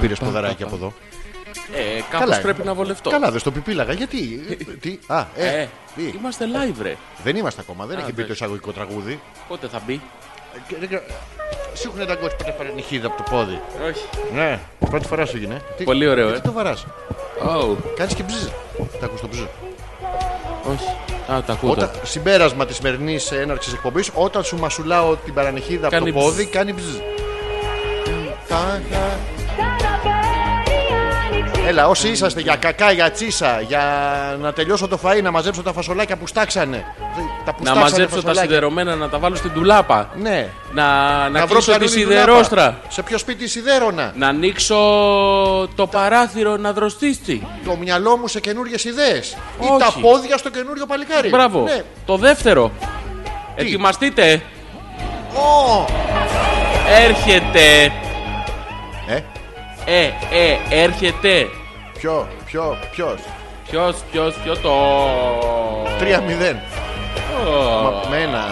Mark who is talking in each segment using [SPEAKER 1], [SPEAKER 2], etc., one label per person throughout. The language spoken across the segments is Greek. [SPEAKER 1] πήρε ποδαράκι από εδώ.
[SPEAKER 2] Ε,
[SPEAKER 1] Καλά.
[SPEAKER 2] Κάπως πρέπει να βολευτώ.
[SPEAKER 1] Καλά, δεν στο πιπίλαγα. Γιατί. ε, τι, α, ε,
[SPEAKER 2] Ε,
[SPEAKER 1] τι.
[SPEAKER 2] είμαστε live, ρε.
[SPEAKER 1] Δεν είμαστε ακόμα, δεν
[SPEAKER 2] Α,
[SPEAKER 1] έχει μπει το
[SPEAKER 2] εντάξει.
[SPEAKER 1] εισαγωγικό τραγούδι.
[SPEAKER 2] Πότε θα μπει.
[SPEAKER 1] Ε, και- δεν ξέρω, Σου έχουν δαγκώσει πότε φορά νυχίδα από το πόδι.
[SPEAKER 2] Όχι.
[SPEAKER 1] Ναι, πρώτη φορά σου έγινε. Τι-
[SPEAKER 2] Πολύ ωραίο,
[SPEAKER 1] γιατί
[SPEAKER 2] ε.
[SPEAKER 1] το βαράς.
[SPEAKER 2] Oh,
[SPEAKER 1] Κάνεις και μπζζ. Τα ακούς το μπζζ.
[SPEAKER 2] όχι. Α, τα ακούω
[SPEAKER 1] Όταν,
[SPEAKER 2] τώρα.
[SPEAKER 1] συμπέρασμα της σημερινής έναρξης εκπομπής, όταν σου μασουλάω την παρανυχίδα από το
[SPEAKER 2] Κάνει
[SPEAKER 1] πόδι,
[SPEAKER 2] μπζζ.
[SPEAKER 1] κάνει μπζζ. Τα- τα- Έλα, όσοι είσαστε για κακά, για τσίσα, για να τελειώσω το φαΐ, να μαζέψω τα φασολάκια που στάξανε. Τα που
[SPEAKER 2] Να
[SPEAKER 1] στάξανε
[SPEAKER 2] μαζέψω τα
[SPEAKER 1] φασολάκια.
[SPEAKER 2] σιδερωμένα, να τα βάλω στην τουλάπα.
[SPEAKER 1] Ναι.
[SPEAKER 2] Να, να
[SPEAKER 1] Να βρω
[SPEAKER 2] κλείσω τη
[SPEAKER 1] κανονική
[SPEAKER 2] σιδερόστρα.
[SPEAKER 1] δουλάπα. Σε ποιο σπίτι σιδέρωνα.
[SPEAKER 2] Να ανοίξω το παράθυρο να δροσίστη.
[SPEAKER 1] Το μυαλό μου σε καινούριε ιδέες. Ή
[SPEAKER 2] Όχι.
[SPEAKER 1] τα πόδια στο καινούριο παλικάρι.
[SPEAKER 2] Μπράβο.
[SPEAKER 1] Ναι.
[SPEAKER 2] Το δεύτερο. Ετοιμαστείτε.
[SPEAKER 1] Ω!
[SPEAKER 2] Έρχεται.
[SPEAKER 1] Ε,
[SPEAKER 2] Ε, ε, έρχεται.
[SPEAKER 1] ποιο, ποιο, ποιος.
[SPEAKER 2] Ποιος, ποιος, ποιο το.
[SPEAKER 1] 3-0.
[SPEAKER 2] Ω,
[SPEAKER 1] Μα- Με ένα.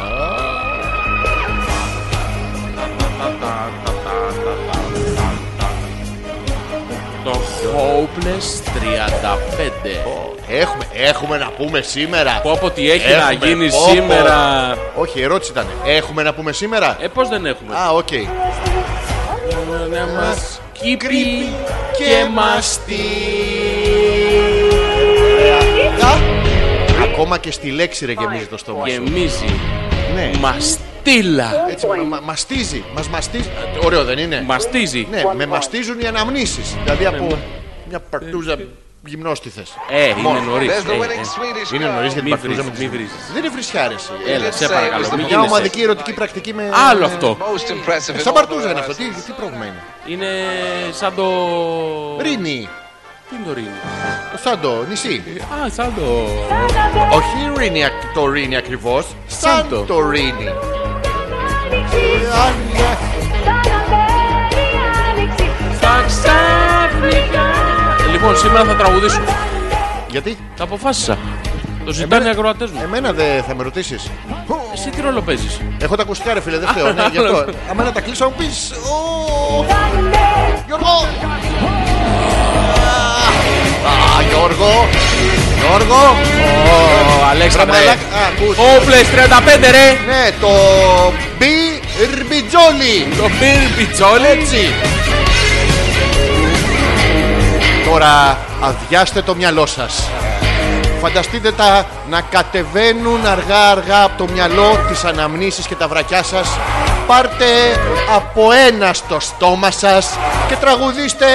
[SPEAKER 2] Το Hopeless 35.
[SPEAKER 1] Έχουμε, έχουμε να πούμε σήμερα.
[SPEAKER 2] Πω πω τι έχει να
[SPEAKER 1] Έχουμε,
[SPEAKER 2] γίνει
[SPEAKER 1] πω, πω.
[SPEAKER 2] σήμερα.
[SPEAKER 1] Όχι, η ερώτηση ήταν. Έχουμε να πούμε σήμερα.
[SPEAKER 2] Ε, πώς δεν έχουμε.
[SPEAKER 1] Α, οκ.
[SPEAKER 2] Να μας κύπη
[SPEAKER 1] Κρύπη
[SPEAKER 2] και μας
[SPEAKER 1] μαστί. Ακόμα και στη λέξη ρε γεμίζει το στόμα σου.
[SPEAKER 2] γεμίζει.
[SPEAKER 1] Ναι.
[SPEAKER 2] Μαστίλα.
[SPEAKER 1] Έτσι, μα- μα- μαστίζει. Μας μαστίζει. Ωραίο δεν είναι.
[SPEAKER 2] Μαστίζει.
[SPEAKER 1] Ναι, με μαστίζουν οι αναμνήσεις.
[SPEAKER 2] Ναι,
[SPEAKER 1] Δηλαδή από μια παρτούζα γυμνόστιθες.
[SPEAKER 2] Ε, είναι
[SPEAKER 1] Μόνο.
[SPEAKER 2] νωρίς. Ε,
[SPEAKER 3] There's the
[SPEAKER 2] ε,
[SPEAKER 3] winning Swedish
[SPEAKER 1] Είναι νωρίς
[SPEAKER 3] girl.
[SPEAKER 1] για την
[SPEAKER 2] Μη
[SPEAKER 1] παρτούζα
[SPEAKER 2] βρίζεις,
[SPEAKER 1] με
[SPEAKER 2] μη
[SPEAKER 1] τις...
[SPEAKER 2] βρίζεις.
[SPEAKER 1] Δεν είναι φρυσιάρεση.
[SPEAKER 2] Έλα, σε
[SPEAKER 3] say
[SPEAKER 2] παρακαλώ,
[SPEAKER 3] it was
[SPEAKER 2] μην
[SPEAKER 1] Ε,
[SPEAKER 3] the
[SPEAKER 1] Μια
[SPEAKER 3] γίνεσαι.
[SPEAKER 1] ομαδική ερωτική πρακτική με...
[SPEAKER 2] Άλλο αυτό.
[SPEAKER 3] Most impressive. in
[SPEAKER 1] Σαν
[SPEAKER 3] all
[SPEAKER 1] παρτούζα
[SPEAKER 3] the
[SPEAKER 1] Ε, είναι αυτό.
[SPEAKER 3] rest.
[SPEAKER 1] Τι, τι πρόβλημα είναι.
[SPEAKER 2] Είναι σαν το...
[SPEAKER 1] Ναι. Ρίνι.
[SPEAKER 2] Τι είναι το Ρίνι.
[SPEAKER 1] Το Σάντο, νησί.
[SPEAKER 2] Α, σαν το...
[SPEAKER 1] Όχι Ρίνι, ακ- το Ρίνι ακριβώς. Σαν
[SPEAKER 2] Σάντο.
[SPEAKER 1] το Ρίνι.
[SPEAKER 2] Τα ξαφνικά. Λοιπόν, σήμερα θα τραγουδήσω.
[SPEAKER 1] Γιατί
[SPEAKER 2] Τα αποφάσισα.
[SPEAKER 1] Ε,
[SPEAKER 2] Το ζητάνε οι ακροατές μου.
[SPEAKER 1] εμένα δεν θα με ρωτήσεις.
[SPEAKER 2] Εσύ τι ρόλο παίζεις.
[SPEAKER 1] Έχω τα ακουστικά ρε φίλε, δεν φταίω. Ναι, γι' αυτό. Άμα να τα κλείσω, θα μου πεις... «Ω, Γιώργο! Α, Γιώργο! Γιώργο!
[SPEAKER 2] Ο Αλέξανδρε.
[SPEAKER 1] Ρε μαλάκα, α, ακούς.
[SPEAKER 2] Όπλες 35 ρε.
[SPEAKER 1] Ναι, το μπι ρμπιτζόλι.
[SPEAKER 2] Το Μπιλ Πιτσόλετς.
[SPEAKER 1] Έτσι. Τώρα αδειάστε το μυαλό σας. Φανταστείτε τα να κατεβαίνουν αργά αργά από το μυαλό τις αναμνήσεις και τα βρακιά σας. Πάρτε από ένα στο στόμα σας και τραγουδίστε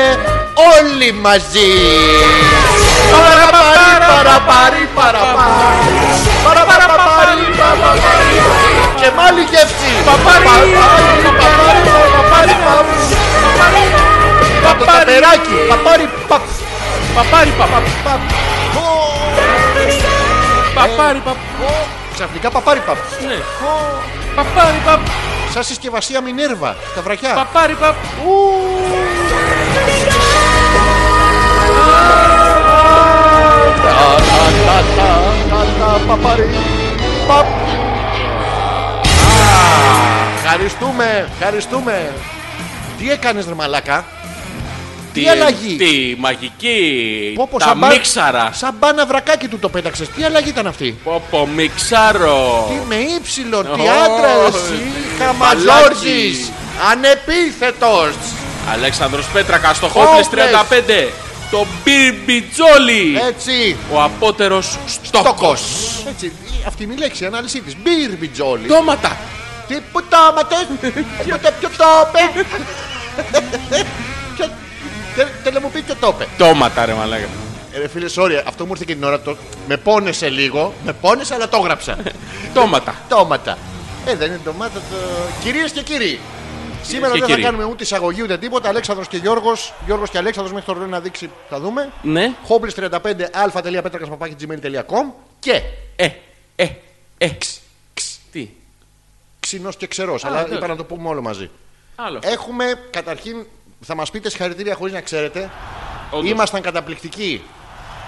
[SPEAKER 1] όλοι μαζί. Παραπαρι, παραπαρι, παραπαρι. Παραπαραπαρι, παραπαρι. Και μάλι γεύση.
[SPEAKER 2] Παπαρι,
[SPEAKER 1] παπαρι, παπαρι. Το ταπεράκι. Παπάρι, παπ.
[SPEAKER 2] Παπάρι, παπα- παπάρι, παπ.
[SPEAKER 1] Ξαφνικά παπάρι, παπ.
[SPEAKER 2] Ναι. Παπάρι, παπ.
[SPEAKER 1] Σαν συσκευασία Μινέρβα, τα βραχιά.
[SPEAKER 2] Παπάρι, παπ.
[SPEAKER 1] Παπάρι, παπ. Ευχαριστούμε, ευχαριστούμε. Τι έκανες ρε μαλάκα. Τι
[SPEAKER 2] Τη-
[SPEAKER 1] αλλαγή.
[SPEAKER 2] Τη μαγική.
[SPEAKER 1] Πω, πω,
[SPEAKER 2] Τα
[SPEAKER 1] σαν μπα-
[SPEAKER 2] μίξαρα.
[SPEAKER 1] Σαν μπάνα βρακάκι του το πέταξες. Τι αλλαγή ήταν αυτή.
[SPEAKER 2] Πόπο, μιξάρο.
[SPEAKER 1] Τι με ύψιλο, τι
[SPEAKER 2] Ω,
[SPEAKER 1] άντρα εσύ. Χαμαλόρζης, ανεπίθετος.
[SPEAKER 2] Αλέξανδρος Πέτρακας στο
[SPEAKER 1] Όπλες.
[SPEAKER 2] Hopeless 35. Το Μπιρμπιτζόλι.
[SPEAKER 1] Ε, Έτσι,
[SPEAKER 2] Ο απότερος στόκος.
[SPEAKER 1] τόκος. Έτσι, αυτή είναι η λέξη, η ανάλυση της. Μπίρμπιτζόλι.
[SPEAKER 2] Τόματα.
[SPEAKER 1] Τι που τα ματε, που τα ποιο το είπε. Ποιο- τε- Τέλε μου πει ποιο το είπε.
[SPEAKER 2] Τόματα ρε μαλάκα.
[SPEAKER 1] Ε, Ρε φίλε, sorry, αυτό μου ήρθε και την ώρα. Το... Με πόνεσε λίγο, με πόνεσε, αλλά το έγραψα.
[SPEAKER 2] Τόματα.
[SPEAKER 1] Τόματα. Ε, δεν είναι ντομάτα το. Κυρίες και κύριοι, σήμερα
[SPEAKER 2] και
[SPEAKER 1] δεν θα
[SPEAKER 2] κύριοι.
[SPEAKER 1] κάνουμε ούτε εισαγωγή ούτε τίποτα. Αλέξανδρος και Γιώργος Γιώργος και Αλέξανδρος μέχρι το ρολόι να δείξει, θα δούμε.
[SPEAKER 2] Ναι.
[SPEAKER 1] hopeless35α.πέτρακα.gmail.com και
[SPEAKER 2] Ε, ε, ε. Τι.
[SPEAKER 1] ξινός και ξερός, αλλά
[SPEAKER 2] ναι.
[SPEAKER 1] είπα να το πούμε όλο μαζί.
[SPEAKER 2] Άλλο.
[SPEAKER 1] Ε. Έχουμε καταρχήν, θα μας πείτε συγχαρητήρια χωρίς να ξέρετε.
[SPEAKER 2] Όντως.
[SPEAKER 1] Ήμασταν καταπληκτικοί.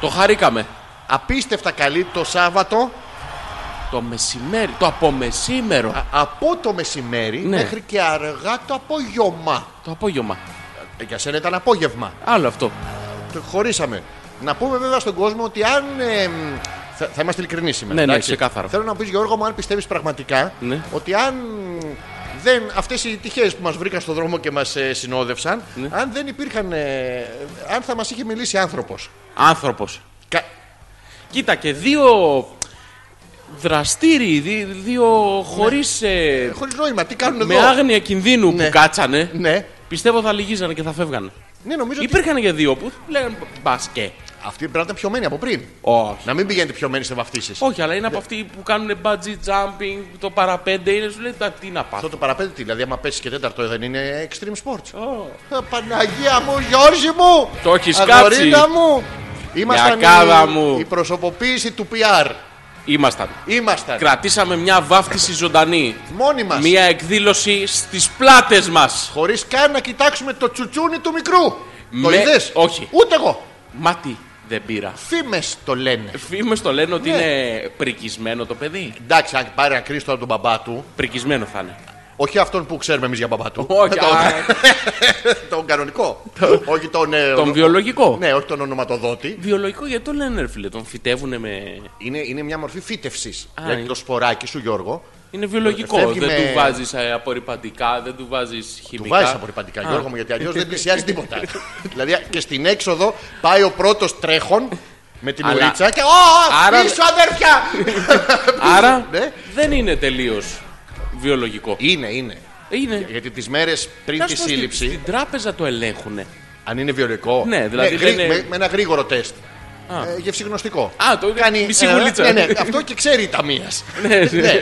[SPEAKER 2] Το χαρήκαμε.
[SPEAKER 1] Απίστευτα καλοί το Σάββατο
[SPEAKER 2] Το μεσημέρι. Το απομεσήμερο.
[SPEAKER 1] α- από το μεσημέρι
[SPEAKER 2] Ναι.
[SPEAKER 1] μέχρι και αργά το απόγευμα.
[SPEAKER 2] Το απόγευμα.
[SPEAKER 1] Ε, για σένα ήταν απόγευμα.
[SPEAKER 2] Άλλο αυτό.
[SPEAKER 1] Το Χωρίσαμε. Να πούμε βέβαια στον κόσμο ότι αν. ε, μ, θα, θα είμαστε ειλικρινεί σήμερα.
[SPEAKER 2] Ναι, ναι,
[SPEAKER 1] εντάξει.
[SPEAKER 2] ξεκάθαρα.
[SPEAKER 1] Θέλω να πεις Γιώργο μου, αν πιστεύεις πραγματικά
[SPEAKER 2] Ναι.
[SPEAKER 1] ότι αν δεν, αυτές οι τυχές που μας βρήκαν στον δρόμο και μας ε, συνόδευσαν
[SPEAKER 2] Ναι.
[SPEAKER 1] αν δεν υπήρχαν ε, αν θα μας είχε μιλήσει άνθρωπος
[SPEAKER 2] Άνθρωπος.
[SPEAKER 1] Κα-
[SPEAKER 2] Κοίτα και δύο δραστήριοι, δύ- δύο χωρίς.
[SPEAKER 1] χωρίς νόημα τι κάνουν
[SPEAKER 2] με
[SPEAKER 1] εδώ
[SPEAKER 2] άγνοια κινδύνου
[SPEAKER 1] Ναι.
[SPEAKER 2] που κάτσανε.
[SPEAKER 1] ναι.
[SPEAKER 2] Πιστεύω θα λυγίζανε και θα φεύγανε.
[SPEAKER 1] ναι νομίζω ότι
[SPEAKER 2] Υπήρχαν και δύο που λέγανε μπα και.
[SPEAKER 1] αυτοί πρέπει να ήταν πιωμένοι από πριν
[SPEAKER 2] Όχι.
[SPEAKER 1] να μην πηγαίνετε πιωμένοι σε βαφτίσεις
[SPEAKER 2] Όχι, αλλά είναι από αυτοί που κάνουν bungee jumping, το παραπέντε. Είναι σου λέει «Τα τι να πάθω.
[SPEAKER 1] αυτό το παραπέμπτη δηλαδή άμα πέσει και τέταρτο δεν είναι extreme sports
[SPEAKER 2] Ω.
[SPEAKER 1] Α, Παναγία μου, Γιώργη μου!
[SPEAKER 2] Το έχεις
[SPEAKER 1] Αγορίνα
[SPEAKER 2] κάψει.
[SPEAKER 1] μου! Ήμασταν
[SPEAKER 2] Γιακάδα
[SPEAKER 1] η,
[SPEAKER 2] μου.
[SPEAKER 1] η προσωποποίηση του PR.
[SPEAKER 2] Ήμασταν.
[SPEAKER 1] Ήμασταν.
[SPEAKER 2] Κρατήσαμε μια βάφτιση ζωντανή.
[SPEAKER 1] Μόνοι μας.
[SPEAKER 2] Μια εκδήλωση στις πλάτες μας.
[SPEAKER 1] Χωρίς καν να κοιτάξουμε το τσουτσούνι του μικρού. Το
[SPEAKER 2] Με-
[SPEAKER 1] είδες?
[SPEAKER 2] όχι.
[SPEAKER 1] Ούτε εγώ.
[SPEAKER 2] Μάτι δεν πήρα.
[SPEAKER 1] Φήμες το λένε.
[SPEAKER 2] Φήμες το λένε ότι
[SPEAKER 1] Ναι.
[SPEAKER 2] είναι πρικισμένο το παιδί.
[SPEAKER 1] Εντάξει, αν πάρει ένα κρίστο από τον μπαμπά του,
[SPEAKER 2] Πρικισμένο θα είναι.
[SPEAKER 1] όχι αυτόν που ξέρουμε εμείς για μπαμπά του. Ε,
[SPEAKER 2] Όχι,
[SPEAKER 1] τον,
[SPEAKER 2] α, ε.
[SPEAKER 1] τον κανονικό. όχι τον. ε,
[SPEAKER 2] τον
[SPEAKER 1] ονο-
[SPEAKER 2] βιολογικό.
[SPEAKER 1] Ναι, όχι τον ονοματοδότη.
[SPEAKER 2] Βιολογικό γιατί το λένε, ρε φίλε. Τον φυτεύουνε με.
[SPEAKER 1] Είναι, είναι μια μορφή φύτευσης.
[SPEAKER 2] Α,
[SPEAKER 1] Δηλαδή
[SPEAKER 2] είναι.
[SPEAKER 1] το σποράκι σου, Γιώργο,
[SPEAKER 2] Είναι βιολογικό.
[SPEAKER 1] Ε, Φεύγει
[SPEAKER 2] Δεν
[SPEAKER 1] με-
[SPEAKER 2] του βάζεις απορριπαντικά, δεν του βάζεις χημικά.
[SPEAKER 1] Του βάζεις απορριπαντικά, Γιώργο μου, γιατί αλλιώς δεν πλησιάζει τίποτα. δηλαδή και στην έξοδο πάει ο πρώτος τρέχον με την
[SPEAKER 2] Αλλά-
[SPEAKER 1] ουρίτσα και. Ω,
[SPEAKER 2] Άρα-
[SPEAKER 1] πίσω αδέρφια!
[SPEAKER 2] Άρα
[SPEAKER 1] Ναι.
[SPEAKER 2] δεν είναι τελείως βιολογικό.
[SPEAKER 1] είναι, είναι.
[SPEAKER 2] Είναι.
[SPEAKER 1] Γιατί τις μέρες πριν
[SPEAKER 2] Να
[SPEAKER 1] τη
[SPEAKER 2] σου πω,
[SPEAKER 1] σύλληψη,
[SPEAKER 2] Στην, στην τράπεζα το ελέγχουνε.
[SPEAKER 1] αν είναι βιολογικό.
[SPEAKER 2] Ναι, δηλαδή
[SPEAKER 1] ναι,
[SPEAKER 2] δεν
[SPEAKER 1] γρή-
[SPEAKER 2] είναι-
[SPEAKER 1] με, με ένα γρήγορο τεστ. Ε, γευσιγνωστικό.
[SPEAKER 2] Α, το μισή γουλίτσα.
[SPEAKER 1] ναι, ναι, αυτό και ξέρει η ταμεία.
[SPEAKER 2] ναι, ναι, ναι.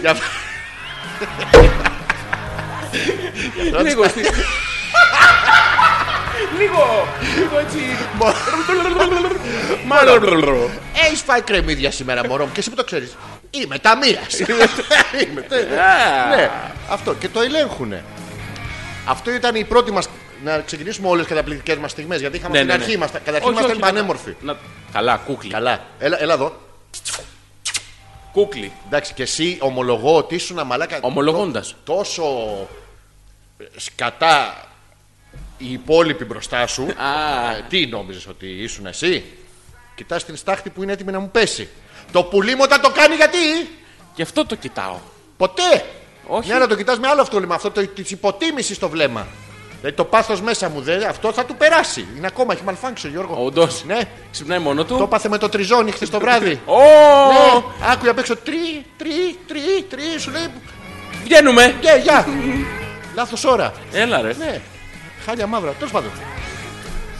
[SPEAKER 1] Γι' αυτό- ναι.
[SPEAKER 2] Λίγο. στη- Λίγο. Λίγο έτσι. Μάλλον.
[SPEAKER 1] Έχεις φάει κρεμμύδια σήμερα, μωρό μου, και εσύ που το ξέρεις. Είμαι ταμεία. Είμαι. τε- Ναι, αυτό και το ελέγχουνε. Αυτό ήταν η πρώτη μας. Να ξεκινήσουμε όλες τις καταπληκτικές μας στιγμές. Γιατί είχαμε
[SPEAKER 2] Ναι,
[SPEAKER 1] στην
[SPEAKER 2] ναι, ναι.
[SPEAKER 1] αρχή μας. Καταρχήν
[SPEAKER 2] Όχι,
[SPEAKER 1] ήμασταν
[SPEAKER 2] όχι, να-
[SPEAKER 1] πανέμορφοι.
[SPEAKER 2] να- Καλά, κούκλι.
[SPEAKER 1] Καλά. Έλα, έλα εδώ.
[SPEAKER 2] Κούκλι.
[SPEAKER 1] Εντάξει, και εσύ ομολογώ ότι ήσουν αμαλάκα.
[SPEAKER 2] Ομολογώντας.
[SPEAKER 1] τό- Τόσο σκατά οι υπόλοιποι μπροστά σου.
[SPEAKER 2] Α.
[SPEAKER 1] Ε, Τι νόμιζες ότι ήσουν εσύ. Κοιτάς την στάχτη που είναι έτοιμη να μου πέσει. Το πουλί μου όταν το κάνει γιατί.
[SPEAKER 2] Γι' αυτό το κοιτάω.
[SPEAKER 1] Ποτέ!
[SPEAKER 2] Όχι.
[SPEAKER 1] Ναι, να το κοιτάς με άλλο αυτό με αυτό το, της υποτίμησης στο βλέμμα. Δηλαδή το πάθος μέσα μου, δε, αυτό θα του περάσει. Είναι ακόμα, έχει malfunction, Γιώργο.
[SPEAKER 2] Όντως.
[SPEAKER 1] Ναι,
[SPEAKER 2] Ξυπνάει μόνο
[SPEAKER 1] το
[SPEAKER 2] του.
[SPEAKER 1] πάθε με το τριζόνι χθες το βράδυ.
[SPEAKER 2] Ω!
[SPEAKER 1] ναι, άκουγε απ' έξω τρι, τρι, τρι, τρι, σου λέει.
[SPEAKER 2] Βγαίνουμε.
[SPEAKER 1] Ναι, γεια! Λάθος ώρα.
[SPEAKER 2] Έλα ρε.
[SPEAKER 1] Ναι, χάλια μαύρα. Τέλος πάντων.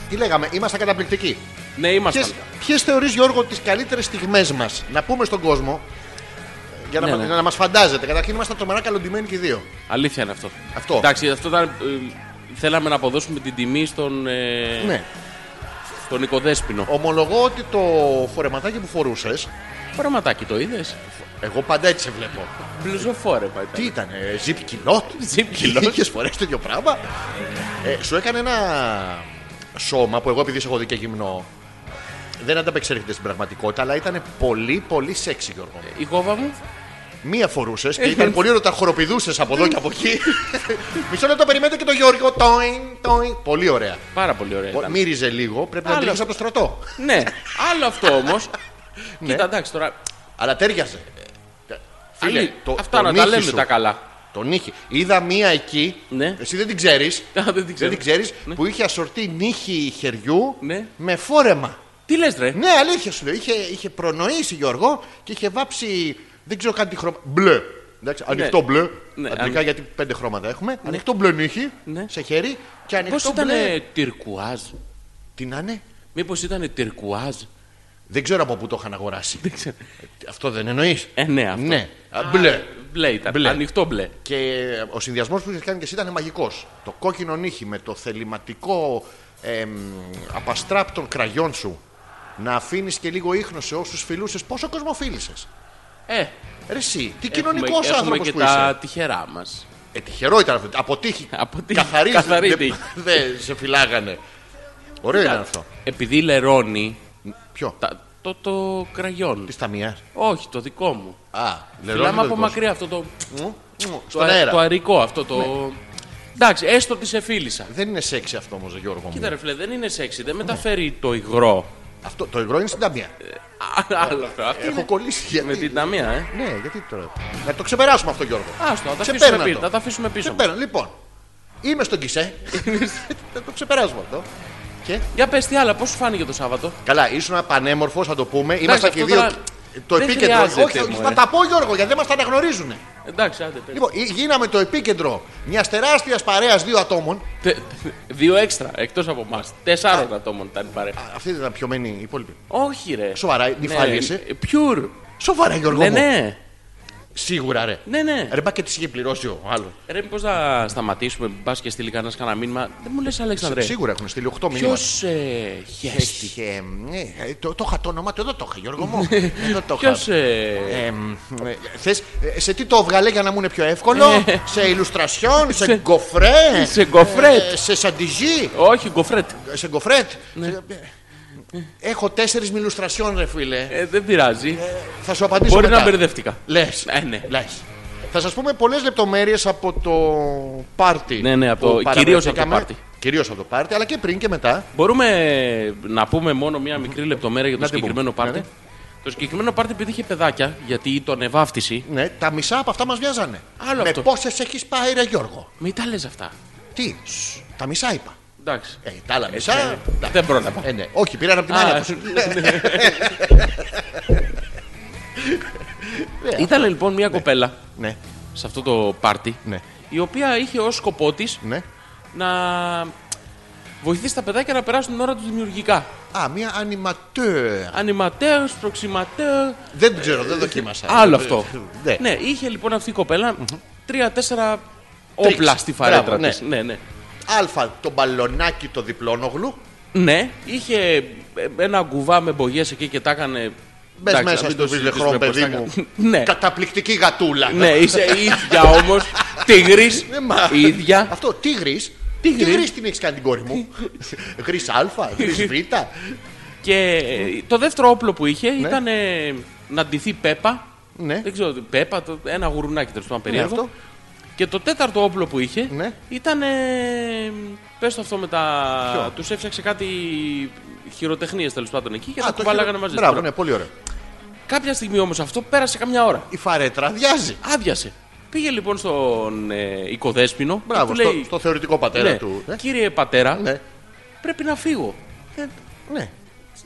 [SPEAKER 1] Τι λέγαμε, ήμασταν καταπληκτικοί.
[SPEAKER 2] Ναι, ήμασταν.
[SPEAKER 1] Ποιες, ποιες θεωρείς Γιώργο τις καλύτερες στιγμές μας Να πούμε στον κόσμο ε, Για να,
[SPEAKER 2] Ναι,
[SPEAKER 1] μα-
[SPEAKER 2] ναι.
[SPEAKER 1] να μας φαντάζετε Καταρχήν ήμασταν τρομερά καλοντημένοι και οι δύο
[SPEAKER 2] Αλήθεια είναι αυτό.
[SPEAKER 1] Αυτό.
[SPEAKER 2] Εντάξει, αυτό ήταν. ε, θέλαμε να αποδώσουμε την τιμή στον. Ε,
[SPEAKER 1] Ναι.
[SPEAKER 2] Στον Οικοδέσπινο.
[SPEAKER 1] Ομολογώ ότι το χορεματάκι που φορούσες
[SPEAKER 2] Πραγματάκι το είδες.
[SPEAKER 1] Εγώ πάντα έτσι σε βλέπω
[SPEAKER 2] Μπλουζοφόρεμα ήταν.
[SPEAKER 1] Τι ήταν, ε, ζιπ κιλότ
[SPEAKER 2] Zip culotte.
[SPEAKER 1] Λίγες φορές το ίδιο πράγμα ε, Σου έκανε ένα σώμα που εγώ επειδή σε έχω δει και γυμνό δεν ανταπεξέρχεται στην πραγματικότητα, αλλά ήταν πολύ, πολύ σεξι, Γιώργο.
[SPEAKER 2] Η γόβα μου.
[SPEAKER 1] Μία φορούσες και ήταν πολύ ωραίο, τα χοροπηδούσες από εδώ και από εκεί. Μισό λεπτό περιμένετε και το Γιώργο. Τόιν, τόιν. Πολύ ωραία.
[SPEAKER 2] Πάρα πολύ ωραία. Ε, Ήταν.
[SPEAKER 1] Μύριζε λίγο, πρέπει να
[SPEAKER 2] Άλλο.
[SPEAKER 1] τρέχει από το στρατό.
[SPEAKER 2] ναι. Άλλο αυτό όμως.
[SPEAKER 1] Ναι.
[SPEAKER 2] Κοίτα, εντάξει τώρα.
[SPEAKER 1] Αλλά τέριαζε. Φίλε,
[SPEAKER 2] Ε, Άλλη-
[SPEAKER 1] το,
[SPEAKER 2] αυτά
[SPEAKER 1] το
[SPEAKER 2] να τα
[SPEAKER 1] νύχι
[SPEAKER 2] λέμε
[SPEAKER 1] σου,
[SPEAKER 2] τα καλά.
[SPEAKER 1] Το νύχι. Είδα μία εκεί,
[SPEAKER 2] Ναι.
[SPEAKER 1] εσύ δεν την ξέρεις.
[SPEAKER 2] Α, δεν την
[SPEAKER 1] Δεν
[SPEAKER 2] ξέρω.
[SPEAKER 1] την ξέρεις, που είχε ασορτή νύχι χεριού
[SPEAKER 2] Ναι.
[SPEAKER 1] με φόρεμα.
[SPEAKER 2] Τι λες, ρε.
[SPEAKER 1] Ναι, αλήθεια σου λέω. Είχε, είχε προνοήσει Γιώργο και είχε βάψει. Δεν ξέρω κάτι χρώμα. Μπλε. Εντάξει, ανοιχτό μπλε.
[SPEAKER 2] Ναι,
[SPEAKER 1] Αντρικά
[SPEAKER 2] αν-
[SPEAKER 1] γιατί πέντε χρώματα έχουμε. Ανοιχτό μπλε νύχι
[SPEAKER 2] Ναι.
[SPEAKER 1] σε χέρι και ανοιχτό
[SPEAKER 2] Πώς ήταν
[SPEAKER 1] μπλε.
[SPEAKER 2] τυρκουάζ.
[SPEAKER 1] Τι να είναι.
[SPEAKER 2] Μήπως ήταν τυρκουάζ.
[SPEAKER 1] Δεν ξέρω από πού το είχαν αγοράσει. αυτό δεν εννοείς.
[SPEAKER 2] Ε, ναι, αυτό.
[SPEAKER 1] Ναι. Α, Μπλε.
[SPEAKER 2] Μπλε ήταν.
[SPEAKER 1] Μπλε.
[SPEAKER 2] Ανοιχτό μπλε.
[SPEAKER 1] Και ο συνδυασμός που είχε κάνει και εσύ ήταν μαγικός. Το κόκκινο νύχι με το θεληματικό εμ, απαστράπτων κραγιών σου να αφήνεις και λίγο ίχνος σε όσους φιλούσες. Πόσο κόσμο φίλησες.
[SPEAKER 2] Ε,
[SPEAKER 1] Ρε εσύ, τι
[SPEAKER 2] έχουμε-
[SPEAKER 1] κοινωνικός
[SPEAKER 2] έχουμε
[SPEAKER 1] άνθρωπος
[SPEAKER 2] και
[SPEAKER 1] που
[SPEAKER 2] τα
[SPEAKER 1] είσαι.
[SPEAKER 2] τυχερά μας.
[SPEAKER 1] Ε, τυχερό ήταν αυτό. Αποτύχει.
[SPEAKER 2] Αποτύχει.
[SPEAKER 1] Καθαρή.
[SPEAKER 2] Καθαρή
[SPEAKER 1] Δεν
[SPEAKER 2] τύχη.
[SPEAKER 1] δεν σε φυλάγανε. Ωραίο ήταν αυτό.
[SPEAKER 2] Επειδή λερώνει.
[SPEAKER 1] Ποιο.
[SPEAKER 2] τα- το, το κραγιόν.
[SPEAKER 1] Τη ταμεία.
[SPEAKER 2] Όχι, το δικό μου.
[SPEAKER 1] Α, λερώνει
[SPEAKER 2] Μιλάμε
[SPEAKER 1] το δικό
[SPEAKER 2] από
[SPEAKER 1] σου.
[SPEAKER 2] μακριά αυτό το.
[SPEAKER 1] Μου, μου,
[SPEAKER 2] Το,
[SPEAKER 1] Στον
[SPEAKER 2] αε- το
[SPEAKER 1] αέρα.
[SPEAKER 2] αερικό αυτό το. ναι. Εντάξει, έστω ότι σε φίλησα.
[SPEAKER 1] Δεν είναι σεξι αυτό όμως, Γιώργο.
[SPEAKER 2] Κοίτα
[SPEAKER 1] Μου.
[SPEAKER 2] ρε φίλε, δεν είναι σεξι, δεν μεταφέρει το υγρό.
[SPEAKER 1] Αυτό, το υγρό είναι στην ταμεία.
[SPEAKER 2] Άλλο αυτό. Αυτή
[SPEAKER 1] Έχω
[SPEAKER 2] είναι
[SPEAKER 1] κολλήσει. Γιατί...
[SPEAKER 2] Ε, με την ταμεία, ε.
[SPEAKER 1] Ναι, γιατί τώρα. Να το ξεπεράσουμε αυτό, Γιώργο.
[SPEAKER 2] Άστο, να τα
[SPEAKER 1] Ξεπέρνα
[SPEAKER 2] αφήσουμε πίσω.
[SPEAKER 1] το.
[SPEAKER 2] Θα τα αφήσουμε πίσω. μας.
[SPEAKER 1] Ξεπέρνα, λοιπόν. Είμαι στον Κισέ. Θα το ξεπεράσουμε αυτό. Και
[SPEAKER 2] Για πες τι άλλα, πώς σου φάνηκε το Σάββατο.
[SPEAKER 1] καλά, ήσουν πανέμορφος, θα το πούμε. Ήμασταν και
[SPEAKER 2] αυτό
[SPEAKER 1] δύο.
[SPEAKER 2] τώρα
[SPEAKER 1] Το
[SPEAKER 2] δεν
[SPEAKER 1] επίκεντρο.
[SPEAKER 2] χρειάζεται,
[SPEAKER 1] Όχι,
[SPEAKER 2] μωρέ.
[SPEAKER 1] θα τα πω, Γιώργο, γιατί δεν μας τα αναγνωρίζουν.
[SPEAKER 2] Εντάξει, άντε. πες.
[SPEAKER 1] Λοιπόν, γι- γίναμε το επίκεντρο μιας τεράστιας παρέας δύο ατόμων.
[SPEAKER 2] Τε- Δύο έξτρα εκτός από εμάς. Τεσσάρων ατόμων ήταν η παρέα.
[SPEAKER 1] Α, Αυτή δεν ήταν πιωμένη η υπόλοιπη.
[SPEAKER 2] Όχι, ρε.
[SPEAKER 1] Σοβαρά, νυφάλιεσαι.
[SPEAKER 2] Ναι, Πιουρ.
[SPEAKER 1] Σοβαρά, Γιώργο.
[SPEAKER 2] Ναι,
[SPEAKER 1] μου.
[SPEAKER 2] ναι.
[SPEAKER 1] Σίγουρα, ρε.
[SPEAKER 2] Ναι, ναι.
[SPEAKER 1] Ρε, μπα και τη είχε πληρώσει ο άλλος.
[SPEAKER 2] Ρε, πώ θα σταματήσουμε, μπας και στείλει κανένας κανένα μήνυμα. Δεν μου λες, Αλέξανδρε.
[SPEAKER 1] Σίγουρα έχουν στείλει 8 μήνε.
[SPEAKER 2] Ποιος ε, χέστη.
[SPEAKER 1] Είχε, ε, το, το είχα το όνομά του, δεν το είχα, Γιώργο μου.
[SPEAKER 2] Ναι.
[SPEAKER 1] δεν το είχα.
[SPEAKER 2] Ποιος. Ε...
[SPEAKER 1] Ε, μ, ε, θες, ε, σε τι το βγαλέ για να μου είναι πιο εύκολο, σε ηλουστρασιόν, σε γκοφρέ,
[SPEAKER 2] Ναι. σε γκοφρέτ.
[SPEAKER 1] ε, σε σαντιζί,
[SPEAKER 2] Όχι, γκοφρέτ.
[SPEAKER 1] σε γκοφρέτ.
[SPEAKER 2] Ναι.
[SPEAKER 1] Σε- Έχω τέσσερις μιλουστρασιόν ρε φίλε.
[SPEAKER 2] Ε, δεν πειράζει.
[SPEAKER 1] Θα σου απαντήσω
[SPEAKER 2] Μπορεί
[SPEAKER 1] μετά.
[SPEAKER 2] να μπερδεύτηκα.
[SPEAKER 1] Λες,
[SPEAKER 2] Ναι, ναι.
[SPEAKER 1] λες. Θα σας πούμε πολλές λεπτομέρειες από το πάρτι.
[SPEAKER 2] Ναι, ναι, από το-
[SPEAKER 1] που
[SPEAKER 2] κυρίως από το
[SPEAKER 1] παραβρεθήκαμε.
[SPEAKER 2] πάρτι.
[SPEAKER 1] Κυρίως από το πάρτι, αλλά και πριν και μετά.
[SPEAKER 2] Μπορούμε να πούμε μόνο μία μικρή λεπτομέρεια για το
[SPEAKER 1] Να την
[SPEAKER 2] συγκεκριμένο
[SPEAKER 1] πούμε.
[SPEAKER 2] πάρτι.
[SPEAKER 1] Ναι,
[SPEAKER 2] Το συγκεκριμένο πάρτι επειδή είχε παιδάκια, γιατί τον ευάφτιση.
[SPEAKER 1] Ναι, τα μισά από αυτά μας βιάζανε.
[SPEAKER 2] Άλλο
[SPEAKER 1] Με
[SPEAKER 2] αυτό.
[SPEAKER 1] πόσες έχεις πάει ρε Γιώργο.
[SPEAKER 2] Μην τα λες αυτά.
[SPEAKER 1] Τι, τα μισά είπα.
[SPEAKER 2] Εντάξει.
[SPEAKER 1] Ε, τα άλλα μισά.
[SPEAKER 2] ε,
[SPEAKER 1] εντάξει.
[SPEAKER 2] δεν πρόλαβα.
[SPEAKER 1] Ε, ναι. Όχι, πήραν από τη μάνα
[SPEAKER 2] Α,
[SPEAKER 1] τους.
[SPEAKER 2] ναι. Ήταν λοιπόν μια κοπέλα
[SPEAKER 1] Ναι,
[SPEAKER 2] σε αυτό το πάρτι
[SPEAKER 1] ναι,
[SPEAKER 2] η οποία είχε ως σκοπό της
[SPEAKER 1] ναι.
[SPEAKER 2] να βοηθήσει τα παιδάκια να περάσουν την ώρα τους δημιουργικά.
[SPEAKER 1] Α, μία animateur.
[SPEAKER 2] Ανιματέρ, προξηματέρ,
[SPEAKER 1] Δεν ξέρω, δεν δοκίμασα.
[SPEAKER 2] Ε, άλλο αυτό.
[SPEAKER 1] Ναι.
[SPEAKER 2] Ναι, είχε λοιπόν αυτή η κοπέλα τρία-τέσσερα όπλα στη φαρέτρα
[SPEAKER 1] Μπράβο, ναι.
[SPEAKER 2] της. Ναι, ναι.
[SPEAKER 1] Α, το μπαλονάκι το διπλόνογλου.
[SPEAKER 2] Ναι, είχε ε, ένα κουβά με μπογιές εκεί και τα έκανε.
[SPEAKER 1] Μπες
[SPEAKER 2] Εντάξει,
[SPEAKER 1] μέσα
[SPEAKER 2] να μην το
[SPEAKER 1] στο βιλεχρό,
[SPEAKER 2] συζητήσουμε πώς
[SPEAKER 1] παιδί
[SPEAKER 2] τα
[SPEAKER 1] μου.
[SPEAKER 2] έκανε. ναι,
[SPEAKER 1] Καταπληκτική γατούλα.
[SPEAKER 2] ναι, είσαι η ίδια όμως. Τίγρη.
[SPEAKER 1] Ε, μα.
[SPEAKER 2] Η ίδια.
[SPEAKER 1] Αυτό, τίγρης.
[SPEAKER 2] Τίγρης.
[SPEAKER 1] Τίγρης την έχεις κάνει την κόρη μου. Γρης α, γρης β.
[SPEAKER 2] Και ε, το δεύτερο όπλο που είχε ήταν ε, να ντυθεί Πέπα.
[SPEAKER 1] Ναι.
[SPEAKER 2] Δεν ξέρω, Πέπα, το- ένα γουρουνάκι τέλος πάντων περίεργο.
[SPEAKER 1] αυτό.
[SPEAKER 2] Και το τέταρτο όπλο που είχε
[SPEAKER 1] Ναι.
[SPEAKER 2] ήταν. Ε, πες το αυτό με τα.
[SPEAKER 1] Ποιο?
[SPEAKER 2] Τους έφτιαξε κάτι χειροτεχνίες τέλος πάντων εκεί και
[SPEAKER 1] Α,
[SPEAKER 2] τα
[SPEAKER 1] το
[SPEAKER 2] κουβαλάγανε
[SPEAKER 1] χειρο-
[SPEAKER 2] μαζί.
[SPEAKER 1] Μπράβο,
[SPEAKER 2] Τώρα,
[SPEAKER 1] ναι, πολύ ωραίο.
[SPEAKER 2] Κάποια στιγμή όμως αυτό πέρασε καμιά ώρα.
[SPEAKER 1] Η φαρέτρα αδειάζει.
[SPEAKER 2] Άδειασε. Πήγε λοιπόν στον ε, οικοδέσπινο.
[SPEAKER 1] Μπράβο,
[SPEAKER 2] και του
[SPEAKER 1] στο, στο θεωρητικό πατέρα
[SPEAKER 2] «Ναι,
[SPEAKER 1] του. ε.
[SPEAKER 2] Κύριε πατέρα,
[SPEAKER 1] Ναι,
[SPEAKER 2] πρέπει να φύγω. Ε,
[SPEAKER 1] ναι.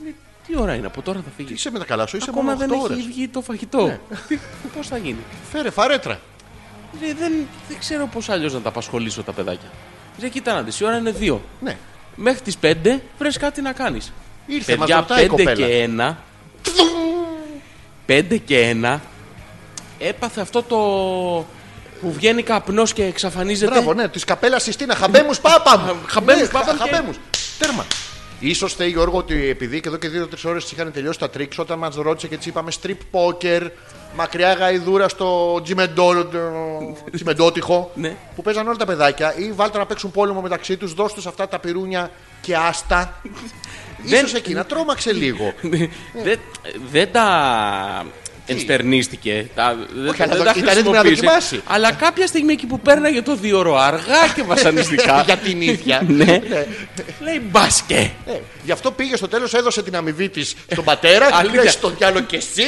[SPEAKER 2] λέει, τι ώρα είναι από τώρα θα φύγεις.
[SPEAKER 1] Είσαι με τα καλά σου, είσαι
[SPEAKER 2] Ακόμα
[SPEAKER 1] μόνο
[SPEAKER 2] δεν
[SPEAKER 1] 8
[SPEAKER 2] έχει
[SPEAKER 1] ώρες.
[SPEAKER 2] βγει το φαγητό. πώς θα γίνει.
[SPEAKER 1] Φέρε φαρέτρα.
[SPEAKER 2] Λέει, δεν, δεν ξέρω πώς αλλιώς να τα απασχολήσω τα παιδάκια. Λέει, κοίτα να δεις, η ώρα είναι δύο.
[SPEAKER 1] Ναι.
[SPEAKER 2] Μέχρι τις 5 βρες κάτι να κάνεις.
[SPEAKER 1] Ήρθε, μας
[SPEAKER 2] Παιδιά,
[SPEAKER 1] ρωτάει η
[SPEAKER 2] 5
[SPEAKER 1] κοπέλα.
[SPEAKER 2] και 1. 5 και 1. Έπαθε αυτό το. που βγαίνει καπνός και εξαφανίζεται.
[SPEAKER 1] Μπράβο, ναι, της καπέλας Sistina. Χαμπέμους πάπαμ.
[SPEAKER 2] Χαμπέμους
[SPEAKER 1] Ναι,
[SPEAKER 2] πάπαμ
[SPEAKER 1] χα-
[SPEAKER 2] και-
[SPEAKER 1] χαμπέμους. Τέρμα. σω θέλει Γιώργο ότι επειδή και εδώ και δύο-τρει ώρες είχαν τελειώσει τα τρίξ, όταν μας ρώτησε και τη είπαμε strip poker, μακριά γαϊδούρα στο τζιμεντό- τσιμεντότυχο
[SPEAKER 2] Ναι.
[SPEAKER 1] που παίζαν όλα τα παιδάκια ή βάλτε να παίξουν πόλεμο μεταξύ τους, δώσ' του αυτά τα πυρούνια και άστα.
[SPEAKER 2] Δεν-
[SPEAKER 1] Ίσως εκεί να τρόμαξε λίγο.
[SPEAKER 2] Ναι. δεν, δεν τα ενστερνίστηκε. Τα, δεν,
[SPEAKER 1] Όχι, αλλά
[SPEAKER 2] δεν
[SPEAKER 1] το-
[SPEAKER 2] τα
[SPEAKER 1] ήταν έτοιμη να
[SPEAKER 2] χρησιμοποίησε.
[SPEAKER 1] δοκιμάσει.
[SPEAKER 2] Αλλά κάποια στιγμή εκεί που πέρναγε το δύο ώρο αργά και βασανιστικά.
[SPEAKER 1] Για την ίδια.
[SPEAKER 2] ναι,
[SPEAKER 1] Ναι.
[SPEAKER 2] λέει μπάσκε.
[SPEAKER 1] Ε, γι' αυτό πήγε στο τέλος, έδωσε την αμοιβή της στον πατέρα.
[SPEAKER 2] Αλήθεια.
[SPEAKER 1] Λέει στον διάλογο και εσύ.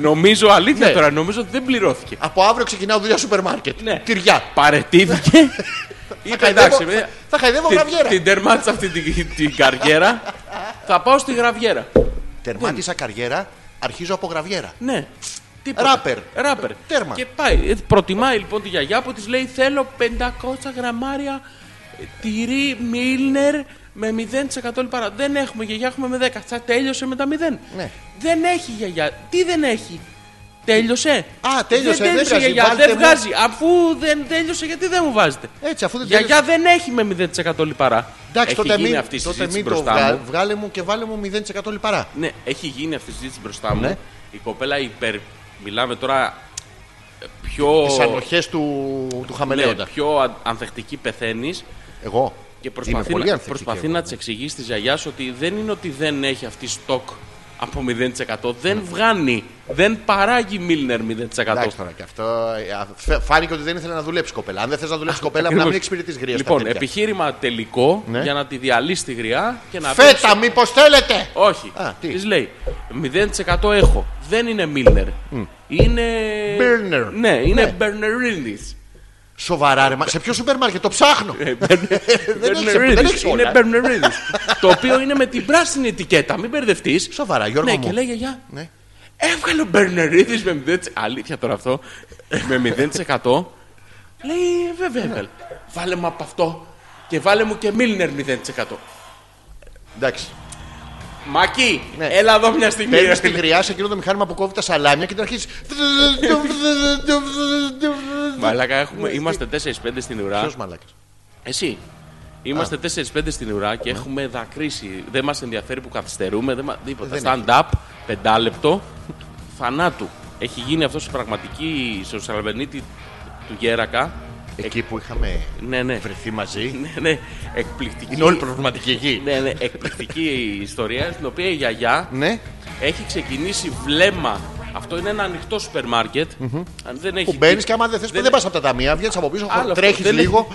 [SPEAKER 2] νομίζω αλήθεια
[SPEAKER 1] Ναι.
[SPEAKER 2] τώρα, νομίζω ότι δεν πληρώθηκε.
[SPEAKER 1] Από αύριο ξεκινάω δουλειά σούπερ μάρκετ.
[SPEAKER 2] Ναι.
[SPEAKER 1] Τυριά.
[SPEAKER 2] Παρετήθηκε. Είπε εντάξει,
[SPEAKER 1] χαϊδεύω-
[SPEAKER 2] με-
[SPEAKER 1] θα χαϊδεύω
[SPEAKER 2] την-
[SPEAKER 1] γραβιέρα».
[SPEAKER 2] Την τερμάτισα αυτή την, την καριέρα. θα πάω στη γραβιέρα.
[SPEAKER 1] Τερμάτισα καριέρα, αρχίζω από γραβιέρα.
[SPEAKER 2] Ναι. Τίποτα.
[SPEAKER 1] Ράπερ.
[SPEAKER 2] Ράπερ.
[SPEAKER 1] Τέρμα.
[SPEAKER 2] Και πάει. Ε, Προτιμάει λοιπόν τη γιαγιά που της λέει: Θέλω 500 γραμμάρια ε, τυρί Μίλνερ με 0% λιπαρά. Δεν έχουμε γιαγιά, έχουμε με 10. Θα τέλειωσε με τα 0.
[SPEAKER 1] Ναι.
[SPEAKER 2] Δεν έχει γιαγιά. Τι δεν έχει. Τέλειωσε.
[SPEAKER 1] Α, τέλειωσε,
[SPEAKER 2] Δεν
[SPEAKER 1] δεν
[SPEAKER 2] τέλειωσε
[SPEAKER 1] πειράζει,
[SPEAKER 2] γιαγιά.
[SPEAKER 1] βάλτε
[SPEAKER 2] Δεν
[SPEAKER 1] μου.
[SPEAKER 2] βγάζει. Αφού δεν τέλειωσε, γιατί δεν μου βάζετε.
[SPEAKER 1] Έτσι, αφού δεν
[SPEAKER 2] Γιαγιά
[SPEAKER 1] τέλειωσε-
[SPEAKER 2] δεν έχει με 0% λιπαρά.
[SPEAKER 1] Εντάξει,
[SPEAKER 2] έχει
[SPEAKER 1] τότε
[SPEAKER 2] γίνει
[SPEAKER 1] μην,
[SPEAKER 2] αυτή η
[SPEAKER 1] τότε
[SPEAKER 2] συζήτηση
[SPEAKER 1] μην το
[SPEAKER 2] μπροστά
[SPEAKER 1] βγάλε,
[SPEAKER 2] μου.
[SPEAKER 1] βγάλε μου και βάλε μου 0% λιπαρά.
[SPEAKER 2] Ναι, έχει γίνει αυτή η συζήτηση μπροστά μου.
[SPEAKER 1] Ναι.
[SPEAKER 2] Η κοπέλα υπερ. Μιλάμε τώρα ε, πιο.
[SPEAKER 1] Τις ανοχές του, του χαμελέοντα.
[SPEAKER 2] ναι, πιο αν- ανθεκτική πεθαίνεις
[SPEAKER 1] Εγώ.
[SPEAKER 2] και
[SPEAKER 1] Είμαι
[SPEAKER 2] προσπαθεί
[SPEAKER 1] πολύ
[SPEAKER 2] να,
[SPEAKER 1] ανθεκτική
[SPEAKER 2] προσπαθεί
[SPEAKER 1] εγώ. ναι.
[SPEAKER 2] να της εξηγήσει της γιαγιάς σου ότι δεν είναι ότι δεν έχει αυτή στόκ από 0%. Δεν βγάνει. Δεν παράγει Μίλνερ 0%.
[SPEAKER 1] Ναι. Εντάξει τώρα και αυτό. ε, α, φε- Φάνηκε ότι δεν ήθελε να δουλέψει κοπέλα. Αν δεν θες να δουλέψει κοπέλα, πρέπει να μην
[SPEAKER 2] Ακριβώς.
[SPEAKER 1] εξυπηρετεί γρία. στα
[SPEAKER 2] Λοιπόν,
[SPEAKER 1] τέτοια.
[SPEAKER 2] επιχείρημα τελικό
[SPEAKER 1] Ναι.
[SPEAKER 2] για να τη διαλύσει τη γριά και να πεις-
[SPEAKER 1] Φέτα, μήπως θέλετε!
[SPEAKER 2] Όχι.
[SPEAKER 1] Α, τι.
[SPEAKER 2] Της λέει 0% έχω. Δεν είναι Μίλνερ. Είναι.
[SPEAKER 1] Μπέρνερ.
[SPEAKER 2] Ναι, είναι
[SPEAKER 1] Ναι.
[SPEAKER 2] ναι. Μπερνερίνης.
[SPEAKER 1] Σοβαρά, ρε. μα- Σε ποιο σούπερ μάρκετ το ψάχνω.
[SPEAKER 2] Ε,
[SPEAKER 1] Ε, Δεν έχεις- δεν έχεις
[SPEAKER 2] Είναι
[SPEAKER 1] όλα.
[SPEAKER 2] Μπερνερίδη. το οποίο είναι με την πράσινη ετικέτα, μην μπερδευτείς.
[SPEAKER 1] Σοβαρά, Γιώργο
[SPEAKER 2] Ναι,
[SPEAKER 1] μου.
[SPEAKER 2] και λέει γιαγιά.
[SPEAKER 1] Ναι.
[SPEAKER 2] Έβγαλε ο Μπερνερίδη με 0%. Αλήθεια τώρα αυτό. με 0%. λέει «Ε, βέβαια έβγαλε. Βάλε μου από αυτό και βάλε μου και Μίλνερ 0%.
[SPEAKER 1] Εντάξει.
[SPEAKER 2] Μακί,
[SPEAKER 1] Ναι.
[SPEAKER 2] έλα εδώ μια στιγμή.
[SPEAKER 1] Παίρνεις τη γριά σε εκείνο το μηχάνημα που κόβει τα σαλάμια και την αρχίζεις.
[SPEAKER 2] Μαλάκα, έχουμε,
[SPEAKER 1] Ναι,
[SPEAKER 2] είμαστε 4-5 στην ουρά.
[SPEAKER 1] Ποιος μαλάκας.
[SPEAKER 2] Εσύ. Είμαστε 4-5 στην ουρά
[SPEAKER 1] Ναι.
[SPEAKER 2] και έχουμε δακρύσει. Δεν μας ενδιαφέρει που καθυστερούμε. Δεν, μα- τίποτα.
[SPEAKER 1] Δεν
[SPEAKER 2] Stand-up, πεντάλεπτο, θανάτου. Έχει γίνει αυτός στην πραγματική, στο Σαλβενίτη του Γέρακα.
[SPEAKER 1] Εκεί που είχαμε
[SPEAKER 2] Ναι, ναι.
[SPEAKER 1] βρεθεί μαζί.
[SPEAKER 2] ναι, ναι. Εκπληκτική.
[SPEAKER 1] Είναι όλη προβληματική εκεί.
[SPEAKER 2] ναι, ναι, εκπληκτική ιστορία στην οποία η γιαγιά
[SPEAKER 1] Ναι.
[SPEAKER 2] έχει ξεκινήσει βλέμμα. Αυτό είναι ένα ανοιχτό σούπερ μάρκετ. Αν δεν έχει
[SPEAKER 1] Που μπαίνεις και άμα δεν θες,
[SPEAKER 2] δεν-
[SPEAKER 1] δεν πας από τα ταμεία, βγαίνεις από πίσω,
[SPEAKER 2] Άλλο αυτό,
[SPEAKER 1] τρέχεις
[SPEAKER 2] δεν-
[SPEAKER 1] λίγο.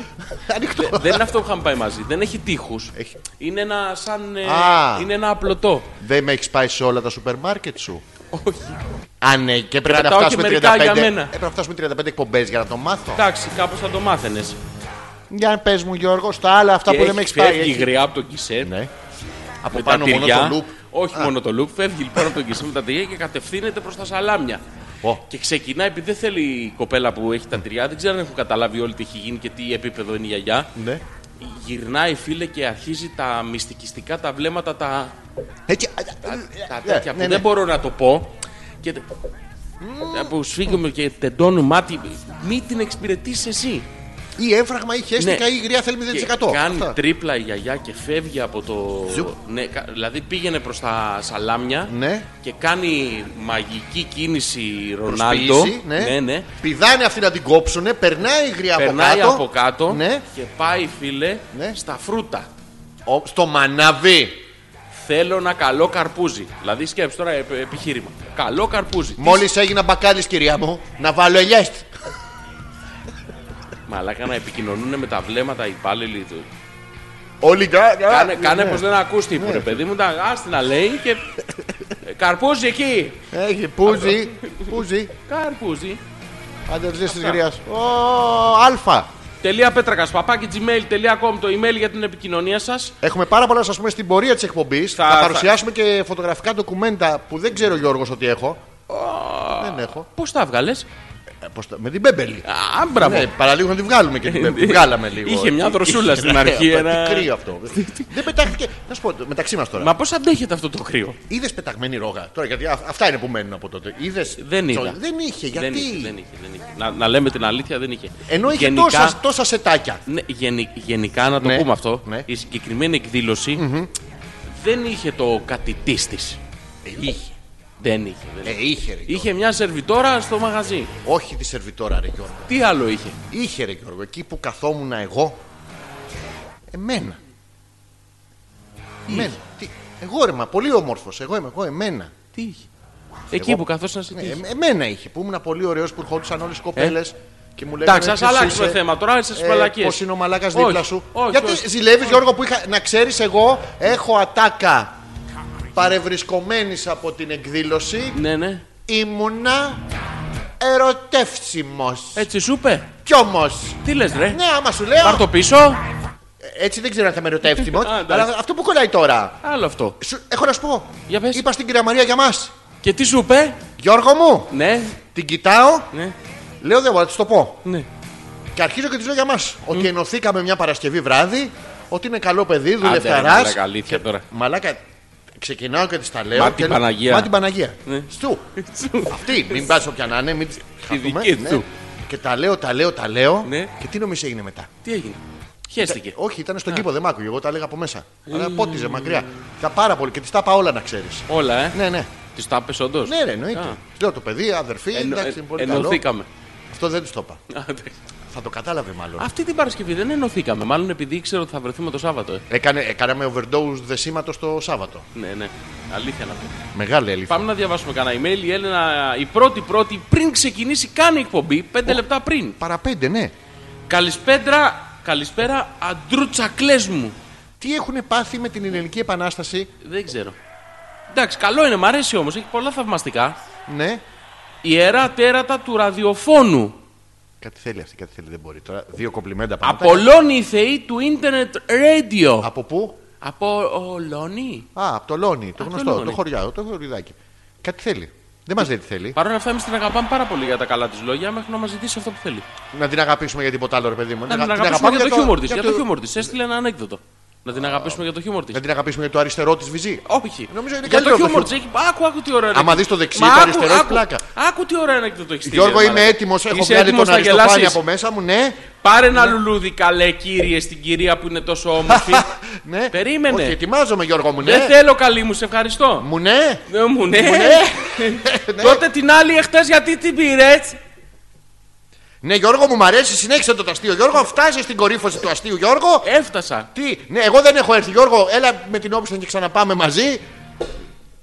[SPEAKER 1] Ανοιχτό.
[SPEAKER 2] δεν είναι αυτό που είχαμε πάει μαζί. Δεν έχει τείχους.
[SPEAKER 1] Έχει.
[SPEAKER 2] Είναι ένα σαν. ε,
[SPEAKER 1] Α.
[SPEAKER 2] είναι ένα απλωτό.
[SPEAKER 1] Δεν με έχεις πάει σε όλα τα σούπερ μάρκετ σου.
[SPEAKER 2] Όχι.
[SPEAKER 1] Α, ναι, και πρέπει να
[SPEAKER 2] πετάω και
[SPEAKER 1] φτάσουμε 35.
[SPEAKER 2] μερικά για μένα.
[SPEAKER 1] Έπρεπε να φτάσουμε 35 εκπομπές για να το μάθω.
[SPEAKER 2] Εντάξει, κάπως θα το μάθαινες.
[SPEAKER 1] Για πες μου, Γιώργο, στα άλλα αυτά που δεν με έχει πάει.
[SPEAKER 2] Φεύγει
[SPEAKER 1] έχει-
[SPEAKER 2] γριά από το κισέ.
[SPEAKER 1] Ναι. Από
[SPEAKER 2] με
[SPEAKER 1] πάνω
[SPEAKER 2] τα
[SPEAKER 1] μόνο
[SPEAKER 2] τυριά.
[SPEAKER 1] το loop.
[SPEAKER 2] Όχι μόνο το loop, φεύγει λοιπόν από το κισέ με τα τυριά και κατευθύνεται προς τα σαλάμια.
[SPEAKER 1] Ω.
[SPEAKER 2] Και ξεκινάει, επειδή δεν θέλει η κοπέλα που έχει τα τυριά, δεν ξέρω αν έχουν καταλάβει όλοι τι έχει γίνει και τι επίπεδο είναι η γιαγιά.
[SPEAKER 1] Ναι.
[SPEAKER 2] Γυρνάει φίλε και αρχίζει τα μυστικιστικά τα βλέμματα, τα,
[SPEAKER 1] Έτσι.
[SPEAKER 2] τα
[SPEAKER 1] Ναι,
[SPEAKER 2] τέτοια
[SPEAKER 1] ναι,
[SPEAKER 2] που
[SPEAKER 1] ναι.
[SPEAKER 2] δεν μπορώ να το πω. Και... Που σφίγγουμε και τεντώνουμε μάτι, μη την εξυπηρετήσει εσύ.
[SPEAKER 1] Ή έφραγμα ή χέστηκα
[SPEAKER 2] Ναι.
[SPEAKER 1] ή γριά θέλει 0%.
[SPEAKER 2] Και κάνει
[SPEAKER 1] Αυτά.
[SPEAKER 2] τρίπλα η γιαγιά και φεύγει από το.
[SPEAKER 1] Ζουπ.
[SPEAKER 2] Ναι, κα- δηλαδή πήγαινε προς τα σαλάμια
[SPEAKER 1] Ναι.
[SPEAKER 2] και κάνει μαγική κίνηση Ρονάλντο.
[SPEAKER 1] Προσποίηση, ναι.
[SPEAKER 2] ναι, ναι.
[SPEAKER 1] Πηδάνε αυτοί να την κόψουνε, περνάει η γριά από κάτω.
[SPEAKER 2] Περνάει από κάτω
[SPEAKER 1] Ναι.
[SPEAKER 2] και πάει φίλε
[SPEAKER 1] Ναι.
[SPEAKER 2] στα φρούτα.
[SPEAKER 1] Ο- στο μαναβί.
[SPEAKER 2] Θέλω ένα καλό καρπούζι. Δηλαδή σκέψτε τώρα επ- επιχείρημα. Καλό καρπούζι. Τι
[SPEAKER 1] Μόλις έγινα μπακάλι, κυρία μου, να βάλω ελιέ.
[SPEAKER 2] Μαλάκα να επικοινωνούν με τα βλέμματα οι υπάλληλοι του.
[SPEAKER 1] Όλοι γκά- γκά-
[SPEAKER 2] Κάνε,
[SPEAKER 1] ναι,
[SPEAKER 2] κάνε
[SPEAKER 1] ναι.
[SPEAKER 2] πως δεν ακούς τίποτα, ρε παιδί μου. Τα άστι να λέει και. Καρπούζι εκεί!
[SPEAKER 1] Έχει πούζι, πούζι,
[SPEAKER 2] Καρπούζι.
[SPEAKER 1] αντεργή τη γριάς. Ω, αλφα.
[SPEAKER 2] Τελεία πέτρακας παπάκι gmail.com το email για την επικοινωνία σας.
[SPEAKER 1] Έχουμε πάρα πολλά να σας πούμε στην πορεία της εκπομπής. Θα,
[SPEAKER 2] Θα- θα-
[SPEAKER 1] παρουσιάσουμε και φωτογραφικά ντοκουμέντα που δεν ξέρω Γιώργος ότι έχω. Δεν έχω.
[SPEAKER 2] Πώς τα έβγαλε.
[SPEAKER 1] Ε, πώς τα- Με την μπέμπελη.
[SPEAKER 2] Α, μπράβο.
[SPEAKER 1] Ναι, παραλίγο να την βγάλουμε και την Πέμπτη. Βγάλαμε λίγο.
[SPEAKER 2] Είχε μια δροσούλα στην αρχή,
[SPEAKER 1] αυτό,
[SPEAKER 2] ένα-
[SPEAKER 1] τι Κρύο αυτό. Δεν πετάχτηκε. Να σου πω μεταξύ μας τώρα.
[SPEAKER 2] Μα πώς αντέχετε αυτό το κρύο.
[SPEAKER 1] Είδες πεταγμένη ρόγα. Τώρα γιατί α- αυτά είναι που μένουν από τότε. Είδες...
[SPEAKER 2] Δεν
[SPEAKER 1] Τσο-
[SPEAKER 2] είδα.
[SPEAKER 1] Δεν είχε.
[SPEAKER 2] Δεν
[SPEAKER 1] Γιατί.
[SPEAKER 2] είχε, δεν είχε, δεν είχε. Να, να λέμε την αλήθεια, δεν είχε.
[SPEAKER 1] Ενώ είχε
[SPEAKER 2] Γενικά-
[SPEAKER 1] τόσα, τόσα σετάκια.
[SPEAKER 2] Ναι, γενι- γενικά να το
[SPEAKER 1] Ναι,
[SPEAKER 2] πούμε αυτό,
[SPEAKER 1] ναι.
[SPEAKER 2] η συγκεκριμένη εκδήλωση δεν είχε το κατητής της. Είχε. Δεν είχε. δεν
[SPEAKER 1] Ε,
[SPEAKER 2] είχε.
[SPEAKER 1] είχε ρε. Γιώργο.
[SPEAKER 2] Είχε μια σερβιτόρα στο μαγαζί.
[SPEAKER 1] Όχι τη σερβιτόρα, ρε Γιώργο.
[SPEAKER 2] Τι άλλο είχε.
[SPEAKER 1] Είχε ρε Γιώργο. Εκεί που καθόμουν εγώ. Εμένα. Εμένα. Τι... Εγώ ρε, μα πολύ όμορφος. Εγώ είμαι εγώ, εμένα.
[SPEAKER 2] Τι είχε. Εκεί που καθόσασταν σε
[SPEAKER 1] Ναι,
[SPEAKER 2] τι είχε. Ε.
[SPEAKER 1] ε- εμένα είχε. Που ήμουν πολύ ωραίος που ερχόντουσαν όλες τι κοπέλες. Και μου λέγανε,
[SPEAKER 2] Εντάξει, ας
[SPEAKER 1] «Ποιος
[SPEAKER 2] αλλάξουμε
[SPEAKER 1] είσαι?»
[SPEAKER 2] θέμα τώρα, είσαι
[SPEAKER 1] Ε,
[SPEAKER 2] μαλακίες.
[SPEAKER 1] Πως είναι ο μαλάκας δίπλα σου.
[SPEAKER 2] Όχι,
[SPEAKER 1] Γιατί
[SPEAKER 2] όχι.
[SPEAKER 1] ζηλεύεις, Γιώργο, που είχα. Να ξέρεις, εγώ έχω ατάκα παρευρισκομένης από την εκδήλωση.
[SPEAKER 2] Ναι, ναι.
[SPEAKER 1] Ήμουνα ερωτεύσιμος.
[SPEAKER 2] Έτσι σου είπε.
[SPEAKER 1] Κι όμως.
[SPEAKER 2] Τι λες, ρε.
[SPEAKER 1] Ναι, άμα σου λέω.
[SPEAKER 2] Ε. Πάρ το πίσω.
[SPEAKER 1] Έτσι δεν ξέρω αν θα με ερωτεύσιμος.
[SPEAKER 2] Α, εντάξει.
[SPEAKER 1] αλλά αυτό που κολλάει τώρα.
[SPEAKER 2] Άλλο αυτό.
[SPEAKER 1] Σου- έχω να σου πω.
[SPEAKER 2] Για πες.
[SPEAKER 1] Είπα στην κυρία Μαρία για μας.
[SPEAKER 2] Και τι σου είπε.
[SPEAKER 1] Γιώργο μου,
[SPEAKER 2] Ναι,
[SPEAKER 1] την κοιτάω.
[SPEAKER 2] ναι,
[SPEAKER 1] Λέω δεν μπορώ να της το πω.
[SPEAKER 2] ναι.
[SPEAKER 1] Και αρχίζω και της λέω για μας. Ότι ενωθήκαμε μια Παρασκευή βράδυ. Ότι είναι καλό παιδί,
[SPEAKER 2] Άντε, ρε, μαλάκα,
[SPEAKER 1] δουλευταρά.
[SPEAKER 2] αλήθεια τώρα.
[SPEAKER 1] Μαλάκα, ξεκινάω και τη τα λέω.
[SPEAKER 2] Μα την
[SPEAKER 1] και λέω-
[SPEAKER 2] Παναγία.
[SPEAKER 1] Μα την Παναγία.
[SPEAKER 2] Ναι.
[SPEAKER 1] Στου. Αυτή, μην πας όποια να είναι, μην τις χαθούμε.
[SPEAKER 2] δική
[SPEAKER 1] Ναι.
[SPEAKER 2] του.
[SPEAKER 1] Και τα λέω, τα λέω, τα λέω.
[SPEAKER 2] Ναι. Ε.
[SPEAKER 1] Και τι νομίζεις έγινε μετά.
[SPEAKER 2] Τι έγινε. Χαίστηκε.
[SPEAKER 1] Όχι, ήταν στον κήπο, δεν μ' άκουγε. Εγώ τα λέγα από μέσα.
[SPEAKER 2] Ε.
[SPEAKER 1] Αλλά πότιζε μακριά. Τα πάρα πολύ και τη τα είπα όλα να ξέρεις.
[SPEAKER 2] Όλα, ε.
[SPEAKER 1] Ναι, ναι.
[SPEAKER 2] Τη τα πες όντως.
[SPEAKER 1] Ναι, ρε, εννοείται. Της Λέω το παιδί, αδερφή, εντάξει, είναι πολύ καλό.
[SPEAKER 2] ε, Ενωθήκαμε.
[SPEAKER 1] Αυτό δεν τους το είπα.
[SPEAKER 2] Άντε.
[SPEAKER 1] Θα Θα το κατάλαβε μάλλον.
[SPEAKER 2] Αυτή την Παρασκευή δεν ενωθήκαμε. Μάλλον επειδή ήξερα ότι θα βρεθούμε το Σάββατο. ε.
[SPEAKER 1] Έκανε, ε, κάναμε overdose δεσίματος το Σάββατο.
[SPEAKER 2] Ναι, ναι. Αλήθεια να πω.
[SPEAKER 1] Μεγάλη έλυθη.
[SPEAKER 2] Πάμε να διαβάσουμε κανένα email. Η Έλενα, η πρώτη πρώτη, πριν ξεκινήσει καν η εκπομπή, πέντε λεπτά πριν.
[SPEAKER 1] Παραπέντε, ναι.
[SPEAKER 2] Καλησπέρα, καλησπέρα, αντρούτσακλές μου.
[SPEAKER 1] Τι έχουν πάθει με την Ελληνική Επανάσταση.
[SPEAKER 2] Δεν ξέρω. Εντάξει, καλό είναι, μ' αρέσει όμως, έχει πολλά θαυμαστικά.
[SPEAKER 1] Ναι.
[SPEAKER 2] Ιερά τέρατα του ραδιοφώνου.
[SPEAKER 1] Κάτι θέλει αυτή, κάτι θέλει. Δεν μπορεί τώρα. Δύο κομπλιμέντα πάνω.
[SPEAKER 2] Απολώνει η θεή του ίντερνετ radio.
[SPEAKER 1] Από πού?
[SPEAKER 2] Απολώνει.
[SPEAKER 1] Α, από το Λόνι, το
[SPEAKER 2] Α, το
[SPEAKER 1] γνωστό, το,
[SPEAKER 2] Λόνι.
[SPEAKER 1] χωριό, το χωριδάκι. Κάτι θέλει. Δεν μας λέει τι θέλει.
[SPEAKER 2] Παρ' όλα αυτά, εμείς την αγαπάμε πάρα πολύ για τα καλά της λόγια, μέχρι να μας ζητήσει αυτό που θέλει.
[SPEAKER 1] Να την αγαπήσουμε για τίποτα άλλο, ρε παιδί μου.
[SPEAKER 2] Να την
[SPEAKER 1] αγα-
[SPEAKER 2] αγαπήσουμε για το χιούμορ της.
[SPEAKER 1] για
[SPEAKER 2] Για το χιούμορ της. Έστειλε ένα ανέκδοτο. Να την αγαπήσουμε για το χιούμορ της.
[SPEAKER 1] Να την αγαπήσουμε για το αριστερό της βυζί.
[SPEAKER 2] Όχι.
[SPEAKER 1] Νομίζω είναι
[SPEAKER 2] για
[SPEAKER 1] καλύτερο
[SPEAKER 2] το
[SPEAKER 1] από το
[SPEAKER 2] χιούμορ της. Έχει... Άκου, άκου τι ωραία.
[SPEAKER 1] Άμα
[SPEAKER 2] ανέκδοτα.
[SPEAKER 1] δεις το δεξί,
[SPEAKER 2] Μα
[SPEAKER 1] το
[SPEAKER 2] άκου,
[SPEAKER 1] αριστερό έχει
[SPEAKER 2] άκου.
[SPEAKER 1] πλάκα.
[SPEAKER 2] Άκου τι ωραία ανέκδοτο έχεις
[SPEAKER 1] Γιώργο, είμαι έτοιμος. Έχω βγάλει τον αριστοφάνη από μέσα μου, ναι.
[SPEAKER 2] Πάρε ένα λουλούδι, καλέ κύριε, στην κυρία που είναι τόσο όμορφη.
[SPEAKER 1] ναι.
[SPEAKER 2] Περίμενε.
[SPEAKER 1] Όχι, ετοιμάζομαι, Γιώργο μου,
[SPEAKER 2] Δεν
[SPEAKER 1] ναι.
[SPEAKER 2] θέλω, καλή μου, σε ευχαριστώ.
[SPEAKER 1] Μου ναι.
[SPEAKER 2] Ε, Μου ναι.
[SPEAKER 1] Ναι.
[SPEAKER 2] Τότε την άλλη εχθές γιατί την πήρες.
[SPEAKER 1] Ναι, Γιώργο μου, μ' αρέσει, συνέχισε το αστείο. Γιώργο, φτάσεις στην κορύφωση του αστείου, Γιώργο.
[SPEAKER 2] Έφτασα.
[SPEAKER 1] Τι, ναι, εγώ δεν έχω έρθει, Γιώργο. Έλα με την όπισθεν και ξαναπάμε μαζί.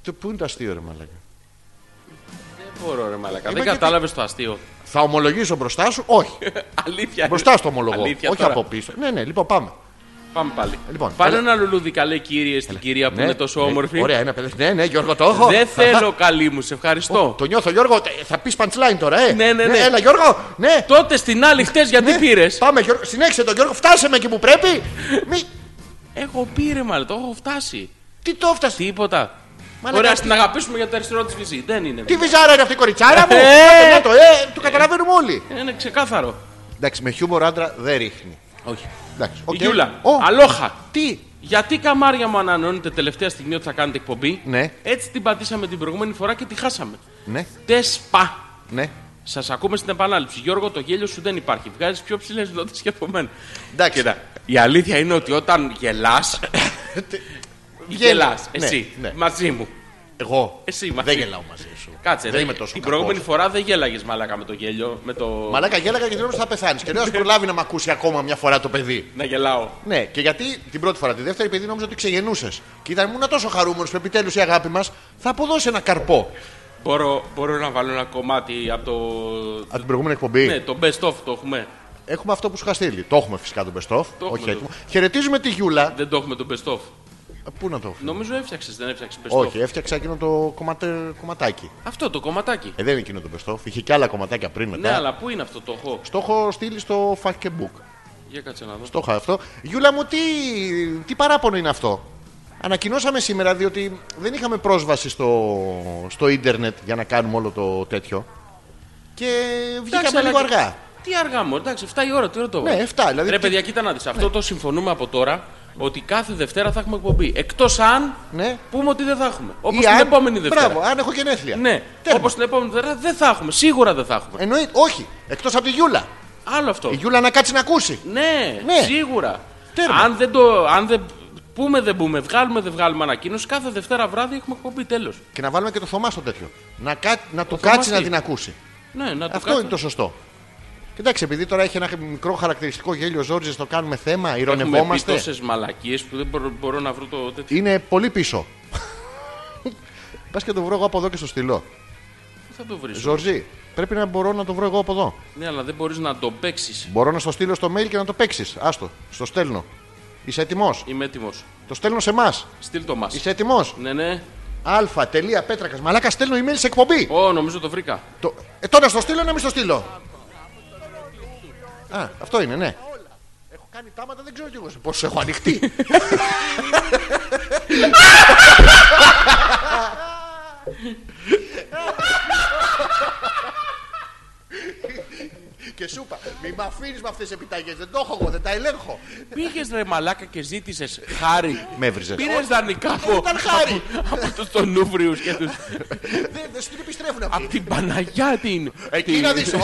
[SPEAKER 1] Το πού είναι το αστείο, ρε μαλάκα.
[SPEAKER 2] Δεν μπορώ, ρε μαλακά.
[SPEAKER 1] Είμαι
[SPEAKER 2] Δεν
[SPEAKER 1] και-
[SPEAKER 2] κατάλαβες το αστείο.
[SPEAKER 1] Θα ομολογήσω μπροστά σου, όχι.
[SPEAKER 2] Αλήθεια. είναι.
[SPEAKER 1] μπροστά στο ομολογώ.
[SPEAKER 2] Αλήθεια
[SPEAKER 1] όχι
[SPEAKER 2] τώρα.
[SPEAKER 1] από πίσω. Ναι, ναι, λοιπόν, πάμε.
[SPEAKER 2] Πάμε πάλι.
[SPEAKER 1] Λοιπόν,
[SPEAKER 2] Πάρε
[SPEAKER 1] έλα.
[SPEAKER 2] ένα λουλούδι, καλέ κύριε, στην κυρία που
[SPEAKER 1] ναι,
[SPEAKER 2] είναι τόσο
[SPEAKER 1] ναι,
[SPEAKER 2] όμορφη.
[SPEAKER 1] Ωραία, ένα παιδί. Ναι, ναι, Γιώργο, το έχω.
[SPEAKER 2] Δεν θέλω, καλή μου, σε ευχαριστώ.
[SPEAKER 1] Το νιώθω, Γιώργο. Τε- Θα πεις punchline τώρα, ε.
[SPEAKER 2] Ναι, ναι, ναι.
[SPEAKER 1] Έλα, Γιώργο. Ναι,
[SPEAKER 2] Τότε στην άλλη χτες γιατί
[SPEAKER 1] ναι.
[SPEAKER 2] πήρες.
[SPEAKER 1] Πάμε, Γιώργο. Συνέχισε το, Γιώργο. Φτάσε με εκεί που πρέπει. Μη...
[SPEAKER 2] Έχω πήρε μάλλον, το έχω φτάσει.
[SPEAKER 1] Τι το έφτασε.
[SPEAKER 2] Τίποτα.
[SPEAKER 1] Μαλάκα,
[SPEAKER 2] Ωραία,
[SPEAKER 1] τι-
[SPEAKER 2] στην αγαπήσουμε για το αριστερό της βυζή. Δεν είναι.
[SPEAKER 1] Τι βυζάρα είναι αυτή η κοριτσάρα μου.
[SPEAKER 2] Ε.
[SPEAKER 1] Άντε, να το, ε, το καταλαβαίνουμε όλοι.
[SPEAKER 2] Είναι ξεκάθαρο.
[SPEAKER 1] Εντάξει, με χιούμορ άντρα δεν ρίχνει.
[SPEAKER 2] Όχι.
[SPEAKER 1] Εντάξει,
[SPEAKER 2] Η
[SPEAKER 1] οκ.
[SPEAKER 2] Γιούλα.
[SPEAKER 1] Ω,
[SPEAKER 2] Αλόχα.
[SPEAKER 1] Τι.
[SPEAKER 2] Γιατί καμάρια μου ανανεώνετε τελευταία στιγμή ότι θα κάνετε εκπομπή.
[SPEAKER 1] Ναι.
[SPEAKER 2] Έτσι την πατήσαμε την προηγούμενη φορά και τη χάσαμε.
[SPEAKER 1] Ναι,
[SPEAKER 2] Τεσπα.
[SPEAKER 1] ναι.
[SPEAKER 2] Σας ακούμε στην επανάληψη. Γιώργο, το γέλιο σου δεν υπάρχει. Βγάζεις πιο ψηλές νότες και από μένα.
[SPEAKER 1] Εντάξει.
[SPEAKER 2] Κοίτα, η αλήθεια είναι ότι όταν γελάς. γελάς.
[SPEAKER 1] Ναι,
[SPEAKER 2] Εσύ.
[SPEAKER 1] ναι.
[SPEAKER 2] Μαζί μου.
[SPEAKER 1] Εγώ.
[SPEAKER 2] Εσύ μαζί.
[SPEAKER 1] Δεν γελάω μαζί σου.
[SPEAKER 2] Κάτσε.
[SPEAKER 1] δεν
[SPEAKER 2] ρε.
[SPEAKER 1] είμαι τόσο
[SPEAKER 2] Την
[SPEAKER 1] κακός.
[SPEAKER 2] προηγούμενη φορά δεν γέλαγες μαλάκα με το γέλιο. Με το.
[SPEAKER 1] Μαλάκα γέλαγα και τρέμεσα θα πεθάνεις. Και νέο προλάβει να με ακούσει ακόμα μια φορά το παιδί.
[SPEAKER 2] Να γελάω.
[SPEAKER 1] Ναι, και γιατί την πρώτη φορά, τη δεύτερη παιδί νόμιζα ότι ξεγενούσες. Και ήταν ήμουν τόσο χαρούμενος που επιτέλους η αγάπη μας θα αποδώσει ένα καρπό.
[SPEAKER 2] Μπορώ, μπορώ να βάλω ένα κομμάτι από το.
[SPEAKER 1] Από την προηγούμενη εκπομπή
[SPEAKER 2] Ναι, το best of το έχουμε.
[SPEAKER 1] έχουμε αυτό που σου είχα στείλει. Το έχουμε φυσικά τον best of.
[SPEAKER 2] Το
[SPEAKER 1] Όχι
[SPEAKER 2] έχουμε,
[SPEAKER 1] έτοιμο. Χαιρετίζουμε τη Γιούλα. Ε,
[SPEAKER 2] Δεν το έχουμε το best of.
[SPEAKER 1] Πού να το έχουμε.
[SPEAKER 2] Νομίζω έφτιαξες, δεν έφτιαξες Ναι, best
[SPEAKER 1] Όχι,
[SPEAKER 2] of.
[SPEAKER 1] έφτιαξα εκείνο το κομματε- κομματάκι.
[SPEAKER 2] Αυτό το κομματάκι.
[SPEAKER 1] Ε, δεν είναι εκείνο το best of. Είχε και άλλα κομματάκια πριν μετά.
[SPEAKER 2] Ναι, αλλά πού είναι αυτό το έχω.
[SPEAKER 1] Στο έχω στείλει στο Fuck και Book.
[SPEAKER 2] Για κάτσε να δω.
[SPEAKER 1] Το είχα αυτό. Γιούλα μου, τι, τι παράπονο είναι αυτό. Ανακοινώσαμε σήμερα διότι δεν είχαμε πρόσβαση στο, στο ίντερνετ για να κάνουμε όλο το τέτοιο. Και βγήκαμε
[SPEAKER 2] Εντάξει,
[SPEAKER 1] λίγο
[SPEAKER 2] αλλά και-
[SPEAKER 1] αργά.
[SPEAKER 2] Τι αργά μου, εντάξει, 7 η ώρα, τι ώρα το
[SPEAKER 1] Ναι, 7, δηλαδή
[SPEAKER 2] Ρε
[SPEAKER 1] τι-
[SPEAKER 2] παιδιά, κοίτα να δεις. Αυτό το συμφωνούμε από τώρα ότι κάθε Δευτέρα θα έχουμε εκπομπή. Εκτός αν
[SPEAKER 1] Ναι.
[SPEAKER 2] πούμε ότι δεν θα έχουμε. Όπω
[SPEAKER 1] Ή
[SPEAKER 2] την
[SPEAKER 1] αν-
[SPEAKER 2] επόμενη Δευτέρα.
[SPEAKER 1] Μπράβο, αν έχω γενέθλια.
[SPEAKER 2] Ναι,
[SPEAKER 1] Τέρμα. Ε,
[SPEAKER 2] όπως την επόμενη Δευτέρα δεν θα έχουμε. Σίγουρα δεν θα έχουμε.
[SPEAKER 1] Εννοείται, όχι. Εκτός από τη Γιούλα.
[SPEAKER 2] Άλλο αυτό.
[SPEAKER 1] Η Γιούλα να κάτσει να ακούσει.
[SPEAKER 2] Ναι,
[SPEAKER 1] ε, Ναι.
[SPEAKER 2] σίγουρα.
[SPEAKER 1] Τέρμα.
[SPEAKER 2] Αν δεν το. Αν δεν πούμε, δεν πούμε, βγάλουμε, δεν βγάλουμε ανακοίνωση, κάθε Δευτέρα βράδυ έχουμε εκπομπή. Τέλος.
[SPEAKER 1] Και να βάλουμε και το Θωμά στο τέτοιο. Να, κα... να του
[SPEAKER 2] Θωμάς
[SPEAKER 1] κάτσει να
[SPEAKER 2] τι?
[SPEAKER 1] την ακούσει.
[SPEAKER 2] Ναι, να το
[SPEAKER 1] Αυτό
[SPEAKER 2] κάνουμε.
[SPEAKER 1] είναι το σωστό. Κοιτάξτε, επειδή τώρα έχει ένα μικρό χαρακτηριστικό γέλιο Ζόρζη, το κάνουμε θέμα,
[SPEAKER 2] Έχουμε πει
[SPEAKER 1] ηρωνευόμαστε.
[SPEAKER 2] τόσε μαλακίες που δεν μπορώ, μπορώ να βρω το τέτοιο.
[SPEAKER 1] Είναι πολύ πίσω. Πας και το βρω εγώ από εδώ και στο στυλό.
[SPEAKER 2] Πού θα το βρεις.
[SPEAKER 1] Ζορζή, πρέπει να μπορώ να το βρω εγώ από εδώ.
[SPEAKER 2] Ναι, αλλά δεν μπορείς να το παίξεις.
[SPEAKER 1] Μπορώ να στο στείλω στο mail και να το παίξεις. Άστο, στο στέλνω. Είσαι έτοιμος.
[SPEAKER 2] Είμαι έτοιμος.
[SPEAKER 1] Το στέλνω σε εμάς.
[SPEAKER 2] Στείλ το μας.
[SPEAKER 1] Είσαι έτοιμος.
[SPEAKER 2] Ναι, ναι.
[SPEAKER 1] Αλφα.πέτρακα. Μαλάκα, στέλνω email σε εκπομπή.
[SPEAKER 2] Ω, νομίζω το βρήκα.
[SPEAKER 1] Το... Ε, τώρα στο στείλω ή να μην στο στείλω. Α, αυτό είναι, ναι. Έχω κάνει τάματα, δεν ξέρω κι εγώ σε πόσο έχω ανοιχτεί. και σου είπα, μη με αφήνεις με αυτές τις επιταγές. Δεν το έχω εγώ, δεν τα ελέγχω.
[SPEAKER 2] Πήγες ρε μαλάκα και ζήτησες χάρη.
[SPEAKER 1] Με έβριζες.
[SPEAKER 2] Πήρες δανεικά από,
[SPEAKER 1] Ήταν χάρη.
[SPEAKER 2] από τους Τονούβριους και τους.
[SPEAKER 1] Δεν δεν στην επιστρέφουν αυτοί.
[SPEAKER 2] από την Παναγιά την.
[SPEAKER 1] Εκεί
[SPEAKER 2] την-
[SPEAKER 1] να δεις, ω!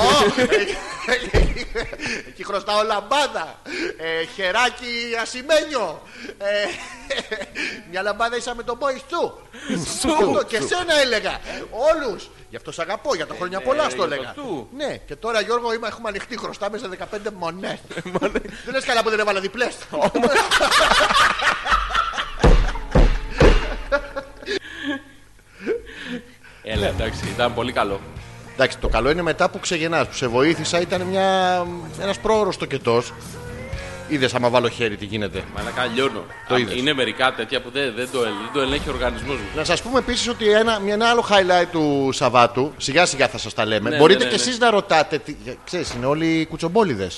[SPEAKER 1] Εκεί χρωστάω λαμπάδα, ε, χεράκι ασημένιο, ε, Μια λαμπάδα ίσα με τον boys του.
[SPEAKER 2] Σου.
[SPEAKER 1] Αυτό και σένα έλεγα. Όλους. Γι' αυτό σ' αγαπώ, για τα χρόνια πολλά
[SPEAKER 2] ρε,
[SPEAKER 1] στο
[SPEAKER 2] Ε, για το
[SPEAKER 1] έλεγα.
[SPEAKER 2] του.
[SPEAKER 1] Ναι, και τώρα Γιώργο είμαι, έχουμε ανοιχτή χρωστάμε σε 15 μονές.
[SPEAKER 2] Ε,
[SPEAKER 1] Δεν λες καλά που δεν έβαλα διπλές.
[SPEAKER 2] Έλα, Ε, ναι, εντάξει, ήταν πολύ καλό.
[SPEAKER 1] Εντάξει, το καλό είναι μετά που ξεγενά, που σε βοήθησα, ήταν μια... ένας πρόωρος τοκετός. Είδες άμα βάλω χέρι τι γίνεται.
[SPEAKER 2] Μαλακά λιώνω.
[SPEAKER 1] Το
[SPEAKER 2] Α,
[SPEAKER 1] είδες.
[SPEAKER 2] Είναι μερικά τέτοια που δεν, δεν το, ελ- δεν το ελέγχει ο οργανισμός μου.
[SPEAKER 1] Να σας πούμε επίσης ότι ένα, μια- ένα άλλο highlight του Σαββάτου, σιγά σιγά θα σας τα λέμε.
[SPEAKER 2] Ναι,
[SPEAKER 1] Μπορείτε
[SPEAKER 2] ναι, ναι,
[SPEAKER 1] και
[SPEAKER 2] ναι.
[SPEAKER 1] εσεί να ρωτάτε. Τι, ξέρεις, είναι όλοι κουτσομπόλιδες.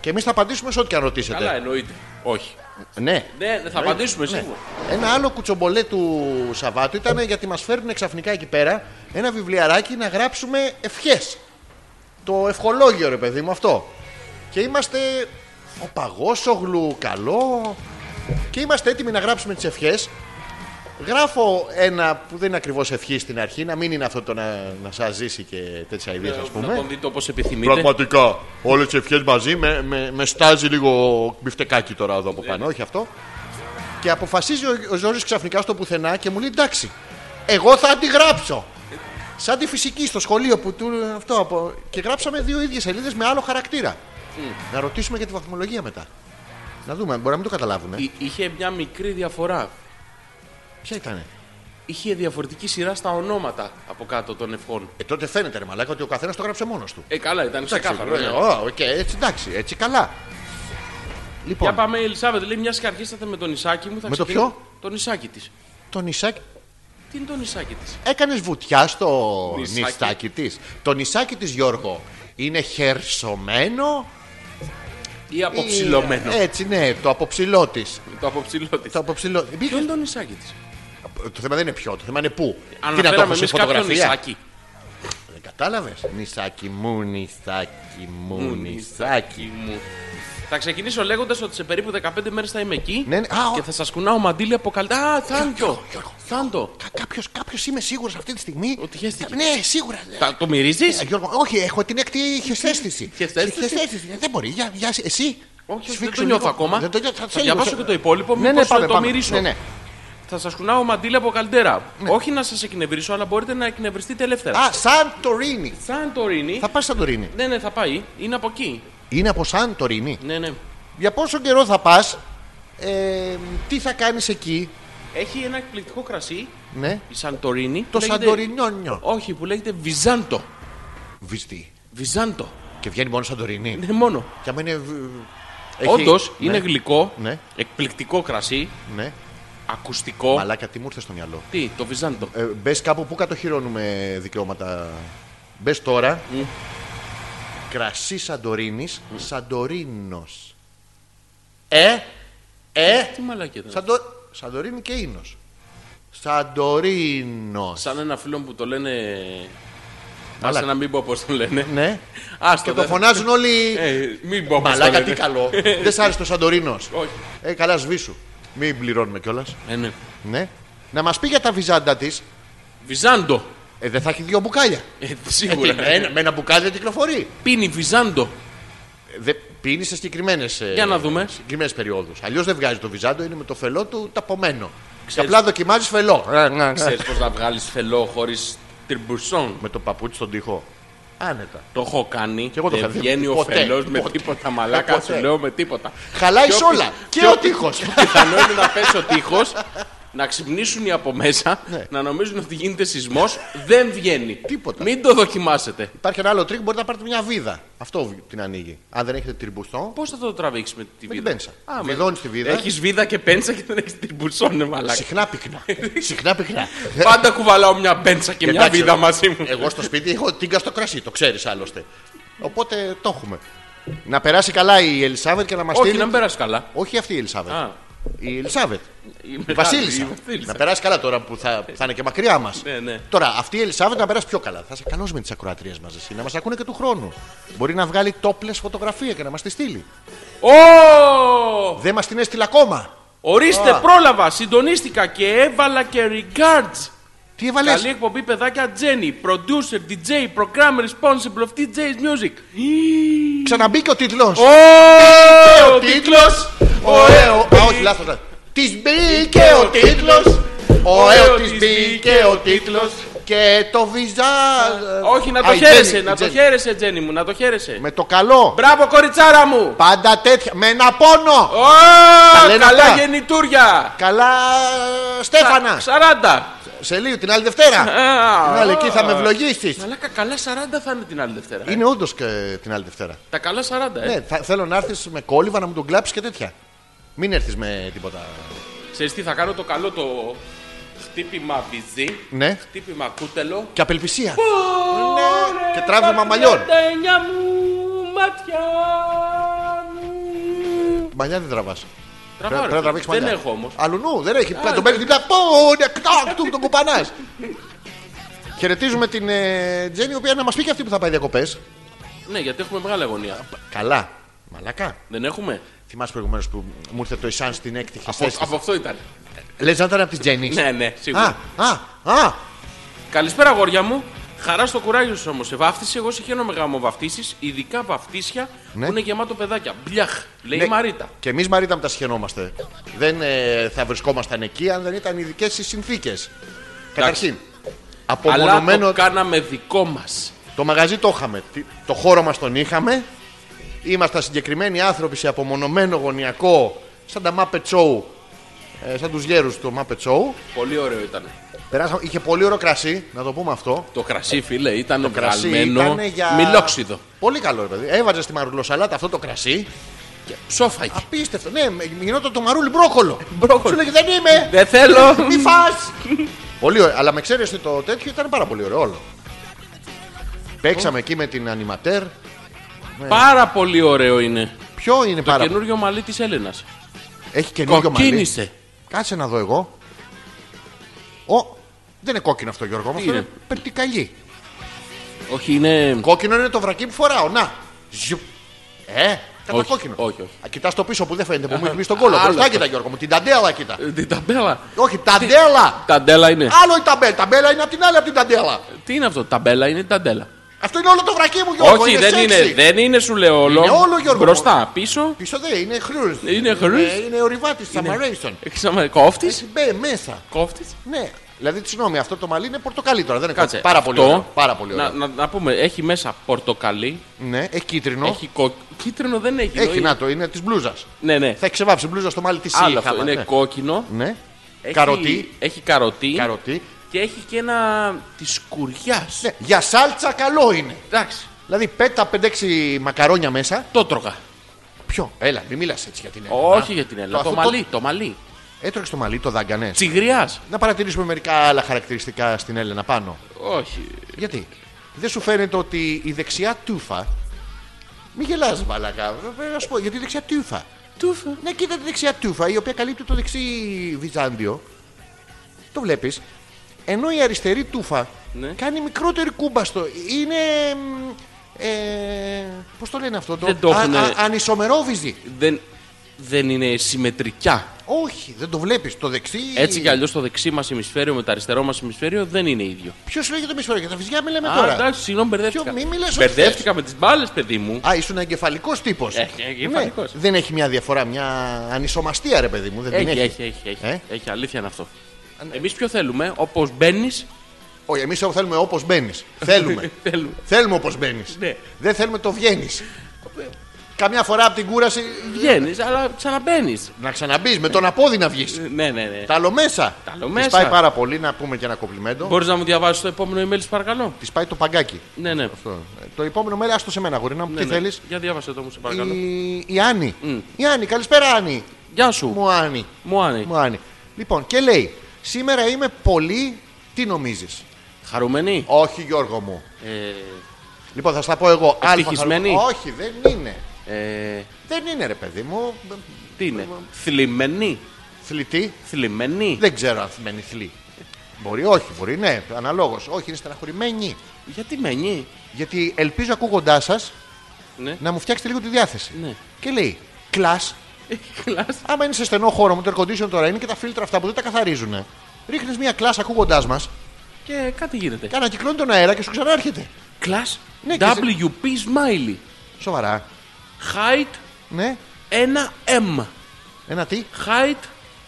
[SPEAKER 1] Και εμείς θα απαντήσουμε σε ό,τι και αν ρωτήσετε.
[SPEAKER 2] Καλά, εννοείται. Όχι.
[SPEAKER 1] Ναι.
[SPEAKER 2] Ναι, θα απαντήσουμε σίγουρα.
[SPEAKER 1] Ένα άλλο κουτσομπολέ του Σαββάτου ήταν γιατί μας φέρνουν ξαφνικά εκεί πέρα ένα βιβλιαράκι να γράψουμε ευχές. Το ευχολόγιο, ρε παιδί μου, αυτό. Και είμαστε ο Παγόσογλου, καλό. Και είμαστε έτοιμοι να γράψουμε τις ευχές. Γράφω ένα που δεν είναι ακριβώς ευχή στην αρχή, να μην είναι αυτό το να, να σας ζήσει και τέτοια ιδέα, ας
[SPEAKER 2] Ε, Να
[SPEAKER 1] πούμε.
[SPEAKER 2] τον δείτε όπως επιθυμείτε.
[SPEAKER 1] Πραγματικά. Όλες τι ευχές μαζί με, με, με στάζει λίγο μπιφτεκάκι τώρα εδώ από
[SPEAKER 2] Ναι.
[SPEAKER 1] πάνω. Όχι αυτό. Και αποφασίζει ο, ο Ζόρι ξαφνικά στο πουθενά και μου λέει εντάξει, εγώ θα αντιγράψω. Σαν τη φυσική στο σχολείο που του. Αυτό, από... Και γράψαμε δύο ίδιες σελίδες με άλλο χαρακτήρα. Να ρωτήσουμε για τη βαθμολογία μετά. Να δούμε, μπορεί να μην το καταλάβουμε.
[SPEAKER 2] Εί- Είχε μια μικρή διαφορά.
[SPEAKER 1] Ποια ήταν.
[SPEAKER 2] Είχε διαφορετική σειρά στα ονόματα από κάτω των ευχών.
[SPEAKER 1] Ε, τότε φαίνεται ρε Μαλάκα ότι ο καθένας το γράψε μόνος του.
[SPEAKER 2] Ε, καλά, ήταν ξεκάθαρο.
[SPEAKER 1] ε,
[SPEAKER 2] ναι.
[SPEAKER 1] ω, οκ, έτσι, εντάξει, έτσι καλά. Λοιπόν,
[SPEAKER 2] Για πάμε, η Ελισάβετ λέει: Μιας και αρχίσατε με τον Ισάκη μου. Θα
[SPEAKER 1] Με το
[SPEAKER 2] ξεκινήσω-
[SPEAKER 1] ποιο?
[SPEAKER 2] Τον Ισάκη της.
[SPEAKER 1] τον Ισάκ
[SPEAKER 2] Τι είναι τον Ισάκη της.
[SPEAKER 1] Έκανες βουτιά στο
[SPEAKER 2] Νησάκι.
[SPEAKER 1] νησάκι τη. Το νησάκι της, Γιώργο, είναι χερσωμένο.
[SPEAKER 2] Ή αποψηλωμένο.
[SPEAKER 1] Ή- Έτσι, ναι, το αποψηλό τη.
[SPEAKER 2] Ε, Το αποψηλό τη.
[SPEAKER 1] Το αποψηλό. Μη-
[SPEAKER 2] Ποιο είναι τον Ισάκη της.
[SPEAKER 1] Το θέμα δεν είναι ποιο, το θέμα είναι πού. Τι να το έχω
[SPEAKER 2] Αναφέραμε
[SPEAKER 1] σε
[SPEAKER 2] εμείς κάποιον
[SPEAKER 1] φωτογραφία.
[SPEAKER 2] Ισάκη.
[SPEAKER 1] Δεν κατάλαβες. Νησάκι μου, νησάκι μου, νησάκι.
[SPEAKER 2] μου. Θα ξεκινήσω λέγοντας ότι σε περίπου 15 μέρες θα είμαι εκεί
[SPEAKER 1] Ναι, ναι. Α, ο-
[SPEAKER 2] και θα σας κουνάω μαντίλια από καλτά. Α, Θάντο! Θάντο!
[SPEAKER 1] Κάποιος κάποιος είμαι σίγουρος αυτή τη στιγμή.
[SPEAKER 2] Ότι χέστηκε.
[SPEAKER 1] Ναι, σίγουρα. Ε,
[SPEAKER 2] Τα- Το μυρίζεις?
[SPEAKER 1] Γιώργο, όχι, έχω την έκτη χεσέστηση.
[SPEAKER 2] Χεσαίσθηση.
[SPEAKER 1] Χεσαίσθηση. Δεν μπορεί, για, για- εσύ.
[SPEAKER 2] Όχι, όχι, δεν
[SPEAKER 1] Σφίξου
[SPEAKER 2] το νιώθω
[SPEAKER 1] λίγο.
[SPEAKER 2] ακόμα.
[SPEAKER 1] Δεν το νιώθω,
[SPEAKER 2] Θα
[SPEAKER 1] σε λίγο,
[SPEAKER 2] διαβάσω
[SPEAKER 1] σε-
[SPEAKER 2] και το υπόλοιπο,
[SPEAKER 1] Ναι, ναι,
[SPEAKER 2] μήπως
[SPEAKER 1] πάμε,
[SPEAKER 2] το
[SPEAKER 1] πάμε.
[SPEAKER 2] μυρίσω.
[SPEAKER 1] Ναι, ναι.
[SPEAKER 2] Θα σας κουνάω μαντίλια από καλτέρα. Όχι να σας εκνευρίσω, αλλά μπορείτε να εκνευριστείτε ελεύθερα.
[SPEAKER 1] Α, Σαντορίνη.
[SPEAKER 2] Σαντορίνη.
[SPEAKER 1] Θα πάει Σαντορίνη.
[SPEAKER 2] Ναι, ναι, θα πάει. Είναι από εκεί.
[SPEAKER 1] Είναι από Σαντορίνη.
[SPEAKER 2] Ναι, ναι.
[SPEAKER 1] Για πόσο καιρό θα πας, ε, τι θα κάνεις εκεί,
[SPEAKER 2] Έχει ένα εκπληκτικό κρασί,
[SPEAKER 1] ναι.
[SPEAKER 2] η Σαντορίνη. που
[SPEAKER 1] Το
[SPEAKER 2] λέγεται-
[SPEAKER 1] Σαντορινιόνιο.
[SPEAKER 2] Όχι, που λέγεται Βυζάντο.
[SPEAKER 1] Βυζτή.
[SPEAKER 2] Βυζάντο.
[SPEAKER 1] Και βγαίνει μόνο Σαντορίνη.
[SPEAKER 2] Ναι, μόνο.
[SPEAKER 1] Και άμα είναι. β- έχει-
[SPEAKER 2] Όντως
[SPEAKER 1] ναι,
[SPEAKER 2] είναι γλυκό,
[SPEAKER 1] Ναι.
[SPEAKER 2] εκπληκτικό κρασί,
[SPEAKER 1] Ναι.
[SPEAKER 2] ακουστικό.
[SPEAKER 1] Μαλάκα, τι μου ήρθε στο μυαλό.
[SPEAKER 2] Τι, το Βυζάντο.
[SPEAKER 1] Ε, Μπες κάπου που κατοχυρώνουμε δικαιώματα. Μπες τώρα. Κρασί Σαντορίνης, Σαντορίνος. Ε, ε,
[SPEAKER 2] Τι μαλάκι ήταν.
[SPEAKER 1] Σαντο... Σαντορίνη και Ίνος. Σαντορίνος.
[SPEAKER 2] Σαν ένα φίλο μου που το λένε.
[SPEAKER 1] Μαλάκα.
[SPEAKER 2] Άσε να μην πω πώς το λένε.
[SPEAKER 1] Ναι.
[SPEAKER 2] Άστο,
[SPEAKER 1] Και το
[SPEAKER 2] δεν-
[SPEAKER 1] φωνάζουν όλοι.
[SPEAKER 2] Ε, μην πω πώς το
[SPEAKER 1] Μαλάκα,
[SPEAKER 2] λένε.
[SPEAKER 1] τι καλό. Δεν σ' άρεσε το Σαντορίνος.
[SPEAKER 2] Όχι.
[SPEAKER 1] Ε, καλά, σβήσου. Μην πληρώνουμε κιόλας.
[SPEAKER 2] Ε, ναι.
[SPEAKER 1] Ναι. Να μας πει για τα βυζάντα της.
[SPEAKER 2] Βυζάντο.
[SPEAKER 1] Ε, δεν θα έχει δύο μπουκάλια.
[SPEAKER 2] Ε,
[SPEAKER 1] Ε, τι,
[SPEAKER 2] σίγουρα.
[SPEAKER 1] με, ένα, με ένα μπουκάλι δεν κυκλοφορεί.
[SPEAKER 2] Πίνει Βυζάντο.
[SPEAKER 1] Ε, δεν πίνει σε συγκεκριμένες
[SPEAKER 2] Για να δούμε.
[SPEAKER 1] συγκεκριμένες περιόδους. Αλλιώς δεν βγάζει το βυζάντο, είναι με το φελό του ταπομένο. Και
[SPEAKER 2] Ξέρεις-
[SPEAKER 1] απλά δοκιμάζεις φελό. Ε, ναι, ναι.
[SPEAKER 2] Ξέρεις πώς να βγάλεις φελό χωρίς τριμπουρσόν.
[SPEAKER 1] Με το παπούτσι στον τοίχο. Άνετα.
[SPEAKER 2] Το έχω κάνει.
[SPEAKER 1] εγώ το
[SPEAKER 2] δεν
[SPEAKER 1] είχα δει.
[SPEAKER 2] βγαίνει ο
[SPEAKER 1] Ποτέ.
[SPEAKER 2] φελός με
[SPEAKER 1] Ποτέ.
[SPEAKER 2] τίποτα μαλάκα.
[SPEAKER 1] Ποτέ.
[SPEAKER 2] Σου λέω με τίποτα.
[SPEAKER 1] Χαλάει
[SPEAKER 2] Πιο
[SPEAKER 1] όλα.
[SPEAKER 2] πι-
[SPEAKER 1] Και
[SPEAKER 2] πιο
[SPEAKER 1] ο
[SPEAKER 2] πι-
[SPEAKER 1] τείχος.
[SPEAKER 2] Πιθανό είναι να πέσει ο τείχο, να ξυπνήσουν οι από μέσα, να νομίζουν ότι γίνεται σεισμός. Δεν βγαίνει.
[SPEAKER 1] Ναι. Τίποτα.
[SPEAKER 2] Μην το δοκιμάσετε.
[SPEAKER 1] Υπάρχει ένα άλλο τρίκ, μπορείτε να πάρετε μια βίδα. Αυτό την ανοίγει. Αν δεν έχετε τριμπουστό,
[SPEAKER 2] Πώς θα το τραβήξεις με τη
[SPEAKER 1] με την
[SPEAKER 2] βίδα.
[SPEAKER 1] πένσα. Βιδώνεις τη βίδα.
[SPEAKER 2] Έχεις βίδα και πένσα και δεν έχεις την πουλσόνε μαλάκα.
[SPEAKER 1] Συχνά πυκνά. Συχνά πυκνά.
[SPEAKER 2] Πάντα κουβαλάω μια πένσα και μια
[SPEAKER 1] Ε, Εντάξει,
[SPEAKER 2] βίδα μαζί μου.
[SPEAKER 1] Εγώ στο σπίτι έχω τίγκα στο κρασί, το ξέρεις άλλωστε. Οπότε το έχουμε. Να περάσει καλά η Ελισάβετ και να μας
[SPEAKER 2] Όχι,
[SPEAKER 1] στείλει.
[SPEAKER 2] να μην περάσει καλά.
[SPEAKER 1] Όχι αυτή η Ελισάβετ.
[SPEAKER 2] Α.
[SPEAKER 1] Η Ελισάβετ.
[SPEAKER 2] Η
[SPEAKER 1] Η
[SPEAKER 2] μεγάλη, η
[SPEAKER 1] Βασίλισσα.
[SPEAKER 2] Βασίλισσα.
[SPEAKER 1] Να περάσει καλά τώρα που θα, θα είναι και μακριά μας.
[SPEAKER 2] Ναι, ναι.
[SPEAKER 1] Τώρα, αυτή η Ελισάβετ να περάσει πιο καλά. Θα σε καλώσουμε τις ακροατρίες μας εσύ, να μας ακούνε και του χρόνου. Μπορεί να βγάλει τόπλε φωτογραφία και να μας τη στείλει.
[SPEAKER 2] Ω!
[SPEAKER 1] Δεν μας την έστειλε ακόμα.
[SPEAKER 2] Ορίστε,
[SPEAKER 1] Α.
[SPEAKER 2] πρόλαβα, συντονίστηκα και έβαλα και regards.
[SPEAKER 1] Τι έβαλες.
[SPEAKER 2] Καλή εκπομπή, παιδάκια. Τζένι, producer, DJ, program responsible of DJ's music.
[SPEAKER 1] Ξαναμπήκε ο τίτλος.
[SPEAKER 2] Ω,
[SPEAKER 1] ο
[SPEAKER 2] ο τίτλος.
[SPEAKER 1] Ωραίο. Α, όχι, λάθο. Της μπήκε ο τίτλος. Ωραίο τη μπήκε ο τίτλο. Και το βυζά.
[SPEAKER 2] Όχι, να
[SPEAKER 1] Α,
[SPEAKER 2] το
[SPEAKER 1] η
[SPEAKER 2] χαίρεσαι,
[SPEAKER 1] Τζέννη, η
[SPEAKER 2] να το
[SPEAKER 1] Τζέννη.
[SPEAKER 2] χαίρεσαι, Τζένι μου, να το χαίρεσαι.
[SPEAKER 1] Με το καλό.
[SPEAKER 2] Μπράβο, κοριτσάρα μου!
[SPEAKER 1] Πάντα τέτοια. Με ένα πόνο.
[SPEAKER 2] Ω,
[SPEAKER 1] λένε
[SPEAKER 2] καλά
[SPEAKER 1] αυτά.
[SPEAKER 2] γεννητούρια!
[SPEAKER 1] Καλά, Στέφανα.
[SPEAKER 2] 40!
[SPEAKER 1] Σε λίγο την άλλη Δευτέρα.
[SPEAKER 2] Ε.
[SPEAKER 1] Την άλλη εκεί θα με ευλογήσεις.
[SPEAKER 2] Μαλάκα, καλά 40 θα είναι την άλλη Δευτέρα. ε.
[SPEAKER 1] Είναι όντως την άλλη Δευτέρα.
[SPEAKER 2] Τα καλά 40, ε.
[SPEAKER 1] Ναι, θα- θέλω να έρθεις με κόλληβα να μου τον κλάψεις και τέτοια. Μην έρθεις με τίποτα.
[SPEAKER 2] Ξέρεις τι, θα κάνω το καλό το χτύπημα βυζί,
[SPEAKER 1] Ναι.
[SPEAKER 2] χτύπημα κούτελο.
[SPEAKER 1] Και απελπισία. Ναι. Και τράβημα μαλλιών.
[SPEAKER 2] Τα εννιά μου μάτια μου.
[SPEAKER 1] Μαλλιά δεν τραβάς.
[SPEAKER 2] Τραβάω,
[SPEAKER 1] Πρέπει
[SPEAKER 2] ρε,
[SPEAKER 1] να τραβήξεις μαλλιά.
[SPEAKER 2] Δεν έχω όμως. ναι.
[SPEAKER 1] Αλλουνού, δεν έχει. Πλά- Τον παίρνει την πλάτη. Πω, ναι, κτάκ, του τον κουπανάς. Χαιρετίζουμε την ε, Τζέννη, η οποία να μας πει και αυτή που θα πάει διακοπές.
[SPEAKER 2] Ναι, γιατί έχουμε μεγάλη αγωνία.
[SPEAKER 1] Καλά. Μαλακά.
[SPEAKER 2] Δεν έχουμε.
[SPEAKER 1] Θυμάσαι προηγουμένως που μου ήρθε το Ισάν στην έκτη και
[SPEAKER 2] Από, από αυτό ήταν.
[SPEAKER 1] Λες να ήταν από τη Τζέννη.
[SPEAKER 2] Ναι, ναι,
[SPEAKER 1] Α,
[SPEAKER 2] σίγουρα.
[SPEAKER 1] α, α.
[SPEAKER 2] Καλησπέρα, αγόρια μου. Χαρά στο κουράγιο σου όμως. Σε βάφτιση, εγώ σε χαίρομαι γάμο βαφτίσει, ειδικά βαφτίσια
[SPEAKER 1] Ναι.
[SPEAKER 2] που είναι γεμάτο παιδάκια. Μπλιαχ, λέει η
[SPEAKER 1] Ναι.
[SPEAKER 2] Μαρίτα.
[SPEAKER 1] Και εμείς Μαρίτα μετασχαινόμαστε. Δεν ε, θα βρισκόμασταν εκεί αν δεν ήταν ειδικές οι συνθήκες. Καταρχήν,
[SPEAKER 2] Αλλά
[SPEAKER 1] απομονωμένο
[SPEAKER 2] το
[SPEAKER 1] το,
[SPEAKER 2] κάναμε δικό μας.
[SPEAKER 1] μαγαζί το είχαμε. Τι- Το χώρο μας τον είχαμε. Ήμασταν συγκεκριμένοι άνθρωποι σε απομονωμένο γωνιακό, σαν τα Muppet Show. ε, σαν τους γέρους του Muppet Show.
[SPEAKER 2] Πολύ ωραίο ήταν.
[SPEAKER 1] Περάσαμε, είχε πολύ ωραίο κρασί, να το πούμε αυτό.
[SPEAKER 2] Το κρασί, φίλε, ήταν
[SPEAKER 1] Κρασί
[SPEAKER 2] βγαλμένο.
[SPEAKER 1] ήτανε για-
[SPEAKER 2] Μιλόξιδο.
[SPEAKER 1] Πολύ καλό, ρε παιδί. Έβαζε στη μαρουλοσαλάτα αυτό το κρασί.
[SPEAKER 2] Ψόφαγε.
[SPEAKER 1] Απίστευτο. Ναι, με- γινόταν το μαρούλι μπρόκολο.
[SPEAKER 2] Μπρόκολο.
[SPEAKER 1] Σου λέγε δεν είμαι.
[SPEAKER 2] Δεν θέλω.
[SPEAKER 1] Μη φας! πολύ ωραίο. Αλλά με ξέρεις ότι το τέτοιο ήταν πάρα πολύ ωραίο όλο. Παίξαμε εκεί με την ανιματέρ.
[SPEAKER 2] Πάρα πολύ ωραίο είναι.
[SPEAKER 1] Ποιο είναι
[SPEAKER 2] Το
[SPEAKER 1] Ναι. πάρα πολύ.
[SPEAKER 2] καινούριο μαλλί της Έλενας.
[SPEAKER 1] Έχει καινούριο μαλλί.
[SPEAKER 2] Κοκκίνησε.
[SPEAKER 1] Κάτσε να δω εγώ. Ο, δεν είναι κόκκινο αυτό Γιώργο. μου, Αυτό
[SPEAKER 2] είναι?
[SPEAKER 1] είναι περτικαλί.
[SPEAKER 2] Όχι, είναι.
[SPEAKER 1] Κόκκινο είναι το βρακί που φοράω. Να. Ζουπ. Ε, κατά
[SPEAKER 2] Όχι,
[SPEAKER 1] κόκκινο.
[SPEAKER 2] όχι, όχι.
[SPEAKER 1] Α, Κοιτάς το πίσω που δεν φαίνεται που μου έχει μπει στον κόλλο.
[SPEAKER 2] Άλλο
[SPEAKER 1] Μπροστά
[SPEAKER 2] αυτό.
[SPEAKER 1] κοίτα Γιώργο μου. Την ταντέλα κοίτα.
[SPEAKER 2] Ε, Την ταμπέλα.
[SPEAKER 1] Όχι, ταντέλα.
[SPEAKER 2] Ταντέλα είναι.
[SPEAKER 1] Άλλο η ταμπέλα. Ταμπέλα είναι απ' την άλλη απ' την ταντέλα.
[SPEAKER 2] Τι είναι αυτό, ταμπέλα είναι ταντέλα.
[SPEAKER 1] Αυτό είναι όλο το βρακί μου, Γιώργο.
[SPEAKER 2] Όχι, δεν
[SPEAKER 1] sexy.
[SPEAKER 2] είναι, δεν είναι, σου λέω όλο.
[SPEAKER 1] Είναι όλο, Γιώργο.
[SPEAKER 2] Μπροστά, πίσω.
[SPEAKER 1] Πίσω δεν είναι χρούς.
[SPEAKER 2] Είναι χρούς.
[SPEAKER 1] Ε, είναι ο ριβάτης της Αμαρέισον.
[SPEAKER 2] Κόφτη.
[SPEAKER 1] Μπε μέσα.
[SPEAKER 2] Κόφτης.
[SPEAKER 1] Ναι. Δηλαδή, συγγνώμη, αυτό το μαλλί είναι πορτοκαλί τώρα. Δεν είναι
[SPEAKER 2] Κάτσε.
[SPEAKER 1] κόκκινο. Πάρα πολύ
[SPEAKER 2] αυτό,
[SPEAKER 1] ωραίο. Πάρα πολύ ωραίο.
[SPEAKER 2] Να, να, να πούμε, έχει μέσα πορτοκαλί.
[SPEAKER 1] Ναι, έχει κίτρινο. Έχει,
[SPEAKER 2] Έχει κο... Κίτρινο δεν έχει. εννοεί.
[SPEAKER 1] να το, είναι της μπλούζας.
[SPEAKER 2] Ναι, ναι.
[SPEAKER 1] Θα έχει ξεβάψει μπλούζα στο μαλλί της
[SPEAKER 2] Άλλο αυτό. Είναι κόκκινο.
[SPEAKER 1] Ναι.
[SPEAKER 2] Έχει...
[SPEAKER 1] Καροτί.
[SPEAKER 2] Έχει καροτί.
[SPEAKER 1] Καροτί.
[SPEAKER 2] Και έχει και ένα της σκουριά.
[SPEAKER 1] Ναι, για σάλτσα καλό είναι.
[SPEAKER 2] Εντάξει.
[SPEAKER 1] Δηλαδή, πέτα 5-6 μακαρόνια μέσα.
[SPEAKER 2] Το τρώγα.
[SPEAKER 1] Ποιο. Έλα, μην μιλάς έτσι για την Ελλάδα.
[SPEAKER 2] Όχι για την Ελλάδα. Ε, Το,
[SPEAKER 1] αυτό
[SPEAKER 2] μαλλί. Το μαλλί.
[SPEAKER 1] Έτρωξε το μαλλί, το δάγκανες.
[SPEAKER 2] Τσιγριάς.
[SPEAKER 1] Να παρατηρήσουμε μερικά άλλα χαρακτηριστικά στην Έλενα πάνω.
[SPEAKER 2] Όχι.
[SPEAKER 1] Γιατί δεν σου φαίνεται ότι η δεξιά τούφα. Μην γελάς μαλακά. Πρέπει να σου πω γιατί η δεξιά τούφα.
[SPEAKER 2] Τούφα.
[SPEAKER 1] Ναι, κοίτα τη δεξιά τούφα η οποία καλύπτει το δεξί βυζάντιο. Το βλέπεις Ενώ η αριστερή τούφα
[SPEAKER 2] Ναι.
[SPEAKER 1] κάνει μικρότερη κούμπα στο. Είναι. μ, Ε, Πώς το λένε αυτό το.
[SPEAKER 2] Δεν το έχουνε.
[SPEAKER 1] ανισομερόβυζι.
[SPEAKER 2] Δεν, δεν είναι συμμετρικά.
[SPEAKER 1] Όχι, δεν το βλέπεις Το δεξί.
[SPEAKER 2] Έτσι κι αλλιώς το δεξί μας ημισφαίριο με το αριστερό μας ημισφαίριο δεν είναι ίδιο.
[SPEAKER 1] Ποιος λέγεται το μισό, για τα φυσικά μιλάμε
[SPEAKER 2] Α,
[SPEAKER 1] τώρα.
[SPEAKER 2] εντάξει, συγγνώμη, μπερδεύτηκα.
[SPEAKER 1] Ποιο, μη μιλάς ό,τι
[SPEAKER 2] μπερδεύτηκα με τις μπάλες, παιδί μου.
[SPEAKER 1] Α, ήσουν εγκεφαλικός τύπος.
[SPEAKER 2] Ε, εγκεφαλικός.
[SPEAKER 1] δεν έχει μια διαφορά, μια ανισομαστία, ρε παιδί μου. Δεν την
[SPEAKER 2] Έχει,
[SPEAKER 1] έχεις.
[SPEAKER 2] έχει, έχει. Έχει,
[SPEAKER 1] Ε?
[SPEAKER 2] έχει αλήθεια είναι αυτό. Εμείς ποιο θέλουμε, όπως μπαίνεις.
[SPEAKER 1] Όχι, εμείς θέλουμε όπως μπαίνεις. θέλουμε.
[SPEAKER 2] Θέλουμε.
[SPEAKER 1] θέλουμε όπως μπαίνεις.
[SPEAKER 2] Ναι.
[SPEAKER 1] Δεν θέλουμε το βγαίνεις. Καμιά φορά από την κούραση
[SPEAKER 2] Βγαίνεις, αλλά ξαναμπαίνεις.
[SPEAKER 1] να ξαναμπείς με τον απόδι να βγεις.
[SPEAKER 2] Ναι, ναι, ναι.
[SPEAKER 1] Τα άλλο μέσα.
[SPEAKER 2] Τα άλλο
[SPEAKER 1] Της
[SPEAKER 2] μέσα.
[SPEAKER 1] πάει πάρα πολύ να πούμε και ένα κομπλιμέντο.
[SPEAKER 2] Μπορείς να μου διαβάσεις το επόμενο email, σου παρακαλώ.
[SPEAKER 1] Τη πάει το παγκάκι.
[SPEAKER 2] Ναι, ναι.
[SPEAKER 1] Αυτό. Ε, Το επόμενο μέρο, άστο σε μένα, γορίνα μου.
[SPEAKER 2] Ναι,
[SPEAKER 1] Τι
[SPEAKER 2] ναι.
[SPEAKER 1] θέλεις.
[SPEAKER 2] Για διάβασε το μου, σε παρακαλώ.
[SPEAKER 1] Η... η Άννη. Η Άννη, καλησπέρα Άννη.
[SPEAKER 2] Γεια σου,
[SPEAKER 1] Μου Άννη.
[SPEAKER 2] μου Άννη.
[SPEAKER 1] Μου Άννη. Λοιπόν, και λέει, σήμερα είμαι πολύ. Τι νομίζεις.
[SPEAKER 2] Χαρούμενη.
[SPEAKER 1] Όχι, Γιώργο μου.
[SPEAKER 2] Ε,
[SPEAKER 1] Λοιπόν, θα στα πω εγώ. Άλφα,
[SPEAKER 2] Ευτυχισμένη.
[SPEAKER 1] θα- Όχι, δεν είναι.
[SPEAKER 2] ε,
[SPEAKER 1] Δεν είναι, ρε παιδί μου.
[SPEAKER 2] τι είναι, θλιμμένη.
[SPEAKER 1] Θλητή.
[SPEAKER 2] Θλιμμένη.
[SPEAKER 1] Δεν ξέρω αν σημαίνει θλή. Μπορεί, όχι, μπορεί, ναι, αναλόγως. Όχι, είναι στεναχωρημένη.
[SPEAKER 2] Γιατί μένει.
[SPEAKER 1] Γιατί ελπίζω ακούγοντάς σας
[SPEAKER 2] Ναι.
[SPEAKER 1] να μου φτιάξετε λίγο τη διάθεση.
[SPEAKER 2] Ναι.
[SPEAKER 1] Και λέει, κλα,
[SPEAKER 2] Ε, Κλάς.
[SPEAKER 1] άμα είναι σε στενό χώρο μου, το air condition τώρα είναι και τα φίλτρα αυτά που δεν τα καθαρίζουν. Ρίχνεις μια κλα ακούγοντάς μας
[SPEAKER 2] Και κάτι γίνεται.
[SPEAKER 1] και ανακυκλώνει τον αέρα και σου ξανάρχεται.
[SPEAKER 2] Class
[SPEAKER 1] Ναι, και
[SPEAKER 2] WP Smiley.
[SPEAKER 1] Σοβαρά.
[SPEAKER 2] Height
[SPEAKER 1] Ναι,
[SPEAKER 2] 1M.
[SPEAKER 1] ένα τι.
[SPEAKER 2] Height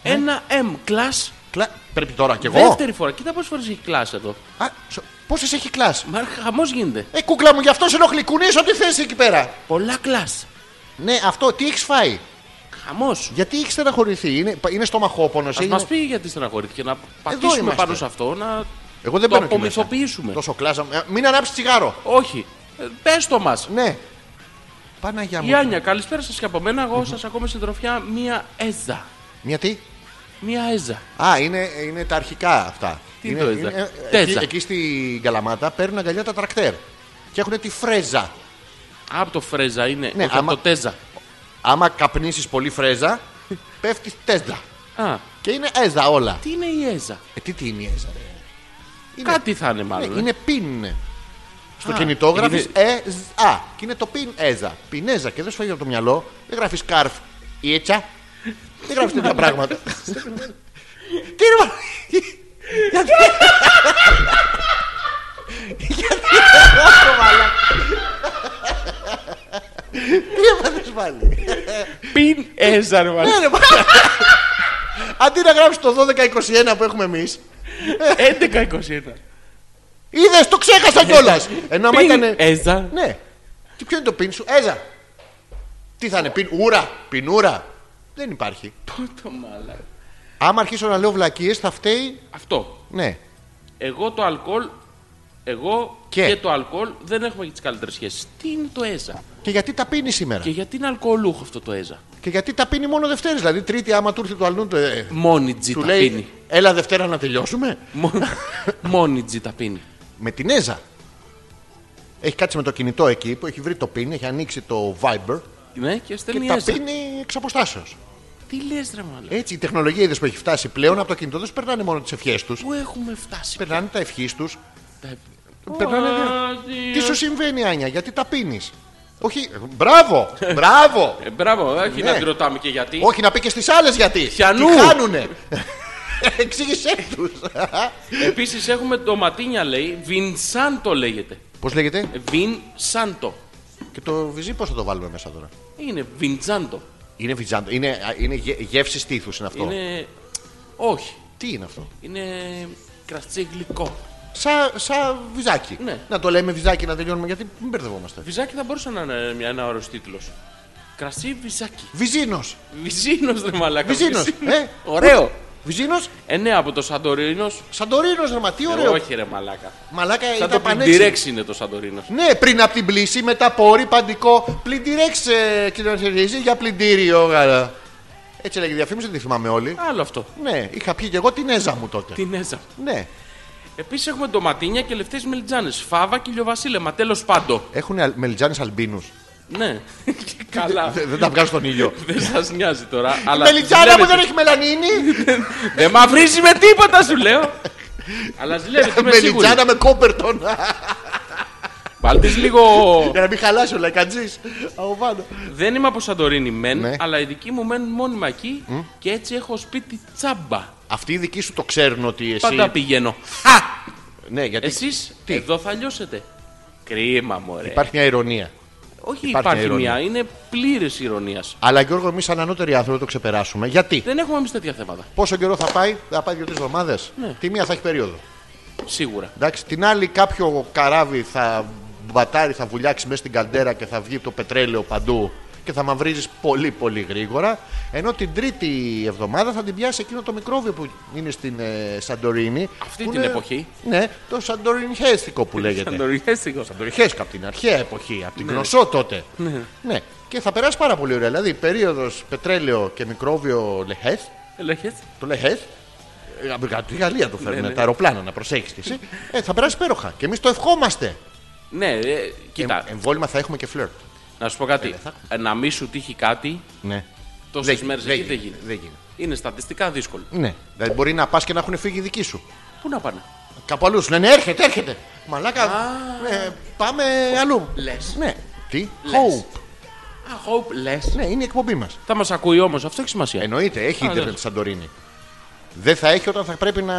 [SPEAKER 2] Ένα M class.
[SPEAKER 1] Κλα... Πρέπει τώρα Ναι. κι εγώ.
[SPEAKER 2] Δεύτερη φορά. Κοίτα πόσες φορές έχει class εδώ.
[SPEAKER 1] Α, σο- πόσες έχει κλάς.
[SPEAKER 2] Μα χαμός γίνεται.
[SPEAKER 1] Ε, κούκλα μου, γι' αυτό σε ενοχλεί. Κουνήσου ό,τι θες εκεί πέρα.
[SPEAKER 2] Πολλά class.
[SPEAKER 1] Ναι, αυτό τι έχεις φάει.
[SPEAKER 2] Χαμός.
[SPEAKER 1] Γιατί έχει στεναχωρηθεί, είναι, είναι στομαχόπονος.
[SPEAKER 2] Ας μας πει γιατί στεναχωρήθηκε. Να πατήσουμε
[SPEAKER 1] είμαστε.
[SPEAKER 2] πάνω σε αυτό, να
[SPEAKER 1] Εγώ δεν
[SPEAKER 2] το
[SPEAKER 1] παίρνω εκεί μέσα.
[SPEAKER 2] απομυθοποιήσουμε.
[SPEAKER 1] Τόσο κλάσα. μου. Ε, Μην ανάψει τσιγάρο.
[SPEAKER 2] Όχι. Ε, Πες το μας.
[SPEAKER 1] Ναι. Παναγιά μου.
[SPEAKER 2] Η Άνια, καλησπέρα σας και από μένα. Εγώ σας ακούμε συντροφιά μία έζα.
[SPEAKER 1] Μια τι.
[SPEAKER 2] Μία έζα.
[SPEAKER 1] Α, είναι, είναι τα αρχικά αυτά.
[SPEAKER 2] Τι
[SPEAKER 1] είναι,
[SPEAKER 2] το έζα?
[SPEAKER 1] είναι, ε,
[SPEAKER 2] Τέζα.
[SPEAKER 1] εκεί, εκεί στην Καλαμάτα παίρνουν αγκαλιά τα τρακτέρ. Και έχουν τη φρέζα.
[SPEAKER 2] Α, Από το φρέζα είναι.
[SPEAKER 1] Ναι,
[SPEAKER 2] όχι, από
[SPEAKER 1] άμα-
[SPEAKER 2] το τέζα.
[SPEAKER 1] Άμα καπνίσεις πολύ φρέζα, πέφτεις τέζα.
[SPEAKER 2] Α,
[SPEAKER 1] Και είναι έζα όλα.
[SPEAKER 2] τι είναι η έζα.
[SPEAKER 1] Ε, τι, τι είναι η έζα, ρε. Είναι-
[SPEAKER 2] Κάτι θα είναι
[SPEAKER 1] Ναι,
[SPEAKER 2] μάλλον. ε.
[SPEAKER 1] είναι πιν. Στο
[SPEAKER 2] Α,
[SPEAKER 1] κινητό γράφει
[SPEAKER 2] είναι-
[SPEAKER 1] ΕΖΑ. Και είναι το πιν έζα. Πινέζα και δεν σου φεύγει από το μυαλό. Δεν γράφεις καρφ ή έτσα. Δεν γράφεις τέτοια πράγματα. Τι είναι μα- Γιατί. Γιατί. Όσο μαλάκα. Τι έπαθες πάλι.
[SPEAKER 2] Πιν έζα, ρε μάλλον.
[SPEAKER 1] Ναι, ρε, μαλάκα. Αντί να γράψει το 12-21 που έχουμε εμείς, Ναι.
[SPEAKER 2] 11-21.
[SPEAKER 1] είδες το ξέχασα κιόλας. Ενώ άμα
[SPEAKER 2] Πιν
[SPEAKER 1] ήταν.
[SPEAKER 2] έζα.
[SPEAKER 1] Ναι. Και ποιο είναι το πιν σου, Έζα. Τι θα είναι, πιν, ούρα, πινούρα. Δεν υπάρχει.
[SPEAKER 2] Πότο μάλα.
[SPEAKER 1] Άμα αρχίσω να λέω βλακίες, θα φταίει.
[SPEAKER 2] Αυτό.
[SPEAKER 1] Ναι.
[SPEAKER 2] Εγώ το αλκοόλ. Εγώ
[SPEAKER 1] Και.
[SPEAKER 2] και, το αλκοόλ δεν έχουμε και τις καλύτερες σχέσεις. Τι είναι το έζα.
[SPEAKER 1] Και γιατί τα πίνει σήμερα.
[SPEAKER 2] Και
[SPEAKER 1] Και,
[SPEAKER 2] γιατί είναι αλκοολούχο αυτό το έζα.
[SPEAKER 1] γιατί τα πίνει μόνο Δευτέρε. Δηλαδή, Τρίτη, άμα του έρθει το αλλού, το, ε,
[SPEAKER 2] Μόνη τζι
[SPEAKER 1] του
[SPEAKER 2] τα
[SPEAKER 1] λέει.
[SPEAKER 2] πίνει.
[SPEAKER 1] Έλα Δευτέρα να τελειώσουμε.
[SPEAKER 2] Μόνη- Μόνη τζι τα πίνει.
[SPEAKER 1] Με την Έζα. Έχει κάτσει με το κινητό εκεί που έχει βρει το πιν, έχει ανοίξει το Viber
[SPEAKER 2] Ναι, και
[SPEAKER 1] και
[SPEAKER 2] στέλνει
[SPEAKER 1] τα
[SPEAKER 2] έζα.
[SPEAKER 1] πίνει Ε- εξ αποστάσεως.
[SPEAKER 2] Τι λες, ρε μάλλον.
[SPEAKER 1] Έτσι, η τεχνολογία είδες που έχει φτάσει πλέον από το κινητό δεν σου περνάνε μόνο τις ευχές τους.
[SPEAKER 2] Πού έχουμε φτάσει.
[SPEAKER 1] Περνάνε τα ευχής τους,
[SPEAKER 2] Τα-
[SPEAKER 1] Περνάνε
[SPEAKER 2] Ω,
[SPEAKER 1] Τι σου συμβαίνει, Άνια, γιατί τα πίνεις. Όχι, μπράβο, μπράβο.
[SPEAKER 2] Ε, μπράβο, όχι
[SPEAKER 1] Ναι.
[SPEAKER 2] να τη ρωτάμε και γιατί.
[SPEAKER 1] Όχι, να πει και στις άλλες γιατί.
[SPEAKER 2] Πιανού.
[SPEAKER 1] Τι Χάνουνε. Εξήγησέ τους.
[SPEAKER 2] Επίσης έχουμε το Ματίνια λέει. Βινσάντο λέγεται. Ε,
[SPEAKER 1] Πώς λέγεται,
[SPEAKER 2] Βινσάντο.
[SPEAKER 1] και το βυζί πώς θα το βάλουμε μέσα τώρα.
[SPEAKER 2] Είναι Βιντσάντο.
[SPEAKER 1] Είναι βυζάντο, είναι, α, είναι γε- γεύση στήθους είναι αυτό.
[SPEAKER 2] Είναι. Όχι.
[SPEAKER 1] Τι είναι αυτό.
[SPEAKER 2] Είναι κρασί γλυκό.
[SPEAKER 1] Σαν σα βυζάκι.
[SPEAKER 2] Ναι.
[SPEAKER 1] Να το λέμε βυζάκι να τελειώνουμε γιατί μην μπερδευόμαστε.
[SPEAKER 2] Βυζάκι θα μπορούσε να είναι μια- ένα ωραίος τίτλος. Κρασί βυζάκι.
[SPEAKER 1] Βυζίνος.
[SPEAKER 2] Βυζίνος ρε μαλάκα.
[SPEAKER 1] Βυζίνος.
[SPEAKER 2] βυζίνος.
[SPEAKER 1] Ε,
[SPEAKER 2] Ωραίο.
[SPEAKER 1] Βυζίνος,
[SPEAKER 2] Ε, ναι, από το Σαντορίνος.
[SPEAKER 1] Σαντορίνος, ρε μα τι ωραίο.
[SPEAKER 2] Ε,
[SPEAKER 1] Ε,
[SPEAKER 2] Όχι, ρε μαλάκα.
[SPEAKER 1] Μαλάκα
[SPEAKER 2] Σαν
[SPEAKER 1] ήταν
[SPEAKER 2] το
[SPEAKER 1] πανέξυπνο.
[SPEAKER 2] πιντιρέξ είναι το Σαντορίνος.
[SPEAKER 1] Ναι, πριν από την πλήση, μετά πόρη, παντικό. Πλυντήρεξ, ε, κύριε Αρχιερέζη, για πλυντήριο. γαλα. Έτσι λέγεται η διαφήμιση, δεν τη θυμάμαι όλοι.
[SPEAKER 2] Άλλο αυτό.
[SPEAKER 1] Ναι, είχα πιει και εγώ την έζα μου τότε.
[SPEAKER 2] Την έζα.
[SPEAKER 1] Ναι,
[SPEAKER 2] Επίσης έχουμε ντοματίνια και λεφτέ μελιτζάνες. Φάβα και λιοβασίλεμα. Τέλος πάντων.
[SPEAKER 1] έχουν μελιτζάνες αλμπίνους.
[SPEAKER 2] Ναι. Καλά.
[SPEAKER 1] δεν τα βγάζω στον ήλιο.
[SPEAKER 2] Δεν σας νοιάζει τώρα. αλλά
[SPEAKER 1] Μελιτζάνα που
[SPEAKER 2] ζηλεύετε.
[SPEAKER 1] δεν έχει μελανίνη.
[SPEAKER 2] Δεν μαυρίζει με τίποτα σου λέω. Αλλά ζηλεύεται, είμαι σίγουρη.
[SPEAKER 1] Μελιτζάνα με κόπερτον.
[SPEAKER 2] Βάλτε λίγο.
[SPEAKER 1] Για να μην χαλάσει ο λαϊκατζή. Από πάνω.
[SPEAKER 2] Δεν είμαι από Σαντορίνη μεν,
[SPEAKER 1] Ναι.
[SPEAKER 2] αλλά οι δικοί μου μένουν μόνιμα εκεί και έτσι έχω σπίτι τσάμπα.
[SPEAKER 1] Αυτοί οι δικοί σου το ξέρουν ότι εσύ.
[SPEAKER 2] Πάντα πηγαίνω.
[SPEAKER 1] Ναι, γιατί
[SPEAKER 2] Εσείς εδώ θα λιώσετε. Κρίμα, μωρέ.
[SPEAKER 1] υπάρχει μια ηρωνία.
[SPEAKER 2] Όχι,
[SPEAKER 1] υπάρχει
[SPEAKER 2] υπάρχει,
[SPEAKER 1] ηρωνία.
[SPEAKER 2] μία. Είναι πλήρης ηρωνίας.
[SPEAKER 1] Αλλά Γιώργο, εμείς σαν ανώτεροι άνθρωποι το ξεπεράσουμε. Γιατί.
[SPEAKER 2] Δεν έχουμε εμείς τέτοια θέματα.
[SPEAKER 1] Πόσο καιρό θα πάει, θα πάει δύο-τρει εβδομάδες.
[SPEAKER 2] Ναι.
[SPEAKER 1] Τη μία θα έχει περίοδο.
[SPEAKER 2] Σίγουρα.
[SPEAKER 1] Εντάξει, την άλλη κάποιο καράβι θα μπατάρει, θα βουλιάξει μέσα στην καλτέρα και θα βγει το πετρέλαιο παντού και θα μαυρίζεις πολύ πολύ γρήγορα. Ενώ την τρίτη εβδομάδα θα την πιάσει εκείνο το μικρόβιο που είναι στην ε, Σαντορίνη.
[SPEAKER 2] Αυτή
[SPEAKER 1] που
[SPEAKER 2] την
[SPEAKER 1] είναι-
[SPEAKER 2] εποχή.
[SPEAKER 1] Ναι, το Σαντορινιχέστικο που λέγεται.
[SPEAKER 2] Σαντορινιέστικο.
[SPEAKER 1] Σαντορινιχέστικο από την αρχαία εποχή, από την γνωσό τότε. Ναι. Και θα περάσει πάρα πολύ ωραία. Δηλαδή περίοδος πετρέλαιο και μικρόβιο ναι, Λεχέθ
[SPEAKER 2] Λέγες.
[SPEAKER 1] το λέει Χεθ. Ε, από τη Γαλλία το φέρνουν
[SPEAKER 2] Ναι, ναι.
[SPEAKER 1] τα αεροπλάνα, να προσέχεις κι εσύ. Ε, θα περάσει υπέροχα. Και εμείς το ευχόμαστε.
[SPEAKER 2] Ναι, ε, κοίτα,
[SPEAKER 1] Ε, εμβόλυμα θα έχουμε και φλερ.
[SPEAKER 2] να σου πω κάτι. Ε, να μην σου τύχει κάτι
[SPEAKER 1] Ναι.
[SPEAKER 2] τόσες μέρε εκεί δεν
[SPEAKER 1] γίνεται,
[SPEAKER 2] γίνεται.
[SPEAKER 1] δεν γίνεται.
[SPEAKER 2] Είναι στατιστικά δύσκολο.
[SPEAKER 1] Ναι. Δηλαδή μπορεί να πας και να έχουν φύγει οι δικοί σου.
[SPEAKER 2] Πού να πάνε.
[SPEAKER 1] Κάπου αλλού σου λένε έρχεται, έρχεται. Μαλάκα. ε, πάμε αλλού.
[SPEAKER 2] Λες.
[SPEAKER 1] Ναι. Τι.
[SPEAKER 2] Λες.
[SPEAKER 1] Hope.
[SPEAKER 2] Α, hope λες.
[SPEAKER 1] Ναι, είναι η εκπομπή μας.
[SPEAKER 2] Θα μας ακούει όμως, αυτό έχει σημασία.
[SPEAKER 1] Εννοείται, έχει
[SPEAKER 2] Α,
[SPEAKER 1] ίντερνετ
[SPEAKER 2] ναι.
[SPEAKER 1] Σαντορίνη. Δεν θα έχει όταν θα πρέπει να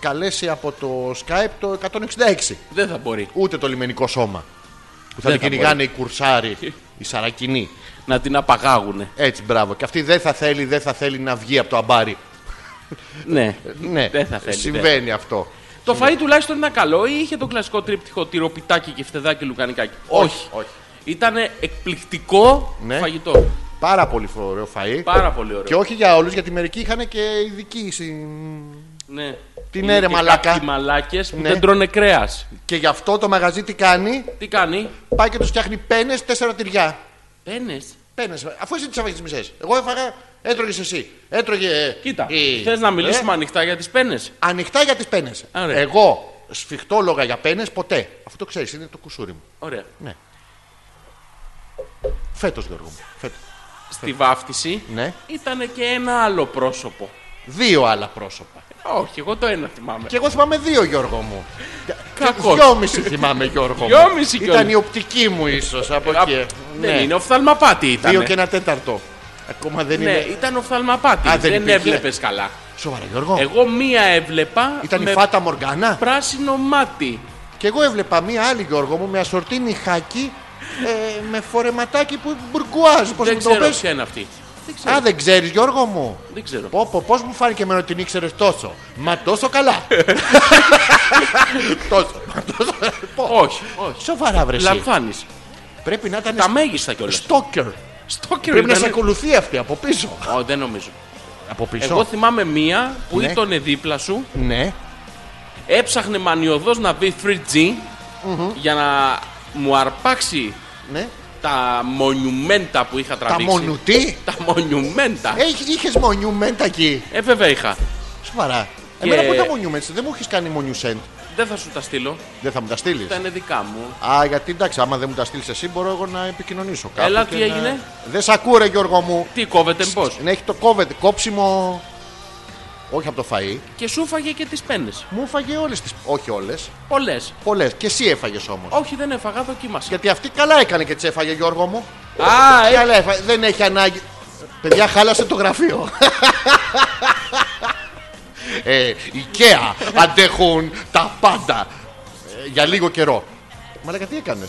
[SPEAKER 1] καλέσει από το Skype το 166.
[SPEAKER 2] Δεν θα μπορεί.
[SPEAKER 1] ούτε το λιμενικό σώμα. Που θα
[SPEAKER 2] Δεν
[SPEAKER 1] την
[SPEAKER 2] θα
[SPEAKER 1] κυνηγάνε οι κουρσάροι, οι σαρακινοί.
[SPEAKER 2] να την απαγάγουνε.
[SPEAKER 1] Έτσι, μπράβο. Και αυτή δεν θα θέλει, δεν θα θέλει να βγει από το αμπάρι.
[SPEAKER 2] Ναι.
[SPEAKER 1] Ναι,
[SPEAKER 2] Δεν θα θέλει,
[SPEAKER 1] συμβαίνει αυτό.
[SPEAKER 2] Το
[SPEAKER 1] ε,
[SPEAKER 2] φαΐ τουλάχιστον ήταν καλό ή είχε το κλασικό τρίπτυχο τυροπιτάκι και φτεδάκι λουκανικάκι. Όχι.
[SPEAKER 1] όχι.
[SPEAKER 2] Ήταν εκπληκτικό
[SPEAKER 1] Ναι.
[SPEAKER 2] φαγητό.
[SPEAKER 1] Πάρα πολύ ωραίο φαΐ.
[SPEAKER 2] Πάρα πολύ ωραίο.
[SPEAKER 1] Και όχι για όλους, γιατί μερικοί είχαν και ειδική. συν-
[SPEAKER 2] Ναι.
[SPEAKER 1] Τι
[SPEAKER 2] Είναι
[SPEAKER 1] ναι, ρε
[SPEAKER 2] και
[SPEAKER 1] μαλάκα.
[SPEAKER 2] Κάποιοι μαλάκες που
[SPEAKER 1] Ναι.
[SPEAKER 2] δεν τρώνε κρέας.
[SPEAKER 1] Και γι' αυτό το μαγαζί τι κάνει,
[SPEAKER 2] Τι κάνει.
[SPEAKER 1] πάει και τους φτιάχνει πένες τέσσερα τυριά.
[SPEAKER 2] Πένες.
[SPEAKER 1] Πένες, αφού εσύ τις έφαγες τις μισές. Εγώ έφαγα, έτρωγες εσύ. Έτρωγε. ε,
[SPEAKER 2] Κοίτα.
[SPEAKER 1] η-
[SPEAKER 2] Θες να
[SPEAKER 1] ε,
[SPEAKER 2] μιλήσουμε ανοιχτά για τις πένες.
[SPEAKER 1] Ανοιχτά για τις πένες.
[SPEAKER 2] Ωραία.
[SPEAKER 1] Εγώ σφιχτόλογα για πένες ποτέ. Αυτό το ξέρεις, είναι το κουσούρι μου.
[SPEAKER 2] Ωραία.
[SPEAKER 1] Ναι. Φέτος, Γιώργο μου. Φέτος.
[SPEAKER 2] Στη βάφτιση
[SPEAKER 1] Ναι.
[SPEAKER 2] ήταν και ένα άλλο πρόσωπο.
[SPEAKER 1] Δύο άλλα πρόσωπα.
[SPEAKER 2] Όχι, εγώ το ένα θυμάμαι.
[SPEAKER 1] Και εγώ θυμάμαι δύο, Γιώργο μου.
[SPEAKER 2] Κακός.
[SPEAKER 1] Δυόμιση θυμάμαι, Γιώργο μου.
[SPEAKER 2] Δυόμιση
[SPEAKER 1] Ήταν
[SPEAKER 2] κιόλας.
[SPEAKER 1] η οπτική μου, ίσως από
[SPEAKER 2] Α,
[SPEAKER 1] εκεί.
[SPEAKER 2] Δεν
[SPEAKER 1] Ναι.
[SPEAKER 2] είναι, οφθαλμαπάτη ήταν. ε.
[SPEAKER 1] Δύο και ένα τέταρτο. Ακόμα δεν
[SPEAKER 2] Ναι,
[SPEAKER 1] είναι.
[SPEAKER 2] ήταν οφθαλμαπάτη.
[SPEAKER 1] Α, δεν
[SPEAKER 2] δεν
[SPEAKER 1] υπήρχε.
[SPEAKER 2] έβλεπες καλά.
[SPEAKER 1] Σοβαρά, Γιώργο.
[SPEAKER 2] Εγώ μία έβλεπα
[SPEAKER 1] Ήταν
[SPEAKER 2] με
[SPEAKER 1] η Φάτα Μοργάνα.
[SPEAKER 2] πράσινο μάτι.
[SPEAKER 1] Και εγώ έβλεπα μία άλλη Γιώργο μου με ασορτή νυχάκι ε, με φορεματάκι που μπουρκουάζ. Πώς
[SPEAKER 2] δεν
[SPEAKER 1] μου το
[SPEAKER 2] ξέρω
[SPEAKER 1] πες.
[SPEAKER 2] ποια είναι αυτή. Δεν ξέρω.
[SPEAKER 1] Α, δεν ξέρεις, Γιώργο μου.
[SPEAKER 2] Δεν ξέρω.
[SPEAKER 1] Πω, πω, πώς μου φάνηκε εμένα ότι την ήξερες τόσο. Μα τόσο καλά. τόσο. Μα τόσο. Πω.
[SPEAKER 2] Όχι, όχι.
[SPEAKER 1] Σοβαρά, βρε. εσύ.
[SPEAKER 2] Λαμβάνεις.
[SPEAKER 1] Πρέπει να ήταν
[SPEAKER 2] Τα μέγιστα κιόλας.
[SPEAKER 1] στόκερ.
[SPEAKER 2] Στο
[SPEAKER 1] Πρέπει να σε ακολουθεί αυτή από πίσω.
[SPEAKER 2] δεν νομίζω.
[SPEAKER 1] Από πίσω.
[SPEAKER 2] Εγώ θυμάμαι μία που
[SPEAKER 1] Ναι.
[SPEAKER 2] ήταν δίπλα σου,
[SPEAKER 1] Ναι.
[SPEAKER 2] έψαχνε μανιωδώς να βρει 3G για να μου αρπάξει
[SPEAKER 1] ναι.
[SPEAKER 2] τα μονιουμέντα που είχα
[SPEAKER 1] Τα Ε.
[SPEAKER 2] τραβήξει.
[SPEAKER 1] μονουτί.
[SPEAKER 2] Τα μονιουμέντα.
[SPEAKER 1] Είχες μονιουμέντα εκεί.
[SPEAKER 2] Ε, βέβαια είχα.
[SPEAKER 1] Σοβαρά.
[SPEAKER 2] Και-
[SPEAKER 1] Εμένα πότε μονιούμεντ, δεν μου έχεις κάνει μονιουσέντ.
[SPEAKER 2] Δεν θα σου τα στείλω.
[SPEAKER 1] Δεν θα μου τα στείλεις.
[SPEAKER 2] Τα είναι δικά μου.
[SPEAKER 1] Α, γιατί εντάξει, άμα δεν μου τα στείλεις εσύ, μπορώ εγώ να επικοινωνήσω κάπου.
[SPEAKER 2] Έλα,
[SPEAKER 1] και
[SPEAKER 2] τι
[SPEAKER 1] να-
[SPEAKER 2] έγινε?
[SPEAKER 1] Δεν σ' ακούρε, Γιώργο μου.
[SPEAKER 2] Τι κόβεται πώ.
[SPEAKER 1] Να έχει το κόβεται, κόψιμο. Όχι από το φαΐ.
[SPEAKER 2] Και σου φάγε και τις πένες.
[SPEAKER 1] Μου έφαγε όλες τις. Όχι όλες.
[SPEAKER 2] Πολλές.
[SPEAKER 1] Πολλές. Και εσύ έφαγες όμως.
[SPEAKER 2] Όχι, δεν έφαγα, δοκίμασα.
[SPEAKER 1] Γιατί αυτή καλά έκανε και τις έφαγε, Γιώργο μου.
[SPEAKER 2] Α, ε,
[SPEAKER 1] Καλά έφαγε. Δεν έχει ανάγκη. Παιδιά, χάλασε το γραφείο. ε, Ikea αντέχουν τα πάντα. Ε, για λίγο καιρό. Μαλάκα, τι έκανε.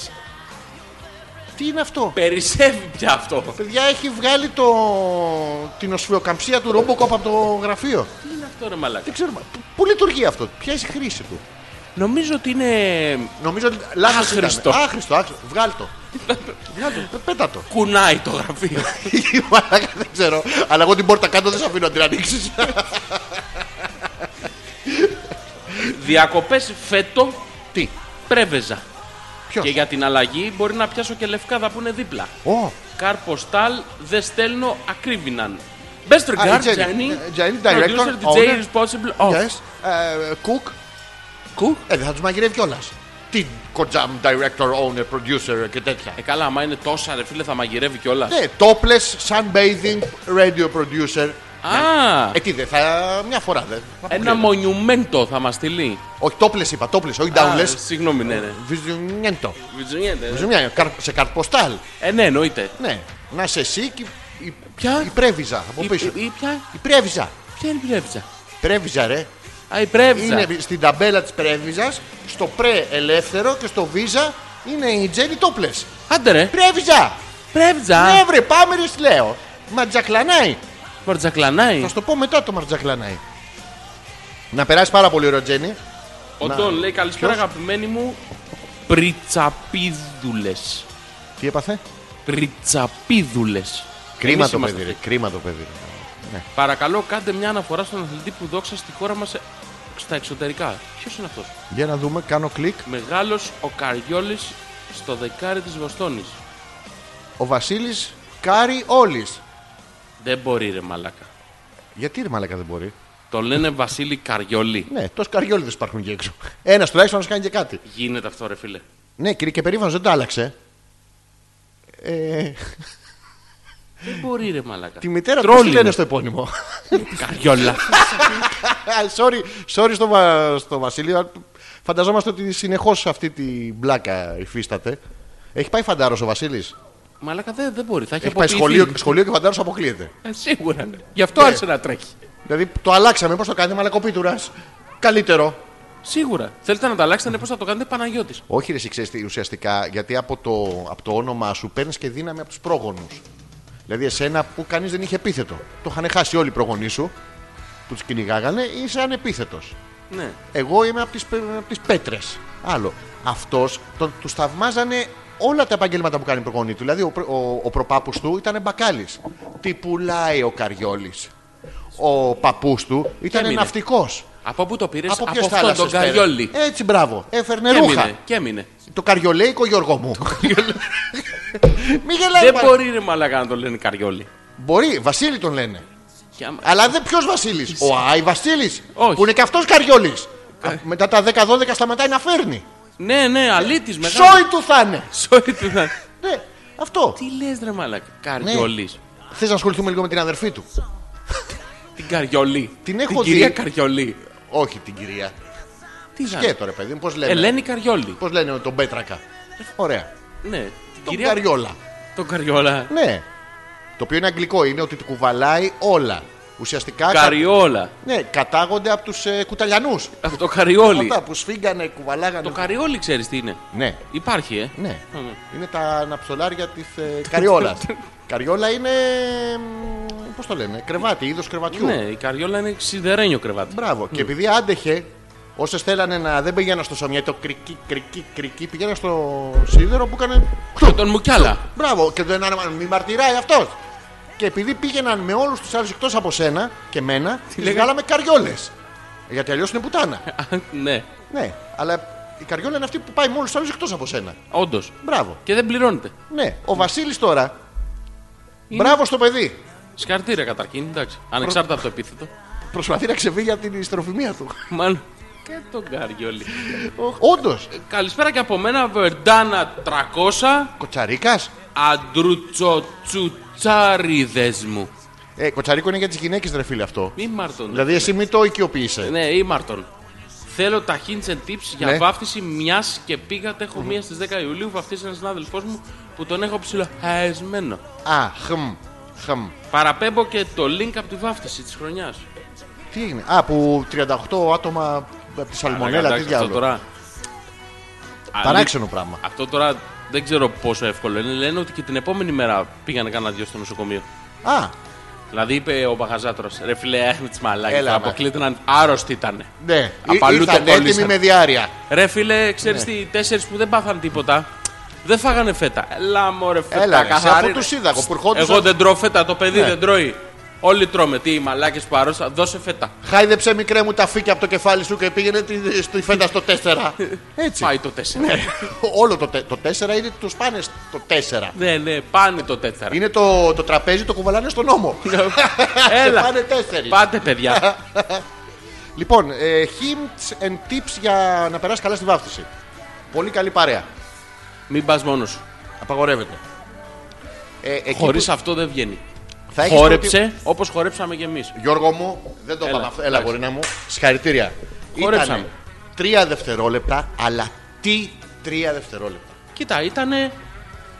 [SPEAKER 1] Τι είναι αυτό.
[SPEAKER 2] περισσεύει πια αυτό.
[SPEAKER 1] Παιδιά έχει βγάλει το... την οσφιοκαμψία του Ρομποκόπ από το γραφείο.
[SPEAKER 2] Τι είναι αυτό, ρε μαλάκα.
[SPEAKER 1] Δεν ξέρουμε. Π- Πού λειτουργεί αυτό, ποια είναι η χρήση του.
[SPEAKER 2] Νομίζω ότι είναι
[SPEAKER 1] Νομίζω ότι λάθος ήταν.
[SPEAKER 2] Άχρηστο.
[SPEAKER 1] Άχρηστο, άχρηστο. Βγάλ το. Βγάλ το, πε- πέτα το.
[SPEAKER 2] κουνάει το γραφείο.
[SPEAKER 1] Μαλάκα, δεν ξέρω. Αλλά εγώ την πόρτα κάτω δεν σε αφήνω να την ανοίξεις.
[SPEAKER 2] Διακοπές φέτο
[SPEAKER 1] Τι,
[SPEAKER 2] πρέβεζα.
[SPEAKER 1] ποιος.
[SPEAKER 2] Και για την αλλαγή μπορεί να πιάσω και λευκάδα που είναι δίπλα.
[SPEAKER 1] Ω,
[SPEAKER 2] Καρποστάλ δεν στέλνω ακρίβηναν. Best
[SPEAKER 1] Ah,
[SPEAKER 2] regards,
[SPEAKER 1] Jenny.
[SPEAKER 2] Jenny.
[SPEAKER 1] Uh, Jenny, director,
[SPEAKER 2] Producer, DJ,
[SPEAKER 1] owner.
[SPEAKER 2] responsible of.
[SPEAKER 1] yes. Ε, Cook.
[SPEAKER 2] Cool.
[SPEAKER 1] Ε, δεν θα τους μαγειρεύει κιόλας. Τι κοντζάμ, director, owner, producer και τέτοια.
[SPEAKER 2] Ε, καλά, άμα είναι τόσα, ρε φίλε, θα μαγειρεύει κιόλας.
[SPEAKER 1] Ναι, topless, sunbathing, radio producer.
[SPEAKER 2] Α,
[SPEAKER 1] Ε, τι δεν θα. Μια φορά δεν. θα
[SPEAKER 2] ένα
[SPEAKER 1] αποκλείεται.
[SPEAKER 2] μονιουμέντο θα μας στείλει.
[SPEAKER 1] Όχι, topless είπα, topless, όχι
[SPEAKER 2] Α,
[SPEAKER 1] downless.
[SPEAKER 2] Συγγνώμη, ναι, ναι.
[SPEAKER 1] Βιζουνιέντο.
[SPEAKER 2] Βυζουνιέται, ναι.
[SPEAKER 1] Βιζουνιά, καρ- σε καρποστάλ.
[SPEAKER 2] Ε, ναι, εννοείται.
[SPEAKER 1] Ναι, να είσαι εσύ και η,
[SPEAKER 2] Ποια?
[SPEAKER 1] η πρέβιζα από
[SPEAKER 2] Η-
[SPEAKER 1] πίσω.
[SPEAKER 2] η- η ποια?
[SPEAKER 1] Η πρέβιζα.
[SPEAKER 2] Ποια είναι η πρέβιζα.
[SPEAKER 1] Πρέβιζα, ρε.
[SPEAKER 2] Α, η πρέβιζα.
[SPEAKER 1] Είναι στην ταμπέλα της πρέβιζας, στο πρε ελεύθερο και στο βίζα είναι η Τζένι Τόπλες.
[SPEAKER 2] Άντε ρε,
[SPEAKER 1] Πρέβιζα! Ναι,
[SPEAKER 2] πρέβιζα.
[SPEAKER 1] βρε, πάμε ρε, σου λέω. Μαρτζακλανάει.
[SPEAKER 2] Μαρτζακλανάει.
[SPEAKER 1] Θα σου το πω μετά το μαρτζακλανάει. Να περάσει πάρα πολύ ωραίο, Τζένι.
[SPEAKER 2] Ο
[SPEAKER 1] Να.
[SPEAKER 2] Ντόν λέει καλησπέρα
[SPEAKER 1] Ναι. Ποιος?
[SPEAKER 2] αγαπημένοι μου. Πριτσαπίδουλες.
[SPEAKER 1] Τι έπαθε.
[SPEAKER 2] Πριτσαπίδουλες.
[SPEAKER 1] Κρίμα
[SPEAKER 2] Εμείς
[SPEAKER 1] το
[SPEAKER 2] είμαστε
[SPEAKER 1] παιδί, ρε.
[SPEAKER 2] αυτοί.
[SPEAKER 1] Κρίμα το παιδί. ρε.
[SPEAKER 2] Παρακαλώ κάντε μια αναφορά στον αθλητή που δόξα στη χώρα μας ε, στα εξωτερικά. Ποιος είναι αυτός.
[SPEAKER 1] Για να δούμε, κάνω κλικ.
[SPEAKER 2] Μεγάλος ο Καριόλης στο δεκάρι της Βοστόνης.
[SPEAKER 1] Ο Βασίλης Κάρι Όλη.
[SPEAKER 2] Δεν μπορεί ρε μαλάκα.
[SPEAKER 1] Γιατί ρε μαλάκα δεν μπορεί.
[SPEAKER 2] Το λένε Βασίλη Καριόλη.
[SPEAKER 1] Ναι, τόσοι καριόλιδες υπάρχουν και έξω. Ένας τουλάχιστον να σου κάνει και κάτι.
[SPEAKER 2] Γίνεται αυτό ρε φίλε.
[SPEAKER 1] Ναι, κύριε και περήφανο δεν το άλλαξε. Ε,
[SPEAKER 2] Δεν μπορεί ρε μαλάκα.
[SPEAKER 1] τη μητέρα του
[SPEAKER 2] Τρόλι
[SPEAKER 1] πώς τη λένε
[SPEAKER 2] είναι.
[SPEAKER 1] στο επώνυμο.
[SPEAKER 2] Καριόλα.
[SPEAKER 1] Α, sorry, sorry στο, Βα- στο Βασίλειο. Φανταζόμαστε ότι συνεχώς αυτή τη μπλάκα υφίσταται. Έχει πάει φαντάρος ο Βασίλης.
[SPEAKER 2] μαλάκα δεν δεν μπορεί. Θα έχει
[SPEAKER 1] Έχει Ε, πάει
[SPEAKER 2] αποποιηθεί.
[SPEAKER 1] σχολείο, σχολείο και φαντάρο αποκλείεται.
[SPEAKER 2] Ε, Σίγουρα ναι. Γι' αυτό άρχισε να τρέχει.
[SPEAKER 1] Δηλαδή το αλλάξαμε, πώς το κάνετε, μαλακοπίτουρας. Καλύτερο.
[SPEAKER 2] Σίγουρα. Θέλετε να τα αλλάξετε πώς θα το κάνετε, Παναγιώτης.
[SPEAKER 1] Όχι, ρε, εσύ ξέρεις τι, ουσιαστικά, γιατί από το, από το όνομά σου παίρνεις και δύναμη από τους πρόγονους. Δηλαδή, εσένα που κανείς δεν είχε επίθετο. Το είχαν χάσει όλοι οι προγονεί σου που τους κυνηγάγανε, είσαι ανεπίθετος.
[SPEAKER 2] Ναι.
[SPEAKER 1] Εγώ είμαι από τις, πε- απ' τις πέτρες. Άλλο. Αυτός τον, τους θαυμάζανε όλα τα επαγγέλματα που κάνει η προγονή του. Δηλαδή ο, προ- ο, ο προπάπους του ήταν μπακάλης. Τι πουλάει ο Καριόλης. Ο παππούς του ήταν
[SPEAKER 2] έμεινε.
[SPEAKER 1] ναυτικός.
[SPEAKER 2] Από πού το πήρες,
[SPEAKER 1] Από
[SPEAKER 2] από,
[SPEAKER 1] ποιες
[SPEAKER 2] αυτόν τον
[SPEAKER 1] θάλασσες πέρα.
[SPEAKER 2] Καριόλι.
[SPEAKER 1] Έτσι μπράβο. Έφερνε
[SPEAKER 2] Και
[SPEAKER 1] Ε, ρούχα.
[SPEAKER 2] έμεινε. Και έμεινε.
[SPEAKER 1] Το καριολέικο Γιώργο μου. Μη γελάει.
[SPEAKER 2] Δεν
[SPEAKER 1] μάνα.
[SPEAKER 2] μπορεί ρε μαλακά να τον λένε Καριόλι.
[SPEAKER 1] Μπορεί. Βασίλη τον λένε.
[SPEAKER 2] Και άμα-
[SPEAKER 1] Αλλά δεν ποιος Βασίλης. Ο Άι Βασίλης.
[SPEAKER 2] Όχι. Ε.
[SPEAKER 1] Που είναι και αυτός Καριόλης. Μετά τα 10-12 σταματάει να φέρνει.
[SPEAKER 2] Ναι, ναι, αλήτης μεγάλος.
[SPEAKER 1] Σόι του θα είναι.
[SPEAKER 2] Σόι του να-
[SPEAKER 1] Ναι, αυτό.
[SPEAKER 2] Τι λες, ρε μαλακά.
[SPEAKER 1] Ναι.
[SPEAKER 2] Καριόλι.
[SPEAKER 1] Θες να ασχοληθούμε λίγο με την αδερφή του.
[SPEAKER 2] Την Καριόλι.
[SPEAKER 1] Την έχω δει.
[SPEAKER 2] κυρία Καριόλι.
[SPEAKER 1] Όχι την κυρία.
[SPEAKER 2] Τι να-
[SPEAKER 1] Και τώρα, παιδί μου, πώς λένε.
[SPEAKER 2] Ελένη Καριόλι.
[SPEAKER 1] Πώς λένε τον Πέτρακα. Ωραία.
[SPEAKER 2] Ναι. Την
[SPEAKER 1] Τον Καριόλα.
[SPEAKER 2] Τον Καριόλα.
[SPEAKER 1] Ναι. Το οποίο είναι αγγλικό είναι ότι του κουβαλάει όλα. Ουσιαστικά. κα-
[SPEAKER 2] Καριόλα.
[SPEAKER 1] Ναι, κατάγονται από τους ε, κουταλιανούς.
[SPEAKER 2] Αυτό το Καριόλι.
[SPEAKER 1] Αυτά που σφίγγανε, κουβαλάγανε.
[SPEAKER 2] Το Καριόλι ξέρεις τι είναι.
[SPEAKER 1] Ναι,
[SPEAKER 2] Υπάρχει, ε.
[SPEAKER 1] ναι.
[SPEAKER 2] Α, ναι.
[SPEAKER 1] Είναι τα αναψολάρια της ε, Καριόλας. Καριόλα είναι. Πώς το λένε, κρεβάτι, είδος κρεβατιού.
[SPEAKER 2] Ναι, η Καριόλα είναι σιδερένιο κρεβάτι.
[SPEAKER 1] Μπράβο. Και επειδή άντεχε, όσες θέλανε να δεν πήγαιναν στο σαμιά, το κρικί, κρικί, κρικί, πήγαιναν στο σίδερο που έκανε.
[SPEAKER 2] Και τον Μουκιάλα.
[SPEAKER 1] Μπράβο. Και δεν άρμα, μη μαρτυράει αυτός. Και επειδή πήγαιναν με όλους τους άλλους εκτός από σένα και μένα, τι Ε.
[SPEAKER 2] λέγανε?
[SPEAKER 1] λέγαμε καριόλες. Γιατί αλλιώς είναι πουτάνα.
[SPEAKER 2] Α, ναι,
[SPEAKER 1] ναι, αλλά η καριόλα είναι αυτή που πάει με όλους τους άλλους εκτός από σένα.
[SPEAKER 2] όντως.
[SPEAKER 1] Μπράβο.
[SPEAKER 2] Και δεν πληρώνεται.
[SPEAKER 1] Ναι, ο Βασίλης τώρα. Μπράβο στο παιδί.
[SPEAKER 2] Συγχαρητήρια καταρχήν, εντάξει. Ανεξάρτητα από το επίθετο.
[SPEAKER 1] Προσπαθεί να ξεφύγει από την ιστροφημία του.
[SPEAKER 2] Μάλλον. Και τον Καριόλι.
[SPEAKER 1] Όντω.
[SPEAKER 2] Καλησπέρα και από μένα, Βερντάνα 300.
[SPEAKER 1] Κοτσαρίκα.
[SPEAKER 2] Αντρουτσοτσουτσάριδες μου.
[SPEAKER 1] Ε, κοτσαρίκο είναι για τις γυναίκες, ρε φίλε αυτό.
[SPEAKER 2] Μη Μάρτον.
[SPEAKER 1] Δηλαδή εσύ μην το οικειοποιείσαι.
[SPEAKER 2] Ναι, ή Μάρτον. Θέλω τα hints and tips για
[SPEAKER 1] Ναι.
[SPEAKER 2] βάφτιση μιας και πήγατε. Έχω μία στι 10 Ιουλίου. Βαφτίσει ένας συνάδελφός μου που τον έχω ψιλοχαεσμένο.
[SPEAKER 1] Α, χμ. Χμ.
[SPEAKER 2] Παραπέμπω και το link από τη βάφτιση της χρονιάς.
[SPEAKER 1] Τι έγινε. Α, που 38 άτομα από τη Σαλμονέλα, τι διάλογο.
[SPEAKER 2] τώρα.
[SPEAKER 1] Παράξενο πράγμα.
[SPEAKER 2] Αυτό τώρα δεν ξέρω πόσο εύκολο είναι. Λένε ότι και την επόμενη μέρα πήγανε κάνα δυο στο νοσοκομείο.
[SPEAKER 1] Α,
[SPEAKER 2] Δηλαδή είπε ο Μπαγαζάτρο, ρε φιλέ, με τι μαλάκε.
[SPEAKER 1] Έλα, ναι. μα.
[SPEAKER 2] Αποκλείται να άρρωστοι ήταν.
[SPEAKER 1] ναι.
[SPEAKER 2] Απαλού
[SPEAKER 1] Ήρθαν
[SPEAKER 2] τον
[SPEAKER 1] έτοιμοι
[SPEAKER 2] κόλλησαν.
[SPEAKER 1] με διάρκεια.
[SPEAKER 2] Ρε φίλε, ξέρεις
[SPEAKER 1] Ναι.
[SPEAKER 2] τι, οι τέσσερις που δεν πάθαν τίποτα. Δεν φάγανε φέτα. Έλα μου ρε φέτα.
[SPEAKER 1] Έλα, ρε,
[SPEAKER 2] καθαρή,
[SPEAKER 1] αφού τους
[SPEAKER 2] ρε.
[SPEAKER 1] είδα, εγώ που ερχόντουσαν-
[SPEAKER 2] Ε, Εγώ δεν τρώω φέτα, το παιδί
[SPEAKER 1] Ναι.
[SPEAKER 2] δεν τρώει. Όλοι τρώμε. Τι, οι μαλάκες που άρρωσαν, δώσε φέτα.
[SPEAKER 1] Χάιδεψε μικρέ μου τα φύκια από το κεφάλι σου και πήγαινε τη- στη φέτα στο 4. Έτσι.
[SPEAKER 2] Πάει το τέσσερα.
[SPEAKER 1] Ναι. Όλο το, τε- το 4 είναι τους πάνε το 4.
[SPEAKER 2] ναι, ναι, πάνε το τέσσερα.
[SPEAKER 1] Είναι το, το τραπέζι, το κουβαλάνε στον νόμο.
[SPEAKER 2] Έλα.
[SPEAKER 1] Πάνε τέσσερις.
[SPEAKER 2] Πάτε, παιδιά.
[SPEAKER 1] Λοιπόν, ε, hints and tips για να περάσει καλά στη βάφτιση. Πολύ καλή παρέα.
[SPEAKER 2] Μην πας μόνος σου.
[SPEAKER 1] Απαγορεύεται. Ε, εκεί
[SPEAKER 2] Χωρίς
[SPEAKER 1] που
[SPEAKER 2] αυτό δεν βγαίνει.
[SPEAKER 1] θα έχεις
[SPEAKER 2] Χόρεψε όπως χορέψαμε κι εμείς.
[SPEAKER 1] Γιώργο μου, δεν το
[SPEAKER 2] Έλα,
[SPEAKER 1] είπαμε αυτό. Έλα,
[SPEAKER 2] εντάξει.
[SPEAKER 1] γορίνα μου. Συγχαρητήρια.
[SPEAKER 2] Χορέψαμε.
[SPEAKER 1] Ήτανε Τρία δευτερόλεπτα, αλλά τι τρία δευτερόλεπτα.
[SPEAKER 2] Κοίτα, ήταν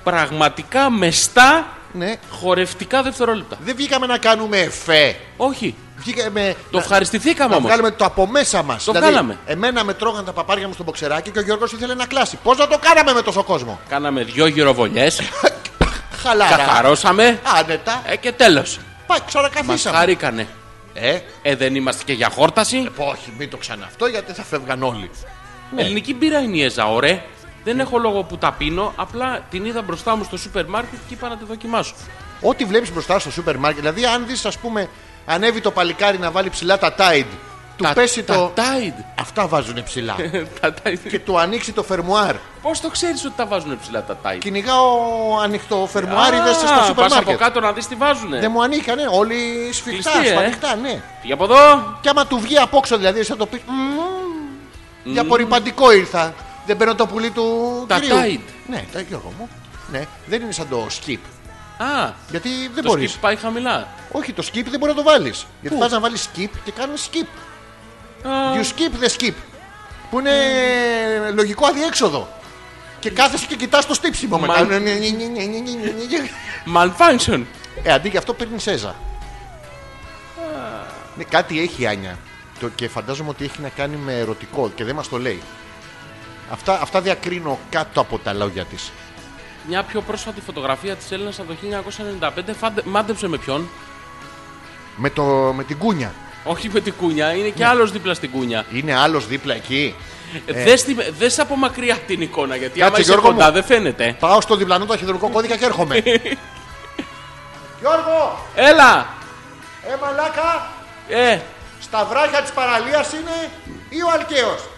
[SPEAKER 2] πραγματικά μεστά
[SPEAKER 1] Ναι.
[SPEAKER 2] χορευτικά δευτερόλεπτα.
[SPEAKER 1] Δεν βγήκαμε να κάνουμε εφέ.
[SPEAKER 2] Όχι.
[SPEAKER 1] Βγήκαμε.
[SPEAKER 2] Το ευχαριστηθήκαμε
[SPEAKER 1] να
[SPEAKER 2] όμως.
[SPEAKER 1] βγάλουμε το από μέσα μας.
[SPEAKER 2] Το βγάλαμε.
[SPEAKER 1] Εμένα με τρώγαν τα παπάρια μου στο μποξεράκι και ο Γιώργος ήθελε να κλάσει. Πώς να το κάναμε με τόσο κόσμο.
[SPEAKER 2] Κάναμε δυο γυροβολιές,
[SPEAKER 1] Χαλάρα.
[SPEAKER 2] καθαρώσαμε
[SPEAKER 1] Άνετα.
[SPEAKER 2] ε, και τέλος.
[SPEAKER 1] Πάει,
[SPEAKER 2] Μας
[SPEAKER 1] ξανακαθίσαμε.
[SPEAKER 2] χαρήκανε.
[SPEAKER 1] Ε,
[SPEAKER 2] Ε, δεν είμαστε και για χόρταση.
[SPEAKER 1] πω, όχι, μην το ξαναυτό γιατί θα φεύγαν όλοι. Ναι.
[SPEAKER 2] Ελληνική μπύρα είναι η Εζα, ωραία. Δεν έχω λόγο που τα πίνω, απλά την είδα μπροστά μου στο σούπερ μάρκετ και είπα να τη δοκιμάσω.
[SPEAKER 1] Ό,τι βλέπεις μπροστά στο σούπερ μάρκετ, δηλαδή αν δεις, ας πούμε, ανέβει το παλικάρι να βάλει ψηλά τα Tide, του πέσει το.
[SPEAKER 2] Τα Ε. Tide.
[SPEAKER 1] Αυτά βάζουν ψηλά.
[SPEAKER 2] Τα Tide.
[SPEAKER 1] και του ανοίξει το φερμουάρ.
[SPEAKER 2] Πώς το ξέρεις ότι τα βάζουν ψηλά τα Tide.
[SPEAKER 1] Κυνηγάω ανοιχτό φερμουάρι,
[SPEAKER 2] Α,
[SPEAKER 1] στο σούπερ
[SPEAKER 2] πας από
[SPEAKER 1] μάρκετ.
[SPEAKER 2] κάτω να δεις τι βάζουνε.
[SPEAKER 1] Δεν μου ανήκανε, όλοι σφιχτά,
[SPEAKER 2] Κλειστή, ε.
[SPEAKER 1] σφανιχτά, ναι.
[SPEAKER 2] Φύγε από εδώ.
[SPEAKER 1] Και άμα του βγει απόξω, δηλαδή, εσύ θα το πεις. Για απορριπαντικό ήρθα. Δεν παίρνω το πουλί του
[SPEAKER 2] Τα
[SPEAKER 1] κυρίου.
[SPEAKER 2] Tide.
[SPEAKER 1] Ναι, τα Γιώργο μου. Ναι, δεν είναι σαν το skip.
[SPEAKER 2] Α,
[SPEAKER 1] Γιατί δεν
[SPEAKER 2] το
[SPEAKER 1] μπορείς.
[SPEAKER 2] σκύψι πάει χαμηλά.
[SPEAKER 1] Όχι, το skip δεν μπορεί να το βάλεις. Γιατί πας να βάλεις skip και κάνεις skip. You skip the skip. Που είναι λογικό αδιέξοδο. Και κάθεσαι και κοιτάς το στύψιμο μετά.
[SPEAKER 2] Μα-
[SPEAKER 1] Ναι, ναι, ναι, ναι, ναι, ναι, ναι, ναι, ναι.
[SPEAKER 2] Malfunction.
[SPEAKER 1] Ε, αντί για αυτό παίρνει σέζα. Ναι, κάτι έχει η Άνια. Το, και φαντάζομαι ότι έχει να κάνει με ερωτικό και δεν μας το λέει. Αυτά, αυτά διακρίνω κάτω από τα λόγια της.
[SPEAKER 2] μια πιο πρόσφατη φωτογραφία της Έλληνας από το 1995. Φάντε- Μάντεψε με ποιον.
[SPEAKER 1] Με, το, με την κούνια.
[SPEAKER 2] Όχι με την κούνια, είναι
[SPEAKER 1] Ναι.
[SPEAKER 2] και άλλος δίπλα στην κούνια.
[SPEAKER 1] Είναι άλλος δίπλα εκεί.
[SPEAKER 2] Ε. Δες, τη- δες από μακριά την εικόνα, γιατί
[SPEAKER 1] Κάτσε,
[SPEAKER 2] άμα είσαι
[SPEAKER 1] Γιώργο μου.
[SPEAKER 2] κοντά δεν φαίνεται.
[SPEAKER 1] Πάω στο διπλανό ταχυδρομικό κώδικα και έρχομαι. Γιώργο,
[SPEAKER 2] Έλα!
[SPEAKER 1] ε μαλάκα,
[SPEAKER 2] Ε,
[SPEAKER 1] στα βράχια της παραλίας είναι ή ο Αλκαίος.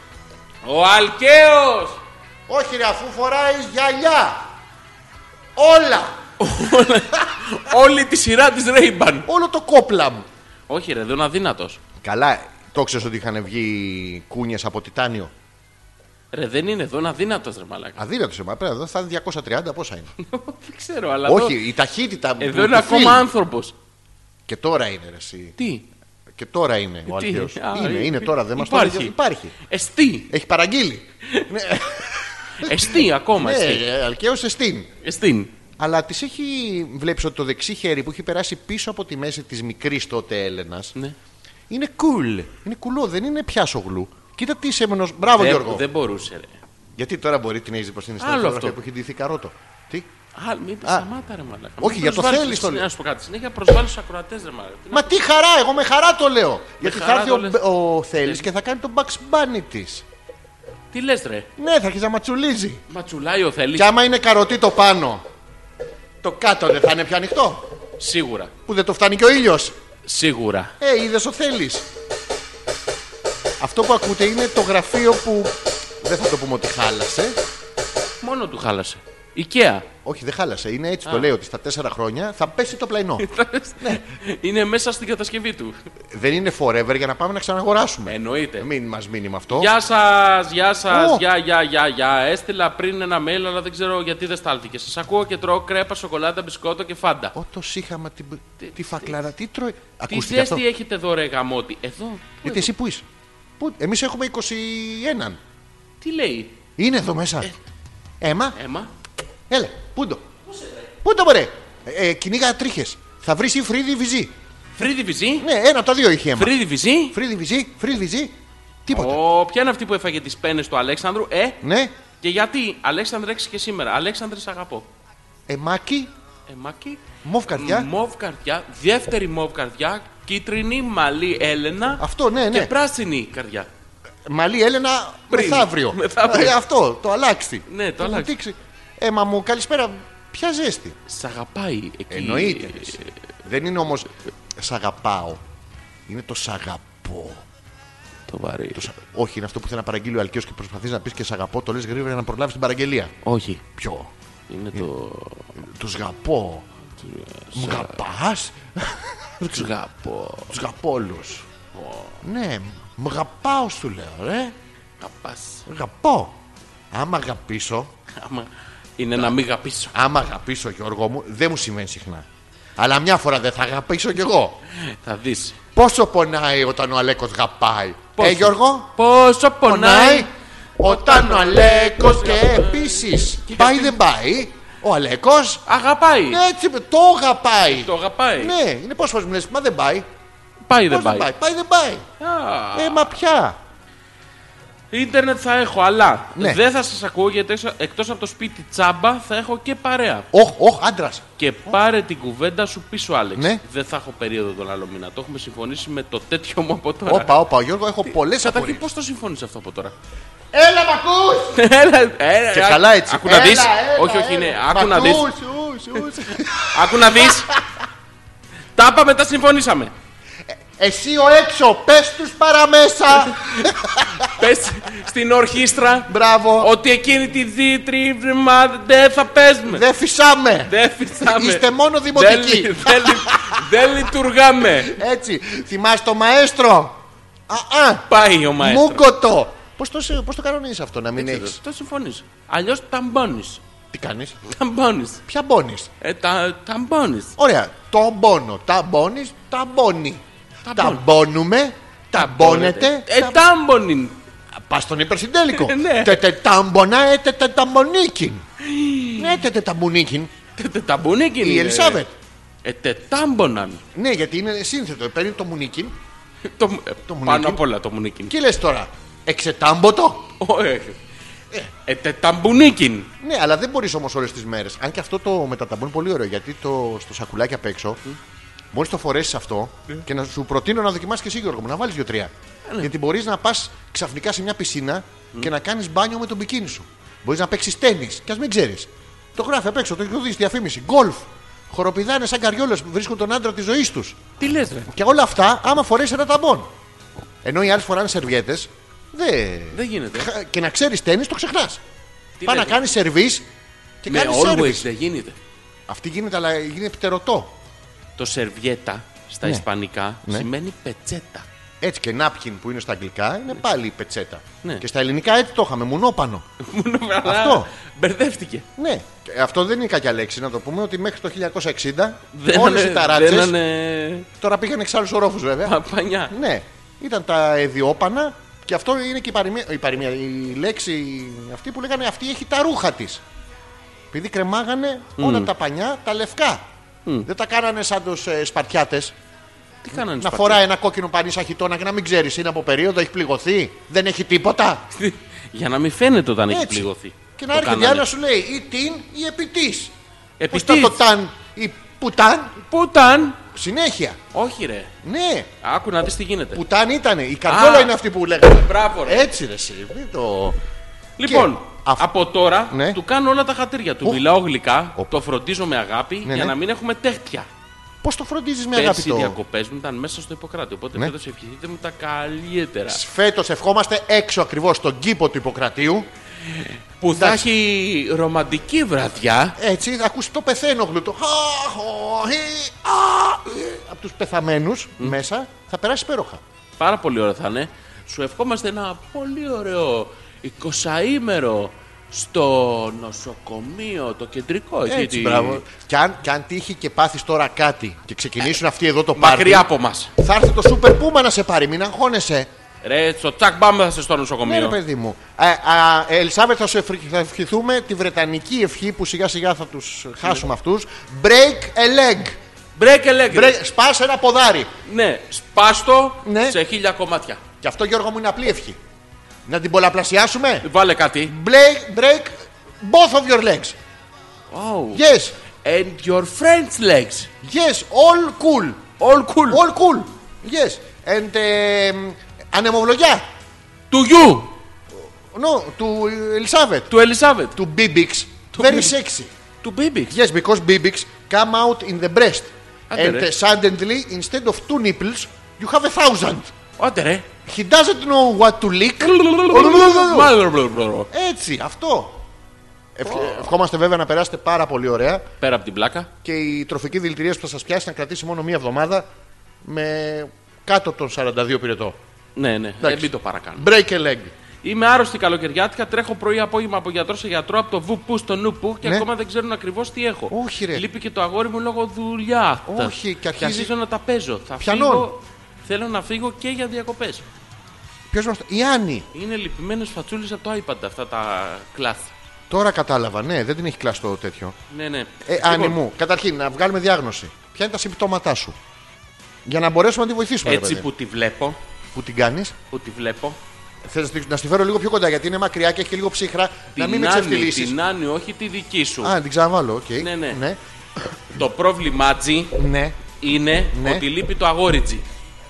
[SPEAKER 2] ο Αλκαίος!
[SPEAKER 1] Όχι ρε, αφού φοράει γυαλιά. Όλα.
[SPEAKER 2] Όλη τη σειρά της Ρέιμπαν.
[SPEAKER 1] Όλο το κόπλα μου.
[SPEAKER 2] Όχι ρε, δεν είναι αδύνατος.
[SPEAKER 1] Καλά, το ξέρεις ότι είχαν βγει κούνιες από τιτάνιο.
[SPEAKER 2] Ρε, δεν είναι εδώ, είναι αδύνατος ρε μαλάκα.
[SPEAKER 1] Αδύνατος σε μαπέρα, εδώ θα είναι 230, πόσα είναι.
[SPEAKER 2] δεν ξέρω, αλλά
[SPEAKER 1] Όχι,
[SPEAKER 2] εδώ, ε,
[SPEAKER 1] η ταχύτητα μου.
[SPEAKER 2] εδώ
[SPEAKER 1] του-
[SPEAKER 2] είναι
[SPEAKER 1] του φιλμ.
[SPEAKER 2] ακόμα άνθρωπος.
[SPEAKER 1] Και τώρα είναι ρε, εσύ.
[SPEAKER 2] Τι,
[SPEAKER 1] Και τώρα είναι ο
[SPEAKER 2] Τι,
[SPEAKER 1] Αλκαίος.
[SPEAKER 2] α,
[SPEAKER 1] Είναι,
[SPEAKER 2] υ-
[SPEAKER 1] είναι τώρα, δεν μας το
[SPEAKER 2] υπάρχει.
[SPEAKER 1] λέει. Υπάρχει.
[SPEAKER 2] εστί,
[SPEAKER 1] Έχει παραγγείλει.
[SPEAKER 2] εστί ακόμα, εστί.
[SPEAKER 1] Ναι, Αλκαίος εστίν.
[SPEAKER 2] Εστίν.
[SPEAKER 1] Αλλά τη έχει βλέπεις ότι το δεξί χέρι που έχει περάσει πίσω από τη μέση της μικρής τότε Έλενας
[SPEAKER 2] Ναι.
[SPEAKER 1] είναι cool. Είναι κουλό, δεν είναι πιάσογλου. Κοίτα τι είσαι μενος- Μπράβο,
[SPEAKER 2] Δεν-
[SPEAKER 1] Γιώργο.
[SPEAKER 2] Δεν μπορούσε ρε.
[SPEAKER 1] Γιατί τώρα μπορεί την έχει πως είναι στην
[SPEAKER 2] Άλλο
[SPEAKER 1] φωτογραφία που
[SPEAKER 2] αυτό.
[SPEAKER 1] έχει ντυθεί καρότο. Τι.
[SPEAKER 2] Α, μην τα σταμάτα ρε μαλάκα.
[SPEAKER 1] όχι,
[SPEAKER 2] Μην
[SPEAKER 1] για το
[SPEAKER 2] προσβάλλεις-
[SPEAKER 1] θέλεις το λέω.
[SPEAKER 2] Να σου πω κάτι. Συνέχεια προσβάλλεις του ακροατές ρε μαλάκα.
[SPEAKER 1] Μα τι χαρά, εγώ με χαρά το λέω. Γιατί θα
[SPEAKER 2] χαρά
[SPEAKER 1] έρθει
[SPEAKER 2] το
[SPEAKER 1] ο,
[SPEAKER 2] λες.
[SPEAKER 1] Μπ- ο Θέλει και θα κάνει τον Bugs Bunny της.
[SPEAKER 2] Τι λες ρε.
[SPEAKER 1] Ναι, θα αρχίσει να ματσουλίζει.
[SPEAKER 2] Μα τσουλάει ο θέλει.
[SPEAKER 1] Και άμα είναι καροτή το πάνω, το κάτω δεν θα είναι πια ανοιχτό.
[SPEAKER 2] Σίγουρα.
[SPEAKER 1] Που δεν το φτάνει και ο ήλιος.
[SPEAKER 2] Σίγουρα.
[SPEAKER 1] Ε, είδες ο θέλεις. Αυτό που ακούτε είναι το γραφείο που. Δεν θα το πούμε ότι χάλασε.
[SPEAKER 2] Μόνο του χάλασε. Ikea.
[SPEAKER 1] Όχι, δεν χάλασε. Είναι έτσι το λέω ότι στα τέσσερα χρόνια θα πέσει το πλαϊνό. Ναι.
[SPEAKER 2] Είναι μέσα στην κατασκευή του.
[SPEAKER 1] δεν είναι forever για να πάμε να ξαναγοράσουμε.
[SPEAKER 2] Εννοείται.
[SPEAKER 1] Μην μας μείνει με αυτό.
[SPEAKER 2] Γεια σας, γεια σας,
[SPEAKER 1] Ω.
[SPEAKER 2] γεια, γεια, γεια, γεια. Έστειλα πριν ένα mail, αλλά δεν ξέρω γιατί δεν στάλθηκε. Σας ακούω και τρώω κρέπα, σοκολάτα, μπισκότο και φάντα.
[SPEAKER 1] Ότο είχαμε την, τη φακλάρα, τι τρώει.
[SPEAKER 2] Τι
[SPEAKER 1] Ακούστηκε αυτό.
[SPEAKER 2] ζέστη έχετε εδώ, ρε γαμότη. Εδώ.
[SPEAKER 1] Γιατί εσύ πού είσαι. Πού... Εμείς έχουμε 21.
[SPEAKER 2] Τι λέει.
[SPEAKER 1] Είναι εδώ μέσα. Έμα,
[SPEAKER 2] Έμα.
[SPEAKER 1] έλα, πού το. Πού το μπορεί. Ε, ε, κυνήγα τρίχες. Θα βρεις ή φρύδι ή βυζί.
[SPEAKER 2] Φρύδι βυζί.
[SPEAKER 1] Ναι, ένα από τα δύο είχε αίμα.
[SPEAKER 2] Φρύδι βυζί.
[SPEAKER 1] Φρύδι βυζί, φρύδι βυζί. Τίποτα.
[SPEAKER 2] Ω, ποια είναι αυτή που έφαγε τις πένες του Αλέξανδρου, ε.
[SPEAKER 1] Ναι,
[SPEAKER 2] Και γιατί, Αλέξανδρε, έξι και σήμερα. Αλέξανδρε, σ' αγαπώ.
[SPEAKER 1] εμάκι,
[SPEAKER 2] Ε, Μάκη.
[SPEAKER 1] μοβ καρδιά.
[SPEAKER 2] Μοβ καρδιά, δεύτερη μοβ καρδιά, κίτρινη, μαλλή Έλενα
[SPEAKER 1] Αυτό, ναι,
[SPEAKER 2] και
[SPEAKER 1] ναι.
[SPEAKER 2] πράσινη καρδιά.
[SPEAKER 1] Μαλή Έλενα
[SPEAKER 2] Πριν.
[SPEAKER 1] μεθαύριο.
[SPEAKER 2] Μεθαύριο.
[SPEAKER 1] Ε, αυτό, το αλλάξει.
[SPEAKER 2] Ναι, το
[SPEAKER 1] Μου
[SPEAKER 2] αλλάξει.
[SPEAKER 1] δείξει. Έμα μου, καλησπέρα. Ποια ζέστη.
[SPEAKER 2] Σ' αγαπάει εκεί.
[SPEAKER 1] Εννοείται. Δεν είναι όμως σ' αγαπάω. Είναι το σ' αγαπώ.
[SPEAKER 2] Το βαρύ.
[SPEAKER 1] Το σ' αγαπώ. Όχι, είναι αυτό που θέλει να παραγγείλει ο Αλκαίο και προσπαθείς να πεις και σ' αγαπώ. Το λες γρήγορα να προλάβεις την παραγγελία.
[SPEAKER 2] Όχι.
[SPEAKER 1] Ποιο.
[SPEAKER 2] Είναι το.
[SPEAKER 1] Του αγαπώ. Μου αγαπάς.
[SPEAKER 2] Του αγαπώ.
[SPEAKER 1] Του αγαπώ όλους. Ναι, μου αγαπάω σου λέω, ε. ρε.
[SPEAKER 2] Αγαπάς.
[SPEAKER 1] Αγαπώ. Άμα αγαπήσω,
[SPEAKER 2] Άμα είναι να μην αγαπήσω.
[SPEAKER 1] άμα αγαπήσω Γιώργο μου, δεν μου συμβαίνει συχνά. Αλλά μια φορά δεν θα αγαπήσω κι εγώ.
[SPEAKER 2] Θα δεις.
[SPEAKER 1] Ε, Πόσο πονάει όταν ο Αλέκος γαπάει. Ε, Γιώργο,
[SPEAKER 2] Πόσο πονάει.
[SPEAKER 1] πονάει όταν ο Αλέκος και επίσης πάει δεν πάει. Ο Αλέκος Ναι,
[SPEAKER 2] Αγαπάει.
[SPEAKER 1] έτσι το αγαπάει.
[SPEAKER 2] Το αγαπάει.
[SPEAKER 1] Ναι, είναι πόσες φορές μου λες, μα δεν πάει.
[SPEAKER 2] Πάει δεν
[SPEAKER 1] Πώς
[SPEAKER 2] πάει.
[SPEAKER 1] πάει, πάει δεν πάει.
[SPEAKER 2] Α.
[SPEAKER 1] Ε, μα πια.
[SPEAKER 2] Ίντερνετ θα έχω, αλλά
[SPEAKER 1] Ναι.
[SPEAKER 2] δεν θα σας ακούω γιατί έξω- εκτός από το σπίτι τσάμπα θα έχω και παρέα.
[SPEAKER 1] Όχ, όχ, άντρας.
[SPEAKER 2] Και πάρε την κουβέντα σου πίσω, Άλεξ.
[SPEAKER 1] Ναι.
[SPEAKER 2] Δεν θα έχω περίοδο τον άλλο μήνα. Το έχουμε συμφωνήσει με το τέτοιο μου από τώρα.
[SPEAKER 1] Όπα, όπα, Γιώργο, έχω πολλές
[SPEAKER 2] Καταρχήν,
[SPEAKER 1] απορίες.
[SPEAKER 2] πώς το συμφώνησε αυτό από τώρα.
[SPEAKER 1] Έλα, μ' ακούς!
[SPEAKER 2] έλα, έλα,
[SPEAKER 1] Και καλά έτσι.
[SPEAKER 2] Άκου να
[SPEAKER 1] Έλα,
[SPEAKER 2] δεις.
[SPEAKER 1] έλα,
[SPEAKER 2] Όχι, όχι,
[SPEAKER 1] έλα.
[SPEAKER 2] είναι.
[SPEAKER 1] Μ'
[SPEAKER 2] Άκου να δει.
[SPEAKER 1] ακούς, ούς, ούς.
[SPEAKER 2] Άκου να δεις. Τα είπαμε, τα συμφωνήσαμε.
[SPEAKER 1] Εσύ ο έξω, πες τους παραμέσα.
[SPEAKER 2] Πες στην ορχήστρα
[SPEAKER 1] Μπράβο.
[SPEAKER 2] ότι εκείνη τη δίτρη βρυμά δεν θα παίζουμε.
[SPEAKER 1] Δεν φυσάμε.
[SPEAKER 2] Δεν φυσάμε.
[SPEAKER 1] Είστε μόνο
[SPEAKER 2] Δεν
[SPEAKER 1] δημοτικοί.
[SPEAKER 2] λει- δεν λει- Δεν λειτουργάμε.
[SPEAKER 1] Έτσι. Θυμάσαι το μαέστρο. Α, α.
[SPEAKER 2] Πάει ο μαέστρος.
[SPEAKER 1] Μούκοτο. Πώς το, σε- πώς το κανονίζεις αυτό να μην έχεις.
[SPEAKER 2] Το συμφωνείς. Αλλιώς ταμπώνεις.
[SPEAKER 1] Τι κάνεις.
[SPEAKER 2] Ταμπώνεις.
[SPEAKER 1] Ποια μπώνεις.
[SPEAKER 2] Ε, τα, ταμπώνεις.
[SPEAKER 1] Ωραία. Το μπώνω. Τα μπώνεις. Τα μπώνει. Τα
[SPEAKER 2] μπώνει.
[SPEAKER 1] μπώνουμε. Τα μπώνετε.
[SPEAKER 2] Ε, τάμπονιν.
[SPEAKER 1] Πας στον υπερσυντέλικο.
[SPEAKER 2] Ναι.
[SPEAKER 1] Τετεταμπονα ε τετεταμονίκιν. Ναι, τετεταμονίκιν.
[SPEAKER 2] Τε- τε- Ταμπούνικιν.
[SPEAKER 1] Η
[SPEAKER 2] είναι.
[SPEAKER 1] Ελισάβετ.
[SPEAKER 2] Ε, τε τάμποναν.
[SPEAKER 1] Ναι, γιατί είναι σύνθετο. Παίρνει το μουνίκιν
[SPEAKER 2] Το, ε,
[SPEAKER 1] μουνίκιν.
[SPEAKER 2] πάνω απ' όλα το μουνίκιν.
[SPEAKER 1] και λες τώρα. Εξετάμποτο.
[SPEAKER 2] Ω, ε, Ε, τε- ταμπουνίκιν.
[SPEAKER 1] Ναι, αλλά δεν μπορείς όμως όλες τις μέρες. Αν και αυτό το μεταταμπό είναι πολύ ωραίο γιατί το, στο σακουλάκι απ' έξω, μόλι το φορέσεις αυτό και να σου προτείνω να δοκιμάσεις και εσύ Γιώργο μου, να βάλεις δύο-τρία. Γιατί μπορείς να πας ξαφνικά σε μια πισίνα και να κάνεις μπάνιο με τον μπικίνι σου. Μπορείς να παίξεις τέννη και ας μην ξέρεις. Το γράφει απ' έξω, το έχεις δει στη διαφήμιση. Γκολφ. Χοροπηδάνε σαν καριόλες που βρίσκουν τον άντρα της ζωής τους.
[SPEAKER 2] Τι λες ρε.
[SPEAKER 1] Και όλα αυτά άμα φορέσεις ένα ταμπόν. Ενώ οι άλλοι φοράνε σερβιέτες, δεν.
[SPEAKER 2] Δεν γίνεται.
[SPEAKER 1] Χα- Και να ξέρεις τέννη, το ξεχνάς.
[SPEAKER 2] Τι
[SPEAKER 1] Πά να
[SPEAKER 2] λέτε.
[SPEAKER 1] κάνεις σερβίς και
[SPEAKER 2] Με
[SPEAKER 1] κάνεις
[SPEAKER 2] always
[SPEAKER 1] σερβίς.
[SPEAKER 2] δεν γίνεται.
[SPEAKER 1] Αυτή γίνεται, αλλά γίνεται πτερωτό.
[SPEAKER 2] Το σερβιέτα στα
[SPEAKER 1] Ναι.
[SPEAKER 2] ισπανικά
[SPEAKER 1] Ναι.
[SPEAKER 2] σημαίνει πετσέτα.
[SPEAKER 1] Έτσι και napkin που είναι στα αγγλικά είναι πάλι η πετσέτα.
[SPEAKER 2] Ναι. Ε.
[SPEAKER 1] Και στα ελληνικά έτσι το είχαμε, μουνόπανο.
[SPEAKER 2] Μόνο
[SPEAKER 1] Αυτό.
[SPEAKER 2] Μπερδεύτηκε.
[SPEAKER 1] ναι. Και Αυτό δεν είναι κακιά λέξη να το πούμε ότι μέχρι το 1960
[SPEAKER 2] Δεν
[SPEAKER 1] όλες
[SPEAKER 2] είναι-
[SPEAKER 1] οι ταράτσε.
[SPEAKER 2] Δεν είναι
[SPEAKER 1] Τώρα πήγαν εξ άλλους ορόφους βέβαια.
[SPEAKER 2] παπανιά.
[SPEAKER 1] Ναι. Ήταν τα εδιόπανα και αυτό είναι και η παροιμία. Η, παροιμία, η λέξη αυτή που λέγανε αυτή έχει τα ρούχα της. Επειδή κρεμάγανε όλα τα πανιά τα λευκά. Δεν τα κάνανε σαν τους ε, Σπαρτιάτες.
[SPEAKER 2] Τι κάνανε
[SPEAKER 1] Να
[SPEAKER 2] σπαθί.
[SPEAKER 1] φοράει ένα κόκκινο πανί σαν χιτόνα και να μην ξέρεις είναι από περίοδο, έχει πληγωθεί, δεν έχει τίποτα.
[SPEAKER 2] Για να μην φαίνεται όταν έχει
[SPEAKER 1] Έτσι.
[SPEAKER 2] πληγωθεί.
[SPEAKER 1] Και να
[SPEAKER 2] Το
[SPEAKER 1] έρχεται η
[SPEAKER 2] κάνανε.
[SPEAKER 1] άλλη να σου λέει ή την ή επιτής. Πώ
[SPEAKER 2] Επιτίθ.
[SPEAKER 1] τα το ταν ή πουτάν,
[SPEAKER 2] Πού ήταν.
[SPEAKER 1] συνέχεια.
[SPEAKER 2] Όχι ρε.
[SPEAKER 1] Ναι,
[SPEAKER 2] Άκου να δεις τι γίνεται.
[SPEAKER 1] πουτάν ήταν. Η καρδόλα
[SPEAKER 2] Α.
[SPEAKER 1] είναι αυτή που λέγανε.
[SPEAKER 2] Μπράβο ρε.
[SPEAKER 1] Έτσι ρε, εσύ, μην το.
[SPEAKER 2] Λοιπόν,
[SPEAKER 1] και αυτό-
[SPEAKER 2] από τώρα
[SPEAKER 1] Ναι.
[SPEAKER 2] του κάνω όλα τα χατήρια. Του
[SPEAKER 1] Ου.
[SPEAKER 2] μιλάω γλυκά,
[SPEAKER 1] Οπ.
[SPEAKER 2] το φροντίζω με αγάπη για
[SPEAKER 1] ναι.
[SPEAKER 2] να μην έχουμε τέτοια.
[SPEAKER 1] Πώς το φροντίζεις με αγάπη
[SPEAKER 2] Πέρσι οι
[SPEAKER 1] το.
[SPEAKER 2] διακοπές μου ήταν μέσα στο Ιπποκράτη. Οπότε
[SPEAKER 1] Ναι.
[SPEAKER 2] φέτος ευχηθείτε μου τα καλύτερα.
[SPEAKER 1] Φέτος ευχόμαστε έξω ακριβώς στον κήπο του Ιπποκρατίου.
[SPEAKER 2] Που θα
[SPEAKER 1] εντάξει.
[SPEAKER 2] έχει ρομαντική βραδιά.
[SPEAKER 1] Έτσι, θα ακούσει το πεθαίνο γλουτό. ε. Από τους πεθαμένους μέσα θα περάσει υπέροχα.
[SPEAKER 2] Πάρα πολύ ωραίο θα είναι. Σου ευχόμαστε ένα πολύ ωραίο 20ήμερο στο νοσοκομείο, το κεντρικό. εκεί,
[SPEAKER 1] Έτσι,
[SPEAKER 2] τη-
[SPEAKER 1] μπράβο. Και αν, και αν τύχει και πάθεις τώρα κάτι και ξεκινήσουν αυτοί εδώ το πάρτι.
[SPEAKER 2] Μακριά από μας.
[SPEAKER 1] Θα έρθει το Super Puma να σε πάρει, μην αγχώνεσαι.
[SPEAKER 2] Ρε, στο τσακ μπάμε θα είσαι στο
[SPEAKER 1] Ναι, ρε
[SPEAKER 2] νοσοκομείο.
[SPEAKER 1] παιδί μου. Ε, α, Ελισάβετ, θα σου ευχη- θα ευχηθούμε τη βρετανική ευχή που σιγά σιγά θα τους χάσουμε αυτούς. Break a leg.
[SPEAKER 2] Break a leg.
[SPEAKER 1] Break, σπάς ένα ποδάρι.
[SPEAKER 2] Ναι, σπάστο
[SPEAKER 1] Ναι.
[SPEAKER 2] σε χίλια κομμάτια.
[SPEAKER 1] Και αυτό Γιώργο μου είναι απλή ευχή. Να την πολλαπλασιάσουμε.
[SPEAKER 2] Βάλε κάτι.
[SPEAKER 1] Break, break both of your legs.
[SPEAKER 2] Oh.
[SPEAKER 1] Yes,
[SPEAKER 2] And your friend's legs.
[SPEAKER 1] yes, all cool.
[SPEAKER 2] All cool.
[SPEAKER 1] All cool. Yes. And ε, ανεμοβλογιά.
[SPEAKER 2] To you.
[SPEAKER 1] No, to Elizabeth,
[SPEAKER 2] To Elizabeth.
[SPEAKER 1] to Bibix.
[SPEAKER 2] To
[SPEAKER 1] Very
[SPEAKER 2] Bibix.
[SPEAKER 1] sexy.
[SPEAKER 2] To baby.
[SPEAKER 1] Yes, because Bibix come out in the breast.
[SPEAKER 2] Άντε,
[SPEAKER 1] and
[SPEAKER 2] ρε.
[SPEAKER 1] uh, suddenly, instead of two nipples, you have a thousand.
[SPEAKER 2] Άντε ρε.
[SPEAKER 1] He doesn't know what to lick. Έτσι, αυτό. Ευχ- Ευχόμαστε βέβαια να περάσετε πάρα πολύ ωραία
[SPEAKER 2] Πέρα από την πλάκα.
[SPEAKER 1] και η τροφική δηλητηρία που θα σας πιάσει να κρατήσει μόνο μία εβδομάδα με κάτω από τον 42 πυρετό.
[SPEAKER 2] Ναι, ναι. Δεν μην το παρακάνω.
[SPEAKER 1] Break a leg.
[SPEAKER 2] Είμαι άρρωστη καλοκαιριάτικα. Τρέχω πρωί απόγευμα από γιατρό σε γιατρό από το βουπού στο νουπού και
[SPEAKER 1] Ναι.
[SPEAKER 2] ακόμα δεν ξέρουν ακριβώς τι έχω.
[SPEAKER 1] Όχι, ρε.
[SPEAKER 2] Λείπει και το αγόρι μου λόγω δουλειάς.
[SPEAKER 1] Όχι, και αρχίζει-
[SPEAKER 2] αρχίζω να τα παίζω. Θα
[SPEAKER 1] Πιανών.
[SPEAKER 2] φύγω. Θέλω να φύγω και για διακοπές.
[SPEAKER 1] Ποιος μας... το- Η Άννη.
[SPEAKER 2] Είναι λυπημένες φατσούλες από το iPad αυτά τα κλάθη.
[SPEAKER 1] Τώρα κατάλαβα, ναι, δεν την έχει κλάσει το τέτοιο.
[SPEAKER 2] Ναι, ναι.
[SPEAKER 1] Ε, Άννη μου, καταρχήν να βγάλουμε διάγνωση. Ποια είναι τα συμπτώματά σου. Για να μπορέσουμε να τη βοηθήσουμε. ρε
[SPEAKER 2] Έτσι
[SPEAKER 1] παιδί.
[SPEAKER 2] που τη βλέπω,
[SPEAKER 1] που την κάνεις.
[SPEAKER 2] που τη βλέπω.
[SPEAKER 1] Θες να, στη- να στη φέρω λίγο πιο κοντά γιατί είναι μακριά και έχει και λίγο ψύχρα. να μην με
[SPEAKER 2] Άννη,
[SPEAKER 1] ξεφτυλίσεις.
[SPEAKER 2] την Άννη, όχι τη δική σου.
[SPEAKER 1] Α, την ξαναβάλω, οκ.
[SPEAKER 2] Ναι, ναι.
[SPEAKER 1] ναι.
[SPEAKER 2] Το πρόβλημά τσι
[SPEAKER 1] Ναι.
[SPEAKER 2] είναι
[SPEAKER 1] Ναι.
[SPEAKER 2] ότι λείπει το αγόρι τσι.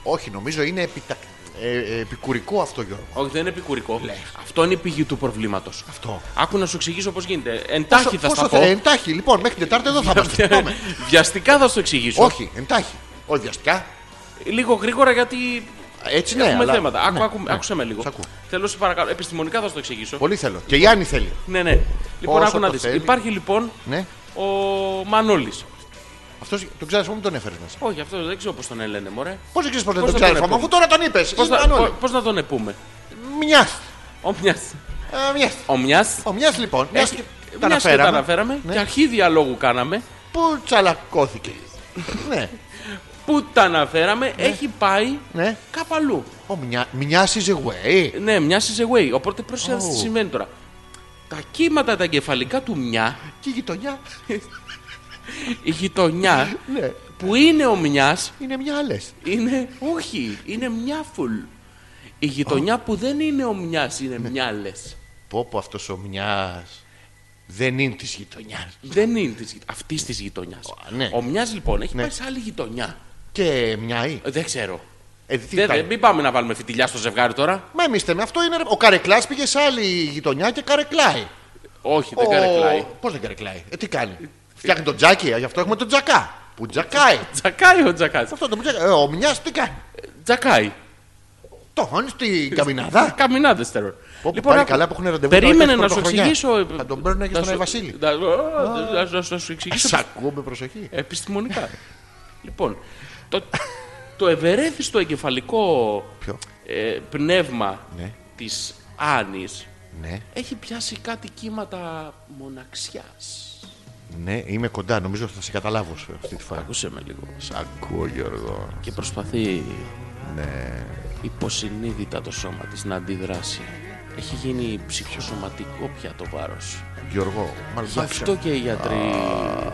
[SPEAKER 1] Όχι, νομίζω είναι επιτακ... ε, ε, επικουρικό αυτό, Γιώργο.
[SPEAKER 2] Όχι, δεν είναι επικουρικό. Αυτό είναι η πηγή του προβλήματος.
[SPEAKER 1] Αυτό.
[SPEAKER 2] Άκου να σου εξηγήσω πώς γίνεται. Εντάχει θα
[SPEAKER 1] Πόσο-
[SPEAKER 2] στα
[SPEAKER 1] πόσο
[SPEAKER 2] πω.
[SPEAKER 1] θε- Εντάχει, λοιπόν, μέχρι την Τετάρτη εδώ θα είμαστε. Πάμε.
[SPEAKER 2] Βιαστικά θα σου εξηγήσω.
[SPEAKER 1] Όχι, εντάχει. Όχι, βιαστικά.
[SPEAKER 2] Λίγο γρήγορα γιατί
[SPEAKER 1] Έτσι ναι,
[SPEAKER 2] έχουμε
[SPEAKER 1] αλλά...
[SPEAKER 2] θέματα. Άκου,
[SPEAKER 1] ναι,
[SPEAKER 2] άκου-
[SPEAKER 1] ναι.
[SPEAKER 2] άκουσε με λίγο.
[SPEAKER 1] Σ' ακούω.
[SPEAKER 2] Θέλω σε παρακαλώ. Επιστημονικά θα σου το εξηγήσω.
[SPEAKER 1] Πολύ θέλω. Και η Άννη θέλει.
[SPEAKER 2] Ναι, ναι. Λοιπόν,
[SPEAKER 1] Όσο
[SPEAKER 2] άκου να
[SPEAKER 1] το
[SPEAKER 2] δεις.
[SPEAKER 1] θέλει.
[SPEAKER 2] Υπάρχει λοιπόν
[SPEAKER 1] Ναι.
[SPEAKER 2] ο Μανώλης.
[SPEAKER 1] Αυτός τον ξέρεις, μου τον έφερες μέσα.
[SPEAKER 2] Όχι, αυτός δεν ξέρω πώς τον έλένε, μωρέ.
[SPEAKER 1] Πώς δεν ξέρεις πώς δεν
[SPEAKER 2] Πώς
[SPEAKER 1] τον
[SPEAKER 2] θα
[SPEAKER 1] ξέρει,
[SPEAKER 2] τον
[SPEAKER 1] αφού
[SPEAKER 2] πούμε.
[SPEAKER 1] τώρα τον είπες.
[SPEAKER 2] Πώς
[SPEAKER 1] Πώ
[SPEAKER 2] θα, πώς- πώς να τον επούμε.
[SPEAKER 1] Μιας.
[SPEAKER 2] Ο μιας.
[SPEAKER 1] Ε, Μιας.
[SPEAKER 2] Ο μιας.
[SPEAKER 1] Ο Μιας λοιπόν. Μιας και τα
[SPEAKER 2] Μιας και τα
[SPEAKER 1] αναφέραμε.
[SPEAKER 2] αναφέραμε
[SPEAKER 1] Ναι.
[SPEAKER 2] και αρχή διαλόγου κάναμε.
[SPEAKER 1] Πού τσαλακώθηκε. ναι,
[SPEAKER 2] Που τα αναφέραμε, έχει πάει
[SPEAKER 1] ναι.
[SPEAKER 2] κάπου αλλού.
[SPEAKER 1] Ο Μιά- Μιας is away.
[SPEAKER 2] Ναι, μιας is away. Οπότε πρόσεχε
[SPEAKER 1] Oh.
[SPEAKER 2] τι συμβαίνει τώρα. Τα κύματα τα εγκεφαλικά του μια,
[SPEAKER 1] Και η γειτονιά.
[SPEAKER 2] η γειτονιά,
[SPEAKER 1] ναι.
[SPEAKER 2] που είναι ο μιας,
[SPEAKER 1] Είναι μια άλλες.
[SPEAKER 2] είναι.
[SPEAKER 1] Ναι.
[SPEAKER 2] Όχι, είναι μια φουλ. Η γειτονιά που δεν είναι ο μιας, είναι μιάλε.
[SPEAKER 1] Πω πω αυτός ο μιας δεν είναι της γειτονιάς.
[SPEAKER 2] Δεν είναι της, γει- αυτής της γειτονιάς.
[SPEAKER 1] Α, ναι.
[SPEAKER 2] Ο Μιας λοιπόν έχει
[SPEAKER 1] Ναι.
[SPEAKER 2] πάει σε άλλη γειτονιά.
[SPEAKER 1] Και μιαή.
[SPEAKER 2] Ε, Δεν ξέρω.
[SPEAKER 1] Ε, τι
[SPEAKER 2] Δεν,
[SPEAKER 1] ήταν.
[SPEAKER 2] δεν- μην πάμε να βάλουμε φιτιλιά στο ζευγάρι τώρα.
[SPEAKER 1] Μα εμείς θέμε, αυτό είναι. ρε. Ο Καρεκλάς πήγε σε άλλη γειτονιά και καρεκλάει.
[SPEAKER 2] Όχι, δεν
[SPEAKER 1] Ο-
[SPEAKER 2] καρεκλάει.
[SPEAKER 1] Πώς δεν καρεκλάει. Ε, τι κάνει. Φτιάχνει τον τζάκι, ε, γι' αυτό έχουμε τον τζακά. Που τζακάει.
[SPEAKER 2] Τζακάει ο Τζακάς.
[SPEAKER 1] αυτό το τζακά. Ε, ο μιας τι κάνει.
[SPEAKER 2] Τζακάει.
[SPEAKER 1] Το χώνεις στην καμινάδα.
[SPEAKER 2] Καμινάδες τώρα.
[SPEAKER 1] Πω, πάλι
[SPEAKER 2] Λοιπόν, άκου.
[SPEAKER 1] καλά που έχουν ραντεβού τώρα
[SPEAKER 2] Περίμενε
[SPEAKER 1] και
[SPEAKER 2] να σου
[SPEAKER 1] πρωτοχρονιά.
[SPEAKER 2] εξηγήσω.
[SPEAKER 1] Θα τον παίρνουν και
[SPEAKER 2] Να
[SPEAKER 1] στον
[SPEAKER 2] σου- Ε,
[SPEAKER 1] Βασίλη.
[SPEAKER 2] Να να- να- να σου
[SPEAKER 1] Σ'
[SPEAKER 2] εξηγήσω.
[SPEAKER 1] ακούω με προσοχή.
[SPEAKER 2] Επιστημονικά. Λοιπόν, το, το ευερέθιστο εγκεφαλικό
[SPEAKER 1] Ποιο.
[SPEAKER 2] ε, πνεύμα
[SPEAKER 1] Ναι.
[SPEAKER 2] της Άνης
[SPEAKER 1] Ναι,
[SPEAKER 2] έχει πιάσει κάτι κύματα μοναξιάς.
[SPEAKER 1] ναι, είμαι κοντά. Νομίζω ότι θα σε καταλάβω σε αυτή τη φορά.
[SPEAKER 2] Ακούσε με λίγο.
[SPEAKER 1] Σ' ακούω, Γιώργο.
[SPEAKER 2] Και προσπαθεί
[SPEAKER 1] Ναι.
[SPEAKER 2] υποσυνείδητα το σώμα της να αντιδράσει. Έχει γίνει ψυχοσωματικό πια το βάρος.
[SPEAKER 1] Γιώργο,
[SPEAKER 2] Γι'
[SPEAKER 1] μαλακά.
[SPEAKER 2] αυτό και οι γιατροί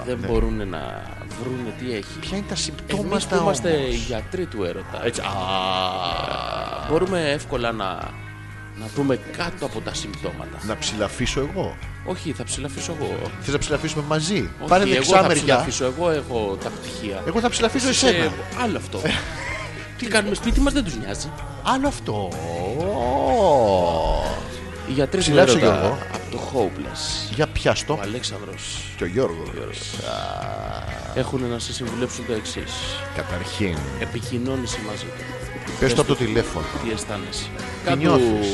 [SPEAKER 2] δεν μπορούν να βρουν τι έχει.
[SPEAKER 1] ναι. Ποια είναι τα
[SPEAKER 2] Εμείς που
[SPEAKER 1] συμπτώματα
[SPEAKER 2] είμαστε οι
[SPEAKER 1] όμως.
[SPEAKER 2] γιατροί του έρωτα, έτσι,
[SPEAKER 1] Έτσι, α,
[SPEAKER 2] μπορούμε εύκολα να, να δούμε κάτω από τα συμπτώματα.
[SPEAKER 1] Να ψηλαφίσω εγώ.
[SPEAKER 2] Όχι, θα ψηλαφίσω εγώ.
[SPEAKER 1] Θες να ψηλαφίσουμε μαζί.
[SPEAKER 2] Όχι,
[SPEAKER 1] Πάρε
[SPEAKER 2] εγώ θα
[SPEAKER 1] δεξάμεριά.
[SPEAKER 2] ψηλαφίσω, εγώ έχω τα πτυχία.
[SPEAKER 1] Εγώ θα ψηλαφίσω εσένα.
[SPEAKER 2] Ε, άλλο αυτό. Τι κάνουμε σπίτι μας δεν τους νοιάζει.
[SPEAKER 1] Άλλο αυτό.
[SPEAKER 2] Οι γιατροί του
[SPEAKER 1] Ψηλάψε,
[SPEAKER 2] έρωτα
[SPEAKER 1] Γιώργο.
[SPEAKER 2] από το Hopeless,
[SPEAKER 1] Για πιάστο.
[SPEAKER 2] ο Αλέξανδρος,
[SPEAKER 1] Και ο Γιώργος.
[SPEAKER 2] έχουν να σε συμβουλέψουν το εξής.
[SPEAKER 1] Καταρχήν,
[SPEAKER 2] Επικοινώνησε μαζί του.
[SPEAKER 1] πες το από το τηλέφωνο.
[SPEAKER 2] Τι αισθάνεσαι.
[SPEAKER 1] νιώθεις?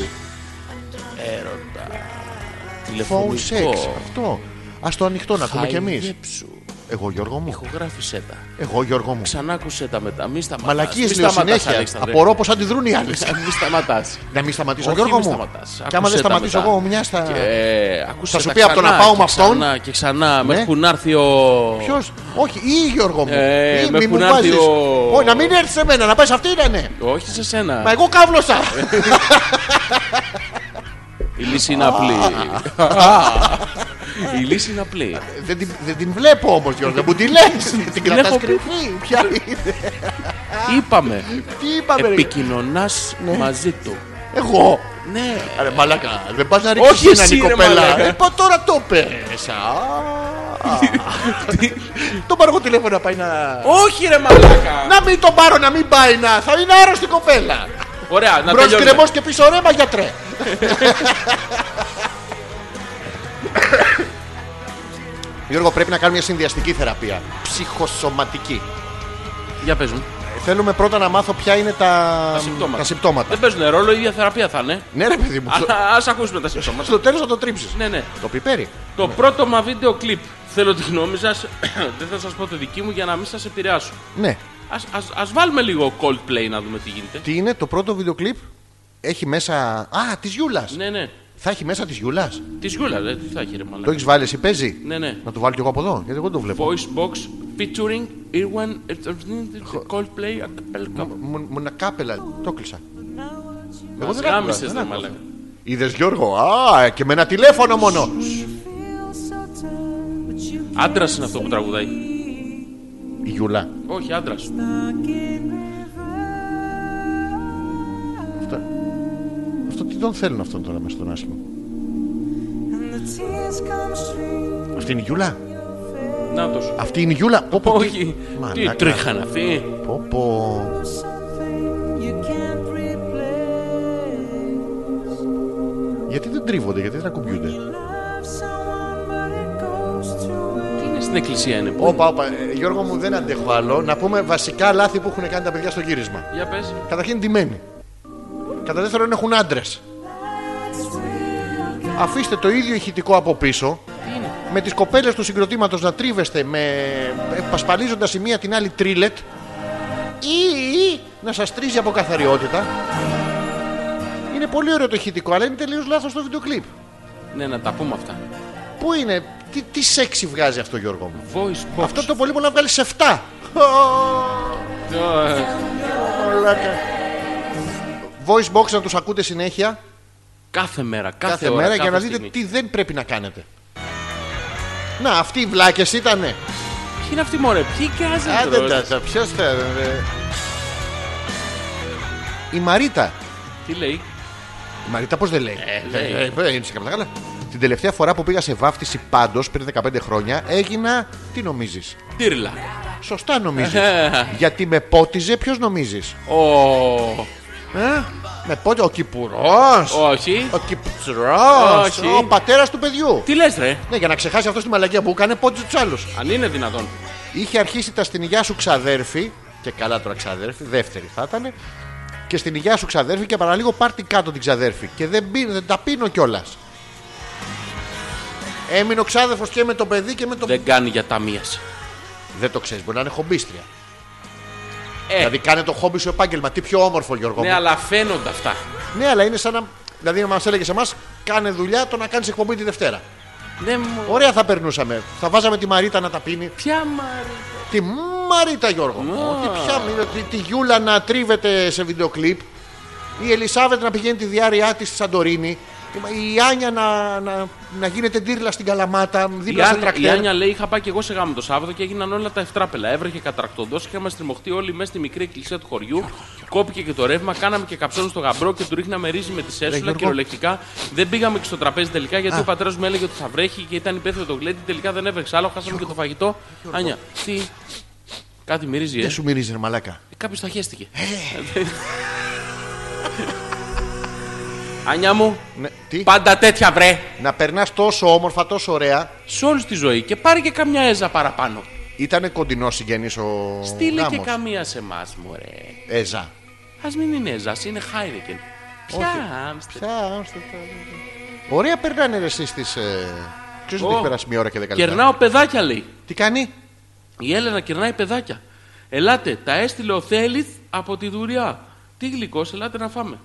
[SPEAKER 2] Έρωτα.
[SPEAKER 1] Phone
[SPEAKER 2] Τηλεφωνικό.
[SPEAKER 1] sex. Αυτό. Ας το ανοιχτό να ακούμε κι εμεί.
[SPEAKER 2] Χαϊδέψου.
[SPEAKER 1] Εγώ, Γιώργο μου.
[SPEAKER 2] Ηχογράφησέ τα.
[SPEAKER 1] Εγώ, Γιώργο μου.
[SPEAKER 2] Ξανάκουσέ τα μετά. Μη σταματάς.
[SPEAKER 1] Μαλακίες
[SPEAKER 2] Μη
[SPEAKER 1] λέω
[SPEAKER 2] σταματάς,
[SPEAKER 1] συνέχεια.
[SPEAKER 2] Αλέξανδρε.
[SPEAKER 1] Απορώ πώ αντιδρούν οι άλλε.
[SPEAKER 2] Μη σταματάς.
[SPEAKER 1] Να μην σταματήσω,
[SPEAKER 2] Όχι,
[SPEAKER 1] Γιώργο
[SPEAKER 2] μη
[SPEAKER 1] μου.
[SPEAKER 2] σταματάς.
[SPEAKER 1] Και άμα
[SPEAKER 2] Άκουσέ
[SPEAKER 1] δεν
[SPEAKER 2] τα
[SPEAKER 1] σταματήσω
[SPEAKER 2] μετά.
[SPEAKER 1] εγώ, ο μιας θα.
[SPEAKER 2] Και, ε, άκουσέ
[SPEAKER 1] Θα σου
[SPEAKER 2] τα
[SPEAKER 1] πει απ' το να
[SPEAKER 2] ξανά
[SPEAKER 1] πάω με
[SPEAKER 2] και
[SPEAKER 1] αυτόν.
[SPEAKER 2] Ξανά και ξανά.
[SPEAKER 1] Ναι.
[SPEAKER 2] Μέχρι που να έρθει ο.
[SPEAKER 1] Ποιος. Όχι, ή Γιώργο μου.
[SPEAKER 2] Ε,
[SPEAKER 1] Ή
[SPEAKER 2] με
[SPEAKER 1] μη μου
[SPEAKER 2] κουνάρει
[SPEAKER 1] βάζεις.
[SPEAKER 2] ο-
[SPEAKER 1] Όχι, να μην έρθεις σε μένα, να πας αυτή να είναι.
[SPEAKER 2] Όχι σε σένα.
[SPEAKER 1] Μα εγώ κάβλωσα.
[SPEAKER 2] Ε, Η λύση είναι απλή. Η λύση είναι απλή.
[SPEAKER 1] Δεν την, δεν την βλέπω όμως, Γιώργο. Μου τη λες. την κρατά
[SPEAKER 2] έχω πει.
[SPEAKER 1] κρυφή. Ποια είναι.
[SPEAKER 2] Είπαμε.
[SPEAKER 1] Τι είπαμε, ρε.
[SPEAKER 2] Επικοινωνάς
[SPEAKER 1] Ναι.
[SPEAKER 2] μαζί του.
[SPEAKER 1] Εγώ.
[SPEAKER 2] Ναι.
[SPEAKER 1] Ρε μαλάκα, δεν πας να ρίξεις
[SPEAKER 2] Όχι
[SPEAKER 1] έναν
[SPEAKER 2] εσύ,
[SPEAKER 1] η
[SPEAKER 2] ρε
[SPEAKER 1] κοπέλα.
[SPEAKER 2] μαλάκα.
[SPEAKER 1] Ε, πα τώρα το πες. Α. Το πάρω εγώ τηλέφωνο να πάει να.
[SPEAKER 2] Όχι ρε μαλάκα.
[SPEAKER 1] Να μην το πάρω, να μην πάει να. Θα είναι άρρωστη η κοπέλα.
[SPEAKER 2] Ωραία, να
[SPEAKER 1] Μπρος
[SPEAKER 2] τελειώνουμε.
[SPEAKER 1] κρεμός και πίσω ρέμα γιατρέ. Γιώργο, πρέπει να κάνουμε μια συνδυαστική θεραπεία. Ψυχοσωματική.
[SPEAKER 2] Για πες μου.
[SPEAKER 1] Ε, Θέλουμε πρώτα να μάθω ποια είναι τα,
[SPEAKER 2] Τα συμπτώματα.
[SPEAKER 1] τα συμπτώματα.
[SPEAKER 2] Δεν παίζουν ρόλο, η ίδια θεραπεία θα είναι.
[SPEAKER 1] Ναι, ρε παιδί μου, στο-
[SPEAKER 2] Α ας ακούσουμε τα συμπτώματα.
[SPEAKER 1] στο τέλος θα το τρίψεις.
[SPEAKER 2] ναι, ναι.
[SPEAKER 1] Το πιπέρι.
[SPEAKER 2] Το πρώτο μα βίντεο κλιπ. Θέλω τη γνώμη σας. Δεν θα σας πω τη δική μου για να μην σας επηρεάσω.
[SPEAKER 1] Ναι.
[SPEAKER 2] Ας, ας, ας βάλουμε λίγο Coldplay να δούμε τι γίνεται.
[SPEAKER 1] Τι είναι το πρώτο βίντεο κλιπ. Έχει μέσα. Α, της Γιούλας.
[SPEAKER 2] Ναι, ναι.
[SPEAKER 1] Θα έχει μέσα της Γιούλας.
[SPEAKER 2] Της Γιούλας, δεν θα έχει ρε
[SPEAKER 1] Το
[SPEAKER 2] μαλάκα.
[SPEAKER 1] έχεις βάλει, εσύ παίζει.
[SPEAKER 2] Ναι, ναι.
[SPEAKER 1] Να το βάλω κι εγώ από εδώ, γιατί εγώ δεν το βλέπω.
[SPEAKER 2] Voice box featuring Irwan Coldplay Acapella.
[SPEAKER 1] Μου, μου να κάπελα, το κλείσα. Εγώ
[SPEAKER 2] Μας
[SPEAKER 1] δεν άκουγα,
[SPEAKER 2] γάμισες,
[SPEAKER 1] δεν
[SPEAKER 2] ρε
[SPEAKER 1] άκουγα.
[SPEAKER 2] μαλάκα.
[SPEAKER 1] Είδες Γιώργο, α, και με ένα τηλέφωνο μόνο.
[SPEAKER 2] Άντρας είναι αυτό που τραγουδάει.
[SPEAKER 1] Η Γιούλα.
[SPEAKER 2] Όχι, άντρας.
[SPEAKER 1] Αυτό, αυτό τι τον θέλουν αυτόν τώρα μέσα στον άσχημο. Αυτή είναι η Γιούλα.
[SPEAKER 2] Να το σου.
[SPEAKER 1] Αυτή είναι η Γιούλα. Πω, πω, τι-
[SPEAKER 2] Όχι. Τι
[SPEAKER 1] Μαλάκα.
[SPEAKER 2] τρέχαν αυτοί.
[SPEAKER 1] Πω, πω. Γιατί δεν τρίβονται, γιατί δεν ακουμπιούνται.
[SPEAKER 2] Τι είναι στην εκκλησία είναι. πού
[SPEAKER 1] Όπα, όπα, ε, Γιώργο μου δεν αντέχω άλλο. Να πούμε βασικά λάθη που έχουν κάνει τα παιδιά στο γύρισμα.
[SPEAKER 2] είναι. Για πες.
[SPEAKER 1] Καταρχήν ντυμένοι. Κατά δεύτερον έχουν άντρες. Αφήστε το ίδιο ηχητικό από πίσω. Με τις κοπέλες του συγκροτήματος να τρίβεστε με πασπαλίζοντα η μία την άλλη τρίλετ. Ή, ή να σας τρίζει από καθαριότητα. Είναι πολύ ωραίο το ηχητικό, αλλά είναι τελείως λάθος το βίντεο κλιπ.
[SPEAKER 2] Ναι, να τα πούμε αυτά.
[SPEAKER 1] Πού είναι, τι, τι σεξι βγάζει αυτό Γιώργο μου.
[SPEAKER 2] Voice box.
[SPEAKER 1] Αυτό το πολύ μπορεί να βγάλεις σε 7.
[SPEAKER 2] Ω, ε,
[SPEAKER 1] Μαλάκα. Voice box να τους ακούτε συνέχεια.
[SPEAKER 2] Κάθε μέρα, κάθε,
[SPEAKER 1] κάθε,
[SPEAKER 2] ώρα,
[SPEAKER 1] μέρα
[SPEAKER 2] κάθε
[SPEAKER 1] για να
[SPEAKER 2] στιγμή.
[SPEAKER 1] δείτε τι δεν πρέπει να κάνετε. Να, αυτοί οι βλάκες ήταν.
[SPEAKER 2] Ποιοι είναι αυτοί μωρέ, ποιοι και άζε
[SPEAKER 1] Άντε τα, τα ποιος θα. ε, Η Μαρίτα.
[SPEAKER 2] Τι λέει,
[SPEAKER 1] Μαρίτα, πώς δεν λέει.
[SPEAKER 2] Ε, λέει.
[SPEAKER 1] Ε, ε, ε, είναι σε κάποια καλά. Την τελευταία φορά που πήγα σε βάφτιση πάντως πριν 15 χρόνια έγινα. Τι νομίζεις.
[SPEAKER 2] Τύρλα.
[SPEAKER 1] Σωστά νομίζεις.
[SPEAKER 2] Ε.
[SPEAKER 1] Γιατί με πότιζε, ποιος νομίζεις.
[SPEAKER 2] Ο.
[SPEAKER 1] Ε? Με πότιζε ο Κυπουρός.
[SPEAKER 2] Όχι.
[SPEAKER 1] Ο Κυπουρός.
[SPEAKER 2] Όχι.
[SPEAKER 1] Ο πατέρας του παιδιού.
[SPEAKER 2] Τι λες ρε.
[SPEAKER 1] Ναι, για να ξεχάσει αυτό τη μαλακία που έκανε, πότιζε τους άλλους.
[SPEAKER 2] Αν είναι δυνατόν.
[SPEAKER 1] Είχε αρχίσει τα στην υγειά σου ξαδέρφη. Και καλά τώρα ξαδέρφη, δεύτερη θα ήταν. Και στην υγειά σου ξαδέρφη και παραλίγο πάρτι κάτω την ξαδέρφη. Και δεν, πι- δεν τα πίνω κιόλας. Έμεινε ο ξάδερφος και με το παιδί και με το. Δεν,
[SPEAKER 2] Δεν κάνει για ταμεία.
[SPEAKER 1] το ξέρεις, μπορεί να είναι χομπίστρια.
[SPEAKER 2] Ε,
[SPEAKER 1] Δηλαδή κάνε το χόμπι σου επάγγελμα. Τι πιο όμορφο, Γιώργο.
[SPEAKER 2] ναι,
[SPEAKER 1] μου.
[SPEAKER 2] αλλά φαίνονται αυτά.
[SPEAKER 1] Ναι, αλλά είναι σαν να. Δηλαδή, μας έλεγε εμάς, κάνε δουλειά το να κάνεις εκπομπή τη Δευτέρα.
[SPEAKER 2] Δεν μου.
[SPEAKER 1] Ωραία θα περνούσαμε. Θα βάζαμε τη Μαρίτα να τα πίνει.
[SPEAKER 2] Ποια μάρι.
[SPEAKER 1] Τη Μαρίτα Γιώργο. μου. Ότι πια μη- τη, τη Γιούλα να τρίβεται σε βιντεοκλίπ. Η Ελισάβετ να πηγαίνει τη διάρρειά της στη Σαντορίνη. Η Άνια να, να, να γίνεται ντύρλα στην Καλαμάτα
[SPEAKER 2] Η
[SPEAKER 1] δίπλα σε
[SPEAKER 2] Άνια, η
[SPEAKER 1] τρακτέρ.
[SPEAKER 2] Άνια λέει: Είχα πάει και εγώ σε γάμο το Σάββατο και έγιναν όλα τα ευτράπελα. Έβρεχε κατρακτοντός και είχαμε στριμωχτεί όλοι μέσα στη μικρή εκκλησία του χωριού. Κόπηκε και το ρεύμα, κάναμε και καψόν στο γαμπρό και του ρίχναμε ρύζι με τη σέσουλα
[SPEAKER 1] Γιώργο.
[SPEAKER 2] κυριολεκτικά. Δεν πήγαμε και στο τραπέζι τελικά γιατί ο πατέρας μου έλεγε ότι θα βρέχει και ήταν υπεύθυνο το γλέντι. Τελικά δεν έβρεξε άλλο, χάσαμε και το φαγητό. Άνια, τι. Κάτι μυρίζει, ε.
[SPEAKER 1] Δεν σου Ε. μυρίζει, ρε μαλάκα.
[SPEAKER 2] Κάποιος τα χέστηκε. Άνια μου,
[SPEAKER 1] Ναι, τι?
[SPEAKER 2] πάντα τέτοια βρε.
[SPEAKER 1] Να περνάς τόσο όμορφα, τόσο ωραία.
[SPEAKER 2] Σε όλη τη ζωή και πάρει και καμιά έζα παραπάνω.
[SPEAKER 1] Ήταν κοντινό συγγενής ο.
[SPEAKER 2] Στείλε και
[SPEAKER 1] γάμος.
[SPEAKER 2] καμία σε εμάς, μωρέ.
[SPEAKER 1] Έζα.
[SPEAKER 2] Ας μην είναι Εζά, είναι Χάινεκεν. Ποια Άμστερ.
[SPEAKER 1] Ποια, Άμστερνταμ. Ωραία περνάνε ρε εσείς τις... Ε... Ξέρεις ότι
[SPEAKER 2] Ω.
[SPEAKER 1] έχει περάσει μία ώρα και δέκα λεπτά.
[SPEAKER 2] Κερνάω παιδάκια, λέει.
[SPEAKER 1] Τι κάνει.
[SPEAKER 2] Η Έλενα κερνάει παιδάκια. Ελάτε, τα έστειλε ο Θέληθ από τη δουλειά. Τι γλυκός, ελάτε να φάμε.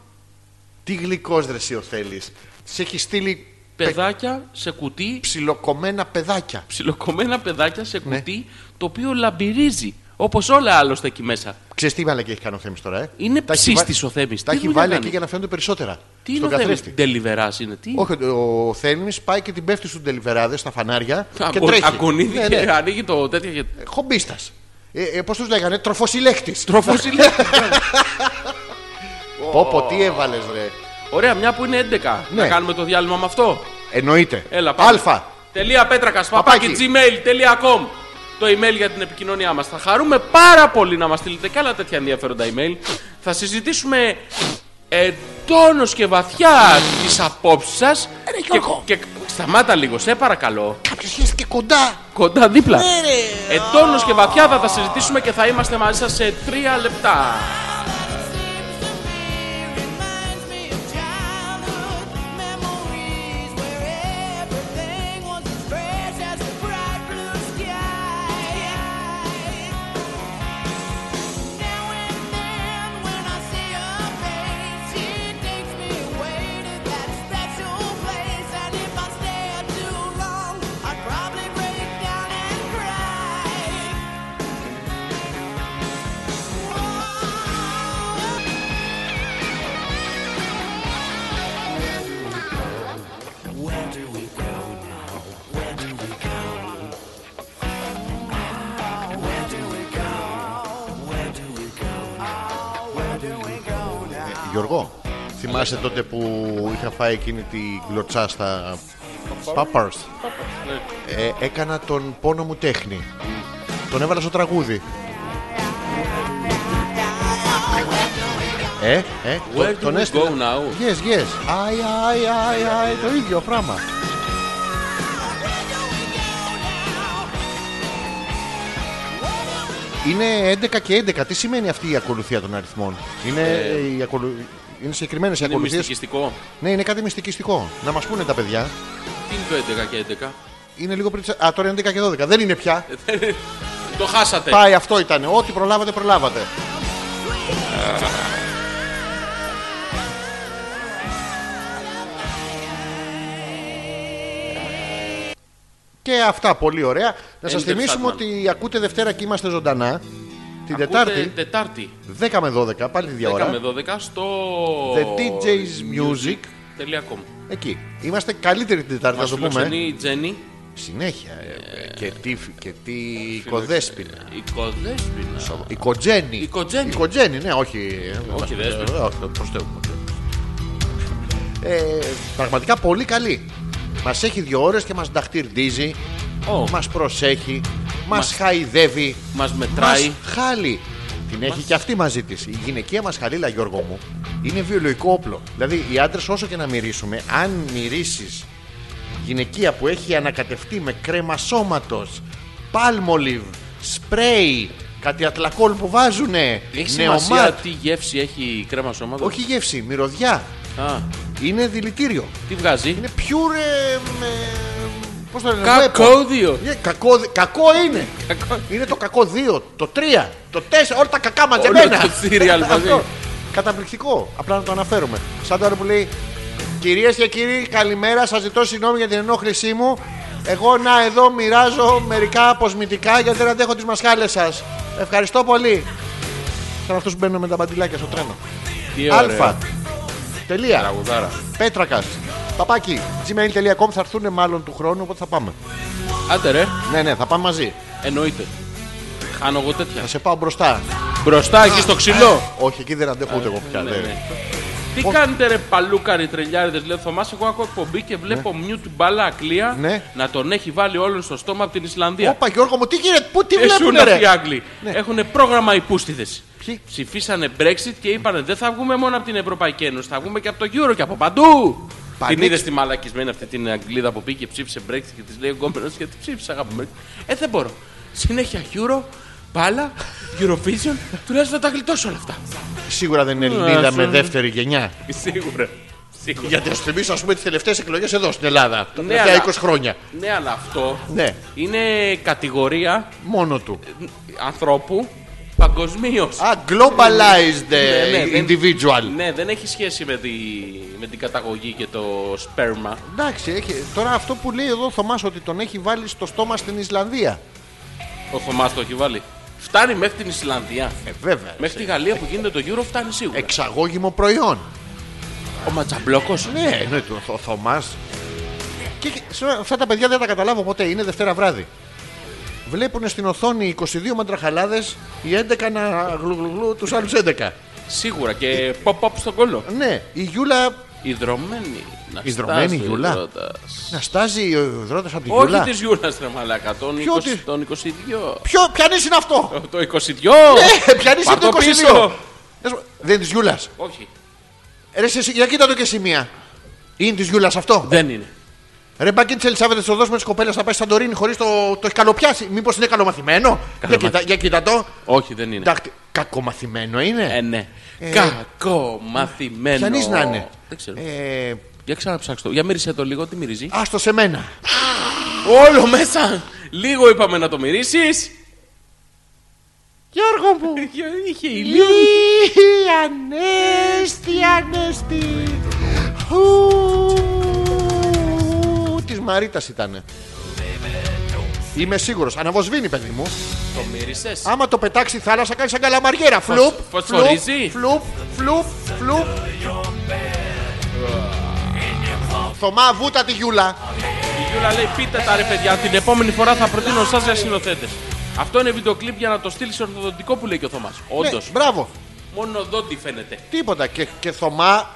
[SPEAKER 1] Τι γλυκός ρε εσύ ο Θέλης. Σε έχει στείλει πε...
[SPEAKER 2] Παιδάκια σε κουτί,
[SPEAKER 1] ψιλοκομμένα παιδάκια.
[SPEAKER 2] ψιλοκομμένα παιδάκια σε
[SPEAKER 1] Ναι.
[SPEAKER 2] κουτί, το οποίο λαμπυρίζει. Όπως όλα άλλωστε εκεί μέσα.
[SPEAKER 1] Ξέρεις τι μαλακή έχει κάνει ο Θέμης τώρα. Ε?
[SPEAKER 2] Είναι
[SPEAKER 1] Τα έχει βα-
[SPEAKER 2] ψύστης ο Θέμης.
[SPEAKER 1] Τα
[SPEAKER 2] Τι
[SPEAKER 1] έχει
[SPEAKER 2] δουλειά
[SPEAKER 1] βάλει
[SPEAKER 2] κάνει?
[SPEAKER 1] εκεί για να φαίνονται περισσότερα.
[SPEAKER 2] Τι είναι
[SPEAKER 1] στον
[SPEAKER 2] ο Θέληθ,
[SPEAKER 1] καθρέφτη.
[SPEAKER 2] Τελιβερά είναι, τι.
[SPEAKER 1] Όχι, ο Θέμης πάει και την πέφτει στον τελιβεράδε στα φανάρια και
[SPEAKER 2] Ακο-
[SPEAKER 1] τρέχει.
[SPEAKER 2] Ακονίδη
[SPEAKER 1] Ναι,
[SPEAKER 2] και
[SPEAKER 1] ναι.
[SPEAKER 2] ανοίγει το τέτοιο. και-
[SPEAKER 1] Χομπίστας. Ε, ε, Πώς τους λέγανε, τροφοσυλλέκτης.
[SPEAKER 2] Τροφοσυλλέκτης.
[SPEAKER 1] Πω, πω, τι έβαλες, ρε.
[SPEAKER 2] Ωραία, μια που είναι 11. Να
[SPEAKER 1] Ναι.
[SPEAKER 2] κάνουμε το διάλειμμα με αυτό.
[SPEAKER 1] Εννοείται.
[SPEAKER 2] Έλα, πάμε.
[SPEAKER 1] Αλφα.
[SPEAKER 2] Τελεία πέτρακας,
[SPEAKER 1] Παπάκι.
[SPEAKER 2] παπάκι gmail.com Το email για την επικοινωνία μας. Θα χαρούμε πάρα πολύ να μας στείλετε και άλλα τέτοια ενδιαφέροντα email. Θα συζητήσουμε εντόνως και βαθιά τις απόψεις σας.
[SPEAKER 1] Ε,
[SPEAKER 2] και, και, σταμάτα λίγο, σε παρακαλώ.
[SPEAKER 1] Κάποιος σχέση και κοντά.
[SPEAKER 2] Κοντά δίπλα.
[SPEAKER 1] Ναι.
[SPEAKER 2] Εντόνως και βαθιά θα τα συζητήσουμε και θα είμαστε μαζί σας σε τρία λεπτά.
[SPEAKER 3] Reminds me of childhood memories where everything was as fresh as the bright blue sky. Now and then, when I see her face, she takes me away to that special place. And if I stay too long, I'd probably break down and cry.
[SPEAKER 1] Γιώργο, θυμάσαι τότε που είχα φάει εκείνη τη γλωτσά στα Pappers.
[SPEAKER 2] ναι.
[SPEAKER 1] Ε, έκανα τον πόνο μου τέχνη. Τον έβαλα στο τραγούδι. Ε, ε, το-
[SPEAKER 2] Where do
[SPEAKER 1] τον
[SPEAKER 2] we
[SPEAKER 1] έστειλα.
[SPEAKER 2] go now?
[SPEAKER 1] Yes, yes. Αϊ, αϊ, αϊ, αϊ, το ίδιο πράγμα. Είναι 11 και 11. Τι σημαίνει αυτή η ακολουθία των αριθμών. Είναι, ε, η ακολου... είναι συγκεκριμένες οι
[SPEAKER 2] Είναι
[SPEAKER 1] ακολουθίες.
[SPEAKER 2] μυστικιστικό.
[SPEAKER 1] Ναι, είναι κάτι μυστικιστικό. Να μας πούνε τα παιδιά.
[SPEAKER 2] Τι είναι το 11 και 11.
[SPEAKER 1] Είναι λίγο πριν. τις- Α, τώρα είναι 11 και 12. Δεν είναι πια.
[SPEAKER 2] Ε, Το χάσατε.
[SPEAKER 1] Πάει, αυτό ήταν. Ό,τι προλάβατε, προλάβατε. Και αυτά, πολύ ωραία. Να σας
[SPEAKER 2] Enter
[SPEAKER 1] θυμίσουμε
[SPEAKER 2] Sandman.
[SPEAKER 1] ότι ακούτε Δευτέρα και είμαστε ζωντανά. Την
[SPEAKER 2] Ακούτε
[SPEAKER 1] Τετάρτη,
[SPEAKER 2] Τετάρτη.
[SPEAKER 1] 10 με 12, πάλι τη
[SPEAKER 2] 10
[SPEAKER 1] ίδια ώρα.
[SPEAKER 2] με 12 στο.
[SPEAKER 1] The DJ's Music.
[SPEAKER 2] Τελεία.com.
[SPEAKER 1] Εκεί. Είμαστε καλύτερη την Τετάρτη, να
[SPEAKER 2] Μας
[SPEAKER 1] το πούμε. ε.
[SPEAKER 2] φιλοξενεί η Τζέννη.
[SPEAKER 1] Συνέχεια. ε, ε,
[SPEAKER 2] Ναι.
[SPEAKER 1] Και τι, φι- και τι οικοδέσπινα.
[SPEAKER 2] Η Κοδέσποινα.
[SPEAKER 1] Η Κοτζένη.
[SPEAKER 2] ε, Η Κοτζένη.
[SPEAKER 1] Η Κοτζένη, ναι, όχι.
[SPEAKER 2] Όχι,
[SPEAKER 1] Ε,
[SPEAKER 2] δέσποτη.
[SPEAKER 1] Όχι, προς Θεού. Ε, πραγματικά πολύ καλή. Μας έχει δύο ώρες και μας δαχτυρντίζει.
[SPEAKER 2] Ω.
[SPEAKER 1] Μας προσέχει. Μας χαϊδεύει.
[SPEAKER 2] Μας μετράει.
[SPEAKER 1] Μας χάλει. Την έχει και αυτή μαζί της. Η γυναικεία μας χαλίλα, Γιώργο μου, είναι βιολογικό όπλο. Δηλαδή, οι άντρες, όσο και να μυρίσουμε, αν μυρίσεις γυναικεία που έχει ανακατευτεί με κρέμα σώματος, πάλμολιβ, σπρέι, κάτι ατλακόλ που βάζουνε,
[SPEAKER 2] Έχει σημασία
[SPEAKER 1] νεομάτ.
[SPEAKER 2] τι γεύση έχει η κρέμα σώματος.
[SPEAKER 1] Όχι γεύση, μυρωδιά.
[SPEAKER 2] Α,
[SPEAKER 1] Είναι δηλητήριο.
[SPEAKER 2] τι βγάζει.
[SPEAKER 1] Είναι pure. Με... Πώς το λένε, βλέπω.
[SPEAKER 2] Κακόδιο.
[SPEAKER 1] Ε, κακό, δι- κακό είναι. Είναι το κακό 2, το 3, το 4, όλα τα κακά μαζεμένα.
[SPEAKER 2] το serial μαζί.
[SPEAKER 1] Αυτό. Καταπληκτικό. Απλά να το αναφέρουμε. Σαν τώρα που λέει Κυρίες και κύριοι, καλημέρα. Σας ζητώ συγγνώμη για την ενόχλησή μου. Εγώ να εδώ μοιράζω μερικά αποσμητικά γιατί δεν αντέχω τις μασχάλες σας. Ευχαριστώ πολύ. Σαν αυτούς που μπαίνουν με τα μπαντιλάκια στο τρένο.
[SPEAKER 2] Τι
[SPEAKER 1] Αλφα.
[SPEAKER 2] ωραία.
[SPEAKER 1] Τελεία.
[SPEAKER 2] Τραγουδάρα.
[SPEAKER 1] Πέτρακας. Παπάκι. gmail.com θα έρθουν μάλλον του χρόνου, οπότε θα πάμε.
[SPEAKER 2] Άντε ρε,
[SPEAKER 1] Ναι, ναι, θα πάμε μαζί.
[SPEAKER 2] εννοείται. Χάνω εγώ τέτοια.
[SPEAKER 1] Θα σε πάω μπροστά.
[SPEAKER 2] Μπροστά εκεί στο ξυλό.
[SPEAKER 1] Όχι, εκεί δεν αντέχω ούτε εγώ πια.
[SPEAKER 2] Ναι,
[SPEAKER 1] δεν-
[SPEAKER 2] ναι. Τι κάνετε ρε παλούκαροι τρελιάριδες λέει ο Θωμάς εγώ ακούω εκπομπή και βλέπω μιου την μπάλα ακλία
[SPEAKER 1] Ναι.
[SPEAKER 2] να τον έχει βάλει όλον στο στόμα από την Ισλανδία.
[SPEAKER 1] Όπα Γιώργο μου, τι γίνεται, πού τι
[SPEAKER 2] Εσούν
[SPEAKER 1] βλέπουνε
[SPEAKER 2] αυτοί οι
[SPEAKER 1] ρε. Ναι.
[SPEAKER 2] Άγγλοι. Έχουν πρόγραμμα υπούστιδες.
[SPEAKER 1] Ποιοι?
[SPEAKER 2] Ψηφίσανε Brexit και είπανε δεν θα βγούμε μόνο από την Ευρωπαϊκή Ένωση, θα βγούμε και από το Euro και από παντού.
[SPEAKER 1] Πανίξ-
[SPEAKER 2] Την είδες τη μαλακισμένη αυτή την Αγγλίδα που πήγε και ψήφισε Brexit και της λέει ο Γκόμπερ γιατί ψήφισε αγαπημένη. Ε, δεν μπορώ. Συνέχεια Euro, μπάλα, Eurovision, τουλάχιστον θα τα γλιτώσω όλα αυτά.
[SPEAKER 1] Σίγουρα δεν είναι Ελληνίδα
[SPEAKER 2] Ας,
[SPEAKER 1] με
[SPEAKER 2] ε.
[SPEAKER 1] δεύτερη γενιά.
[SPEAKER 2] Σίγουρα. Σίγουρα.
[SPEAKER 1] Γιατί ας θυμίσω, ας πούμε, τις τελευταίες εκλογές εδώ στην Ελλάδα. Τα
[SPEAKER 2] Ναι,
[SPEAKER 1] τελευταία
[SPEAKER 2] αλλά-
[SPEAKER 1] 20 χρόνια.
[SPEAKER 2] Ναι, αλλά αυτό
[SPEAKER 1] Ναι.
[SPEAKER 2] είναι κατηγορία
[SPEAKER 1] Μόνο του.
[SPEAKER 2] ανθρώπου παγκοσμίως.
[SPEAKER 1] Α, globalized
[SPEAKER 2] Ναι, ναι,
[SPEAKER 1] ε,
[SPEAKER 2] δεν-
[SPEAKER 1] individual.
[SPEAKER 2] Ναι, δεν έχει σχέση με, τη, με την καταγωγή και το σπέρμα.
[SPEAKER 1] Εντάξει, έχει- τώρα αυτό που λέει εδώ ο Θωμάς ότι τον έχει βάλει στο στόμα στην Ισλανδία.
[SPEAKER 2] Ο Θωμάς το έχει βάλει. Φτάνει μέχρι την Ισλανδία.
[SPEAKER 1] Ε, βέβαια.
[SPEAKER 2] Μέχρι τη Γαλλία που γίνεται το Euro φτάνει σίγουρα.
[SPEAKER 1] Εξαγώγημο προϊόν.
[SPEAKER 2] Ο Ματσαμπλόκος.
[SPEAKER 1] Ναι, εννοείται ο, Θω- ο Θωμάς. Και, και σε- αυτά τα παιδιά δεν τα καταλάβω ποτέ. Είναι Δευτέρα βράδυ. Βλέπουν στην οθόνη 22 μαντραχαλάδες, οι 11 να γλουγλουγλου τους άλλους 11.
[SPEAKER 2] Σίγουρα και pop-up στον κόλλο.
[SPEAKER 1] Ναι, η Γιούλα
[SPEAKER 2] Ιδρωμένη. Να
[SPEAKER 1] Ιδρωμένη
[SPEAKER 2] στάζει ο
[SPEAKER 1] Γιούλα.
[SPEAKER 2] υδρότας.
[SPEAKER 1] να στάζει ο υδρότα από την
[SPEAKER 2] Όχι
[SPEAKER 1] Γιούλα.
[SPEAKER 2] της Γιούλας, ρε Μαλάκα. Τον,
[SPEAKER 1] Ποιο
[SPEAKER 2] 20,
[SPEAKER 1] της?
[SPEAKER 2] τον 22.
[SPEAKER 1] Ποιο, ποιανή είναι αυτό!
[SPEAKER 2] Το 22!
[SPEAKER 1] Ε, ποιανή είναι
[SPEAKER 2] Πάρ'
[SPEAKER 1] το 22!
[SPEAKER 2] πίσω.
[SPEAKER 1] Δες μου, Δεν είναι της Γιούλας.
[SPEAKER 2] Όχι.
[SPEAKER 1] Ρε, σε- για κοίτα το και σημεία. Είναι της Γιούλας αυτό.
[SPEAKER 2] Δεν είναι.
[SPEAKER 1] Ρε μπακίν τη Ελισάβετ, θα το δώσουμε τη κοπέλα να πάει στα Ντορίνη χωρίς το, το έχει καλοπιάσει. Μήπως είναι καλομαθημένο. Για κοίτα, για κοίτα το.
[SPEAKER 2] Όχι, δεν είναι.
[SPEAKER 1] Εντάξει, κακομαθημένο είναι.
[SPEAKER 2] Ε, ναι.
[SPEAKER 1] Ε,
[SPEAKER 2] Κακό μαθημένο.
[SPEAKER 1] Ποιανής να είναι.
[SPEAKER 2] Δεν ξέρω.
[SPEAKER 1] Ε,
[SPEAKER 2] Για ξαναψάξτε το. Για μύρισε το λίγο, τι μυρίζει.
[SPEAKER 1] άστο σε μένα.
[SPEAKER 2] Όλο μέσα! Λίγο είπαμε να το μυρίσεις.
[SPEAKER 1] Γιώργο μου.
[SPEAKER 2] Είχε ηλίου.
[SPEAKER 1] Λί, ανέστη, ανέστη. Ου, Της Μαρίτας ήτανε. Είμαι σίγουρος. Αναβοσβήνει, παιδί μου.
[SPEAKER 2] Το μύρισες.
[SPEAKER 1] Άμα το πετάξει η θάλασσα, κάνει σαν καλαμαριέρα. Φλουπ, φλουπ,
[SPEAKER 2] φωσφορίζει.
[SPEAKER 1] φλουπ, φλουπ, φλουπ. Θωμά, βούτα τη γιούλα.
[SPEAKER 2] Η Γιούλα λέει: Πείτε τα ρε παιδιά, την επόμενη φορά θα προτείνω εσάς για σκηνοθέτε. Αυτό είναι βίντεο κλιπ για να το στείλεις σε ορθοδοντικό που λέει και ο Θωμάς.
[SPEAKER 1] Ναι,
[SPEAKER 2] Όντως.
[SPEAKER 1] Μπράβο.
[SPEAKER 2] Μόνο δόντι φαίνεται.
[SPEAKER 1] Τίποτα. Και, και Θωμά,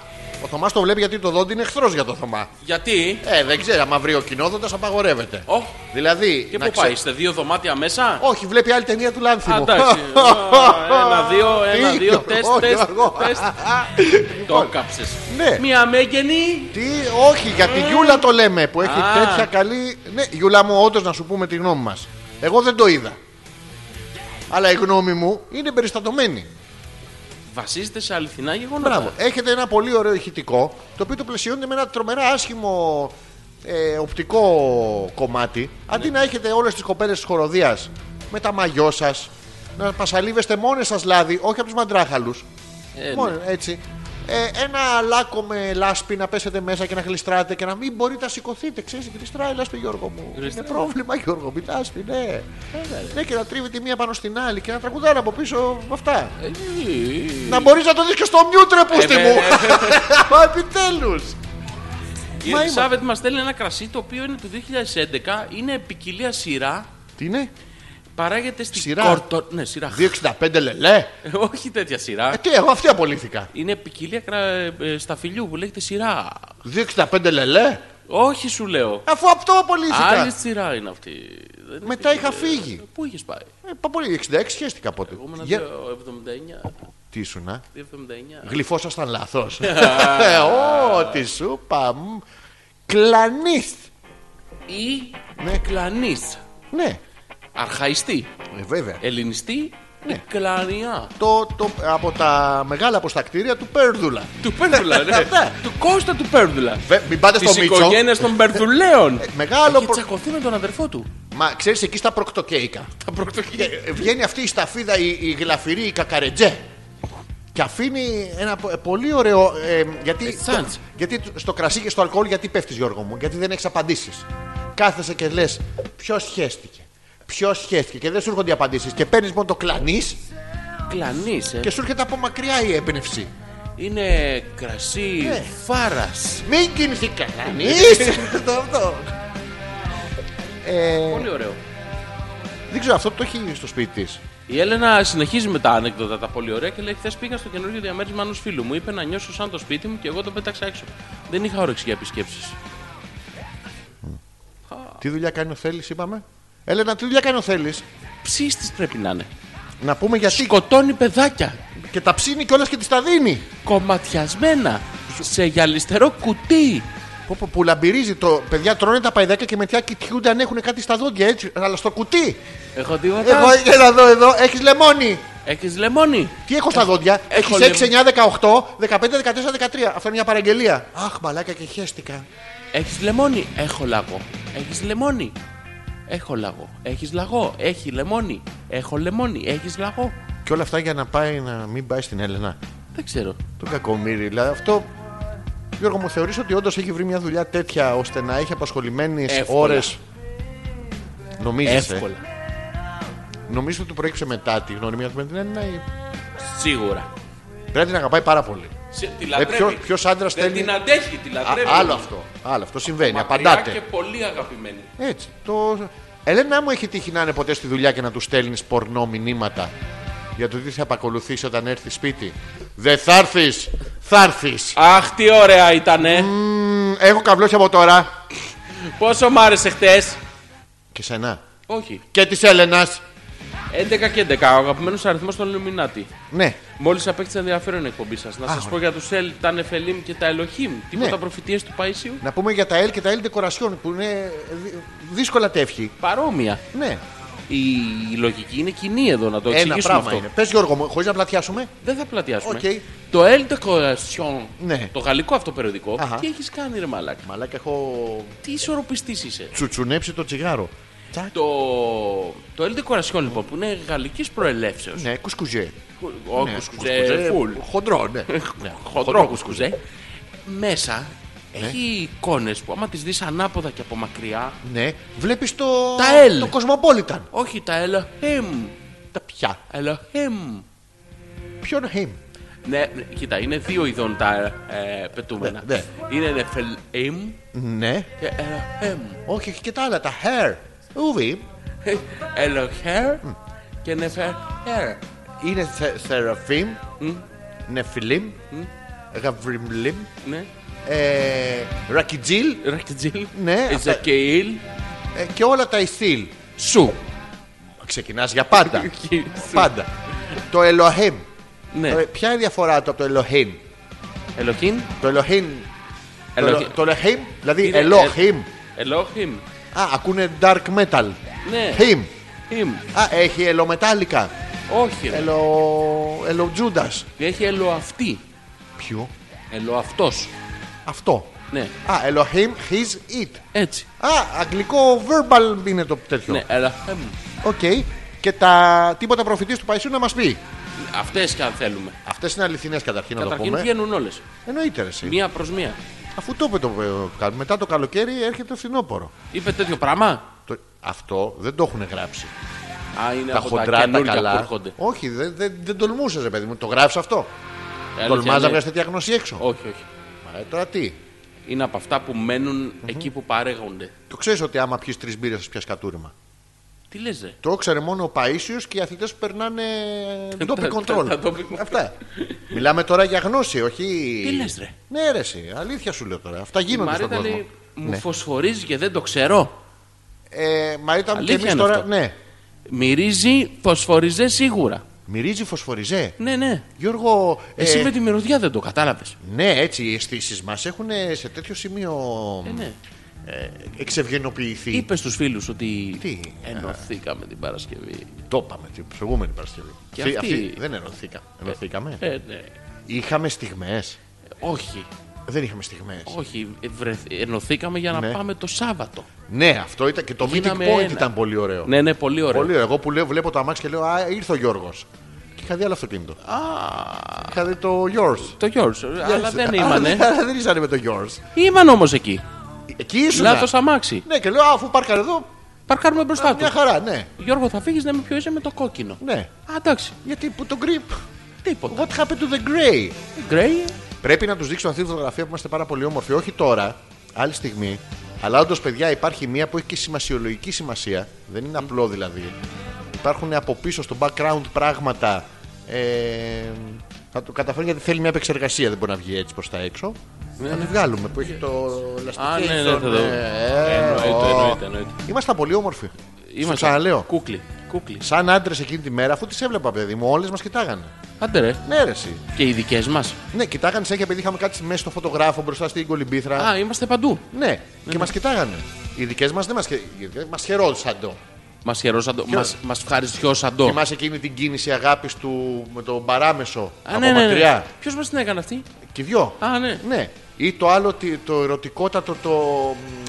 [SPEAKER 1] ο Θωμάς το βλέπει γιατί το δόντι είναι εχθρός για το Θωμά.
[SPEAKER 2] Γιατί.
[SPEAKER 1] Ε, δεν ξέρω, άμα βρει ο κοινόδοντα απαγορεύεται.
[SPEAKER 2] Ω,
[SPEAKER 1] Δηλαδή.
[SPEAKER 2] και
[SPEAKER 1] να
[SPEAKER 2] πού
[SPEAKER 1] ξε-
[SPEAKER 2] πάει, είστε δύο δωμάτια μέσα.
[SPEAKER 1] Όχι, βλέπει άλλη ταινία του
[SPEAKER 2] Α,
[SPEAKER 1] Λάνθιμου.
[SPEAKER 2] Εντάξει. Ένα, δύο, ένα,
[SPEAKER 1] Τι,
[SPEAKER 2] δύο, τεστ,
[SPEAKER 1] Γιώργο,
[SPEAKER 2] τεστ,
[SPEAKER 1] Γιώργο.
[SPEAKER 2] τεστ. Το κάψε.
[SPEAKER 1] Ναι.
[SPEAKER 2] Μια μέγενη.
[SPEAKER 1] Τι, όχι, για τη Γιούλα το λέμε που έχει
[SPEAKER 2] Α.
[SPEAKER 1] τέτοια καλή. Ναι, Γιούλα μου, όντως να σου πούμε τη γνώμη μας. Εγώ δεν το είδα. Αλλά η γνώμη μου είναι περιστατωμένη.
[SPEAKER 2] Βασίζεται σε αληθινά γεγονότα.
[SPEAKER 1] Μπράβο. Έχετε ένα πολύ ωραίο ηχητικό το οποίο το πλαισιώνετε με ένα τρομερά άσχημο ε, οπτικό κομμάτι. Αντί να έχετε όλες τις κοπέλες της χοροδίας με τα μαγιό σας, να πασαλίβεστε μόνες σας λάδι, όχι από τους μαντράχαλους.
[SPEAKER 2] Ε, ναι.
[SPEAKER 1] Μόνο έτσι. Ε, ένα λάκκο με λάσπη να πέσετε μέσα και να γλιστράτε και να μην μπορείτε να σηκωθείτε. Ξέρεις, γλιστράει η λάσπη, Γιώργο μου.
[SPEAKER 2] Γλιστράει.
[SPEAKER 1] Είναι πρόβλημα, Γιώργο μου. η λάσπη, ναι. ναι, και να τρίβει τη μία πάνω στην άλλη και να τραγουδάνε από πίσω με αυτά.
[SPEAKER 2] Ε,
[SPEAKER 1] Να μπορείς να το δεις και στο μιούτ, ρε πούστη
[SPEAKER 2] Ε,
[SPEAKER 1] μου.
[SPEAKER 2] ε,
[SPEAKER 1] Μα επιτέλους.
[SPEAKER 2] Η
[SPEAKER 1] Μα
[SPEAKER 2] Ελισάβετ μας στέλνει ένα κρασί το οποίο είναι του 2011. Είναι ποικιλία σειρά.
[SPEAKER 1] Τι είναι,
[SPEAKER 2] Παράγεται στην
[SPEAKER 1] Σειρά.
[SPEAKER 2] Κόρτο. Ναι, σειρά.
[SPEAKER 1] 2,65 λελέ.
[SPEAKER 2] Όχι τέτοια
[SPEAKER 1] Ε,
[SPEAKER 2] σειρά.
[SPEAKER 1] τι, εγώ αυτή απολύθηκα.
[SPEAKER 2] Είναι ποικιλία κρα... ε, σταφυλιού που λέγεται σειρά.
[SPEAKER 1] 2,65 λελέ.
[SPEAKER 2] Όχι, σου λέω.
[SPEAKER 1] Αφού από το απολύθηκα.
[SPEAKER 2] Άλλη σειρά είναι αυτή. Δεν
[SPEAKER 1] Μετά είχα
[SPEAKER 2] υπήρχε-
[SPEAKER 1] φύγει.
[SPEAKER 2] Πού είχες πάει.
[SPEAKER 1] Ε, πα- πολύ, 66 χαίστηκα από
[SPEAKER 2] Εγώ ήμουν
[SPEAKER 1] τότε. Για-
[SPEAKER 2] yeah. 79.
[SPEAKER 1] Τι ήσουν, α?
[SPEAKER 2] 79.
[SPEAKER 1] Γλυφόσασταν λάθος. Ω, τι σου παμ. Κλανίθ.
[SPEAKER 2] Ή
[SPEAKER 1] Ναι.
[SPEAKER 2] κλανή.
[SPEAKER 1] Ναι,
[SPEAKER 2] Αρχαϊστή.
[SPEAKER 1] ε, βέβαια.
[SPEAKER 2] Ελληνιστή.
[SPEAKER 1] Ναι.
[SPEAKER 2] Ναι. Κλανιά.
[SPEAKER 1] Το, το, από τα μεγάλα αποστακτήρια του Πέρδουλα.
[SPEAKER 2] Του Πέρδουλα. ναι.
[SPEAKER 1] Αυτά.
[SPEAKER 2] Του Κώστα του Πέρδουλα.
[SPEAKER 1] Βε- Μην πάτε
[SPEAKER 2] Τη
[SPEAKER 1] στο Μίτσο. Ε,
[SPEAKER 2] οικογένειας των Περδουλέων.
[SPEAKER 1] μεγάλο
[SPEAKER 2] Έχει
[SPEAKER 1] προ-
[SPEAKER 2] τσακωθεί με τον αδερφό του.
[SPEAKER 1] Μα ξέρεις εκεί στα προκτοκέικα.
[SPEAKER 2] Τα πρωτοκίνητα.
[SPEAKER 1] Ε, Βγαίνει αυτή η σταφίδα, η, η γλαφυρή, η κακαρετζέ. Και αφήνει ένα πο- ε, πολύ ωραίο. ε, γιατί,
[SPEAKER 2] Ε, σάντς.
[SPEAKER 1] το- γιατί το- στο κρασί και στο αλκοόλ, γιατί πέφτεις, Γιώργο μου, γιατί δεν έχεις απαντήσεις. Κάθεσαι και λες, ποιος χέστηκε. Ποιο χέστηκε και δεν σου έρχονται οι απαντήσεις. Και παίρνεις μόνο το κλανεί
[SPEAKER 2] Κλανή.
[SPEAKER 1] και σου έρχεται από μακριά η έμπνευση.
[SPEAKER 2] ε. Είναι κρασί
[SPEAKER 1] Ναι.
[SPEAKER 2] φάρας.
[SPEAKER 1] Μην κινηθεί κανεί. αυτό.
[SPEAKER 2] Πολύ ωραίο.
[SPEAKER 1] Ε, Δεν ξέρω, αυτό το έχει στο σπίτι της.
[SPEAKER 2] Η Έλενα συνεχίζει με τα άνεκδοτα τα πολύ ωραία και λέει: Χθες πήγα στο καινούργιο διαμέρισμα ενός φίλου μου. Είπε να νιώσω σαν το σπίτι μου και εγώ το πέταξα έξω. Δεν είχα όρεξη για επισκέψεις.
[SPEAKER 1] Τι δουλειά κάνει ο Θέλει, είπαμε. Έλενα, τι δουλειά κάνει ο Θέλει.
[SPEAKER 2] Ψήστη πρέπει να είναι.
[SPEAKER 1] Να πούμε γιατί.
[SPEAKER 2] Σκοτώνει παιδάκια.
[SPEAKER 1] Και τα ψήνει κιόλας και της τα δίνει.
[SPEAKER 2] Κομματιασμένα. Σε γυαλιστερό κουτί.
[SPEAKER 1] Πω, πω, που λαμπυρίζει το παιδιά τρώνε τα παϊδάκια και μετά κοιτιούνται αν έχουν κάτι στα δόντια έτσι, αλλά στο κουτί.
[SPEAKER 2] Έχω τίποτα.
[SPEAKER 1] Εγώ για να δω εδώ, έχεις λεμόνι.
[SPEAKER 2] Έχεις λεμόνι.
[SPEAKER 1] Τι έχω στα δόντια, έχει
[SPEAKER 2] έχω
[SPEAKER 1] 6, 9, 18, 15, 14, 13. Αυτό είναι μια παραγγελία. Αχ, μαλάκα και χέστηκα.
[SPEAKER 2] Έχεις λεμόνι. Έχω λαγό. Έχεις λεμόνι. Έχω λαγό. Έχεις λαγό. Έχει λεμόνι. Έχω λεμόνι. Έχεις λαγό.
[SPEAKER 1] Και όλα αυτά για να πάει να μην πάει στην Έλενα.
[SPEAKER 2] Δεν ξέρω.
[SPEAKER 1] Τον κακομίρι. Δηλαδή αυτό. Γιώργο, μου θεωρείς ότι όντως έχει βρει μια δουλειά τέτοια ώστε να έχει απασχολημένες
[SPEAKER 2] Εύκολα.
[SPEAKER 1] ώρες. Νομίζει. Ε.
[SPEAKER 2] Εύκολα.
[SPEAKER 1] Νομίζω ότι του προέκυψε μετά τη γνωριμία του με την Έλληνα. ή-
[SPEAKER 2] Σίγουρα.
[SPEAKER 1] Πρέπει να την αγαπάει πάρα πολύ.
[SPEAKER 2] Σε- Τη
[SPEAKER 1] Ε, ποιο- ποιος άντρας
[SPEAKER 2] Δεν
[SPEAKER 1] θέλει-
[SPEAKER 2] την αντέχει, τη
[SPEAKER 1] Α,
[SPEAKER 2] λατρεύει.
[SPEAKER 1] άλλο αυτό. Άλλο αυτό συμβαίνει.
[SPEAKER 2] Μακριά
[SPEAKER 1] Απαντάτε.
[SPEAKER 2] και πολύ αγαπημένη.
[SPEAKER 1] Έτσι. Το... Ελένα μου έχει τύχει να είναι ποτέ στη δουλειά και να του στέλνεις πορνό μηνύματα για το τι θα επακολουθήσει όταν έρθεις σπίτι. Δεν θα έρθεις. Θα έρθεις.
[SPEAKER 2] Αχ, τι ωραία ήτανε.
[SPEAKER 1] Έχω καβλώσει από τώρα.
[SPEAKER 2] Πόσο μ' άρεσε χτες.
[SPEAKER 1] Και σένα.
[SPEAKER 2] Όχι.
[SPEAKER 1] Και της Έλενας.
[SPEAKER 2] 11 και 11, ο αγαπημένος αριθμός των Λουμινάτη.
[SPEAKER 1] Ναι.
[SPEAKER 2] Μόλις απέκτησε ενδιαφέρον η εκπομπή σας. Να σας πω για τους Ελ, τα Νεφελίμ και τα Ελοχήμ. Τίποτα
[SPEAKER 1] Ναι.
[SPEAKER 2] προφητείες του Παϊσίου.
[SPEAKER 1] Να πούμε για τα L και τα L Decoration που είναι δυ- δύσκολα τεύχη.
[SPEAKER 2] Παρόμοια.
[SPEAKER 1] Ναι.
[SPEAKER 2] Η, η λογική είναι κοινή εδώ, να το
[SPEAKER 1] Ένα
[SPEAKER 2] εξηγήσουμε
[SPEAKER 1] πράγμα
[SPEAKER 2] αυτό.
[SPEAKER 1] είναι. Πες Γιώργο μου, χωρίς να πλατιάσουμε.
[SPEAKER 2] Δεν θα πλατιάσουμε.
[SPEAKER 1] Οκ.
[SPEAKER 2] Το El Decoration,
[SPEAKER 1] Ναι.
[SPEAKER 2] το γαλλικό αυτό περιοδικό,
[SPEAKER 1] Αχα.
[SPEAKER 2] τι έχεις κάνει, ρε Μαλάκα.
[SPEAKER 1] Μαλάκα, έχω
[SPEAKER 2] Τι ισορροπιστής είσαι.
[SPEAKER 1] τσουτσουνέψει το τσιγάρο. Τσακ.
[SPEAKER 2] Το, το El Decoration λοιπόν που είναι γαλλικής προελεύσεως.
[SPEAKER 1] Ναι, κουσκουζέ. Ναι,
[SPEAKER 2] κουσκουζέ, φουλ.
[SPEAKER 1] Χοντρό, ναι. Ναι,
[SPEAKER 2] Χοντρό κουσκουζέ. Μέσα έχει εικόνες που άμα τις δεις ανάποδα και από μακριά.
[SPEAKER 1] Ναι, βλέπεις το.
[SPEAKER 2] Τα
[SPEAKER 1] Το
[SPEAKER 2] L.
[SPEAKER 1] Cosmopolitan.
[SPEAKER 2] Όχι τα Elohim.
[SPEAKER 1] Τα πια.
[SPEAKER 2] Elohim.
[SPEAKER 1] Ποιον him.
[SPEAKER 2] Ναι, ναι, κοίτα, είναι δύο ειδών τα ε, πετούμενα.
[SPEAKER 1] Ναι,
[SPEAKER 2] Είναι Νεφελίμ
[SPEAKER 1] Ναι,
[SPEAKER 2] και Elohim.
[SPEAKER 1] όχι, έχει και τα άλλα. Τα hair. Ούβι.
[SPEAKER 2] Ελοχέρ και Νεφερ.
[SPEAKER 1] Είναι θε- Seraphim. Νεφιλίμ. Γαβριμλίμ.
[SPEAKER 2] Ναι.
[SPEAKER 1] ε, Ρακιτζίλ.
[SPEAKER 2] Ρακτιτζίλ.
[SPEAKER 1] Ναι, αυτά-
[SPEAKER 2] Ιζακεήλ.
[SPEAKER 1] ε, Και όλα τα Ισίλ.
[SPEAKER 2] Σου.
[SPEAKER 1] Ξεκινάς για πάντα.
[SPEAKER 2] Εκεί, σου.
[SPEAKER 1] πάντα. Το Elohim.
[SPEAKER 2] Ναι.
[SPEAKER 1] Ε, Ποια είναι η διαφορά του από το Elohim.
[SPEAKER 2] Ελοχήν.
[SPEAKER 1] Το Elohim. το
[SPEAKER 2] Elohim.
[SPEAKER 1] Ελο- Το Elohim, δηλαδή
[SPEAKER 2] Είναι- Ε-
[SPEAKER 1] Elohim.
[SPEAKER 2] Ελόχιμ.
[SPEAKER 1] Α, ακούνε dark metal.
[SPEAKER 2] Ναι.
[SPEAKER 1] Him.
[SPEAKER 2] Χιμ.
[SPEAKER 1] Α, έχει ελομετάλλικα.
[SPEAKER 2] Όχι. ρε.
[SPEAKER 1] Ελο. Ελοτζούντα.
[SPEAKER 2] Έχει ελοαυτή.
[SPEAKER 1] Ποιο?
[SPEAKER 2] Ελοαυτό.
[SPEAKER 1] Αυτό.
[SPEAKER 2] Ναι.
[SPEAKER 1] Α, Elohim, his, it.
[SPEAKER 2] Έτσι.
[SPEAKER 1] Α, αγγλικό verbal είναι το τέτοιο.
[SPEAKER 2] Ναι, Ελοχέμ.
[SPEAKER 1] Οκ. Και τα τίποτα προφητής του Παϊσού να μας πει.
[SPEAKER 2] Αυτές και αν θέλουμε.
[SPEAKER 1] Αυτές είναι αληθινές καταρχήν να το
[SPEAKER 2] Καταρχήν
[SPEAKER 1] πούμε. Ε.
[SPEAKER 2] βγαίνουν όλες.
[SPEAKER 1] Εννοείται ρε, εσύ.
[SPEAKER 2] Μία προς μία.
[SPEAKER 1] Αφού το είπε το ε, μετά το καλοκαίρι έρχεται το φθινόπωρο.
[SPEAKER 2] Είπε τέτοιο πράγμα.
[SPEAKER 1] Το- Αυτό δεν το έχουν γράψει.
[SPEAKER 2] Α, είναι
[SPEAKER 1] τα
[SPEAKER 2] Ναι, από
[SPEAKER 1] χοντρά, τα,
[SPEAKER 2] καινούργια που
[SPEAKER 1] καλά.
[SPEAKER 2] έρχονται. Ε,
[SPEAKER 1] Όχι, δεν, δεν, δεν τολμούσες, ρε παιδί μου. Το γράφει αυτό.
[SPEAKER 2] Αλήθεια
[SPEAKER 1] Τολμάζει να
[SPEAKER 2] είναι.
[SPEAKER 1] βγάλεις τέτοια γνώση έξω.
[SPEAKER 2] ναι. Όχι, όχι.
[SPEAKER 1] Μα, ε, τώρα τι.
[SPEAKER 2] Είναι από αυτά που μενουν εκεί που παρέγονται.
[SPEAKER 1] Το ξέρεις ότι άμα πιεις τρεις μπύρες, πιάσει κατούριμα.
[SPEAKER 2] Τι λες ρε.
[SPEAKER 1] Το ήξερε μόνο ο Παίσιος και οι αθλητές που περνάνε ντόπι
[SPEAKER 2] τα- τα
[SPEAKER 1] κοντρόλ.
[SPEAKER 2] ντόπι control.
[SPEAKER 1] Αυτά. Μιλάμε τώρα για γνώση, όχι.
[SPEAKER 2] Τι λες, ρε.
[SPEAKER 1] Ναι, ρε, εσύ. Αλήθεια σου λέω τώρα. Αυτά
[SPEAKER 2] Η
[SPEAKER 1] γίνονται στον
[SPEAKER 2] Μαρίτα
[SPEAKER 1] κόσμο. Ναι.
[SPEAKER 2] λέει, μου φωσφορίζει και δεν το ξέρω.
[SPEAKER 1] Ε, Μαρίτα μου και
[SPEAKER 2] Αλήθεια
[SPEAKER 1] εμείς
[SPEAKER 2] είναι
[SPEAKER 1] τώρα.
[SPEAKER 2] αυτό.
[SPEAKER 1] Ναι.
[SPEAKER 2] Μυρίζει φωσφοριζέ σίγουρα.
[SPEAKER 1] Μυρίζει φωσφοριζέ.
[SPEAKER 2] Ναι, ναι.
[SPEAKER 1] Γιώργο, ε,
[SPEAKER 2] Εσύ με τη μυρωδιά δεν το κατάλαβες.
[SPEAKER 1] ναι, έτσι οι αισθήσεις μας έχουν ε, σε τέτοιο σημείο
[SPEAKER 2] Ε, ναι.
[SPEAKER 1] εξευγενοποιηθεί.
[SPEAKER 2] Είπες στους φίλους ότι
[SPEAKER 1] Τι?
[SPEAKER 2] ενωθήκαμε την Παρασκευή.
[SPEAKER 1] Το είπαμε την προηγούμενη Παρασκευή.
[SPEAKER 2] Και
[SPEAKER 1] Αυτή-
[SPEAKER 2] αυτή-
[SPEAKER 1] αυτή δεν ενωθήκα. ενωθήκαμε.
[SPEAKER 2] Ε, ναι.
[SPEAKER 1] Είχαμε στιγμές.
[SPEAKER 2] Όχι,
[SPEAKER 1] Δεν είχαμε στιγμές.
[SPEAKER 2] όχι. Ε, βρεθ- Ενωθήκαμε για να
[SPEAKER 1] Ναι.
[SPEAKER 2] πάμε το Σάββατο.
[SPEAKER 1] Ναι, αυτό ήταν και το meeting
[SPEAKER 2] Γίναμε
[SPEAKER 1] point
[SPEAKER 2] ένα.
[SPEAKER 1] ήταν πολύ ωραίο.
[SPEAKER 2] Ναι, ναι, πολύ ωραίο.
[SPEAKER 1] Πολύ ωραίο. Εγώ που λέω, βλέπω το αμάξι και λέω Α, ήρθε ο Γιώργος. Και είχα δει άλλο αυτοκίνητο.
[SPEAKER 2] Α,
[SPEAKER 1] Είχα δει το yours.
[SPEAKER 2] το Γιώργος, αλλά δεν ήμανε.
[SPEAKER 1] Αλλά δεν ήσανε με το yours.
[SPEAKER 2] Ήμαν όμως εκεί.
[SPEAKER 1] Εκεί ήσουν.
[SPEAKER 2] Λάθος αμάξι.
[SPEAKER 1] Ναι, και λέω Α, αφού πάρκαρε εδώ,
[SPEAKER 2] Παρκάρουμε μπροστά του.
[SPEAKER 1] μια χαρά, ναι.
[SPEAKER 2] Γιώργο, θα φύγεις να με πιέζει με το κόκκινο.
[SPEAKER 1] Ναι.
[SPEAKER 2] Α, εντάξει.
[SPEAKER 1] Γιατί που το grip.
[SPEAKER 2] Τίποτα.
[SPEAKER 1] What happened to the grey.
[SPEAKER 2] Γκρέι.
[SPEAKER 1] Πρέπει να τους δείξω αυτή τη φωτογραφία που είμαστε πάρα πολύ όμορφοι. Όχι τώρα, άλλη στιγμή. Αλλά όντως, παιδιά, υπάρχει μία που έχει και σημασιολογική σημασία. Δεν είναι απλό δηλαδή. Υπάρχουν από πίσω στο background πράγματα. Ε, θα το καταφέρω γιατί θέλει μια επεξεργασία. Δεν μπορεί να βγει έτσι προς τα έξω. Θα τη βγάλουμε που έχει το λαστιχάκι.
[SPEAKER 2] Ναι, Α, ναι, ναι,
[SPEAKER 1] τον,
[SPEAKER 2] θα το-
[SPEAKER 1] ε,
[SPEAKER 2] Εννοείται,
[SPEAKER 1] ο-
[SPEAKER 2] εννοείται, εννοείται.
[SPEAKER 1] Ήμασταν πολύ όμορφοι. Είμαστε.
[SPEAKER 2] Είμαστε.
[SPEAKER 1] ξαναλέω.
[SPEAKER 2] Κούκλι. Κούκλι.
[SPEAKER 1] Σαν άντρες εκείνη τη μέρα, αφού τις έβλεπα, παιδί μου, όλες μας κοιτάγανε.
[SPEAKER 2] Άντε ρε.
[SPEAKER 1] Ναι, ρε, εσύ.
[SPEAKER 2] Και οι δικές μας.
[SPEAKER 1] Ναι, κοιτάγανε συνέχεια επειδή είχαμε κάτι μέσα στο φωτογράφο μπροστά στην κολυμπήθρα.
[SPEAKER 2] Α, είμαστε παντού.
[SPEAKER 1] Ναι, και μας κοιτάγανε. Οι δικές μας δεν μας μας χαιρόντουσαν το.
[SPEAKER 2] Μας χαιρόσαν το. Μας, μας ευχαριστιώσαν το.
[SPEAKER 1] Θυμάσαι εκείνη την κίνηση αγάπης του με τον παράμεσο από
[SPEAKER 2] Α, ναι, ναι,
[SPEAKER 1] μακριά.
[SPEAKER 2] ναι. Ποιος μας την έκανε αυτή.
[SPEAKER 1] Και οι δυο.
[SPEAKER 2] Α, ναι.
[SPEAKER 1] ναι. Ή το άλλο, τι- το ερωτικότατο, το.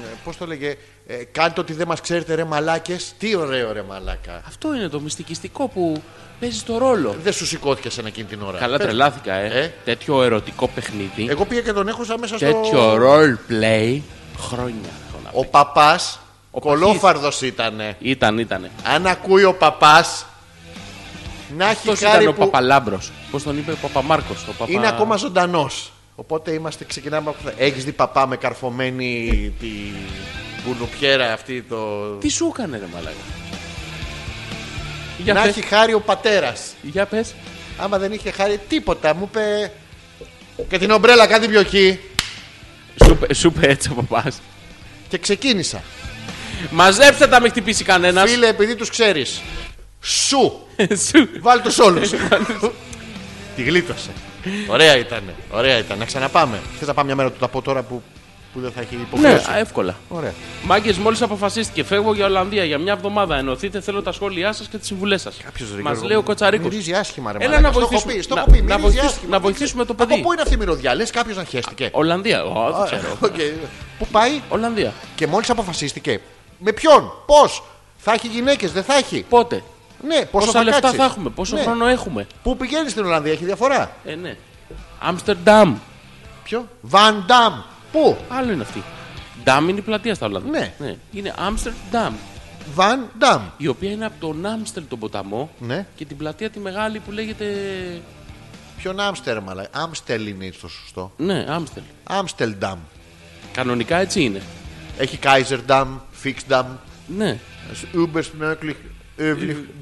[SPEAKER 1] μ, Πώς το λέγε. Ε, κάντε ότι δεν μας ξέρετε, ρε μαλάκες. Τι ωραίο, ρε μαλάκα.
[SPEAKER 2] Αυτό είναι το μυστικιστικό που παίζει το ρόλο.
[SPEAKER 1] Δεν σου σηκώθηκες σαν εκείνη την ώρα.
[SPEAKER 2] Καλά
[SPEAKER 1] Πες.
[SPEAKER 2] τρελάθηκα, ε.
[SPEAKER 1] Ε.
[SPEAKER 2] Τέτοιο ερωτικό παιχνίδι.
[SPEAKER 1] Εγώ πήγα και τον έχωσα μέσα
[SPEAKER 2] τέτοιο
[SPEAKER 1] στο.
[SPEAKER 2] role play χρόνια. έχω να πω.
[SPEAKER 1] Ο παπάς
[SPEAKER 2] Ο
[SPEAKER 1] κολόφαρδο ήταν.
[SPEAKER 2] Ήταν, ήτανε.
[SPEAKER 1] Αν ακούει ο παπάς. Να έχει
[SPEAKER 2] Αυτός ήταν
[SPEAKER 1] χάρη
[SPEAKER 2] ο
[SPEAKER 1] που
[SPEAKER 2] Παπαλάμπρος. Πώς τον είπε ο Παπαμάρκος. Ο Παπα...
[SPEAKER 1] Είναι ακόμα ζωντανός. Οπότε είμαστε, ξεκινάμε από αυτά. Έχεις δει παπά με καρφωμένη τη μπουνοπιέρα αυτή το.
[SPEAKER 2] Τι σου έκανε ρε μαλάκα. Για
[SPEAKER 1] Να
[SPEAKER 2] πες.
[SPEAKER 1] έχει χάρη ο πατέρας.
[SPEAKER 2] Για πες.
[SPEAKER 1] Άμα δεν είχε χάρη τίποτα, μου είπε. Και την ομπρέλα κάτι πιο εκεί.
[SPEAKER 2] Σου, είπε- σου είπε έτσι ο παπάς.
[SPEAKER 1] Και ξεκίνησα.
[SPEAKER 2] Μαζέψτε τα, με χτυπήσει κανένας.
[SPEAKER 1] Φίλε, επειδή τους ξέρεις. Σου!
[SPEAKER 2] σου.
[SPEAKER 1] Βάλ τους όλους. Τη γλίτωσε. Ωραία ήταν. Ωραία ήταν. Να ξαναπάμε. Θες να πάμε μια μέρα του τα πω τώρα που, που δεν θα έχει
[SPEAKER 2] Ναι,
[SPEAKER 1] υποχρέωση.
[SPEAKER 2] α, εύκολα.
[SPEAKER 1] Ωραία.
[SPEAKER 2] Μάγκες, μόλις αποφασίστηκε, φεύγω για Ολλανδία για μια εβδομάδα. Ενωθείτε, θέλω τα σχόλιά σας και τις συμβουλές σας.
[SPEAKER 1] Ποιος, ρε,
[SPEAKER 2] Μα
[SPEAKER 1] Γιώργο
[SPEAKER 2] λέει ο
[SPEAKER 1] μου.
[SPEAKER 2] Κοτσαρίκος.
[SPEAKER 1] Μυρίζει άσχημα, ρε
[SPEAKER 2] Έλα
[SPEAKER 1] μαλάκα.
[SPEAKER 2] να
[SPEAKER 1] Στο έχω
[SPEAKER 2] βοηθήσουμε.
[SPEAKER 1] πει, στο
[SPEAKER 2] Να-
[SPEAKER 1] έχω πει,
[SPEAKER 2] να
[SPEAKER 1] μυρίζει
[SPEAKER 2] βοηθήσουμε-
[SPEAKER 1] άσχημα.
[SPEAKER 2] να
[SPEAKER 1] Δεν
[SPEAKER 2] βοηθήσουμε
[SPEAKER 1] ξέρω.
[SPEAKER 2] το παιδί.
[SPEAKER 1] Από πού είναι αυτή η μυρωδιά, λες κάποιος να χέστηκε.
[SPEAKER 2] Ολλανδία. Ω, δεν ξέρω.
[SPEAKER 1] Οκ. Πού πάει
[SPEAKER 2] Ολλανδία.
[SPEAKER 1] και μόλις αποφασίστηκε. Με ποιον, πώς, θα έχει γυναίκες, δεν θα έχει.
[SPEAKER 2] Πότε.
[SPEAKER 1] Ναι, πόσο
[SPEAKER 2] Πόσα λεφτά
[SPEAKER 1] κάτσεις.
[SPEAKER 2] θα έχουμε, πόσο
[SPEAKER 1] Ναι.
[SPEAKER 2] χρόνο έχουμε.
[SPEAKER 1] Πού πηγαίνει στην Ολλανδία, έχει διαφορά.
[SPEAKER 2] Ε, ναι. Άμστερνταμ.
[SPEAKER 1] Ποιο, Βαντάμ. Πού,
[SPEAKER 2] Άλλο είναι αυτή. Νταμ είναι η πλατεία στα Ολλανδία.
[SPEAKER 1] Ναι.
[SPEAKER 2] Είναι Άμστερνταμ.
[SPEAKER 1] Βαντάμ.
[SPEAKER 2] Η οποία είναι από τον Άμστερ τον ποταμό
[SPEAKER 1] Ναι.
[SPEAKER 2] και την πλατεία τη μεγάλη που λέγεται.
[SPEAKER 1] Ποιον Άμστερ, μαλά. Άμστελ είναι το σωστό.
[SPEAKER 2] Ναι, Άμστερ.
[SPEAKER 1] Άμστελνταμ.
[SPEAKER 2] Κανονικά έτσι είναι.
[SPEAKER 1] Έχει Κάιζερνταμ, Φίξνταμ,
[SPEAKER 2] Ναι.
[SPEAKER 1] Ούμπερσμέκλιχ,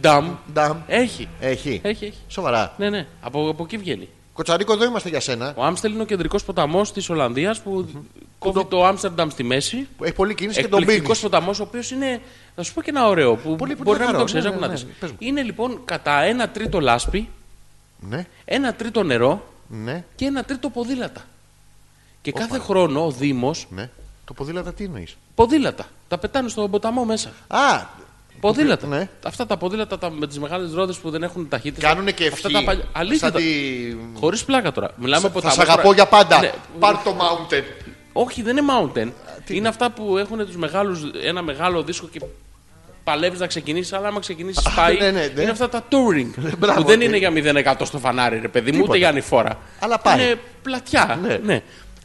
[SPEAKER 2] Νταμ.
[SPEAKER 1] Νταμ.
[SPEAKER 2] Έχει.
[SPEAKER 1] Έχει.
[SPEAKER 2] Έχει, έχει.
[SPEAKER 1] Σοβαρά.
[SPEAKER 2] Ναι, ναι. Από, από εκεί βγαίνει.
[SPEAKER 1] Κοτσαρίκο, εδώ είμαστε για σένα.
[SPEAKER 2] Ο Άμστελ είναι ο κεντρικός ποταμός της Ολλανδίας που κόβει το Άμστερνταμ στη μέση.
[SPEAKER 1] Έχει πολύ κίνηση και τον πίνει.
[SPEAKER 2] Εκπληκτικό ποταμός, ο οποίος είναι. Θα σου πω και ένα ωραίο
[SPEAKER 1] Πολύ-
[SPEAKER 2] που
[SPEAKER 1] πολύ
[SPEAKER 2] μπορεί να μην
[SPEAKER 1] χαρό.
[SPEAKER 2] το ξέρεις.
[SPEAKER 1] Ναι, ναι,
[SPEAKER 2] να
[SPEAKER 1] ναι.
[SPEAKER 2] δεις.
[SPEAKER 1] Πες μου.
[SPEAKER 2] Είναι λοιπόν κατά ένα τρίτο λάσπη,
[SPEAKER 1] Ναι,
[SPEAKER 2] ένα τρίτο νερό
[SPEAKER 1] ναι,
[SPEAKER 2] και ένα τρίτο ποδήλατα. Και κάθε χρόνο ο Δήμος
[SPEAKER 1] ναι. Το ποδήλατα τι εννοείς.
[SPEAKER 2] ποδήλατα. Τα πετάνε στον ποταμό μέσα.
[SPEAKER 1] Α,
[SPEAKER 2] Ποδήλατα.
[SPEAKER 1] ναι.
[SPEAKER 2] Αυτά τα ποδήλατα τα, με τις μεγάλες ρόδες που δεν έχουν ταχύτητα.
[SPEAKER 1] κάνουν και
[SPEAKER 2] Αυτά
[SPEAKER 1] ευχή.
[SPEAKER 2] τα παλιά. Αλήθεια.
[SPEAKER 1] Σαν τη...
[SPEAKER 2] Χωρίς πλάκα τώρα. Μιλάμε από
[SPEAKER 1] Θα σ' αγαπώ για πάντα.
[SPEAKER 2] Ναι.
[SPEAKER 1] Πάρ το mountain.
[SPEAKER 2] Όχι, δεν είναι mountain. είναι αυτά που έχουν τους μεγάλους, ένα μεγάλο δίσκο και παλεύεις να ξεκινήσεις, αλλά άμα ξεκινήσεις πάει.
[SPEAKER 1] ναι, ναι, ναι.
[SPEAKER 2] Είναι αυτά τα touring.
[SPEAKER 1] μπράβο,
[SPEAKER 2] που δεν
[SPEAKER 1] ναι.
[SPEAKER 2] είναι για 0% στο φανάρι, ρε παιδί μου, ούτε για ανηφόρα.
[SPEAKER 1] Αλλά πάει.
[SPEAKER 2] Είναι πλατιά.
[SPEAKER 1] Ναι.
[SPEAKER 2] Ναι.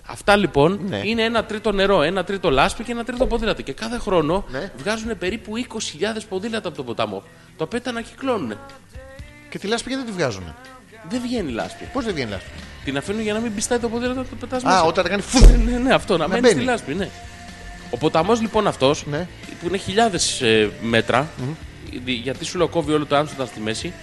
[SPEAKER 2] Αυτά λοιπόν
[SPEAKER 1] Ναι.
[SPEAKER 2] είναι ένα τρίτο νερό, ένα τρίτο λάσπη και ένα τρίτο ποδήλατο. Και κάθε χρόνο
[SPEAKER 1] Ναι.
[SPEAKER 2] βγάζουν περίπου 20.000 ποδήλατα από τον ποταμό. Τα οποία τα ανακυκλώνουν.
[SPEAKER 1] Και τη λάσπη γιατί τη βγάζουν.
[SPEAKER 2] Δεν βγαίνει λάσπη.
[SPEAKER 1] Πώς δεν βγαίνει λάσπη.
[SPEAKER 2] Την αφήνουν για να μην πιστάει το ποδήλατο να το πετάς μέσα.
[SPEAKER 1] Α, όταν κάνει φου.
[SPEAKER 2] Ναι, ναι, ναι, αυτό, να, μένει στη
[SPEAKER 1] μπαίνει.
[SPEAKER 2] λάσπη, ναι. Ο ποταμός λοιπόν αυτός,
[SPEAKER 1] Ναι.
[SPEAKER 2] που είναι χιλιάδες ε, μέτρα, γιατί σου λέω κόβει όλο το Άμστερνταμ στη μέση,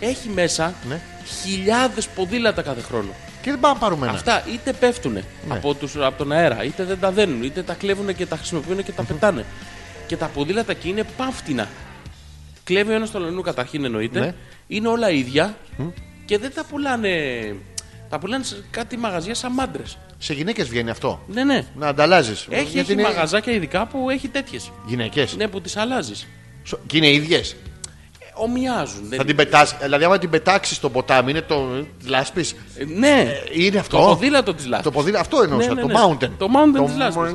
[SPEAKER 2] έχει μέσα
[SPEAKER 1] Ναι.
[SPEAKER 2] χιλιάδες ποδήλατα κάθε χρόνο.
[SPEAKER 1] Και δεν πάμε να πάρουμε ένα.
[SPEAKER 2] Αυτά είτε πέφτουν
[SPEAKER 1] Ναι.
[SPEAKER 2] από, τους, από τον αέρα, είτε δεν τα δένουν, είτε τα κλέβουν και τα χρησιμοποιούν και τα πετάνε. Και τα ποδήλατα εκεί είναι παύτινα. Κλέβει ο ένας τον αλλού καταρχήν εννοείται.
[SPEAKER 1] Ναι.
[SPEAKER 2] Είναι όλα ίδια και δεν τα πουλάνε. Τα πουλάνε σε κάτι μαγαζιά σαν μάντρες.
[SPEAKER 1] Σε γυναίκες βγαίνει αυτό.
[SPEAKER 2] Ναι, ναι.
[SPEAKER 1] Να ανταλλάζεις.
[SPEAKER 2] Έχει, έχει μαγαζάκια ειδικά που έχει τέτοιες.
[SPEAKER 1] Γυναίκες.
[SPEAKER 2] Ναι, που τις αλλάζεις.
[SPEAKER 1] Και είναι ίδιες.
[SPEAKER 2] Ομοιάζουν. Ε,
[SPEAKER 1] Θα
[SPEAKER 2] δεν-
[SPEAKER 1] την πετάς, δηλαδή άμα την πετάξεις στο ποτάμι, είναι το. Λάσπης.
[SPEAKER 2] Ε, Ναι,
[SPEAKER 1] Είναι
[SPEAKER 2] το
[SPEAKER 1] αυτό.
[SPEAKER 2] ποδήλατο της λάσπης.
[SPEAKER 1] Το ποδήλατο, αυτό εννοούσα.
[SPEAKER 2] Ναι, ναι,
[SPEAKER 1] το
[SPEAKER 2] ναι.
[SPEAKER 1] mountain.
[SPEAKER 2] Το mountain της λάσπης.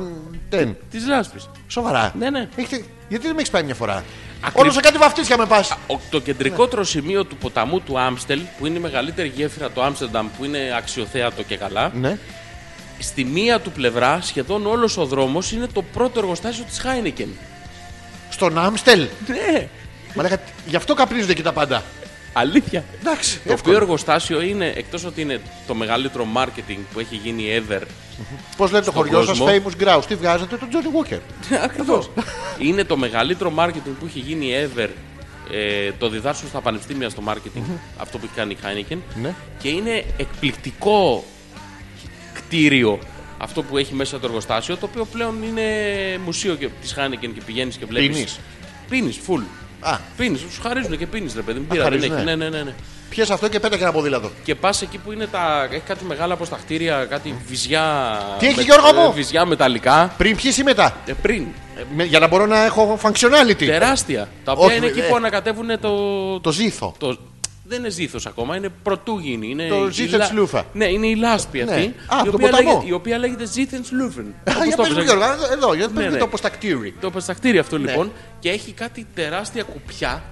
[SPEAKER 1] mountain.
[SPEAKER 2] Της λάσπης.
[SPEAKER 1] Σοβαρά.
[SPEAKER 2] Ναι, ναι.
[SPEAKER 1] Έχετε- γιατί δεν με έχεις πάει μια φορά. Όλο σε κάτι βαφτίσια με πας.
[SPEAKER 2] Ο- Το κεντρικότερο σημείο του ποταμού του Άμστελ, που είναι η μεγαλύτερη γέφυρα του Άμστερνταμ, που είναι αξιοθέατο και καλά,
[SPEAKER 1] Ναι.
[SPEAKER 2] στη μία του πλευρά, σχεδόν όλος ο δρόμος, είναι το πρώτο εργοστάσιο της Χάινεκεν.
[SPEAKER 1] Στον Άμστελ.
[SPEAKER 2] Ναι,
[SPEAKER 1] Μαλάκα, γι' αυτό καπνίζονται εκεί τα πάντα.
[SPEAKER 2] αλήθεια.
[SPEAKER 1] Εντάξει.
[SPEAKER 2] Το οποίο
[SPEAKER 1] εύκολο.
[SPEAKER 2] εργοστάσιο είναι, εκτός ότι είναι το μεγαλύτερο marketing που έχει γίνει ever.
[SPEAKER 1] Πώς λέτε το
[SPEAKER 2] στον
[SPEAKER 1] χωριό σας,
[SPEAKER 2] κόσμο.
[SPEAKER 1] Famous Grouse. Τι βγάζετε, τον Τζόνι Walker.
[SPEAKER 2] Ακριβώς. είναι το μεγαλύτερο marketing που έχει γίνει ever. Ε, το διδάσκουν στα πανεπιστήμια στο marketing, αυτό που έχει κάνει η Heineken.
[SPEAKER 1] Ναι.
[SPEAKER 2] Και είναι εκπληκτικό κτίριο αυτό που έχει μέσα το εργοστάσιο, το οποίο πλέον είναι μουσείο και της Heineken και πηγαίνεις και βλέπεις.
[SPEAKER 1] Πίνεις?
[SPEAKER 2] Πίνεις, full.
[SPEAKER 1] Α,
[SPEAKER 2] Πίνεις, σου χαρίζουν και πίνεις, ρε παιδί μου. Πήρα, δεν
[SPEAKER 1] χαρίζουνε.
[SPEAKER 2] έχει. Ναι, ναι, ναι. ναι.
[SPEAKER 1] πιες αυτό και πέτα και ένα ποδήλατο.
[SPEAKER 2] Και πας εκεί που είναι τα. Έχει κάτι μεγάλα από τα κτίρια, κάτι βυζιά.
[SPEAKER 1] Τι έχει, Γιώργο μου?
[SPEAKER 2] ε, Βυζιά μεταλλικά.
[SPEAKER 1] Πριν πιεις ή μετά.
[SPEAKER 2] Ε, πριν. Ε,
[SPEAKER 1] Με- για να μπορώ να έχω functionality.
[SPEAKER 2] Τεράστια. Τα οποία
[SPEAKER 1] Όχι,
[SPEAKER 2] είναι
[SPEAKER 1] ε,
[SPEAKER 2] εκεί
[SPEAKER 1] ε.
[SPEAKER 2] που ανακατεύουν το.
[SPEAKER 1] Το ζήθο.
[SPEAKER 2] το- Δεν είναι ζήθος ακόμα, είναι πρωτούγινη. Είναι
[SPEAKER 1] Το
[SPEAKER 2] η
[SPEAKER 1] ζήθεν
[SPEAKER 2] λα-
[SPEAKER 1] σλούφα.
[SPEAKER 2] Ναι, είναι η λάσπη αυτή.
[SPEAKER 1] Α,
[SPEAKER 2] η,
[SPEAKER 1] από τον
[SPEAKER 2] οποία
[SPEAKER 1] ποταμό.
[SPEAKER 2] λέγεται, η οποία λέγεται Ζήθεν Σλούφεν.
[SPEAKER 1] Α, για πες μου Γιώργο, Ναι. εδώ, εδώ, για πες
[SPEAKER 2] Ναι,
[SPEAKER 1] μου
[SPEAKER 2] ναι.
[SPEAKER 1] το ποστακτήρι.
[SPEAKER 2] Το πεστακτήρι αυτό λοιπόν. Και έχει κάτι τεράστια κουπιά.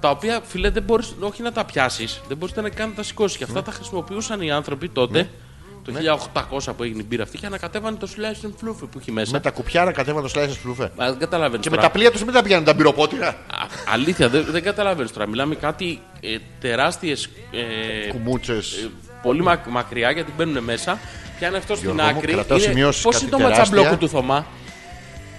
[SPEAKER 2] Τα οποία, φίλε, δεν μπορείς όχι να τα πιάσεις, δεν μπορείτε να καν να τα σηκώσεις. Και
[SPEAKER 1] Ναι.
[SPEAKER 2] αυτά τα χρησιμοποιούσαν οι άνθρωποι τότε, το 1800 που έγινε η μπύρα αυτή, και ανακατεύανε το Slice and Fluffy που έχει μέσα.
[SPEAKER 1] Με τα κουπιάρα κατέβα το σλάισε φλούφε.
[SPEAKER 2] Α, Δεν καταλαβαίνεις
[SPEAKER 1] Και με
[SPEAKER 2] τώρα.
[SPEAKER 1] τα πλοία τους μην τα πιάνουν τα μπυροπότηρα.
[SPEAKER 2] Α, αλήθεια, δεν, δεν καταλαβαίνεις τώρα. Μιλάμε κάτι ε, τεράστιες, ε,
[SPEAKER 1] Κουμούτσες.
[SPEAKER 2] πολύ μακ- μακριά γιατί μπαίνουν μέσα. Πιάνε αυτό στην
[SPEAKER 1] Γιώργο μου,
[SPEAKER 2] άκρη.
[SPEAKER 1] κρατάω σημειώσεις,
[SPEAKER 2] πώς
[SPEAKER 1] κάτι
[SPEAKER 2] είναι το
[SPEAKER 1] τεράστια.
[SPEAKER 2] ματσαμπλόκο του Θωμά.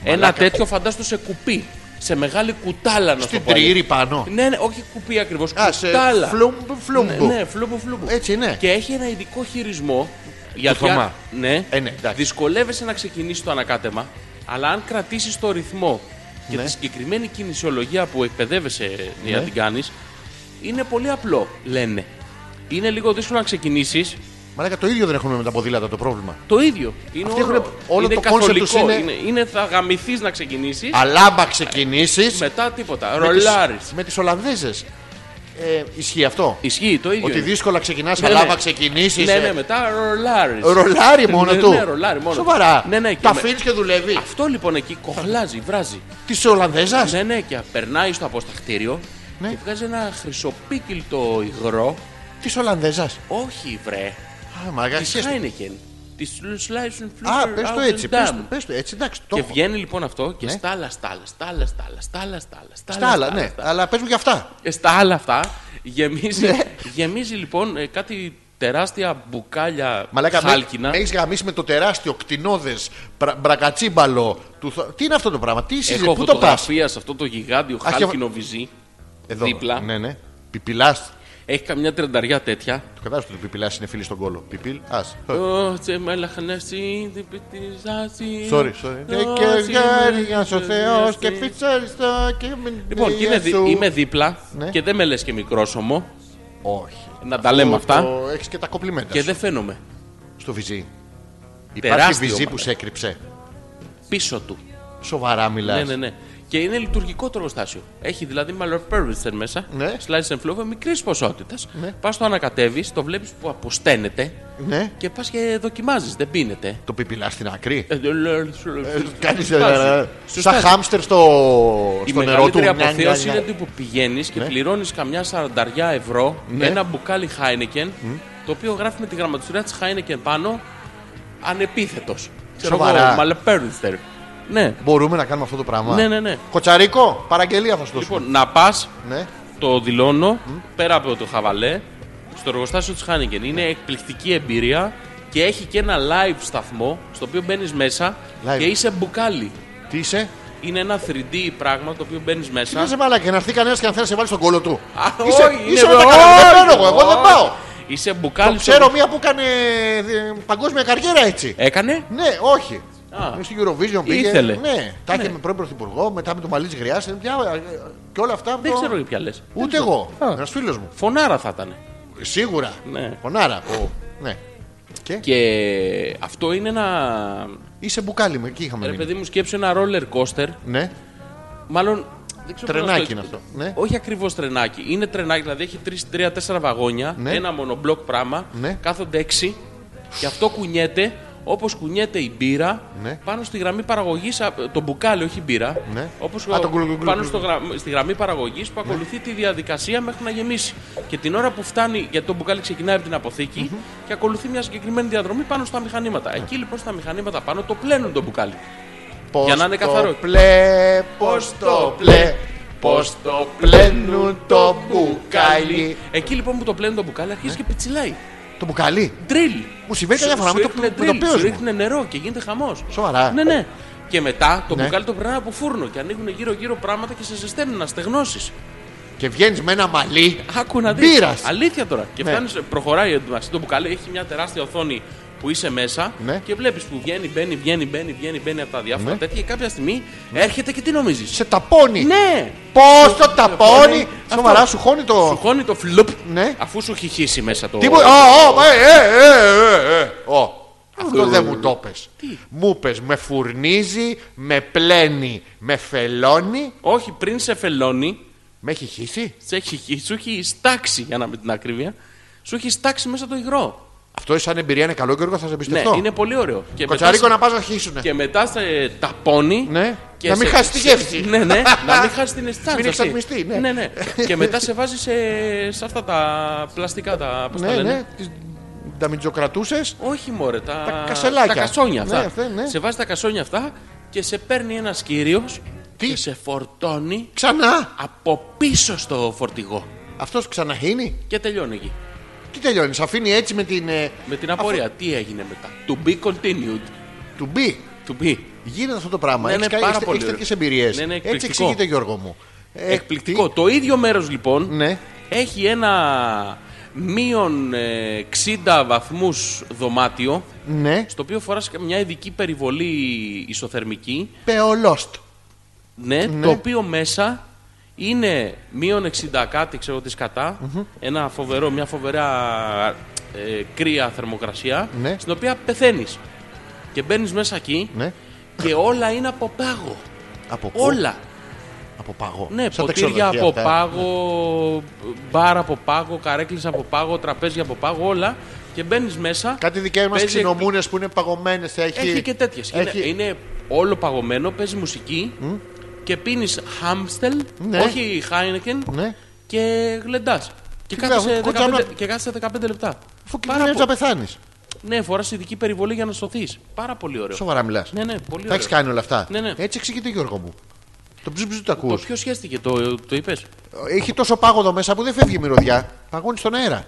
[SPEAKER 2] Ένα τέτοιο φαντάστο σε κουπί. Σε μεγάλη κουτάλα να
[SPEAKER 1] Στην
[SPEAKER 2] το πω.
[SPEAKER 1] τριήρη πάνω.
[SPEAKER 2] Ναι, ναι, όχι κουπί ακριβώς,
[SPEAKER 1] Α, σε
[SPEAKER 2] κουτάλα.
[SPEAKER 1] φλούμπου,
[SPEAKER 2] Ναι,
[SPEAKER 1] φλούμπου.
[SPEAKER 2] ναι, φλούμπου, φλούμπου.
[SPEAKER 1] Έτσι είναι.
[SPEAKER 2] Και έχει ένα ειδικό χειρισμό. Γιατί
[SPEAKER 1] Θωμά.
[SPEAKER 2] αν- ναι,
[SPEAKER 1] Ε, ναι, εντάξει.
[SPEAKER 2] δυσκολεύεσαι να ξεκινήσεις το ανακάτεμα, αλλά αν κρατήσεις το ρυθμό και
[SPEAKER 1] Ναι.
[SPEAKER 2] τη συγκεκριμένη κινησιολογία που εκπαιδεύεσαι για να την κάνεις, είναι πολύ απλό, λένε. Είναι λίγο δύσκολο να ξεκινήσεις
[SPEAKER 1] Μαλάκα το ίδιο δεν έχουμε με τα ποδήλατα το πρόβλημα.
[SPEAKER 2] το ίδιο. Είναι
[SPEAKER 1] Αυτοί έχουν- όλο
[SPEAKER 2] είναι
[SPEAKER 1] το concept τους
[SPEAKER 2] καθολικό.
[SPEAKER 1] είναι-
[SPEAKER 2] Είναι... είναι θα γαμηθείς να ξεκινήσεις,
[SPEAKER 1] Αλλά άμα ξεκινήσεις.
[SPEAKER 2] μετά τίποτα. Ρολάρι.
[SPEAKER 1] Με τις Ολλανδέζες. Ε, ισχύει αυτό.
[SPEAKER 2] Ισχύει το ίδιο.
[SPEAKER 1] Ότι
[SPEAKER 2] είναι.
[SPEAKER 1] δύσκολα ξεκινάς,
[SPEAKER 2] Ναι,
[SPEAKER 1] αλλά
[SPEAKER 2] ναι.
[SPEAKER 1] άμα ξεκινήσεις.
[SPEAKER 2] Ναι, ναι, μετά ρολάρι.
[SPEAKER 1] ε. Ρολάρι μόνο
[SPEAKER 2] Ναι,
[SPEAKER 1] του.
[SPEAKER 2] ναι, ρολάρι μόνο του.
[SPEAKER 1] Σοβαρά.
[SPEAKER 2] Ναι, ναι, και
[SPEAKER 1] Τα
[SPEAKER 2] με-
[SPEAKER 1] αφήνει και δουλεύει.
[SPEAKER 2] Αυτό λοιπόν εκεί κοχλάζει, βράζει.
[SPEAKER 1] Τη Ολλανδέζας.
[SPEAKER 2] Ναι, ναι, και περνάει στο αποστακτήριο
[SPEAKER 1] Ναι.
[SPEAKER 2] και βγάζει ένα χρυσοπίκυλτο υγρό.
[SPEAKER 1] Τη Ολλανδέζας.
[SPEAKER 2] Όχι, βρε.
[SPEAKER 1] Α, μαγαζί.
[SPEAKER 2] Τη Heineken. Τη Slice
[SPEAKER 1] Ε, Α, πες το έτσι. Πες το, πες το έτσι, εντάξει. Το
[SPEAKER 2] Και
[SPEAKER 1] έχω.
[SPEAKER 2] βγαίνει λοιπόν αυτό και
[SPEAKER 1] Ναι.
[SPEAKER 2] στάλα, στάλα, στάλα, στάλα, στάλα, στάλα.
[SPEAKER 1] Στα άλλα, ναι. Αλλά πες μου και αυτά.
[SPEAKER 2] Ε, Στα άλλα αυτά γεμίζει,
[SPEAKER 1] Ναι.
[SPEAKER 2] γεμίζει λοιπόν ε, κάτι τεράστια μπουκάλια
[SPEAKER 1] Μαλάκα,
[SPEAKER 2] χάλκινα.
[SPEAKER 1] έχεις γαμίσει με το τεράστιο κτηνόδες μπρακατσίμπαλο του. Θο- Τι είναι αυτό το πράγμα, τι είσαι,
[SPEAKER 2] Έχω
[SPEAKER 1] πού το πας.
[SPEAKER 2] φωτογραφία σε αυτό το γιγάντιο
[SPEAKER 1] Αχ,
[SPEAKER 2] χάλκινο βυζί.
[SPEAKER 1] Εδώ.
[SPEAKER 2] δίπλα.
[SPEAKER 1] Ναι, ναι. Πιπιλά.
[SPEAKER 2] Έχει καμιά τριανταριά τέτοια.
[SPEAKER 1] Το κατάλαβε ότι πιπιλά είναι φίλη στον κόλο. Πιπιλ, ας.
[SPEAKER 2] Ω, τσεμέλα χανέσι, δεν πετυζάζει.
[SPEAKER 1] Sorry, sorry.
[SPEAKER 2] Ω,
[SPEAKER 1] Ναι, και
[SPEAKER 2] τσεμέλα
[SPEAKER 1] βγάλει ο Θεός και
[SPEAKER 2] χανέσι.
[SPEAKER 1] φιτσάριστο και μην.
[SPEAKER 2] Λοιπόν, και είναι δι- είμαι δίπλα
[SPEAKER 1] Ναι.
[SPEAKER 2] και δεν με λες και μικρόσωμο.
[SPEAKER 1] Όχι.
[SPEAKER 2] Να τα λέμε αυτά.
[SPEAKER 1] Έχεις και τα κοπλιμέντα.
[SPEAKER 2] Και
[SPEAKER 1] σου.
[SPEAKER 2] δεν φαίνομαι.
[SPEAKER 1] Στο βυζί. Υπάρχει
[SPEAKER 2] Τεράστιο,
[SPEAKER 1] βυζί που
[SPEAKER 2] μαλάκα.
[SPEAKER 1] σε έκρυψε.
[SPEAKER 2] Πίσω του.
[SPEAKER 1] Σοβαρά μιλάς.
[SPEAKER 2] Ναι, ναι, ναι. Και είναι λειτουργικό το εργοστάσιο. Έχει δηλαδή malware μέσα.
[SPEAKER 1] Ναι.
[SPEAKER 2] Slice and flow μικρής ποσότητας. Πα το ανακατεύεις, το βλέπεις που αποσταίνεται
[SPEAKER 1] Ναι.
[SPEAKER 2] και πας και δοκιμάζεις. Δεν πίνεται.
[SPEAKER 1] Το πιπιλά στην άκρη.
[SPEAKER 2] Ε,
[SPEAKER 1] Ε, Κάνει.
[SPEAKER 2] Στάζει.
[SPEAKER 1] ε,
[SPEAKER 2] Σου
[SPEAKER 1] Σαν
[SPEAKER 2] στάζει.
[SPEAKER 1] χάμστερ στο,
[SPEAKER 2] Η
[SPEAKER 1] στο νερό του.
[SPEAKER 2] μεγαλύτερη
[SPEAKER 1] Νια, νια,
[SPEAKER 2] αποθέωση
[SPEAKER 1] νια.
[SPEAKER 2] είναι ότι που πηγαίνεις και
[SPEAKER 1] Ναι.
[SPEAKER 2] πληρώνεις καμιά σαρανταριά ευρώ
[SPEAKER 1] Ναι.
[SPEAKER 2] ένα μπουκάλι Heineken, το οποίο γράφει με τη γραμματιστήρια της Heineken πάνω ανεπίθετος.
[SPEAKER 1] Σοβαρά.
[SPEAKER 2] Μαλεπέρνιστερ. Ναι.
[SPEAKER 1] Μπορούμε να κάνουμε αυτό το πράγμα.
[SPEAKER 2] Ναι, ναι, ναι.
[SPEAKER 1] Κοτσαρίκο, παραγγελία θα σου δώσω.
[SPEAKER 2] Λοιπόν, να πας,
[SPEAKER 1] Ναι.
[SPEAKER 2] το δηλώνω, πέρα από το χαβαλέ, στο εργοστάσιο της Heineken. Είναι εκπληκτική εμπειρία και έχει και ένα live σταθμό στο οποίο μπαίνεις μέσα
[SPEAKER 1] Live.
[SPEAKER 2] και είσαι μπουκάλι.
[SPEAKER 1] Τι είσαι,
[SPEAKER 2] είναι ένα 3D πράγμα το οποίο μπαίνεις μέσα.
[SPEAKER 1] Κοίταζε μαλάκα, να έρθει κανένας και να θέλει να σε βάλει στον κόλο του.
[SPEAKER 2] Α,
[SPEAKER 1] Είσαι-
[SPEAKER 2] όχι, είναι
[SPEAKER 1] Είσαι με τα
[SPEAKER 2] όχι,
[SPEAKER 1] καλά, δεν παίρνω εγώ, εγώ δεν
[SPEAKER 2] όχι.
[SPEAKER 1] πάω.
[SPEAKER 2] Είσαι μπουκάλι. στο-
[SPEAKER 1] Ξέρω μία που έκανε ε, παγκόσμια καριέρα έτσι.
[SPEAKER 2] Έκανε.
[SPEAKER 1] Ναι, όχι.
[SPEAKER 2] Ε. Α.
[SPEAKER 1] Στην Eurovision πήγε.
[SPEAKER 2] Ήθελε.
[SPEAKER 1] Ναι, τα είχε με πρώην πρωθυπουργό, μετά με τον Μαλής Γριάς. ε, Και όλα αυτά.
[SPEAKER 2] Δεν
[SPEAKER 1] το-
[SPEAKER 2] ξέρω για ποια λες.
[SPEAKER 1] Ούτε εγώ. Ένας φίλος μου.
[SPEAKER 2] Φωνάρα θα ήταν.
[SPEAKER 1] Σίγουρα.
[SPEAKER 2] Ναι.
[SPEAKER 1] Πονάρα. Ναι. Και
[SPEAKER 2] Και αυτό είναι ένα.
[SPEAKER 1] είσαι μπουκάλι με εκεί είχαμε
[SPEAKER 2] Ρε
[SPEAKER 1] μείνει.
[SPEAKER 2] παιδί μου, σκέψου ένα roller coaster.
[SPEAKER 1] Ναι.
[SPEAKER 2] Μάλλον. Δεν ξέρω πώς να
[SPEAKER 1] Τρενάκι
[SPEAKER 2] το
[SPEAKER 1] είναι
[SPEAKER 2] εξηγήσω.
[SPEAKER 1] αυτό, ναι.
[SPEAKER 2] Όχι ακριβώς τρενάκι. Είναι τρενάκι, δηλαδή έχει 3-4 βαγόνια,
[SPEAKER 1] Ναι.
[SPEAKER 2] ένα μονομπλοκ πράγμα.
[SPEAKER 1] Ναι.
[SPEAKER 2] Κάθονται 6 και αυτό κουνιέται όπως κουνιέται η μπύρα
[SPEAKER 1] Ναι.
[SPEAKER 2] πάνω στη γραμμή παραγωγής. Το μπουκάλι, όχι η μπύρα.
[SPEAKER 1] Ναι.
[SPEAKER 2] Όπως
[SPEAKER 1] Α,
[SPEAKER 2] ο-
[SPEAKER 1] το γκλου, γκλου, γκλου,
[SPEAKER 2] πάνω
[SPEAKER 1] γκλου.
[SPEAKER 2] στο γρα- στη γραμμή παραγωγής που ακολουθεί τη διαδικασία μέχρι να γεμίσει. Και την ώρα που φτάνει, γιατί το μπουκάλι ξεκινάει από την αποθηκη και ακολουθεί μια συγκεκριμένη διαδρομή πάνω στα μηχανήματα.
[SPEAKER 1] Ναι.
[SPEAKER 2] Εκεί λοιπόν στα μηχανήματα πάνω το πλένουν το μπουκάλι.
[SPEAKER 1] Πώς
[SPEAKER 2] Για να είναι
[SPEAKER 1] το
[SPEAKER 2] καθαρό.
[SPEAKER 1] Πλε, πώς το πλε, πώς το πλένουν το μπουκάλι.
[SPEAKER 2] Εκεί λοιπόν που το πλένουν το μπουκάλι αρχίζει και πιτσιλάει.
[SPEAKER 1] Το μπουκάλι.
[SPEAKER 2] Ντρίλ.
[SPEAKER 1] Μου συμβαίνει καμιά φορά με το- με το πέος
[SPEAKER 2] Σου
[SPEAKER 1] μου.
[SPEAKER 2] ρίχνουν νερό και γίνεται χαμός.
[SPEAKER 1] Σοβαρά.
[SPEAKER 2] Ναι, ναι. Και μετά το
[SPEAKER 1] Ναι.
[SPEAKER 2] μπουκάλι το περνάει από φούρνο και ανοίγουν γύρω-γύρω πράγματα και σε ζεσταίνουν να στεγνώσει.
[SPEAKER 1] Και βγαίνεις με ένα μαλλί.
[SPEAKER 2] Άκου να δεις.
[SPEAKER 1] Μπύρας.
[SPEAKER 2] Αλήθεια τώρα. Και
[SPEAKER 1] Ναι.
[SPEAKER 2] φτάνεις, προχωράει εν τω μεταξύ το μπουκάλι, έχει μια τεράστια οθόνη που είσαι μέσα
[SPEAKER 1] Ναι.
[SPEAKER 2] και βλέπεις που βγαίνει, μπαίνει, βγαίνει, μπαίνει, βγαίνει, μπαίνει από τα διάφορα
[SPEAKER 1] Ναι.
[SPEAKER 2] τέτοια και κάποια στιγμή έρχεται και τι νομίζεις.
[SPEAKER 1] Σε ταπώνει.
[SPEAKER 2] Ναι!
[SPEAKER 1] Πώς το ταπώνει.
[SPEAKER 2] Αυτό.
[SPEAKER 1] Σοβαρά σου χώνει
[SPEAKER 2] Σου
[SPEAKER 1] το...
[SPEAKER 2] χώνει το φλουπ
[SPEAKER 1] Ναι.
[SPEAKER 2] αφού σου έχει χύσει μέσα το.
[SPEAKER 1] Τι μου... Ω, ω, ε, ε, ε, ε, ε, ω. Αυτό δεν μου το πες.
[SPEAKER 2] Τι?
[SPEAKER 1] Μου πες, με φουρνίζει, με πλένει, με φελώνει.
[SPEAKER 2] Όχι, πριν σε φελώνει,
[SPEAKER 1] Με έχει χύσει.
[SPEAKER 2] σε έχει χύσει, σου έχει στάξει για να με την ακρίβεια, σου έχει στάξει μέσα το υγρό.
[SPEAKER 1] Αυτό σαν εμπειρία είναι καλό Γιώργο, θα σε
[SPEAKER 2] Ναι,
[SPEAKER 1] εμπιστευτώ.
[SPEAKER 2] είναι πολύ ωραίο. Και
[SPEAKER 1] Κοτσαρίκο
[SPEAKER 2] μετά,
[SPEAKER 1] να πας να χύσουνε.
[SPEAKER 2] και μετά σε ταπώνει.
[SPEAKER 1] Ναι, να μην χάσεις τη γεύση.
[SPEAKER 2] Ναι, ναι, να μην χάσεις την αισθάνση.
[SPEAKER 1] Μην εξατμιστεί, ναι.
[SPEAKER 2] ναι, ναι. και μετά σε βάζεις σε, σε αυτά τα πλαστικά, τα, πώς τα
[SPEAKER 1] Ναι,
[SPEAKER 2] λένε.
[SPEAKER 1] ναι. Τις νταμιτζοκρατούσες.
[SPEAKER 2] Όχι μωρέ, τα,
[SPEAKER 1] Τα κασελάκια.
[SPEAKER 2] τα κασόνια αυτά.
[SPEAKER 1] Ναι, αυτά, ναι.
[SPEAKER 2] Σε βάζεις τα κασόνια αυτά και σε παίρνει ένας κύριος
[SPEAKER 1] Τι?
[SPEAKER 2] και σε φορτώνει
[SPEAKER 1] Ξανά.
[SPEAKER 2] από πίσω στο φορτηγό.
[SPEAKER 1] Αυτός ξαναχύνει.
[SPEAKER 2] Και τελειώνει εκεί.
[SPEAKER 1] Τι τελειώνει, σε αφήνει έτσι με την. ε,
[SPEAKER 2] Με την απορία, τι έγινε μετά. To be continued.
[SPEAKER 1] To be.
[SPEAKER 2] To be.
[SPEAKER 1] Γίνεται αυτό το πράγμα.
[SPEAKER 2] Ναι,
[SPEAKER 1] Έχεις
[SPEAKER 2] ναι,
[SPEAKER 1] κα-
[SPEAKER 2] πάρα
[SPEAKER 1] έχεις-
[SPEAKER 2] πολύ
[SPEAKER 1] έχεις τέτοιες
[SPEAKER 2] ωραίο.
[SPEAKER 1] εμπειρίες.
[SPEAKER 2] Ναι, ναι,
[SPEAKER 1] Έτσι
[SPEAKER 2] εκπληκτικό.
[SPEAKER 1] εξηγείται, Γιώργο μου. Ε,
[SPEAKER 2] Εκπληκτικό.
[SPEAKER 1] τι-
[SPEAKER 2] Το ίδιο μέρος λοιπόν
[SPEAKER 1] Ναι.
[SPEAKER 2] έχει ένα μείον ε, 60 βαθμούς δωμάτιο
[SPEAKER 1] Ναι.
[SPEAKER 2] στο οποίο φοράς και μια ειδική περιβολή ισοθερμική
[SPEAKER 1] Πεολόστ.
[SPEAKER 2] ναι, το οποίο μέσα είναι μείον 60 κάτι ξέρω τι σκατα ένα φοβερό, μια φοβερά ε, κρύα θερμοκρασία
[SPEAKER 1] Ναι.
[SPEAKER 2] στην οποία πεθαίνεις και μπαίνεις μέσα εκεί
[SPEAKER 1] Ναι.
[SPEAKER 2] και όλα είναι από πάγο
[SPEAKER 1] Από πού?
[SPEAKER 2] όλα
[SPEAKER 1] Από πάγο.
[SPEAKER 2] Ναι,
[SPEAKER 1] Σαν τα
[SPEAKER 2] ποτήρια
[SPEAKER 1] ξενοδοχεία
[SPEAKER 2] από
[SPEAKER 1] αυτά.
[SPEAKER 2] πάγο, μπαρ από πάγο, καρέκλες από πάγο, τραπέζια από πάγο, όλα. Και μπαίνεις μέσα.
[SPEAKER 1] Κάτι δικέ μα
[SPEAKER 2] παίζει
[SPEAKER 1] ξινομούνε που είναι παγωμένες. Έχει,
[SPEAKER 2] εκπλη- Έχει και τέτοιες.
[SPEAKER 1] Έχει...
[SPEAKER 2] Είναι, είναι όλο παγωμένο, παίζει μουσική και πίνεις χάμστελ,
[SPEAKER 1] Ναι.
[SPEAKER 2] όχι Heineken,
[SPEAKER 1] Ναι.
[SPEAKER 2] και γλεντάς.
[SPEAKER 1] Τι
[SPEAKER 2] Και κάθεσαι
[SPEAKER 1] κάνω, κοτσάμπλα.
[SPEAKER 2] 15, και κάθεσαι 15 λεπτά.
[SPEAKER 1] Αφού
[SPEAKER 2] Πάρα
[SPEAKER 1] κινδυνεύει
[SPEAKER 2] πο-
[SPEAKER 1] να πεθάνεις.
[SPEAKER 2] Ναι, φοράς ειδική περιβολή για να σωθείς. Πάρα πολύ ωραίο.
[SPEAKER 1] Σοβαρά μιλάς.
[SPEAKER 2] Ναι, ναι, πολύ
[SPEAKER 1] Τα έχεις
[SPEAKER 2] ωραίο.
[SPEAKER 1] κάνει όλα αυτά.
[SPEAKER 2] Ναι, ναι.
[SPEAKER 1] Έτσι εξηγείται, Γιώργο μου. Το ψιμπζου το
[SPEAKER 2] Το
[SPEAKER 1] ακούς.
[SPEAKER 2] ποιο σχέστηκε, το, το είπες.
[SPEAKER 1] Έχει τόσο πάγοδο μέσα που δεν φεύγει η μυρωδιά. Παγώνεις στον αέρα.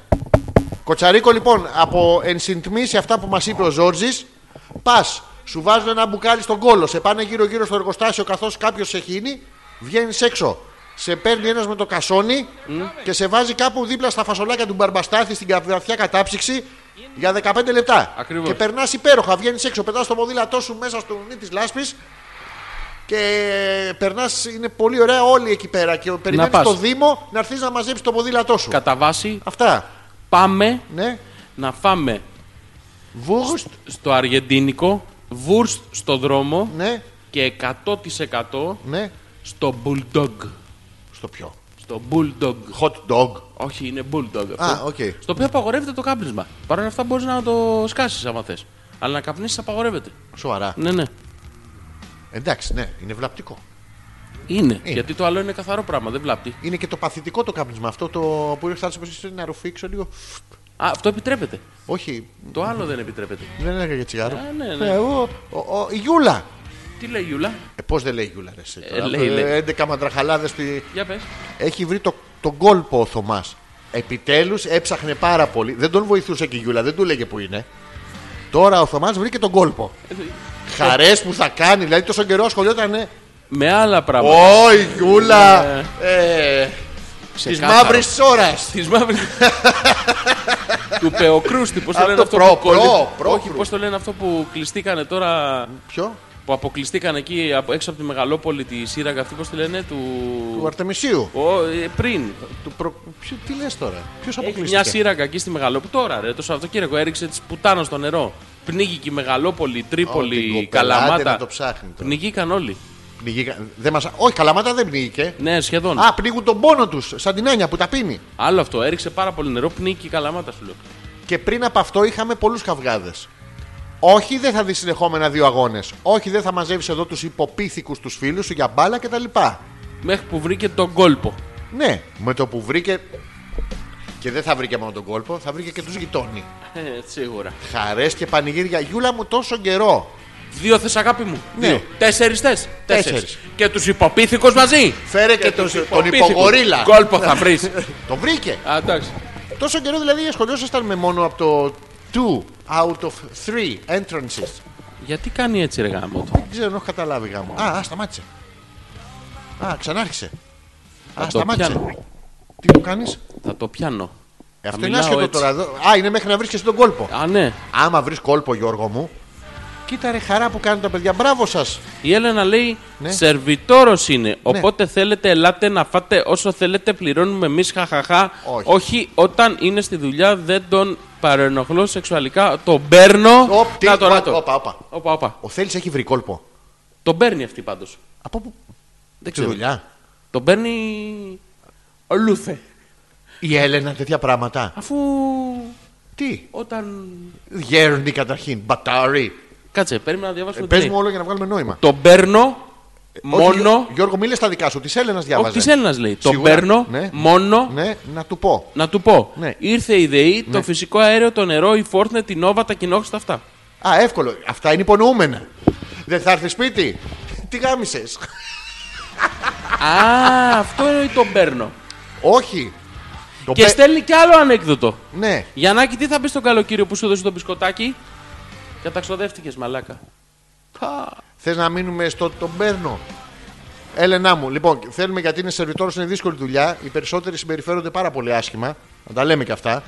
[SPEAKER 1] Κοτσαρίκο, λοιπόν, από εν συντμήσει αυτά που μας είπε ο Ζόρζης, πας, σου βάζουν ένα μπουκάλι στον κόλο, σε πάνε γύρω-γύρω στο εργοστάσιο καθώς κάποιος σε χύνει, βγαίνεις έξω. Σε παίρνει ένας με το κασόνι και σε βάζει κάπου δίπλα στα φασολάκια του μπαρμπαστάθη στην καρδιαθιά κατάψυξη για 15 λεπτά.
[SPEAKER 2] Ακριβώς.
[SPEAKER 1] Και περνάς υπέροχα, βγαίνεις έξω, πετάς το ποδήλατό σου μέσα στο νη της λάσπης και περνάς, είναι πολύ ωραία όλοι εκεί πέρα. Και περιμένεις
[SPEAKER 2] πας.
[SPEAKER 1] το Δήμο να έρθεις να μαζέψεις το ποδήλατό σου.
[SPEAKER 2] Κατά βάση,
[SPEAKER 1] Αυτά.
[SPEAKER 2] πάμε
[SPEAKER 1] Ναι.
[SPEAKER 2] να φάμε
[SPEAKER 1] Βούγουστ,
[SPEAKER 2] στο αργεντίνικο, βούρστ στο δρόμο
[SPEAKER 1] ναι,
[SPEAKER 2] και 100%
[SPEAKER 1] ναι.
[SPEAKER 2] στο bulldog.
[SPEAKER 1] Στο πιο.
[SPEAKER 2] Στο bulldog.
[SPEAKER 1] Hot dog.
[SPEAKER 2] Όχι, είναι bulldog αυτό.
[SPEAKER 1] Α, οκ.
[SPEAKER 2] Στο οποίο απαγορεύεται το κάπνισμα. Παρ' όλα αυτά μπορείς να το σκάσεις άμα θες. Αλλά να καπνίσεις απαγορεύεται.
[SPEAKER 1] Σοβαρά.
[SPEAKER 2] Ναι, ναι.
[SPEAKER 1] Εντάξει, ναι, είναι βλαπτικό.
[SPEAKER 2] Είναι. Γιατί το άλλο είναι καθαρό πράγμα, δεν βλάπτει.
[SPEAKER 1] Είναι και το παθητικό το κάπνισμα. Αυτό το που ήρθε να σου να ρουφήξω λίγο.
[SPEAKER 2] Α, αυτό επιτρέπεται.
[SPEAKER 1] Όχι,
[SPEAKER 2] Το άλλο δεν επιτρέπεται.
[SPEAKER 1] δεν έλεγα για τσιγάρο.
[SPEAKER 2] Α, ναι, ναι.
[SPEAKER 1] εγώ, ο- ο- η Γιούλα.
[SPEAKER 2] Τι λέει η Γιούλα,
[SPEAKER 1] Ε, πώς δεν λέει η Γιούλα, ρε. εσύ, τώρα. Ε,
[SPEAKER 2] Ε, λέει, λέει.
[SPEAKER 1] 11 μαντραχαλάδε. Τη...
[SPEAKER 2] για πες.
[SPEAKER 1] Έχει βρει το, τον κόλπο ο Θωμάς. Επιτέλους έψαχνε πάρα πολύ. Δεν τον βοηθούσε και η Γιούλα, δεν του λέγε που είναι. Τώρα ο Θωμάς βρήκε τον κόλπο. Χαρές που θα κάνει, δηλαδή τόσο καιρό ασχολιόταν.
[SPEAKER 2] με άλλα πράγματα.
[SPEAKER 1] Ω, η Γιούλα ε, της
[SPEAKER 2] Ξεκάθαρο.
[SPEAKER 1] μαύρης ώρα.
[SPEAKER 2] Της μαύρης. του πεοκρούστη, πώς το
[SPEAKER 1] Αυτό
[SPEAKER 2] λένε αυτό
[SPEAKER 1] προ-
[SPEAKER 2] που κόλλη-
[SPEAKER 1] προ- προ-
[SPEAKER 2] Όχι, πώς το λένε αυτό που κλειστήκανε τώρα.
[SPEAKER 1] Ποιο?
[SPEAKER 2] Που αποκλειστήκαν εκεί από- έξω από τη Μεγαλόπολη τη σύραγγα αυτή, πώς τη λένε, του.
[SPEAKER 1] Του Αρτεμισίου.
[SPEAKER 2] Ο, ε, πριν.
[SPEAKER 1] Του προ... ποιο- Τι λες τώρα, ποιος
[SPEAKER 2] Έχει μια
[SPEAKER 1] αποκλείστηκε.
[SPEAKER 2] σύραγγα εκεί στη Μεγαλόπολη. Τώρα, ρε, το Σαββατοκύριακο έριξε τη πουτάνα στο νερό. Πνίγηκε η Μεγαλόπολη, η
[SPEAKER 1] Ω, την
[SPEAKER 2] Τρίπολη, η
[SPEAKER 1] κοπελάτε
[SPEAKER 2] Καλαμάτα.
[SPEAKER 1] να το ψάχνει τώρα.
[SPEAKER 2] Πνιγήκαν όλοι.
[SPEAKER 1] Πνιγήκα- δεν μας... Όχι, Καλαμάτα δεν πνίγηκε.
[SPEAKER 2] Ναι, σχεδόν.
[SPEAKER 1] Α, πνίγουν τον πόνο τους, σαν την Άνια που τα πίνει.
[SPEAKER 2] Άλλο αυτό. Έριξε πάρα πολύ νερό, πνίγηκε η Καλαμάτα, σου λέω.
[SPEAKER 1] Και πριν από αυτό είχαμε πολλούς καυγάδες. Όχι, δεν θα δεις συνεχόμενα δύο αγώνες. Όχι, δεν θα μαζεύεις εδώ τους υποπίθηκους τους φίλους σου για μπάλα κτλ.
[SPEAKER 2] Μέχρι που βρήκε τον κόλπο.
[SPEAKER 1] Ναι, με το που βρήκε. Και δεν θα βρήκε μόνο τον κόλπο, θα βρήκε και τους γειτόνι.
[SPEAKER 2] Ε, σίγουρα.
[SPEAKER 1] Χαρές και πανηγύρια. Γιούλα μου τόσο καιρό.
[SPEAKER 2] Δύο θες αγάπη μου.
[SPEAKER 1] Ναι.
[SPEAKER 2] Δύο. Τέσσερις θες. Τέσσερις.
[SPEAKER 1] Τέσσερις.
[SPEAKER 2] Και τους υποπίθηκους μαζί.
[SPEAKER 1] Φέρε και, τους- τον
[SPEAKER 2] υποπίθηκους.
[SPEAKER 1] υπογορίλα.
[SPEAKER 2] Κόλπο θα βρεις.
[SPEAKER 1] Τον βρήκε.
[SPEAKER 2] Α, εντάξει.
[SPEAKER 1] Τόσο καιρό δηλαδή ασχολιόσασταν με μόνο από το 2 out of 3 entrances.
[SPEAKER 2] Γιατί κάνει έτσι, ρε γάμο του.
[SPEAKER 1] Δεν ξέρω αν έχω καταλάβει γάμο. Α, α, σταμάτησε. Α, ξανάρχισε. Α,
[SPEAKER 2] το
[SPEAKER 1] σταμάτησε.
[SPEAKER 2] πιάνω.
[SPEAKER 1] Τι του κάνεις.
[SPEAKER 2] Θα το πιάνω.
[SPEAKER 1] Αυτό
[SPEAKER 2] Θα
[SPEAKER 1] είναι
[SPEAKER 2] μιλάω
[SPEAKER 1] άσχετο
[SPEAKER 2] έτσι.
[SPEAKER 1] τώρα. εδώ. Α, είναι μέχρι να βρει και εσύ τον κόλπο.
[SPEAKER 2] Α, ναι.
[SPEAKER 1] Άμα βρεις κόλπο, Γιώργο μου, κοίτα ρε χαρά που κάνουν τα παιδιά. Μπράβο σας.
[SPEAKER 2] Η Έλενα λέει:
[SPEAKER 1] Ναι.
[SPEAKER 2] Σερβιτόρος είναι. Οπότε θέλετε, ελάτε να φάτε όσο θέλετε, πληρώνουμε εμείς. Χαχαχά.
[SPEAKER 1] Όχι.
[SPEAKER 2] όταν είναι στη δουλειά, δεν τον παρενοχλώ σεξουαλικά. Τον παίρνω. να το να το.
[SPEAKER 1] Όπα, όπα.
[SPEAKER 2] Όπα, όπα.
[SPEAKER 1] Ο Θέλει έχει βρει κόλπο.
[SPEAKER 2] Τον παίρνει αυτή πάντως.
[SPEAKER 1] Από πού.
[SPEAKER 2] Δεν
[SPEAKER 1] Τη
[SPEAKER 2] ξέρω.
[SPEAKER 1] δουλειά.
[SPEAKER 2] Τον παίρνει. ο Λούθε.
[SPEAKER 1] Η Έλενα τέτοια πράγματα.
[SPEAKER 2] Αφού
[SPEAKER 1] Τι.
[SPEAKER 2] όταν.
[SPEAKER 1] Γέρνη καταρχήν. Μπατάρι.
[SPEAKER 2] Κάτσε, περίμενα να διαβάσουμε
[SPEAKER 1] Πε
[SPEAKER 2] τι
[SPEAKER 1] Ε, μου
[SPEAKER 2] λέει.
[SPEAKER 1] όλο για να βγάλουμε νόημα.
[SPEAKER 2] Τον παίρνω
[SPEAKER 1] Όχι,
[SPEAKER 2] μόνο.
[SPEAKER 1] Γιώ- Γιώργο, μίλε τα δικά σου. Της Έλενας διάβαζε.
[SPEAKER 2] Όχι της Έλληνα λέει. Τον
[SPEAKER 1] Σίγουρα.
[SPEAKER 2] παίρνω
[SPEAKER 1] Ναι.
[SPEAKER 2] μόνο.
[SPEAKER 1] Ναι, να του πω.
[SPEAKER 2] Να του πω.
[SPEAKER 1] Ναι.
[SPEAKER 2] Ήρθε η ΔΕΗ, το φυσικό αέριο, το νερό, η Φόρτνε, την Νόβα, τα κοινόχρηστα αυτά.
[SPEAKER 1] Α, εύκολο. Αυτά είναι υπονοούμενα. Δεν θα έρθει σπίτι. Τι γάμισες.
[SPEAKER 2] Α, αυτό εννοεί τον παίρνω.
[SPEAKER 1] Όχι. Το
[SPEAKER 2] Και
[SPEAKER 1] πε-
[SPEAKER 2] στέλνει κι άλλο ανέκδοτο.
[SPEAKER 1] Ναι.
[SPEAKER 2] Γιαννάκη, τι θα πεις στον καλοκύριο που σου έδωσε το μπισκοτάκι. Καταξοδεύτηκες, μαλάκα.
[SPEAKER 1] Θες να μείνουμε στο τον παίρνω. Έλενά μου, λοιπόν, θέλουμε γιατί είναι σερβιτόρος, είναι δύσκολη δουλειά. Οι περισσότεροι συμπεριφέρονται πάρα πολύ άσχημα. Να τα λέμε και αυτά.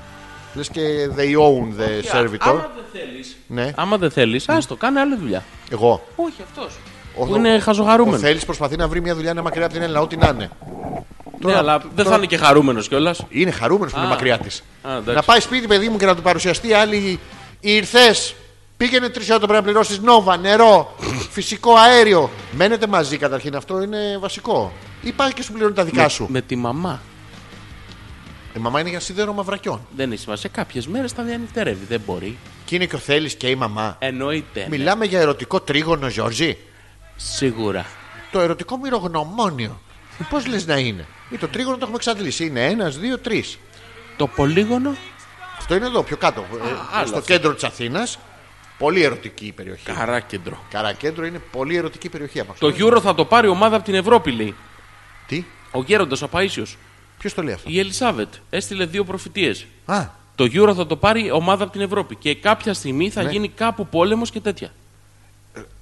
[SPEAKER 1] Λες και they own the servitor.
[SPEAKER 2] Άμα δεν θέλεις.
[SPEAKER 1] Ναι,
[SPEAKER 2] Άμα δεν θέλεις, άστο, κάνε άλλη δουλειά. Ναι,
[SPEAKER 1] εγώ.
[SPEAKER 2] Όχι, αυτός.
[SPEAKER 1] Ο-
[SPEAKER 2] Που είναι
[SPEAKER 1] Ο
[SPEAKER 2] χαζοχαρούμενος.
[SPEAKER 1] Θέλει προσπαθεί να βρει μια δουλειά να είναι μακριά από την Έλληνα, ό,τι να είναι.
[SPEAKER 2] Ναι, αλλά δεν θα είναι και χαρούμενος κιόλας.
[SPEAKER 1] Είναι χαρούμενος που είναι
[SPEAKER 2] Α.
[SPEAKER 1] μακριά της.
[SPEAKER 2] Α, εντάξει.
[SPEAKER 1] Να πάει σπίτι, παιδί μου, και να του παρουσιαστεί άλλη. Ήρθες, πήγαινε τρεις ώρα το πρέπει να πληρώσεις νόβα, νερό, φυσικό αέριο. Μένετε μαζί καταρχήν, αυτό είναι βασικό. Ή πάει και σου πληρώνει τα δικά σου.
[SPEAKER 2] Με τη μαμά.
[SPEAKER 1] Η μαμά είναι για σίδερο μαυρακιών.
[SPEAKER 2] Δεν έχει σημασία. Κάποιες μέρες τα διανυκτερεύει. Δεν μπορεί.
[SPEAKER 1] Και είναι και ο Θέλει και η μαμά.
[SPEAKER 2] Εννοείται. ναι.
[SPEAKER 1] Μιλάμε για ερωτικό τρίγωνο, Γιώργη.
[SPEAKER 2] Σίγουρα.
[SPEAKER 1] Το ερωτικό μυρογνωμόνιο. Πώς λες να είναι. Ή το τρίγωνο το έχουμε εξαντλήσει. Είναι ένας, δύο, τρεις.
[SPEAKER 2] Το πολύγωνο.
[SPEAKER 1] Αυτό είναι εδώ, πιο κάτω. ε,
[SPEAKER 2] άλλο
[SPEAKER 1] στο
[SPEAKER 2] αυτό.
[SPEAKER 1] κέντρο της Αθήνας. Πολύ ερωτική η περιοχή.
[SPEAKER 2] Καράκεντρο.
[SPEAKER 1] Καρακέντρο είναι πολύ ερωτική περιοχή. άμα
[SPEAKER 2] Το
[SPEAKER 1] ξέρω.
[SPEAKER 2] Euro θα το πάρει ομάδα από την Ευρώπη, λέει.
[SPEAKER 1] Τι,
[SPEAKER 2] Ο γέροντας, ο Παίσιο.
[SPEAKER 1] ποιος το λέει αυτό.
[SPEAKER 2] Η Ελισάβετ έστειλε δύο προφητείες.
[SPEAKER 1] Α,
[SPEAKER 2] Το Euro θα το πάρει ομάδα από την Ευρώπη. Και κάποια στιγμή θα
[SPEAKER 1] Ναι.
[SPEAKER 2] γίνει κάπου πόλεμος και τέτοια.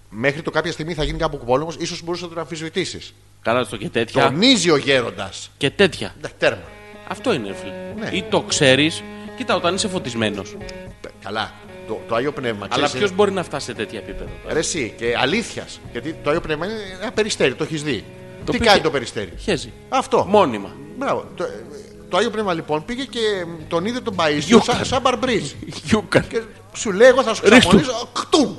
[SPEAKER 1] μέχρι το κάποια στιγμή θα γίνει κάπου πόλεμος, ίσως μπορούσε να τον αμφισβητήσεις.
[SPEAKER 2] Καλά στο και τέτοια.
[SPEAKER 1] Τονίζει ο γέροντας.
[SPEAKER 2] Και τέτοια.
[SPEAKER 1] Τέρμα.
[SPEAKER 2] Αυτό είναι, ρε φίλε.
[SPEAKER 1] Ναι.
[SPEAKER 2] Ή το ξέρεις. Κοίτα, όταν είσαι φωτισμένος.
[SPEAKER 1] Πε- Καλά. Το, το άγιο πνεύμα.
[SPEAKER 2] Αλλά
[SPEAKER 1] ξέρεις,
[SPEAKER 2] ποιος μπορεί να φτάσει σε τέτοια επίπεδα. τώρα.
[SPEAKER 1] Ρε εσύ και αλήθειας. Γιατί το άγιο πνεύμα είναι ένα περιστέρι, το έχεις δει.
[SPEAKER 2] Το
[SPEAKER 1] Τι
[SPEAKER 2] πήγε-
[SPEAKER 1] κάνει το περιστέρι.
[SPEAKER 2] Χέζει.
[SPEAKER 1] Αυτό.
[SPEAKER 2] Μόνιμα.
[SPEAKER 1] Μπράβο. Το, ε, το άγιο πνεύμα λοιπόν πήγε και μ, τον είδε τον Παίσιο
[SPEAKER 2] Γιούκα.
[SPEAKER 1] σαν, σαν μπαρμπρίζ.
[SPEAKER 2] Γιούκαρ.
[SPEAKER 1] και σου λέει, εγώ θα σου
[SPEAKER 2] Ρίχτου.
[SPEAKER 1] ξαπονίσω. Κτούμ.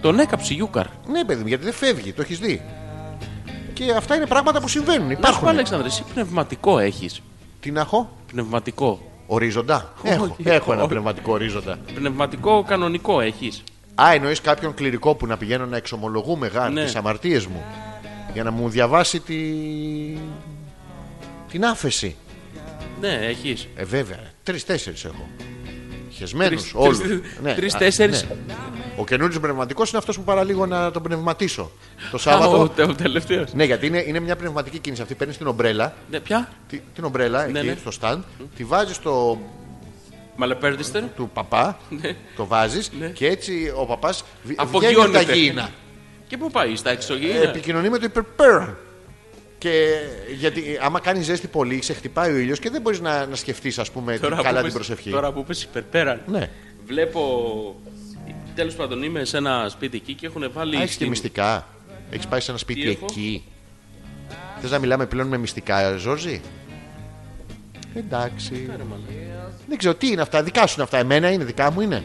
[SPEAKER 2] Τον έκαψε Γιούκαρ.
[SPEAKER 1] Ναι, παιδί μου, γιατί δεν φεύγει, το έχεις δει. Και αυτά είναι πράγματα που συμβαίνουν.
[SPEAKER 2] Να σου πω,
[SPEAKER 1] Υπάρχουν.
[SPEAKER 2] Αλέξανδρε, εσύ πνευματικό έχεις.
[SPEAKER 1] Τι να έχω,
[SPEAKER 2] Πνευματικό.
[SPEAKER 1] Ορίζοντα. Έχω,
[SPEAKER 2] Όχι.
[SPEAKER 1] έχω ένα
[SPEAKER 2] Όχι.
[SPEAKER 1] πνευματικό ορίζοντα.
[SPEAKER 2] Πνευματικό κανονικό έχεις.
[SPEAKER 1] Α, εννοείς κάποιον κληρικό που να πηγαίνω να εξομολογούμε γάρ
[SPEAKER 2] Ναι.
[SPEAKER 1] τις τι αμαρτίες μου. Για να μου διαβάσει τη... την άφεση.
[SPEAKER 2] Ναι, έχεις.
[SPEAKER 1] Ε, βέβαια. Τρει-τέσσερι έχω. Χεσμένου
[SPEAKER 2] Τρεις-
[SPEAKER 1] όλους.
[SPEAKER 2] τρεις- τρεις-τέσσερις.
[SPEAKER 1] ναι. Ο καινούριο πνευματικός είναι αυτός που παραλίγο να τον πνευματίσω. Το
[SPEAKER 2] Α, ο,
[SPEAKER 1] Σάββατο.
[SPEAKER 2] τε- ο τελευταίος.
[SPEAKER 1] ναι, γιατί είναι, είναι μια πνευματική κίνηση αυτή. Παίρνεις την ομπρέλα,
[SPEAKER 2] Ναι, πια.
[SPEAKER 1] τη- την ομπρέλα
[SPEAKER 2] Ναι,
[SPEAKER 1] εκεί
[SPEAKER 2] ναι.
[SPEAKER 1] στο stand, τη βάζεις στο
[SPEAKER 2] Μαλεπέρδιστερ.
[SPEAKER 1] Ε, του παπά, το βάζεις
[SPEAKER 2] Ναι.
[SPEAKER 1] και έτσι ο παπάς βγαίνει από τα
[SPEAKER 2] Απογειώνεται. Ναι.
[SPEAKER 1] γήινα. Ε,
[SPEAKER 2] Και πού πάει, στα εξωγήινα.
[SPEAKER 1] Επικοινωνεί με το υπερπέραν. Και γιατί άμα κάνει ζέστη πολύ, σε χτυπάει ο ήλιος και δεν μπορείς να, να σκεφτείς, ας πούμε, την-
[SPEAKER 2] που
[SPEAKER 1] καλά την
[SPEAKER 2] πες-
[SPEAKER 1] προσευχή.
[SPEAKER 2] Τώρα που πες υπερπέραν.
[SPEAKER 1] Ναι.
[SPEAKER 2] Βλέπω. Τέλος πάντων, είμαι σε ένα σπίτι εκεί και έχουν βάλει.
[SPEAKER 1] Α, έχεις και
[SPEAKER 2] στην-
[SPEAKER 1] μυστικά. Έχεις πάει σε ένα σπίτι
[SPEAKER 2] Τι έχω?
[SPEAKER 1] εκεί. Θες να μιλάμε πλέον με μυστικά, Ζόρζι. Εντάξει. Δεν ξέρω τι είναι αυτά. Δικά σου είναι αυτά. Εμένα είναι, δικά μου είναι.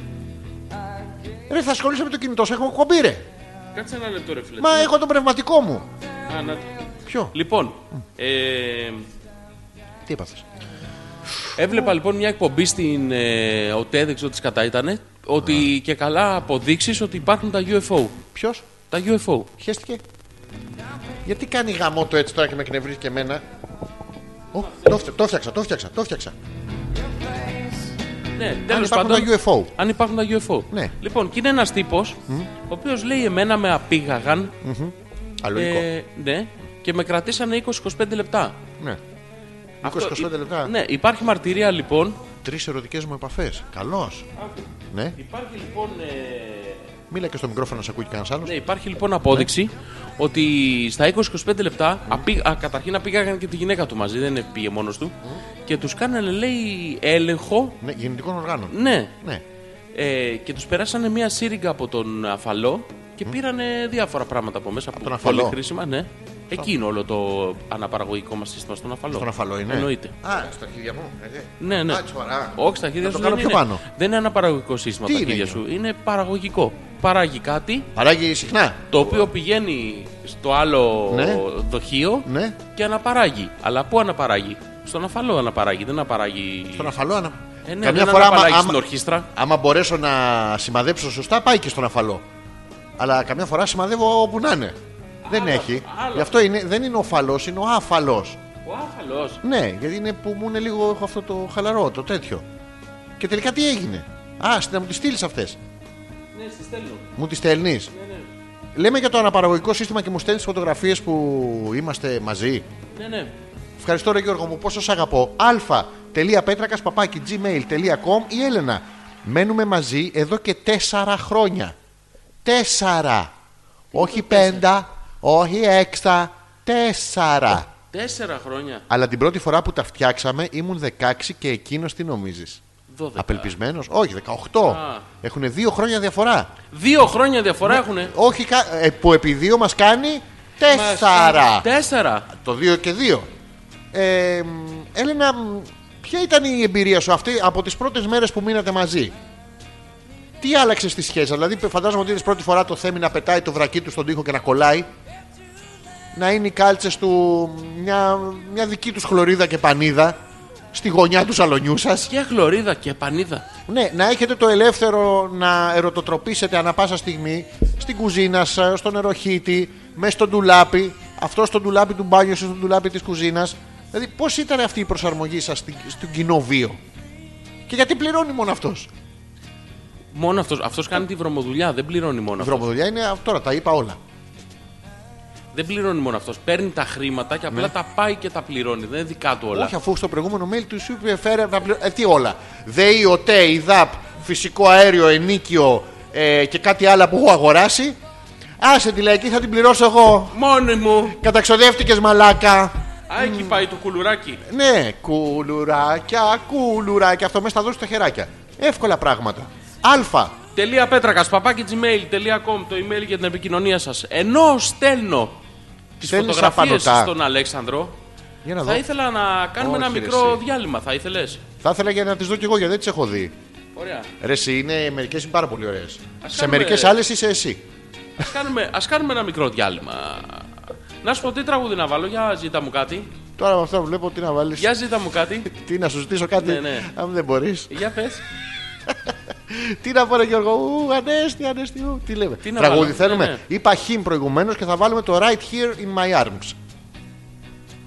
[SPEAKER 1] Ρε, θα ασχολείσαι με το κινητό σου. Έχω εκπομπή, ρε.
[SPEAKER 2] Κάτσε ένα λεπτό, ρε φίλε.
[SPEAKER 1] Μα έχω τον πνευματικό μου.
[SPEAKER 2] Α, να-
[SPEAKER 1] Ποιο,
[SPEAKER 2] Λοιπόν, ε,
[SPEAKER 1] τι έπαθες.
[SPEAKER 2] έβλεπα λοιπόν μια εκπομπή στην ε, ΟΤΕ, δεν ξέρω τις κατά ήταν, ότι και καλά αποδείξεις ότι υπάρχουν τα UFO.
[SPEAKER 1] Ποιος,
[SPEAKER 2] Τα UFO.
[SPEAKER 1] χέστηκε. Γιατί κάνει γαμό το έτσι τώρα και με εκνευρίζει και εμένα. Ω, το, φτια- το φτιάξα, το φτιάξα, το φτιάξα.
[SPEAKER 2] Ναι,
[SPEAKER 1] Αν
[SPEAKER 2] τέλος
[SPEAKER 1] υπάρχουν
[SPEAKER 2] πάντων.
[SPEAKER 1] τα UFO.
[SPEAKER 2] Αν υπάρχουν τα UFO.
[SPEAKER 1] Ναι.
[SPEAKER 2] Λοιπόν, και είναι ένας τύπος, ο οποίος λέει: Εμένα με απήγαγαν.
[SPEAKER 1] Αλογικό.
[SPEAKER 2] ε, ναι, και με κρατήσανε 20-25 λεπτά.
[SPEAKER 1] ναι.
[SPEAKER 2] Αυτό
[SPEAKER 1] 20-25
[SPEAKER 2] υ-
[SPEAKER 1] λεπτά.
[SPEAKER 2] Ναι, υπάρχει μαρτυρία λοιπόν.
[SPEAKER 1] Τρεις ερωτικές μου επαφές. Καλώς. Ναι.
[SPEAKER 2] Υπάρχει λοιπόν, ε,
[SPEAKER 1] Μίλα και στο μικρόφωνο να σε ακούει κανένας άλλος.
[SPEAKER 2] ναι, υπάρχει λοιπόν απόδειξη
[SPEAKER 1] Ναι.
[SPEAKER 2] ότι στα 20-25 λεπτά απή- α, καταρχήν απήγαγαν και τη γυναίκα του μαζί, δεν πήγε μόνος του. Και τους κάνανε λέει έλεγχο.
[SPEAKER 1] Ναι, γεννητικών οργάνων.
[SPEAKER 2] Ναι,
[SPEAKER 1] Ναι.
[SPEAKER 2] ε, και τους περάσανε μία σύριγγα από τον αφαλό και πήρανε διάφορα πράγματα από μέσα. Από
[SPEAKER 1] τον αφαλό.
[SPEAKER 2] Πολύ χρήσιμα, ναι. Εκεί είναι όλο το αναπαραγωγικό μας σύστημα στον αφαλό.
[SPEAKER 1] Στον αφαλό είναι.
[SPEAKER 2] Εννοείται.
[SPEAKER 1] Α, στα χέρια μου. ε, ε.
[SPEAKER 2] Ναι, ναι.
[SPEAKER 1] Α, τσορά.
[SPEAKER 2] Όχι, στα χέρια
[SPEAKER 1] Να το
[SPEAKER 2] σου
[SPEAKER 1] κάνω
[SPEAKER 2] δεν
[SPEAKER 1] πιο
[SPEAKER 2] είναι.
[SPEAKER 1] πάνω.
[SPEAKER 2] Δεν είναι αναπαραγωγικό σύστημα
[SPEAKER 1] Τι
[SPEAKER 2] τα
[SPEAKER 1] είναι
[SPEAKER 2] χέρια
[SPEAKER 1] εκείνο?
[SPEAKER 2] σου. Είναι παραγωγικό. Παράγει κάτι
[SPEAKER 1] Παράγει συχνά.
[SPEAKER 2] το οποίο πηγαίνει στο άλλο
[SPEAKER 1] Ναι.
[SPEAKER 2] δοχείο
[SPEAKER 1] Ναι.
[SPEAKER 2] και αναπαράγει. Αλλά πού αναπαράγει. Στον αφαλό αναπαράγει. Δεν αναπαράγει.
[SPEAKER 1] Στον αφαλό. ανα-
[SPEAKER 2] Ε, ναι,
[SPEAKER 1] Καμιά
[SPEAKER 2] δεν
[SPEAKER 1] φορά, άμα,
[SPEAKER 2] αναπαράγει στην
[SPEAKER 1] άμα,
[SPEAKER 2] ορχήστρα.
[SPEAKER 1] άμα μπορέσω να σημαδέψω σωστά, πάει και στον αφαλό. Αλλά καμιά φορά σημαδεύω όπου να είναι. Δεν έχει.
[SPEAKER 2] άλλο.
[SPEAKER 1] Γι' αυτό είναι, δεν είναι ο φαλός, είναι ο άφαλος.
[SPEAKER 2] Ο αφαλό.
[SPEAKER 1] Ναι, γιατί είναι που μου είναι λίγο έχω αυτό το χαλαρό, το τέτοιο. Και τελικά τι έγινε. Α, να μου τις στείλεις αυτές.
[SPEAKER 2] Ναι, στη στέλνω.
[SPEAKER 1] Μου τις στέλνεις.
[SPEAKER 2] Ναι, ναι.
[SPEAKER 1] Λέμε για το αναπαραγωγικό σύστημα και μου στέλνεις φωτογραφίες που είμαστε μαζί.
[SPEAKER 2] Ναι, ναι.
[SPEAKER 1] Ευχαριστώ, Ρε Γιώργο μου, πόσο σ' αγαπώ. α.πέτρακα παπάκι gmail.com ή Έλενα. Μένουμε μαζί εδώ και τέσσερα χρόνια. Τέσσερα. Όχι πέντα, όχι έξα. Τέσσερα.
[SPEAKER 2] Τέσσερα χρόνια.
[SPEAKER 1] Αλλά την πρώτη φορά που τα φτιάξαμε ήμουν 16 και εκείνος τι νομίζεις.
[SPEAKER 2] Δώδεκα.
[SPEAKER 1] Απελπισμένος, όχι, 18.
[SPEAKER 2] Α.
[SPEAKER 1] Έχουν δύο χρόνια διαφορά.
[SPEAKER 2] Δύο χρόνια
[SPEAKER 1] Ναι.
[SPEAKER 2] διαφορά έχουνε.
[SPEAKER 1] Όχι, κα- ε, που επί δύο μας κάνει τέσσερα.
[SPEAKER 2] Τέσσερα.
[SPEAKER 1] Το 2 και 2. Ε, μ, Έλενα, μ, ποια ήταν η εμπειρία σου αυτή από τις πρώτες μέρες που μείνατε μαζί. Τι άλλαξες στη σχέση, δηλαδή φαντάζομαι ότι είδες πρώτη φορά το Θέμη να πετάει το βρακί του στον τοίχο και να κολλάει. Να είναι οι κάλτσες του μια, μια δική τους χλωρίδα και πανίδα στη γωνιά του σαλονιού σας.
[SPEAKER 2] Και χλωρίδα και πανίδα.
[SPEAKER 1] Ναι, να έχετε το ελεύθερο να ερωτοτροπήσετε ανα πάσα στιγμή στην κουζίνα σας, στον νεροχύτη, μέσα στο ντουλάπι, αυτό στο ντουλάπι του μπάνιου σου, στο ντουλάπι της κουζίνας. Δηλαδή, πώς ήταν αυτή η προσαρμογή σας στον κοινό βίο, και γιατί πληρώνει μόνο αυτός.
[SPEAKER 2] Μόνο αυτός. Αυτός κάνει τη βρωμοδουλειά. Δεν πληρώνει μόνο
[SPEAKER 1] Η
[SPEAKER 2] αυτός.
[SPEAKER 1] βρωμοδουλειά είναι α, τώρα, τα είπα όλα.
[SPEAKER 2] Δεν πληρώνει μόνο αυτός. Παίρνει τα χρήματα και απλά τα πάει και τα πληρώνει. Δεν είναι δικά του όλα.
[SPEAKER 1] Ναι. Όχι, αφού στο προηγούμενο mail του σου είπε φέρε να πληρω- ε, τι όλα. ΔΕΗ, ΟΤΕ, ΙΔΑΠ, φυσικό αέριο, ενίκιο ε, και κάτι άλλο που έχω αγοράσει. Άσε τη λαϊκή, θα την πληρώσω εγώ.
[SPEAKER 2] Μόνη μου.
[SPEAKER 1] Καταξοδεύτηκες μαλάκα.
[SPEAKER 2] Α, εκεί πάει το κουλουράκι.
[SPEAKER 1] Ναι, κουλουράκια, κουλουράκια. Αυτό μέσα θα δώσει τα χεράκια. Εύκολα πράγματα. Α.
[SPEAKER 2] Τελεία πέτρακας, παπάκι gmail.com το email για την επικοινωνία σας. Ενώ στέλνω τις
[SPEAKER 1] Στέλνεις
[SPEAKER 2] φωτογραφίε
[SPEAKER 1] απανωτά.
[SPEAKER 2] στον Αλέξανδρο,
[SPEAKER 1] Για να δω.
[SPEAKER 2] θα ήθελα να κάνουμε
[SPEAKER 1] Όχι,
[SPEAKER 2] ένα
[SPEAKER 1] ρε,
[SPEAKER 2] μικρό
[SPEAKER 1] εσύ.
[SPEAKER 2] διάλειμμα. Θα ήθελες.
[SPEAKER 1] Θα ήθελα για να τις δω κι εγώ γιατί δεν τις έχω δει.
[SPEAKER 2] Ωραία.
[SPEAKER 1] Ρε, εσύ είναι, μερικές είναι πάρα πολύ ωραίες. Σε
[SPEAKER 2] κάνουμε-
[SPEAKER 1] μερικές άλλες είσαι εσύ.
[SPEAKER 2] Ας κάνουμε, ας κάνουμε ένα μικρό διάλειμμα. Να σου πω τι τραγούδι να βάλω, για ζήτα μου κάτι.
[SPEAKER 1] Τώρα με αυτά βλέπω τι να βάλεις.
[SPEAKER 2] Για ζήτα μου κάτι.
[SPEAKER 1] Τι να σου ζητήσω κάτι,
[SPEAKER 2] Ναι, ναι.
[SPEAKER 1] αν δεν μπορείς.
[SPEAKER 2] για πες.
[SPEAKER 1] Τι να πω, ρε Γιώργο, ου, ανέστη, ανέστη, ου. Τι λέμε.
[SPEAKER 2] Τι να
[SPEAKER 1] Τραγούδι
[SPEAKER 2] βάλω,
[SPEAKER 1] θέλουμε.
[SPEAKER 2] ναι, ναι.
[SPEAKER 1] Είπα χιμ προηγουμένως και θα βάλουμε το right here in my arms.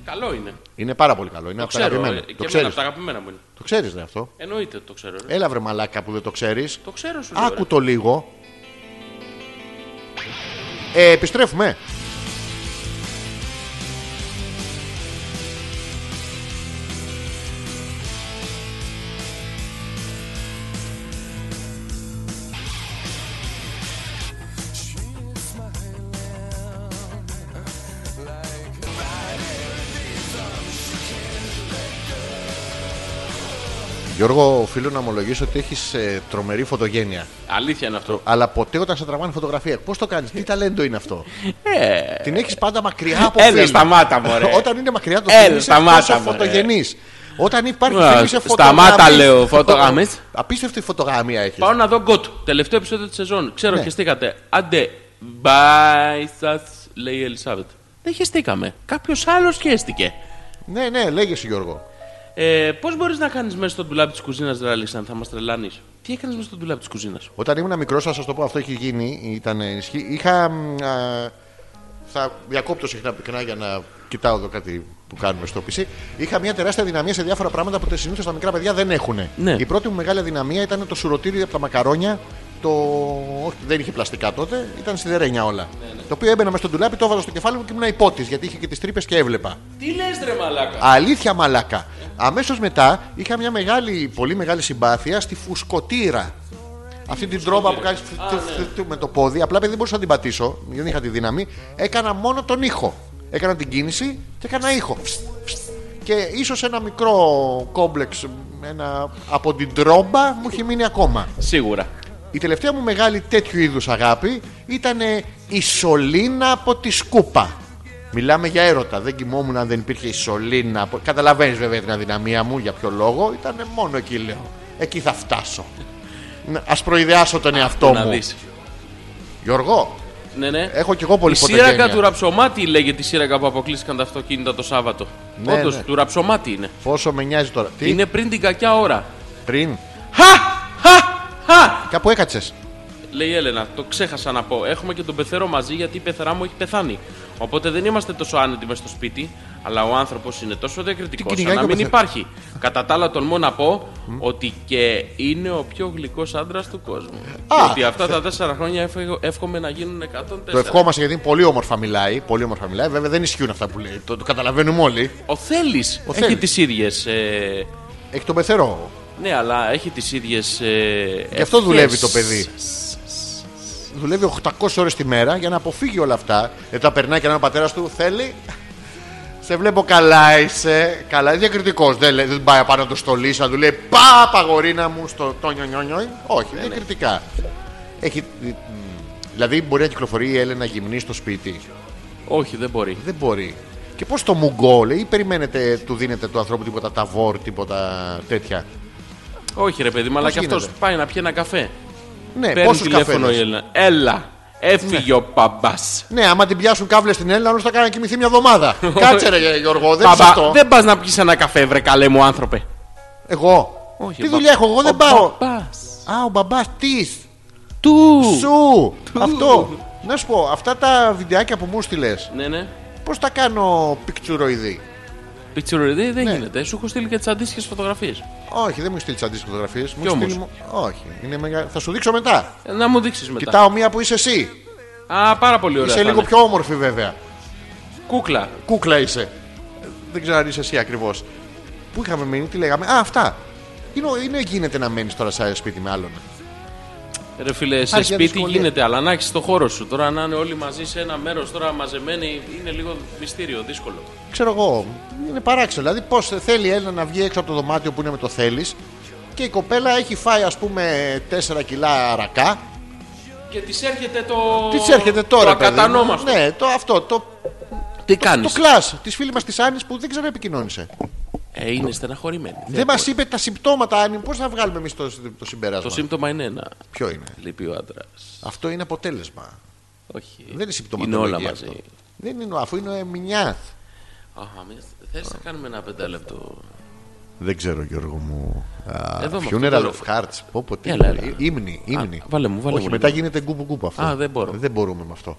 [SPEAKER 2] Καλό είναι.
[SPEAKER 1] Είναι πάρα πολύ καλό. Είναι
[SPEAKER 2] Το
[SPEAKER 1] από τα
[SPEAKER 2] ξέρω. ε,
[SPEAKER 1] αγαπημένα.
[SPEAKER 2] και
[SPEAKER 1] Το
[SPEAKER 2] εμένα
[SPEAKER 1] ξέρεις.
[SPEAKER 2] από τα αγαπημένα μου είναι.
[SPEAKER 1] Το ξέρεις, ρε αυτό.
[SPEAKER 2] Εννοείται το ξέρω. Ρε.
[SPEAKER 1] Έλα βρε μαλάκα που δεν το ξέρεις
[SPEAKER 2] Το ξέρω σου. λέω,
[SPEAKER 1] Ε, Άκου το λίγο ε, Επιστρέφουμε Γιώργο, οφείλω να ομολογήσω ότι έχεις τρομερή φωτογένεια.
[SPEAKER 2] Αλήθεια είναι αυτό.
[SPEAKER 1] Αλλά ποτέ όταν σε τραβάνε φωτογραφία, πώς το κάνεις, τι ταλέντο είναι αυτό.
[SPEAKER 2] Ε,
[SPEAKER 1] Την έχεις πάντα μακριά από
[SPEAKER 2] Έλα,
[SPEAKER 1] φίλη.
[SPEAKER 2] σταμάτα, μωρέ.
[SPEAKER 1] Ε, Όταν είναι μακριά το
[SPEAKER 2] Έλα,
[SPEAKER 1] φίλο, είσαι
[SPEAKER 2] σταμάτα,
[SPEAKER 1] τόσο
[SPEAKER 2] μωρέ.
[SPEAKER 1] φωτογενής. Όταν υπάρχει
[SPEAKER 2] Ε,
[SPEAKER 1] φίλη, είσαι
[SPEAKER 2] σταμάτα,
[SPEAKER 1] φωτογάμης.
[SPEAKER 2] λέω, φωτογάμης.
[SPEAKER 1] Απίστευτη φωτογάμια έχεις.
[SPEAKER 2] πάω να δω γκοτ. Τελευταίο επεισόδιο της σεζόν. Ξέρω,
[SPEAKER 1] Ναι.
[SPEAKER 2] χεστήκατε. Άντε, bye σας, λέει η Ελισάβετ. Δεν χεστήκαμε. Κάποιος άλλος χαίστηκε.
[SPEAKER 1] Ναι, ναι, λέγε σου Γιώργο.
[SPEAKER 2] Ε, Πώς μπορείς να κάνεις μέσα στο ντουλάπ της κουζίνας, ρε Αλέξαν, θα μας τρελάνεις. Τι έκανες μέσα στο ντουλάπ της κουζίνας.
[SPEAKER 1] Όταν ήμουν μικρός, θα σας το πω, αυτό έχει γίνει. Ήταν ενισχύ. Είχα. μ, α, θα διακόπτω συχνά πυκνά για να κοιτάω εδώ κάτι που κάνουμε στο PC. Είχα μια τεράστια δυναμία σε διάφορα πράγματα που συνήθως τα μικρά παιδιά δεν έχουν.
[SPEAKER 2] Ναι.
[SPEAKER 1] Η πρώτη μου μεγάλη δυναμία ήταν το σουρωτήρι από τα μακαρόνια. Το... Όχι, δεν είχε πλαστικά τότε, ήταν σιδερένια όλα.
[SPEAKER 2] Ναι,
[SPEAKER 1] Το οποίο έμπαινα μέσα στο ντουλάπι, το έβαζα στο κεφάλι μου και ήμουν υπότης γιατί είχε και τις τρύπες και έβλεπα.
[SPEAKER 2] Τι λες, ρε μαλάκα.
[SPEAKER 1] Αλήθεια μαλάκα. Αμέσως μετά είχα μια μεγάλη, πολύ μεγάλη συμπάθεια στη φουσκωτήρα. Αυτή την τρόμπα που κάνει με το πόδι. Απλά επειδή δεν μπορούσα να την πατήσω, γιατί δεν είχα τη δύναμη, έκανα μόνο τον ήχο. Έκανα την κίνηση και έκανα ήχο. Και ίσως ένα μικρό κόμπλεξ ένα, από την τρόμπα μου έχει μείνει ακόμα.
[SPEAKER 2] Σίγουρα.
[SPEAKER 1] Η τελευταία μου μεγάλη τέτοιου είδους αγάπη ήταν η σωλήνα από τη σκούπα. Μιλάμε για έρωτα. Δεν κοιμόμουν αν δεν υπήρχε η σωλήνα. Από... Καταλαβαίνεις βέβαια την αδυναμία μου για ποιο λόγο. Ήταν μόνο εκεί λέω. Εκεί θα φτάσω. Ας προειδεάσω τον εαυτό
[SPEAKER 2] να
[SPEAKER 1] μου.
[SPEAKER 2] δεις.
[SPEAKER 1] Γιώργο,
[SPEAKER 2] Ναι, ναι.
[SPEAKER 1] έχω κι εγώ πολύ
[SPEAKER 2] η σύρακα του
[SPEAKER 1] φωτογένεια.
[SPEAKER 2] ραψομάτι λέγεται η σύρακα που αποκλείστηκαν τα αυτοκίνητα το Σάββατο.
[SPEAKER 1] Ναι,
[SPEAKER 2] Όντως,
[SPEAKER 1] ναι.
[SPEAKER 2] του ραψομάτι είναι.
[SPEAKER 1] Πόσο με νοιάζει τώρα. Τι,
[SPEAKER 2] Είναι πριν την κακιά ώρα.
[SPEAKER 1] πριν.
[SPEAKER 2] Χα! Χα! Χα!
[SPEAKER 1] Κάπου έκατσες.
[SPEAKER 2] Λέει η Έλενα, το ξέχασα να πω. Έχουμε και τον πεθερό μαζί γιατί η πεθερά μου έχει πεθάνει. Οπότε δεν είμαστε τόσο άνετοι μες στο σπίτι, αλλά ο άνθρωπος είναι τόσο διακριτικός
[SPEAKER 1] Τι
[SPEAKER 2] σαν
[SPEAKER 1] κυνηγάει
[SPEAKER 2] να
[SPEAKER 1] το
[SPEAKER 2] μην
[SPEAKER 1] πεθερό.
[SPEAKER 2] υπάρχει. Κατά τα άλλα, τολμώ να πω ότι και είναι ο πιο γλυκός άντρας του κόσμου.
[SPEAKER 1] Α,
[SPEAKER 2] ότι αυτά τα τέσσερα χρόνια εύχο- εύχομαι να γίνουν 104.
[SPEAKER 1] Το ευχόμαστε γιατί είναι πολύ όμορφα μιλάει. Πολύ όμορφα μιλάει. Βέβαια δεν ισχύουν αυτά που λέει. Το, το καταλαβαίνουμε όλοι.
[SPEAKER 2] Ο Θέλει
[SPEAKER 1] Ο
[SPEAKER 2] έχει
[SPEAKER 1] Θέλης.
[SPEAKER 2] τις ίδιες. Ε,
[SPEAKER 1] Έχει τον πεθερό.
[SPEAKER 2] ναι, αλλά έχει τις ίδιες. Ε,
[SPEAKER 1] Γι' αυτό
[SPEAKER 2] ευχές.
[SPEAKER 1] δουλεύει το παιδί. δουλεύει 800 ώρες τη μέρα για να αποφύγει όλα αυτά. Ε, τα περνάει και έναν πατέρας του θέλει. Σε βλέπω καλά είσαι. Καλά, είναι διακριτικός. Δεν, λέ- δεν πάει πάνω να το στολίσει, να του λέει Πά, παγορίνα μου στο το νιονιόνιον. Όχι, διακριτικά. Έχει, μ, δηλαδή μπορεί να κυκλοφορεί η Έλενα γυμνή στο σπίτι.
[SPEAKER 2] Όχι, δεν μπορεί.
[SPEAKER 1] Δεν μπορεί. Και πώς το μουγκό, λέει, ή περιμένετε, του δίνετε του ανθρώπου τίποτα ταβόρ, τίποτα τέτοια.
[SPEAKER 2] Όχι, ρε παιδί μου, αλλά
[SPEAKER 1] Πώς
[SPEAKER 2] και αυτός
[SPEAKER 1] γίνεται?
[SPEAKER 2] πάει να πιει ένα καφέ.
[SPEAKER 1] Ναι,
[SPEAKER 2] Παίρνει
[SPEAKER 1] πόσους
[SPEAKER 2] τηλέφωνο η
[SPEAKER 1] καφέδες.
[SPEAKER 2] Έλληνα. Έλα, έφυγε ο μπαμπάς.
[SPEAKER 1] Ναι, άμα την πιάσουν κάβλες στην Έλληνα, όλος θα κάνει να κοιμηθεί μια εβδομάδα. Κάτσε ρε Γιώργο, δεν είναι σωστό.
[SPEAKER 2] δεν πας να πιεις ένα καφέ, βρε καλέ μου άνθρωπε.
[SPEAKER 1] Εγώ.
[SPEAKER 2] Όχι,
[SPEAKER 1] τι
[SPEAKER 2] ο μπα-
[SPEAKER 1] δουλειά έχω, εγώ δεν
[SPEAKER 2] ο
[SPEAKER 1] πάω.
[SPEAKER 2] μπαμπάς
[SPEAKER 1] Α, ο μπαμπάς τη.
[SPEAKER 2] Του.
[SPEAKER 1] Σου. Αυτό. Να σου πω, αυτά τα βιντεάκια που μου στείλες,
[SPEAKER 2] Ναι, ναι.
[SPEAKER 1] πώς τα κάνω πικτουροειδή.
[SPEAKER 2] Πιτσουριδί δεν
[SPEAKER 1] Ναι.
[SPEAKER 2] γίνεται. Σου έχω στείλει και τις αντίστοιχες φωτογραφίες.
[SPEAKER 1] Όχι, δεν μου έχεις στείλει τις αντίστοιχες φωτογραφίες. Μου
[SPEAKER 2] Κι
[SPEAKER 1] έχεις
[SPEAKER 2] όμως.
[SPEAKER 1] στείλει. μου- Όχι, είναι μεγα... θα σου δείξω μετά.
[SPEAKER 2] Ε, Να μου δείξεις μετά.
[SPEAKER 1] Κοιτάω μία που είσαι εσύ.
[SPEAKER 2] Α, πάρα πολύ ωραία.
[SPEAKER 1] είσαι
[SPEAKER 2] θα
[SPEAKER 1] λίγο
[SPEAKER 2] είναι.
[SPEAKER 1] πιο όμορφη βέβαια.
[SPEAKER 2] Κούκλα.
[SPEAKER 1] Κούκλα είσαι. Ε, Δεν ξέρω αν είσαι εσύ ακριβώς. Πού είχαμε μείνει, τι λέγαμε. Α, αυτά. Είναι, είναι γίνεται να μένεις τώρα σε ένα σπίτι με άλλον.
[SPEAKER 2] Ρε φίλε, σε
[SPEAKER 1] Υπάρχει μια
[SPEAKER 2] σπίτι
[SPEAKER 1] δυσκολία.
[SPEAKER 2] γίνεται, αλλά να έχει το χώρο σου. Τώρα να είναι όλοι μαζί σε ένα μέρος, τώρα μαζεμένοι, είναι λίγο μυστήριο, δύσκολο.
[SPEAKER 1] ξέρω εγώ, είναι παράξενο. Δηλαδή, πώς θέλει η Έλληνα να βγει έξω από το δωμάτιο που είναι με το θέλεις και η κοπέλα έχει φάει, ας πούμε, 4 κιλά ρακά.
[SPEAKER 2] Και της έρχεται το.
[SPEAKER 1] Τι της έρχεται τώρα,
[SPEAKER 2] το
[SPEAKER 1] παιδί μου.
[SPEAKER 2] ακατανόμαστο. Ε,
[SPEAKER 1] Ναι, το, αυτό. Το,
[SPEAKER 2] Τι
[SPEAKER 1] το
[SPEAKER 2] κάνει.
[SPEAKER 1] κλασ της φίλης μας της Άννης που δεν ξέρω επικοινώνησε.
[SPEAKER 2] Ε, είναι στεναχωρημένη.
[SPEAKER 1] δεν μα είπε τα συμπτώματα, Άννη. Πώς θα βγάλουμε εμείς το, το συμπέρασμα.
[SPEAKER 2] Το σύμπτωμα είναι ένα.
[SPEAKER 1] Ποιο είναι.
[SPEAKER 2] Λείπει ο άντρας.
[SPEAKER 1] Αυτό είναι αποτέλεσμα.
[SPEAKER 2] Όχι.
[SPEAKER 1] Δεν είναι
[SPEAKER 2] Είναι
[SPEAKER 1] συμπτωματολογία.
[SPEAKER 2] όλα μαζί.
[SPEAKER 1] αυτό. Δεν είναι, αφού είναι μηνιά.
[SPEAKER 2] Αχα, μια- θες να κάνουμε ένα πεντάλεπτο.
[SPEAKER 1] Δεν ξέρω, Γιώργο μου. Α,
[SPEAKER 2] Εδώ με
[SPEAKER 1] funeral
[SPEAKER 2] αυτό Ε,
[SPEAKER 1] of hearts. Πω, πω, τι.
[SPEAKER 2] Έλα, έλα.
[SPEAKER 1] Ύμνη, ύμνη.
[SPEAKER 2] Α, βάλε μου, βάλε
[SPEAKER 1] Όχι,
[SPEAKER 2] μου
[SPEAKER 1] μετά
[SPEAKER 2] λίγο.
[SPEAKER 1] γίνεται γκούπου γκούπου αυτό.
[SPEAKER 2] Α, δεν μπορώ.
[SPEAKER 1] Δεν μπορούμε με αυτό.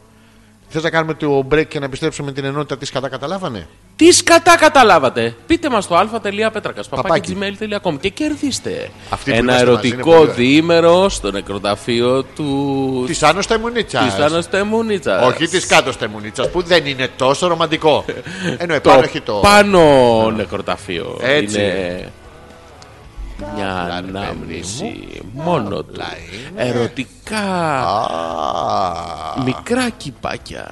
[SPEAKER 1] Θες να κάνουμε το break και να επιστρέψουμε την ενότητα της κατά καταλάβανε.
[SPEAKER 2] Τι σκατά καταλάβατε. Πείτε μας στο α.πέτρακα.gmail.com και κερδίστε
[SPEAKER 1] Αυτή που είναι
[SPEAKER 2] ένα
[SPEAKER 1] μαζί μας, είναι πολύ
[SPEAKER 2] ερωτικό
[SPEAKER 1] ωραία.
[SPEAKER 2] διήμερο στο νεκροταφείο του.
[SPEAKER 1] Της άνω στεμουνίτσα.
[SPEAKER 2] Τη Αναστεμούνιτσα.
[SPEAKER 1] Όχι της κάτω στεμουνίτσα που δεν είναι τόσο ρομαντικό. Ενώ επάνω
[SPEAKER 2] Το
[SPEAKER 1] έχει το.
[SPEAKER 2] πάνω νεκροταφείο.
[SPEAKER 1] Έτσι.
[SPEAKER 2] Είναι Μια ανάμνηση μόνο του. Ερωτικά μικρά κυπάκια.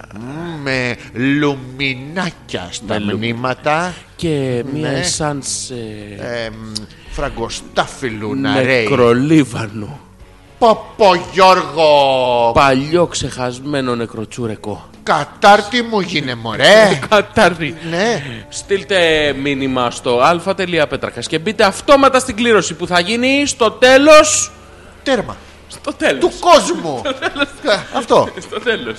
[SPEAKER 1] Με λουμινάκια στα
[SPEAKER 2] Με λου-
[SPEAKER 1] μνήματα.
[SPEAKER 2] Και μια
[SPEAKER 1] Ναι.
[SPEAKER 2] εσάνς ε,
[SPEAKER 1] Εμ, Φραγκοστάφιλου να ρέει.
[SPEAKER 2] νεκρολίβανο.
[SPEAKER 1] Ποπο Γιώργο.
[SPEAKER 2] Παλιό ξεχασμένο νεκροτσούρεκο.
[SPEAKER 1] Κατάρτι μου γίνε μωρέ.
[SPEAKER 2] Κατάρτι.
[SPEAKER 1] Ναι.
[SPEAKER 2] Στείλτε μήνυμα στο α.πέτρακας και μπείτε αυτόματα στην κλήρωση που θα γίνει στο τέλος...
[SPEAKER 1] Τέρμα.
[SPEAKER 2] Στο τέλος.
[SPEAKER 1] Του κόσμου. Αυτό.
[SPEAKER 2] Ε, Στο τέλος.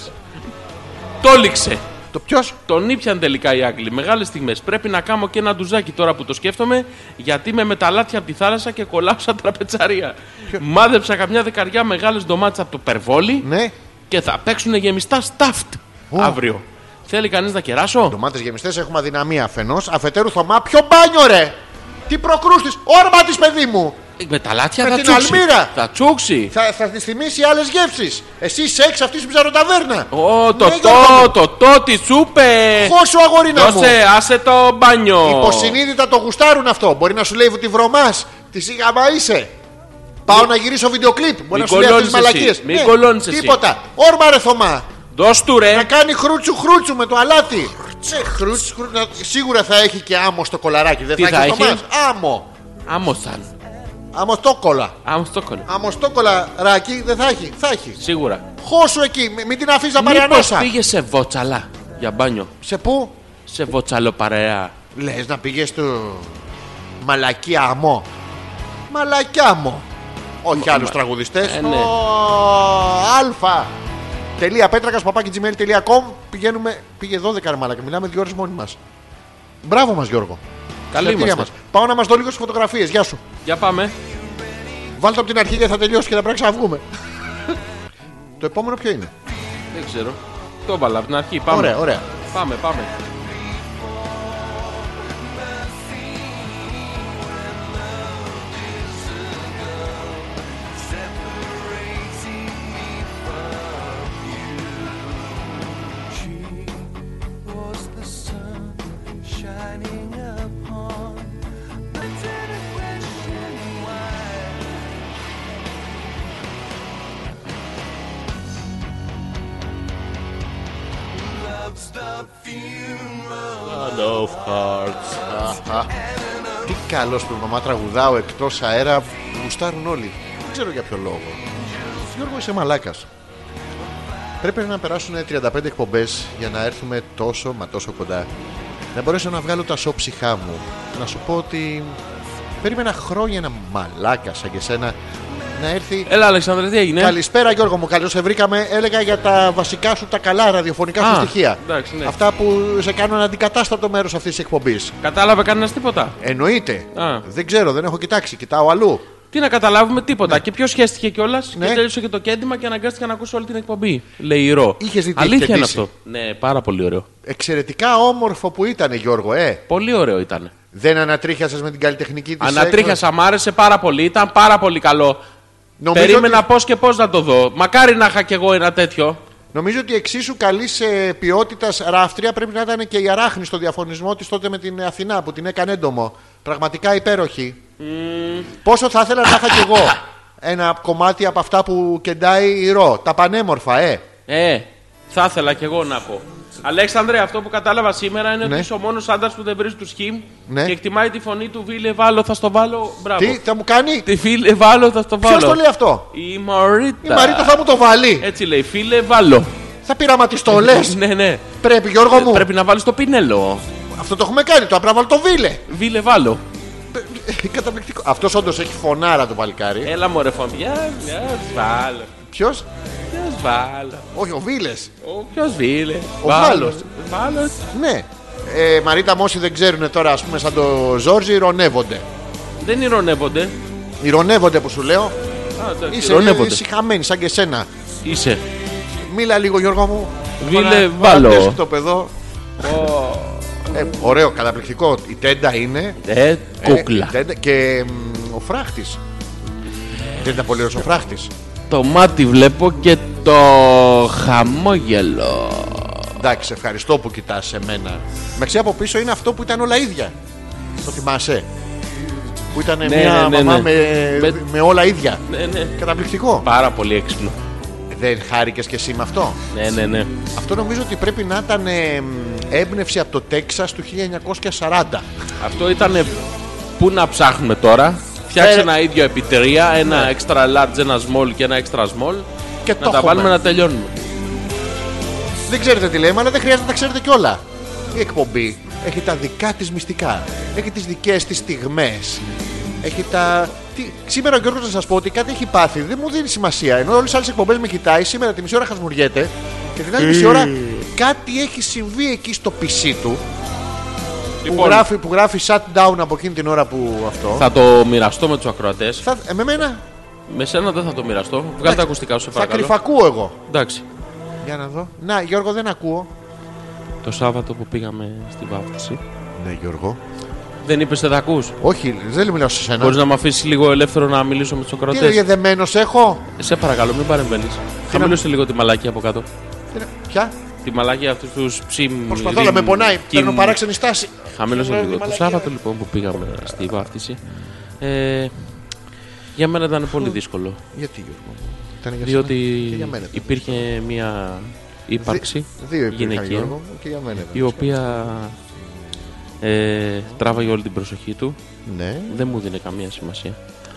[SPEAKER 2] Το λήξε.
[SPEAKER 1] Το ποιος.
[SPEAKER 2] Τον ήπιαν τελικά οι Άγγλοι. Μεγάλες στιγμές. Πρέπει να κάνω και ένα ντουζάκι τώρα που το σκέφτομαι, γιατί με μεταλλάτια από τη θάλασσα και κολλάω σαν τραπετσαρία. Μάδεψα καμιά δεκαριά μεγάλες ντομάτσε από το περβόλι
[SPEAKER 1] Ναι.
[SPEAKER 2] και θα παίξουν γεμιστά σταφτ
[SPEAKER 1] Ω.
[SPEAKER 2] αύριο. Θέλει κανείς να κεράσω.
[SPEAKER 1] Ντομάτες γεμιστές έχουμε αδυναμία αφενός. Αφετέρου Θωμά, ποιο μπάνιο ρε. Τι προκρούστης. Όρμα της παιδί μου.
[SPEAKER 2] Ε, Με τα λάτια
[SPEAKER 1] Με
[SPEAKER 2] θα
[SPEAKER 1] την
[SPEAKER 2] τσούξει.
[SPEAKER 1] αλμύρα.
[SPEAKER 2] Θα τσούξει.
[SPEAKER 1] Θα, θα τη θυμίσει άλλες γεύσεις. Εσύ σεξ αυτή στην ψαροταβέρνα.
[SPEAKER 2] Ω, το
[SPEAKER 1] Ναι, Γιώργο
[SPEAKER 2] το,
[SPEAKER 1] μου.
[SPEAKER 2] το το, τι σούπε.
[SPEAKER 1] Χώσου αγορίνα μου.
[SPEAKER 2] Δώσε, άσε το μπάνιο.
[SPEAKER 1] Υποσυνείδητα το γουστάρουν αυτό. Μπορεί να σου λέει ότι βρωμάς. Τι σιγάμα είσαι. Πάω να γυρίσω βιντεοκλίπ. Μπορεί να σου λέει αυτές τις
[SPEAKER 2] κολώνεις εσύ.
[SPEAKER 1] μαλακίε.
[SPEAKER 2] Μην κολώνεις εσύ.
[SPEAKER 1] Ναι, Τίποτα. Όρμα ρε Θωμά.
[SPEAKER 2] Δώσ' του ρε.
[SPEAKER 1] Να Ε, κάνει χρούτσου χρούτσου με το αλάτι. Ναι, χρούτσου, χρούτσου. Να- Σίγουρα θα έχει και άμμο στο κολαράκι. Δεν
[SPEAKER 2] Τι
[SPEAKER 1] θα,
[SPEAKER 2] θα
[SPEAKER 1] έχει ο
[SPEAKER 2] έχει?
[SPEAKER 1] Θωμάς. Άμμο.
[SPEAKER 2] Άμωσαν.
[SPEAKER 1] Αμοστόκολα.
[SPEAKER 2] Άμωστόκολα.
[SPEAKER 1] Αμοστόκολα ράκι δεν θα έχει. Θα έχει.
[SPEAKER 2] Σίγουρα.
[SPEAKER 1] Χώσου εκεί. μη- Μην την αφήσεις να πάρει
[SPEAKER 2] Μήπως
[SPEAKER 1] ανάσα.
[SPEAKER 2] πήγε σε βότσαλα για μπάνιο.
[SPEAKER 1] Σε πού.
[SPEAKER 2] Σε βότσαλοπαρέα.
[SPEAKER 1] Λες να πήγες στο. Μαλακία αμό. Μαλακιά μου. Όχι άλλους τραγουδιστές.
[SPEAKER 2] Ε, ναι.
[SPEAKER 1] Αλφα. Τελεία πέτρακα gmail.com. Πηγαίνουμε. Πήγε 12 ρε μαλακά. Μιλάμε δύο ώρες μόνοι μας. Μπράβο μας Γιώργο.
[SPEAKER 2] Καλή
[SPEAKER 1] Συγχαρητήρια
[SPEAKER 2] είμαστε.
[SPEAKER 1] μας. Πάω να μας δω λίγος στι φωτογραφίες. Γεια σου.
[SPEAKER 2] Για πάμε.
[SPEAKER 1] Βάλτε από την αρχή και θα τελειώσει και θα πρέπει να βγούμε. Το επόμενο ποιο είναι.
[SPEAKER 2] Δεν ξέρω. Το έβαλα από την αρχή. Πάμε.
[SPEAKER 1] Ωραία, ωραία.
[SPEAKER 2] Πάμε, πάμε.
[SPEAKER 4] was the sun shining upon the tenant question why love's the funeral
[SPEAKER 1] Αχα. Τι καλός που μαμά τραγουδάω εκτός αέρα. Γουστάρουν όλοι. Δεν ξέρω για ποιο λόγο. Γιώργο, είσαι μαλάκας. Πρέπει να περάσουν 35 εκπομπές για να έρθουμε τόσο μα τόσο κοντά. Να μπορέσω να βγάλω τα σώψυχά μου. Να σου πω ότι. Περίμενα χρόνια ένα μαλάκας σαν και σένα να έρθει.
[SPEAKER 2] Έλα, Αλεξάνδρε, τι έγινε.
[SPEAKER 1] Καλησπέρα Γιώργο μου, καλώς σε βρήκαμε. Έλεγα για τα βασικά σου, τα καλά ραδιοφωνικά
[SPEAKER 2] Α,
[SPEAKER 1] σου στοιχεία.
[SPEAKER 2] εντάξει, ναι.
[SPEAKER 1] Αυτά που σε κάνουν αντικατάστατο μέρος αυτής της εκπομπής.
[SPEAKER 2] Κατάλαβε κανένας τίποτα.
[SPEAKER 1] Εννοείται.
[SPEAKER 2] Α.
[SPEAKER 1] Δεν ξέρω, δεν έχω κοιτάξει. Κοιτάω αλλού.
[SPEAKER 2] Τι να καταλάβουμε τίποτα. Και ποιος σχέστηκε κιόλας.
[SPEAKER 1] Ναι.
[SPEAKER 2] Και τέλειωσε και το κέντημα και αναγκάστηκα να ακούσω όλη την εκπομπή. Λέει η Ρο.
[SPEAKER 1] Είχες δει τι
[SPEAKER 2] Αλήθεια
[SPEAKER 1] είχε
[SPEAKER 2] είναι
[SPEAKER 1] ντύσει.
[SPEAKER 2] αυτό. Ναι, πάρα πολύ ωραίο.
[SPEAKER 1] Εξαιρετικά όμορφο που ήταν, Γιώργο, ε.
[SPEAKER 2] Πολύ ωραίο ήταν.
[SPEAKER 1] Δεν ανατρίχιασες με την καλλιτεχνική της.
[SPEAKER 2] Ανατρίχασα, μ' άρεσε πάρα πολύ. Ήταν πάρα πολύ καλό.
[SPEAKER 1] Νομίζω
[SPEAKER 2] Περίμενα
[SPEAKER 1] ότι-
[SPEAKER 2] πώς και πώς να το δω. Μακάρι να είχα κι εγώ ένα τέτοιο.
[SPEAKER 1] Νομίζω ότι εξίσου καλή ποιότητας ράφτρια πρέπει να ήταν και η αράχνη στο διαφωνισμό της τότε με την Αθηνά που την έκανε έντομο. Πραγματικά υπέροχη. Πόσο θα ήθελα να είχα κι εγώ ένα κομμάτι από αυτά που κεντάει η Ρο. Τα πανέμορφα, ε.
[SPEAKER 2] Ε, θα ήθελα κι εγώ να πω. Αλέξανδρε, αυτό που κατάλαβα σήμερα είναι
[SPEAKER 1] Ναι.
[SPEAKER 2] ότι είσαι ο μόνος άντρας που δεν βρει του χιμ
[SPEAKER 1] Ναι.
[SPEAKER 2] και εκτιμάει τη φωνή του Βίλε Βάλο, θα στο βάλω. Μπράβο.
[SPEAKER 1] Τι θα μου κάνει.
[SPEAKER 2] Τη φίλε Βάλο, θα στο βάλω.
[SPEAKER 1] Ποιο το λέει αυτό.
[SPEAKER 2] Η
[SPEAKER 1] Η
[SPEAKER 2] Μαρίτα.
[SPEAKER 1] Μαρίτα θα μου το βάλει.
[SPEAKER 2] Έτσι λέει, φίλε Βάλο.
[SPEAKER 1] Θα πειραματιστώ, λε.
[SPEAKER 2] ναι, ναι.
[SPEAKER 1] Πρέπει, Γιώργο μου.
[SPEAKER 2] Πρέπει να βάλεις το πινέλο.
[SPEAKER 1] Αυτό το έχουμε κάνει. Το απλά βάλω το βίλε.
[SPEAKER 2] Βίλε Βάλο.
[SPEAKER 1] Καταπληκτικό. Αυτός όντως έχει φωνάρα το παλικάρι.
[SPEAKER 2] Έλα μωρέ φωνιά, μια βάλω.
[SPEAKER 1] Ποιος?
[SPEAKER 2] Μια βάλω.
[SPEAKER 1] Όχι, ο Βίλες.
[SPEAKER 2] Ο ποιος Βίλες.
[SPEAKER 1] Ο Βάλος.
[SPEAKER 2] Βάλος.
[SPEAKER 1] Ναι. Ε, Μαρίτα, μου όσοι δεν ξέρουν τώρα, ας πούμε, σαν το Ζόρζι, ηρωνεύονται.
[SPEAKER 2] Δεν ηρωνεύονται.
[SPEAKER 1] Ηρωνεύονται που σου λέω.
[SPEAKER 2] Α, εντάξει,
[SPEAKER 1] Είσαι
[SPEAKER 2] ηρωνεύονται.
[SPEAKER 1] συχαμένη, σαν και εσένα.
[SPEAKER 2] Είσαι.
[SPEAKER 1] Μίλα λίγο, Γιώργο μου.
[SPEAKER 2] Βίλε,
[SPEAKER 1] Παρα-
[SPEAKER 2] βάλω.
[SPEAKER 1] παρατέσου το παιδό. Ε, ωραίο, καταπληκτικό. Η τέντα είναι.
[SPEAKER 2] Ε,
[SPEAKER 1] Ε, η
[SPEAKER 2] κούκλα.
[SPEAKER 1] τέντα- και μ, ο φράχτης. Δεν ήταν πολύ ωραίος ο φράχτης.
[SPEAKER 2] Το μάτι βλέπω και το χαμόγελο.
[SPEAKER 1] Εντάξει, ευχαριστώ που κοιτάς εμένα. Μεξί από πίσω είναι αυτό που ήταν όλα ίδια. Το θυμάσαι. Που ήταν
[SPEAKER 2] Ναι,
[SPEAKER 1] μια
[SPEAKER 2] ναι, ναι,
[SPEAKER 1] μαμά
[SPEAKER 2] ναι.
[SPEAKER 1] Με,
[SPEAKER 2] Με-
[SPEAKER 1] με όλα ίδια.
[SPEAKER 2] Ναι, ναι.
[SPEAKER 1] Καταπληκτικό. Ε,
[SPEAKER 2] Πάρα πολύ έξυπνο.
[SPEAKER 1] Δεν χάρηκες και εσύ με αυτό.
[SPEAKER 2] Ναι, ναι, ναι.
[SPEAKER 1] Αυτό νομίζω ότι πρέπει να ήταν ε, μ, έμπνευση από το Τέξας του 1940.
[SPEAKER 2] Αυτό ήταν. Πού να ψάχνουμε τώρα. Φτιάξε
[SPEAKER 1] Ε, ναι.
[SPEAKER 2] ένα ίδιο επιτρία, ένα extra large, ένα small και ένα extra small.
[SPEAKER 1] Και το
[SPEAKER 2] να τα
[SPEAKER 1] έχουμε.
[SPEAKER 2] βάλουμε να τελειώνουμε.
[SPEAKER 1] Δεν ξέρετε τι λέμε, αλλά δεν χρειάζεται να τα ξέρετε κιόλα. Η εκπομπή έχει τα δικά της μυστικά. Έχει τις δικές της στιγμές. Έχει τα. Τι... Σήμερα ο Γιώργος να σας πω ότι κάτι έχει πάθει. Δεν μου δίνει σημασία. Ενώ όλες τι άλλες εκπομπές με κοιτάει, σήμερα τη μισή ώρα χασμουριέται και την άλλη μισή ώρα κάτι έχει συμβεί εκεί στο πισί του. Που,
[SPEAKER 2] Λοιπόν,
[SPEAKER 1] γράφει, που γράφει shutdown από εκείνη την ώρα που αυτό.
[SPEAKER 2] θα το μοιραστώ με τους ακροατές.
[SPEAKER 1] Θα... ε, με μένα
[SPEAKER 2] Με σένα δεν θα το μοιραστώ. Βγάλε τα ακουστικά σου, σε
[SPEAKER 1] θα
[SPEAKER 2] παρακαλώ.
[SPEAKER 1] κρυφακούω εγώ.
[SPEAKER 2] Εντάξει.
[SPEAKER 1] Για να δω. Να, Γιώργο, δεν ακούω.
[SPEAKER 2] Το Σάββατο που πήγαμε στη βάφτιση.
[SPEAKER 1] Ναι, Γιώργο.
[SPEAKER 2] Δεν είπες δεν ακούς.
[SPEAKER 1] Όχι, δεν μιλάω σε σένα.
[SPEAKER 2] Μπορείς να με αφήσεις λίγο ελεύθερο να μιλήσω με τους
[SPEAKER 1] Τι
[SPEAKER 2] ακροατές.
[SPEAKER 1] είναι, δεμένος έχω.
[SPEAKER 2] Σε παρακαλώ, μην παρεμβαίνεις. Θα
[SPEAKER 1] να-
[SPEAKER 2] μιλήσω λίγο τη μαλάκια από κάτω.
[SPEAKER 1] Τι είναι, Ποια?
[SPEAKER 2] Τη μαλάκια αυτού του ψιμ.
[SPEAKER 1] Προσπαθώ, αλλά με πονάει. Παίρνω παράξενη στάση.
[SPEAKER 2] Χαμήλωσα
[SPEAKER 1] Τη
[SPEAKER 2] λίγο. Το
[SPEAKER 1] μαλακία.
[SPEAKER 2] Σάββατο λοιπόν που πήγαμε στη βάφτιση. Ε, για μένα ήταν πολύ δύσκολο.
[SPEAKER 1] Γιατί, Γιώργο. μου? Ήταν για
[SPEAKER 2] Διότι
[SPEAKER 1] σένα και για μένα. ήταν.
[SPEAKER 2] υπήρχε μια ύπαρξη
[SPEAKER 1] Δι- Δύο υπήρχαν,
[SPEAKER 2] γυναικεία
[SPEAKER 1] Γιώργο μου, και για μένα. ήταν.
[SPEAKER 2] η οποία ε, τράβαγε όλη την προσοχή του.
[SPEAKER 1] Ναι.
[SPEAKER 2] Δεν μου δίνει καμία σημασία.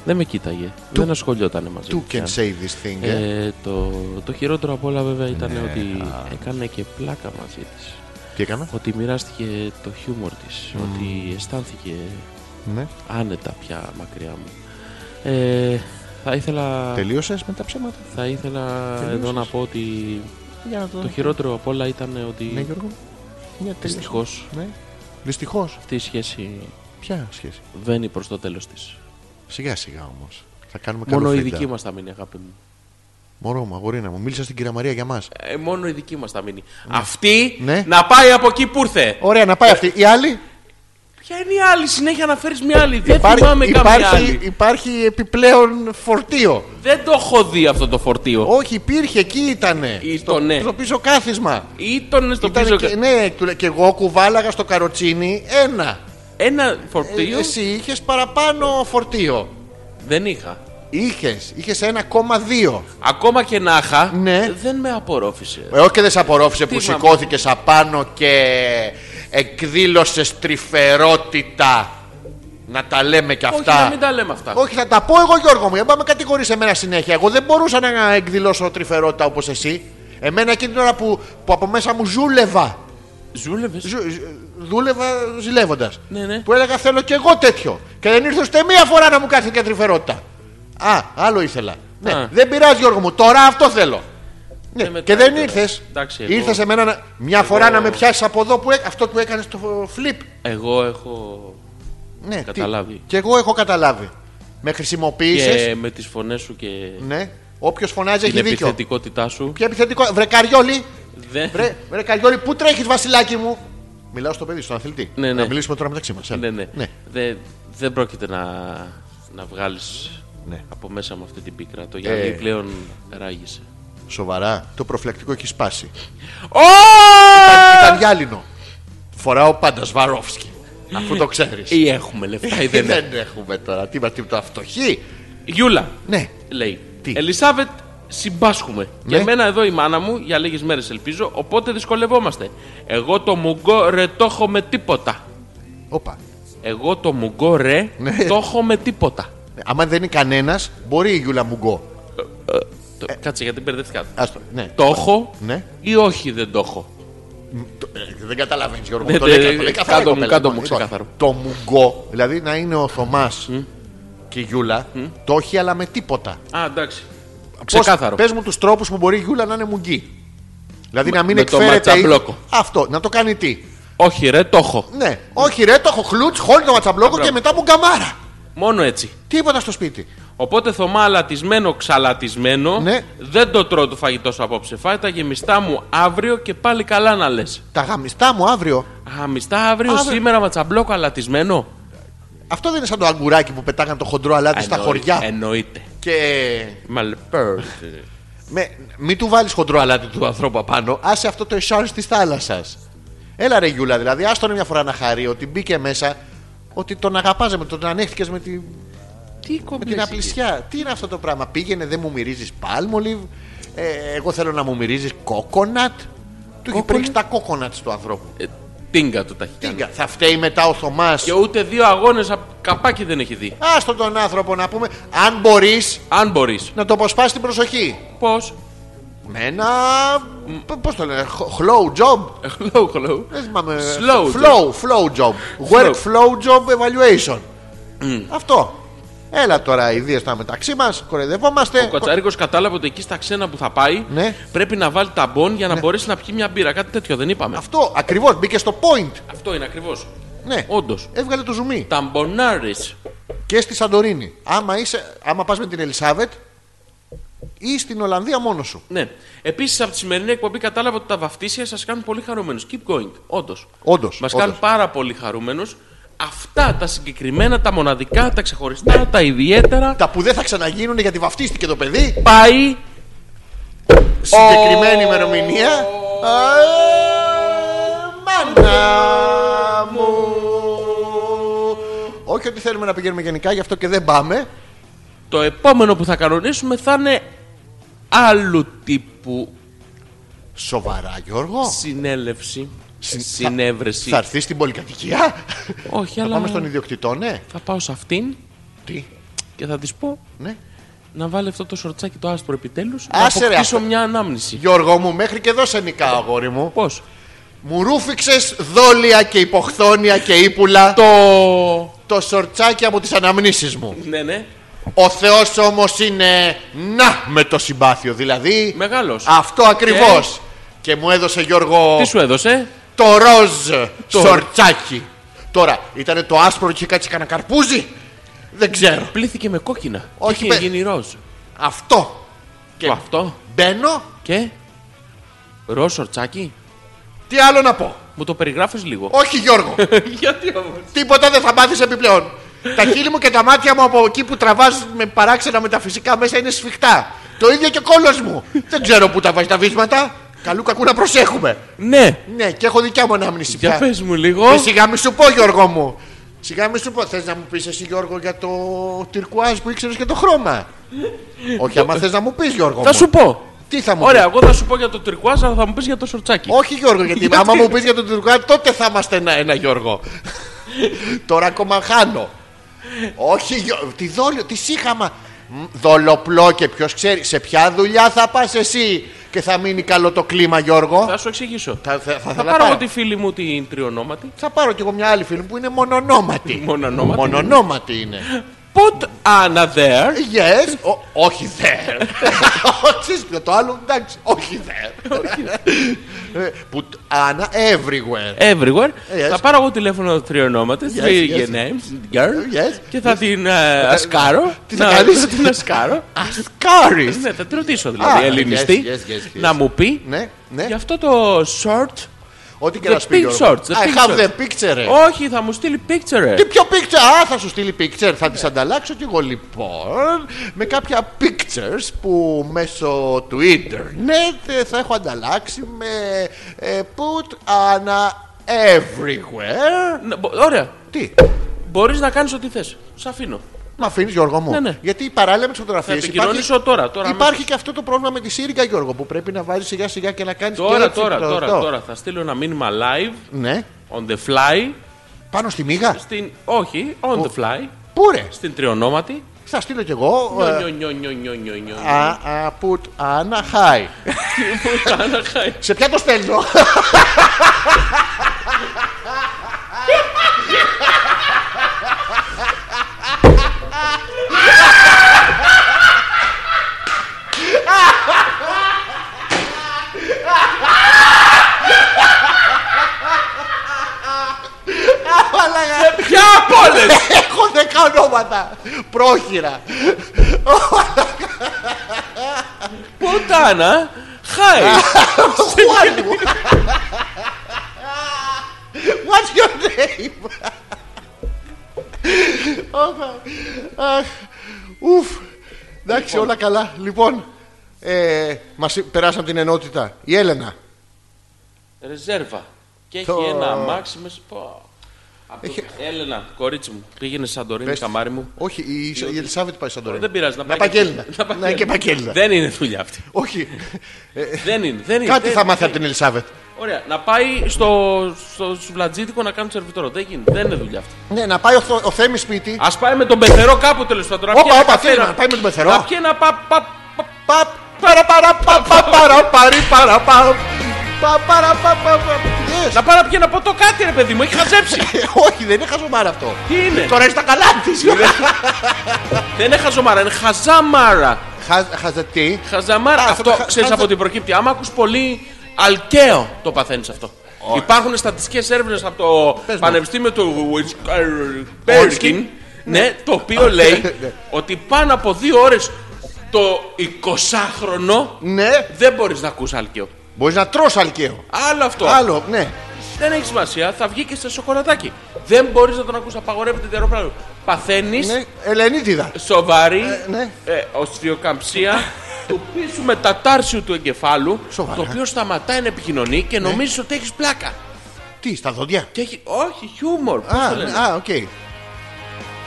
[SPEAKER 2] Δεν με κοίταγε. Δεν ασχολιόταν μαζί
[SPEAKER 1] You
[SPEAKER 2] μου
[SPEAKER 1] can
[SPEAKER 2] πια.
[SPEAKER 1] say this thing. ε.
[SPEAKER 2] Ε, το, το χειρότερο απ' όλα βέβαια ήταν
[SPEAKER 1] Ναι,
[SPEAKER 2] ότι έκανε και πλάκα μαζί της.
[SPEAKER 1] Τι έκανα.
[SPEAKER 2] Ότι μοιράστηκε το χιούμορ της. Ότι αισθάνθηκε ε,
[SPEAKER 1] Ναι.
[SPEAKER 2] άνετα πια μακριά μου. Ε, θα ήθελα,
[SPEAKER 1] Τελείωσες με τα ψέματα.
[SPEAKER 2] θα ήθελα εδώ να πω ότι
[SPEAKER 1] Για να το
[SPEAKER 2] το
[SPEAKER 1] δω.
[SPEAKER 2] χειρότερο απ' όλα ήταν ότι
[SPEAKER 1] Ναι, Γιώργο. Μια τελείωσε.
[SPEAKER 2] δυστυχώς
[SPEAKER 1] Ναι. Δυστυχώς.
[SPEAKER 2] αυτή η σχέση
[SPEAKER 1] Ποια σχέση.
[SPEAKER 2] βαίνει προς το τέλος της.
[SPEAKER 1] Σιγά σιγά όμως. Θα κάνουμε καλό
[SPEAKER 2] Μόνο η
[SPEAKER 1] φρεντά.
[SPEAKER 2] δική μας θα μείνει αγάπη μου.
[SPEAKER 1] Μωρό μου, αγορίνα μου. Μίλησα στην κυρία Μαρία για μας.
[SPEAKER 2] Ε, μόνο η δική μας θα μείνει. Αυτή
[SPEAKER 1] Ναι.
[SPEAKER 2] να πάει από εκεί που ήρθε.
[SPEAKER 1] Ωραία, να πάει αυτή. Η άλλη.
[SPEAKER 2] Ποια είναι η άλλη, συνέχεια να φέρεις μια άλλη. Δεν
[SPEAKER 1] Υπάρ-
[SPEAKER 2] θυμάμαι καμία
[SPEAKER 1] υπάρχει,
[SPEAKER 2] άλλη.
[SPEAKER 1] υπάρχει επιπλέον φορτίο.
[SPEAKER 2] Δεν το έχω δει αυτό το φορτίο.
[SPEAKER 1] Όχι, υπήρχε, εκεί ήτανε.
[SPEAKER 2] Ήταν, ναι.
[SPEAKER 1] Στο πίσω κάθισμα.
[SPEAKER 2] Ήταν στο
[SPEAKER 1] Ήτανε
[SPEAKER 2] πίσω.
[SPEAKER 1] και, ναι, του λέ- και εγώ κουβάλαγα στο καροτσίνι ένα.
[SPEAKER 2] Ένα
[SPEAKER 1] Ε,
[SPEAKER 2] φορτίο
[SPEAKER 1] Εσύ είχες παραπάνω φορτίο.
[SPEAKER 2] δεν είχα.
[SPEAKER 1] Είχες, είχες 1,2.
[SPEAKER 2] Ακόμα και να είχα,
[SPEAKER 1] Ναι.
[SPEAKER 2] δεν με απορρόφησε.
[SPEAKER 1] Ε, όχι και δεν σε απορρόφησε που
[SPEAKER 2] Θυμάμαι.
[SPEAKER 1] σηκώθηκες απάνω και εκδήλωσες τρυφερότητα. Να τα λέμε κι
[SPEAKER 2] Όχι,
[SPEAKER 1] αυτά.
[SPEAKER 2] να μην τα λέμε αυτά.
[SPEAKER 1] Όχι, θα τα πω εγώ, Γιώργο μου. Για να με κατηγορεί εμένα συνέχεια. Εγώ δεν μπορούσα να εκδηλώσω τρυφερότητα όπως εσύ. Εμένα εκείνη την ώρα που, που από μέσα μου ζούλευα.
[SPEAKER 2] Ζούλευες.
[SPEAKER 1] Ζου- ζ- δούλευα ζηλεύοντας.
[SPEAKER 2] Ναι, ναι.
[SPEAKER 1] Που έλεγα θέλω κι εγώ τέτοιο. Και δεν ήρθε ούτε μία φορά να μου κάνει τέτοια τρυφερότητα. Α, άλλο ήθελα. Ναι,
[SPEAKER 2] Α.
[SPEAKER 1] δεν πειράζει, Γιώργο μου. Τώρα αυτό θέλω. Ναι,
[SPEAKER 2] Δεν
[SPEAKER 1] και
[SPEAKER 2] μετράει
[SPEAKER 1] δεν
[SPEAKER 2] τώρα.
[SPEAKER 1] ήρθες.
[SPEAKER 2] Εντάξει, εγώ-
[SPEAKER 1] Ήρθες εμένα να- μια φορά να με πιάσεις από εδώ που έ- αυτό που έκανες στο flip.
[SPEAKER 2] Εγώ έχω.
[SPEAKER 1] Ναι, τι-
[SPEAKER 2] Καταλάβει.
[SPEAKER 1] Και εγώ έχω καταλάβει. Με χρησιμοποίησες.
[SPEAKER 2] Και με τις φωνές σου και
[SPEAKER 1] Ναι. Όποιος φωνάζει
[SPEAKER 2] την
[SPEAKER 1] έχει δίκιο.
[SPEAKER 2] επιθετικότητά σου.
[SPEAKER 1] Ποια επιθετικό. Βρε Καριόλη.
[SPEAKER 2] Δεν...
[SPEAKER 1] Βρε, βρε Καριόλη, πού τρέχεις, Βασιλάκι μου. Μιλάω στο παιδί, στον αθλητή.
[SPEAKER 2] Ναι, ναι.
[SPEAKER 1] Να μιλήσουμε τώρα μεταξύ μας.
[SPEAKER 2] Ναι, ναι. Δεν, δεν πρόκειται να, να βγάλεις
[SPEAKER 1] Ναι.
[SPEAKER 2] από μέσα μου αυτή την πίκρα. Το Γιάννη
[SPEAKER 1] Ε.
[SPEAKER 2] πλέον ράγισε.
[SPEAKER 1] Σοβαρά, το προφυλακτικό έχει σπάσει.
[SPEAKER 2] Ω!
[SPEAKER 1] Ήταν γυάλινο. Φοράω πάντα Σβαρόφσκι. Αφού το ξέρεις.
[SPEAKER 2] Ή έχουμε λεφτά ή δεν έχουμε.
[SPEAKER 1] δεν έχουμε τώρα. Τι μα τίποτα φτωχή.
[SPEAKER 2] Γιούλα,
[SPEAKER 1] Ναι.
[SPEAKER 2] λέει.
[SPEAKER 1] Τι?
[SPEAKER 2] Ελισάβετ, συμπάσχουμε.
[SPEAKER 1] Ναι.
[SPEAKER 2] Και εμένα εδώ η μάνα μου για λίγες μέρες ελπίζω, οπότε δυσκολευόμαστε. Εγώ το μουγκό ρε το έχω με τίποτα.
[SPEAKER 1] Όπα.
[SPEAKER 2] Εγώ το μουγκό ρε
[SPEAKER 1] Ναι.
[SPEAKER 2] το έχω με τίποτα.
[SPEAKER 1] Ε, Άμα δεν είναι κανένας, μπορεί η Γιούλα Μουγκό.
[SPEAKER 2] Το- Κάτσε γιατί μπερδευτικά.
[SPEAKER 1] Άστο. Ναι.
[SPEAKER 2] Το έχω
[SPEAKER 1] Ε. Ναι.
[SPEAKER 2] ή όχι δεν το έχω.
[SPEAKER 1] Το- ε, Δεν καταλαβαίνεις, Γιώργο.
[SPEAKER 2] Ναι,
[SPEAKER 1] μου, το
[SPEAKER 2] ναι,
[SPEAKER 1] λέει,
[SPEAKER 2] ναι,
[SPEAKER 1] το λέει
[SPEAKER 2] κάτω
[SPEAKER 1] καθαρά η
[SPEAKER 2] μου,
[SPEAKER 1] κοπέλα.
[SPEAKER 2] κάτω μου,
[SPEAKER 1] Λοιπόν,
[SPEAKER 2] ξεκάθαρο.
[SPEAKER 1] Το μουγκό, δηλαδή να είναι ο Θωμάς και η Γιούλα, το έχει αλλά με τίποτα.
[SPEAKER 2] Α, εντάξει. Ξεκάθαρο.
[SPEAKER 1] Πες μου τους τρόπους που μπορεί η Γιούλα να είναι μουγκή. Δηλαδή να μην
[SPEAKER 2] με το
[SPEAKER 1] εκφέρεται. η-
[SPEAKER 2] ματσαμπλόκο.
[SPEAKER 1] Αυτό, να το κάνει τι.
[SPEAKER 2] Όχι ρε, το έχω.
[SPEAKER 1] Ναι, όχι ρε, το έχω χλουτ, χόλι το ματσαμπλόκο και
[SPEAKER 2] Μπράβο.
[SPEAKER 1] μετά μουγκαμάρα.
[SPEAKER 2] Μόνο έτσι.
[SPEAKER 1] Τίποτα στο σπίτι.
[SPEAKER 2] Οπότε Θωμά αλατισμένο, ξαλατισμένο.
[SPEAKER 1] Ναι.
[SPEAKER 2] Δεν το τρώω το φαγητό σου απόψε. Φάει τα γεμιστά μου αύριο και πάλι καλά να λες.
[SPEAKER 1] Τα γαμιστά μου αύριο.
[SPEAKER 2] Αμιστά αύριο,
[SPEAKER 1] Αύριο.
[SPEAKER 2] σήμερα ματσαμπλόκο αλατισμένο.
[SPEAKER 1] Αυτό δεν είναι σαν το αγκουράκι που πετάγαν το χοντρό αλάτι Ε, στα
[SPEAKER 2] Εννοεί-
[SPEAKER 1] χωριά.
[SPEAKER 2] Εννοείται.
[SPEAKER 1] Και.
[SPEAKER 2] Μαλπέρ.
[SPEAKER 1] Με, μην του βάλεις χοντρό αλάτι του ανθρώπου απάνω, άσε αυτό το εσάρι τη θάλασσα. Έλα ρε Γιούλα, δηλαδή, άστονε μια φορά να χαρεί ότι μπήκε μέσα. ότι τον αγαπάζε, με τον ανέχτηκες με, τη,
[SPEAKER 2] Τι
[SPEAKER 1] με την
[SPEAKER 2] κομπλεξίκι.
[SPEAKER 1] απλησιά. Τι είναι αυτό το πράγμα. Πήγαινε, δεν μου μυρίζεις πάλμολιβ. Ε, εγώ θέλω να μου μυρίζεις κόκονατ. Του έχει πρίξει τα κόκονατ του ανθρώπου.
[SPEAKER 2] Ε, Τίνγκα του τα έχει
[SPEAKER 1] Τι
[SPEAKER 2] κάνει.
[SPEAKER 1] κα- θα φταίει μετά ο Θωμάς.
[SPEAKER 2] Και ούτε δύο αγώνες από καπάκι δεν έχει δει.
[SPEAKER 1] Άστο τον άνθρωπο να πούμε, αν μπορείς
[SPEAKER 2] Αν μπορείς.
[SPEAKER 1] να το αποσπάσει την προσοχή.
[SPEAKER 2] Πώς.
[SPEAKER 1] Με ένα. Πώς το λένε, χ- χλόου job.
[SPEAKER 2] Hello, hello.
[SPEAKER 1] Δεν θυμάμαι.
[SPEAKER 2] Slow
[SPEAKER 1] flow, flow job. Work flow job evaluation.
[SPEAKER 2] Mm.
[SPEAKER 1] Αυτό. Έλα τώρα οι δύο στα μεταξύ μας, κοροϊδευόμαστε.
[SPEAKER 2] Ο Κατσαρίκο κατάλαβε ότι εκεί στα ξένα που θα πάει
[SPEAKER 1] Ναι.
[SPEAKER 2] πρέπει να βάλει ταμπον για να μπορέσει να πιει μια μπύρα. Κάτι τέτοιο δεν είπαμε.
[SPEAKER 1] Αυτό ακριβώς μπήκε στο point.
[SPEAKER 2] Αυτό είναι ακριβώς.
[SPEAKER 1] Ναι.
[SPEAKER 2] Όντως.
[SPEAKER 1] Έβγαλε το ζουμί.
[SPEAKER 2] Ταμπονάρι.
[SPEAKER 1] Και στη Σαντορίνη. Άμα, είσαι, άμα πας με την Ελισάβετ ή στην Ολλανδία μόνο σου.
[SPEAKER 2] Ναι. Επίσης από τη σημερινή εκπομπή κατάλαβα ότι τα βαφτίσια σας κάνουν πολύ χαρούμενους. Keep going. Όντως.
[SPEAKER 1] Όντως.
[SPEAKER 2] Μας κάνουν πάρα πολύ χαρούμενους. Αυτά τα συγκεκριμένα, τα μοναδικά, τα ξεχωριστά, τα ιδιαίτερα.
[SPEAKER 1] Τα που δεν θα ξαναγίνουν γιατί βαφτίστηκε το παιδί.
[SPEAKER 2] Πάει
[SPEAKER 1] Συγκεκριμένη ημερομηνία. Α, Μάνα μου. Όχι ότι θέλουμε να πηγαίνουμε γενικά, γι' αυτό και δεν πάμε.
[SPEAKER 2] Το επόμενο που θα κανονίσουμε θα είναι άλλου τύπου
[SPEAKER 1] Σοβαρά, Γιώργο.
[SPEAKER 2] συνέλευση. Συνέβρεση.
[SPEAKER 1] Θα έρθεις στην πολυκατοικία.
[SPEAKER 2] Όχι,
[SPEAKER 1] Θα
[SPEAKER 2] αλλά
[SPEAKER 1] πάμε στον ιδιοκτητό, ναι.
[SPEAKER 2] θα πάω σε αυτήν
[SPEAKER 1] Τι,
[SPEAKER 2] και θα της πω
[SPEAKER 1] ναι.
[SPEAKER 2] να βάλει αυτό το σορτσάκι το άσπρο επιτέλους. Να
[SPEAKER 1] Άσε ρε,
[SPEAKER 2] αποκτήσω
[SPEAKER 1] αυτό.
[SPEAKER 2] μια ανάμνηση.
[SPEAKER 1] Γιώργο μου, μέχρι και εδώ σε νικά, αγόρι μου.
[SPEAKER 2] Πώς.
[SPEAKER 1] Μου ρούφηξες δόλια και υποχθόνια και ύπουλα το,
[SPEAKER 2] Το.
[SPEAKER 1] το σορτσάκι από τις αναμνήσεις μου.
[SPEAKER 2] Ναι, ναι.
[SPEAKER 1] Ο Θεός όμως είναι να με το συμπάθειο, δηλαδή
[SPEAKER 2] Μεγάλος.
[SPEAKER 1] αυτό ακριβώς. Και μου έδωσε Γιώργο
[SPEAKER 2] Τι σου έδωσε.
[SPEAKER 1] το ροζ
[SPEAKER 2] Το-
[SPEAKER 1] σορτσάκι. Τώρα, ήταν το άσπρο και είχε κάτσει κανένα καρπούζι. Δεν ξέρω.
[SPEAKER 2] Πλήθηκε με κόκκινα.
[SPEAKER 1] Όχι,
[SPEAKER 2] Είχε
[SPEAKER 1] με-
[SPEAKER 2] γίνει ροζ.
[SPEAKER 1] Αυτό. Και
[SPEAKER 2] Το αυτό.
[SPEAKER 1] μπαίνω,
[SPEAKER 2] Και. Ροζ σορτσάκι.
[SPEAKER 1] τι άλλο να πω.
[SPEAKER 2] Μου το περιγράφεις λίγο.
[SPEAKER 1] Όχι Γιώργο,
[SPEAKER 2] Γιατί όμως.
[SPEAKER 1] τίποτα δεν θα μάθεις επιπλέον. τα χείλη μου και τα μάτια μου από εκεί που τραβάς με παράξενα μεταφυσικά μέσα είναι σφιχτά. Το ίδιο και ο κόλος μου. δεν ξέρω πού τα βάζεις τα βίσματα. Καλού κακού να προσέχουμε.
[SPEAKER 2] Ναι.
[SPEAKER 1] Ναι, και έχω δικιά μου ανάμνηση
[SPEAKER 2] Για
[SPEAKER 1] πια.
[SPEAKER 2] πες μου λίγο.
[SPEAKER 1] Ε, σιγά μη σου πω, Γιώργο μου. Σιγά μη σου πω. Θες να μου πεις εσύ, Γιώργο, για το τυρκουάζ που ήξερες και το χρώμα. Όχι, άμα θες να μου πεις, Γιώργο.
[SPEAKER 2] Θα
[SPEAKER 1] μου.
[SPEAKER 2] σου πω.
[SPEAKER 1] Τι θα μου
[SPEAKER 2] Ωραία,
[SPEAKER 1] πεις?
[SPEAKER 2] εγώ θα σου πω για το τυρκουάζ, αλλά θα μου πεις για το σορτσάκι.
[SPEAKER 1] Όχι, Γιώργο, γιατί,
[SPEAKER 2] Γιατί?
[SPEAKER 1] άμα μου πεις για το τυρκουάζ, τότε θα είμαστε ένα, ένα Γιώργο. Τώρα ακόμα χάνω. Όχι, Γιώργο. Τι δόλιο, τι σύγχαμα. Μ, Δολοπλό και ποιος ξέρει σε ποια δουλειά θα πας εσύ και θα μείνει καλό το κλίμα, Γιώργο.
[SPEAKER 2] Θα σου εξηγήσω.
[SPEAKER 1] Θα, θα, θα,
[SPEAKER 2] Θα
[SPEAKER 1] ήθελα
[SPEAKER 2] πάρω
[SPEAKER 1] πάρα.
[SPEAKER 2] εγώ τη φίλη μου την τριονόματη.
[SPEAKER 1] Θα πάρω κι εγώ μια άλλη φίλη μου που είναι μονονόματη.
[SPEAKER 2] Μονονόματη.
[SPEAKER 1] Μονονόματη είναι.
[SPEAKER 2] Put Anna there.
[SPEAKER 1] Yes, ο- όχι there. Ξέρεις ποιο, το άλλο, εντάξει, όχι there. Ε, Put Anna everywhere.
[SPEAKER 2] Everywhere.
[SPEAKER 1] Ε, Yes.
[SPEAKER 2] Θα πάρω εγώ τηλέφωνο τριονόματη.
[SPEAKER 1] Yes,
[SPEAKER 2] Three
[SPEAKER 1] yes.
[SPEAKER 2] your names, girl.
[SPEAKER 1] Yes.
[SPEAKER 2] Και θα την ε, ασκάρω.
[SPEAKER 1] Τι θα
[SPEAKER 2] Να-
[SPEAKER 1] κάνεις?
[SPEAKER 2] Θα την ασκάρω.
[SPEAKER 1] Ασκάρις.
[SPEAKER 2] Ναι, θα την ρωτήσω
[SPEAKER 1] Α,
[SPEAKER 2] δηλαδή. Ελληνιστή.
[SPEAKER 1] yes, yes, yes, yes.
[SPEAKER 2] Να μου πει.
[SPEAKER 1] Ναι, ναι.
[SPEAKER 2] Γι' αυτό το short.
[SPEAKER 1] Ό,τι και
[SPEAKER 2] The
[SPEAKER 1] να σου πει.
[SPEAKER 2] pink
[SPEAKER 1] Γιώργο.
[SPEAKER 2] shorts, the
[SPEAKER 1] I
[SPEAKER 2] pink
[SPEAKER 1] have the
[SPEAKER 2] shorts.
[SPEAKER 1] picture. ρε.
[SPEAKER 2] Όχι, θα μου στείλει picture.
[SPEAKER 1] Ε. Τι πιο picture. Α, θα σου στείλει picture. Θα
[SPEAKER 2] Ναι.
[SPEAKER 1] τις ανταλλάξω κι εγώ λοιπόν με κάποια pictures που μέσω του ίντερνετ ε, θα έχω ανταλλάξει με ε, put Anna everywhere.
[SPEAKER 2] Να- μπο- Ωραία.
[SPEAKER 1] Τι.
[SPEAKER 2] Μπορείς να κάνεις ό,τι θες. Σ' αφήνω.
[SPEAKER 1] Μ' αφήνεις, Γιώργο μου.
[SPEAKER 2] Ναι, ναι.
[SPEAKER 1] Γιατί παράλληλα με τι
[SPEAKER 2] Θα
[SPEAKER 1] φωτογραφίε.
[SPEAKER 2] επικοινωνήσω τώρα. τώρα
[SPEAKER 1] υπάρχει και αυτό το πρόβλημα με τη σύριγγα, Γιώργο, που πρέπει να βάζεις σιγά σιγά και να κάνεις.
[SPEAKER 2] Τώρα, τώρα, τώρα, τώρα. Θα στείλω ένα μήνυμα live
[SPEAKER 1] Ναι.
[SPEAKER 2] on the fly.
[SPEAKER 1] Πάνω στη μίγα.
[SPEAKER 2] Στην... Όχι, on the fly.
[SPEAKER 1] Πού ρε.
[SPEAKER 2] Στην τριονόματη.
[SPEAKER 1] Θα στείλω κι εγώ. ε,
[SPEAKER 2] Νιο, νιο, νιο, νιο, νιο, νιο.
[SPEAKER 1] Α, α, put Anna hi. Σε ποια το στέλνω.
[SPEAKER 2] Ποια από όλες!
[SPEAKER 1] Έχω δέκα ονόματα. Πρόχειρα.
[SPEAKER 2] Πουτάνα! Χάι!
[SPEAKER 1] Juan. What's your name? Αχ, Ουφ. Εντάξει, όλα καλά. Λοιπόν, ε, μας περάσαν την ενότητα. Η Έλενα.
[SPEAKER 2] Ρεζέρβα. Και
[SPEAKER 1] Το-
[SPEAKER 2] έχει ένα αμάξι μέσα. Πω. Απ' το- Έλενα, κορίτσι μου, πήγαινες σαν Σαντορίνη,
[SPEAKER 1] Πες.
[SPEAKER 2] καμάρι μου.
[SPEAKER 1] Όχι, η, Ισ- η Ελισάβετ πάει σαν τώρα.
[SPEAKER 2] Δεν πειράζει, να πάει
[SPEAKER 1] και
[SPEAKER 2] και-
[SPEAKER 1] Έλληνα.
[SPEAKER 2] να πάει
[SPEAKER 1] Να είναι
[SPEAKER 2] και-
[SPEAKER 1] και Πακέληνα.
[SPEAKER 2] Δεν είναι δουλειά αυτή.
[SPEAKER 1] Όχι. Ε,
[SPEAKER 2] δεν είναι. Δεν είναι
[SPEAKER 1] Κάτι
[SPEAKER 2] δεν-
[SPEAKER 1] θα μάθει
[SPEAKER 2] δεν-
[SPEAKER 1] από την Ελισάβετ.
[SPEAKER 2] Ωραία, να πάει στο, στο σουβλατζίδικο να κάνει σερβιτόρο. Δεν γίνεται, δεν είναι δουλειά αυτή.
[SPEAKER 1] Ναι, να πάει ο, Θο- ο Θέμης σπίτι.
[SPEAKER 2] Ας πάει με τον πεθερό κάπου τέλος πάντων. να
[SPEAKER 1] Όπα,
[SPEAKER 2] πιει ένα
[SPEAKER 1] όπα,
[SPEAKER 2] καφέ,
[SPEAKER 1] θέλει να πάει με τον Πεθερό.
[SPEAKER 2] Να πιει ένα πα, πα, πα,
[SPEAKER 1] Παπ, παρα, παρα, πα, πα, παρα, παρι, παρα, πα. Πα, παρα, πα, πα, πα. Yes.
[SPEAKER 2] να πάει να πιει ένα ποτό κάτι ρε παιδί μου, έχει χαζέψει.
[SPEAKER 1] Ε, Όχι, δεν είναι χαζομάρα αυτό.
[SPEAKER 2] Τι είναι,
[SPEAKER 1] Τώρα είσαι τα καλά της.
[SPEAKER 2] δεν είναι χαζομάρα, είναι χαζάμαρα.
[SPEAKER 1] Χαζατή.
[SPEAKER 2] Χαζαμάρα,
[SPEAKER 1] Α,
[SPEAKER 2] αυτό
[SPEAKER 1] χα-
[SPEAKER 2] ξέρεις
[SPEAKER 1] χαζα-
[SPEAKER 2] από την προκύπτει. Άμα ακούς πολύ αλκαίο το παθαίνεις αυτό. Υπάρχουν στατιστικές έρευνες από το
[SPEAKER 1] μου.
[SPEAKER 2] Πανεπιστήμιο του Πέρκιν. Ναι, το οποίο λέει
[SPEAKER 1] Ναι.
[SPEAKER 2] ότι πάνω από δύο ώρες το 20χρονο
[SPEAKER 1] Ναι,
[SPEAKER 2] δεν μπορείς να ακούς αλκαίο.
[SPEAKER 1] μπορείς να τρως αλκαίο.
[SPEAKER 2] Άλλο αυτό.
[SPEAKER 1] Άλλο, ναι.
[SPEAKER 2] Δεν έχει σημασία, θα βγει και σε σοκολατάκι. Δεν μπορείς να τον ακούσει, απαγορεύεται τέτοιο πράγμα. Παθαίνεις
[SPEAKER 1] ναι. Ελενίτιδα.
[SPEAKER 2] σοβαρή
[SPEAKER 1] ναι.
[SPEAKER 2] ε, οστεοκαμψία του πίσω μετατάρσιου του εγκεφάλου.
[SPEAKER 1] Σοβαρά. Ναι.
[SPEAKER 2] Το οποίο σταματάει να επικοινωνεί και νομίζεις ότι έχεις πλάκα.
[SPEAKER 1] Τι, στα δόντια.
[SPEAKER 2] Και έχει, όχι, χιούμορ. πώς
[SPEAKER 1] Α,
[SPEAKER 2] το λένε.
[SPEAKER 1] α, οκ.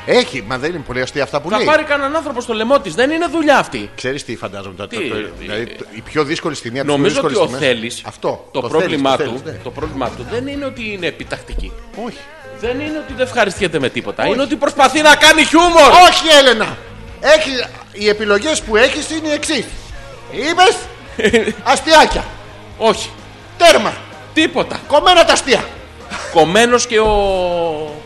[SPEAKER 1] Έχει, μα δεν είναι πολύ αστεία αυτά που
[SPEAKER 2] Θα
[SPEAKER 1] λέει.
[SPEAKER 2] πάρει κανέναν άνθρωπο στο λαιμό της. Δεν είναι δουλειά αυτή.
[SPEAKER 1] Ξέρεις τι φαντάζομαι τώρα.
[SPEAKER 2] Τι,
[SPEAKER 1] το- το-
[SPEAKER 2] τι,
[SPEAKER 1] δηλαδή, το- η πιο δύσκολη στιγμή από τις
[SPEAKER 2] Νομίζω
[SPEAKER 1] πιο
[SPEAKER 2] ότι ο
[SPEAKER 1] δύσκολες στιγμές-
[SPEAKER 2] Θέλει
[SPEAKER 1] Αυτό.
[SPEAKER 2] το,
[SPEAKER 1] θέλεις,
[SPEAKER 2] πρόβλημά
[SPEAKER 1] το
[SPEAKER 2] του,
[SPEAKER 1] θέλεις, ναι.
[SPEAKER 2] το πρόβλημά του δεν είναι ότι είναι επιτακτική.
[SPEAKER 1] Όχι.
[SPEAKER 2] Δεν είναι ότι δεν ευχαριστιέται με τίποτα. Είναι ότι προσπαθεί να κάνει χιούμορ.
[SPEAKER 1] Όχι, Έλενα! Έχει, οι επιλογές που έχεις είναι οι εξής. Είπες αστιάκια.
[SPEAKER 2] Όχι.
[SPEAKER 1] Τέρμα.
[SPEAKER 2] Τίποτα.
[SPEAKER 1] Κομμένα τα αστεία.
[SPEAKER 2] Κομμένος και ο.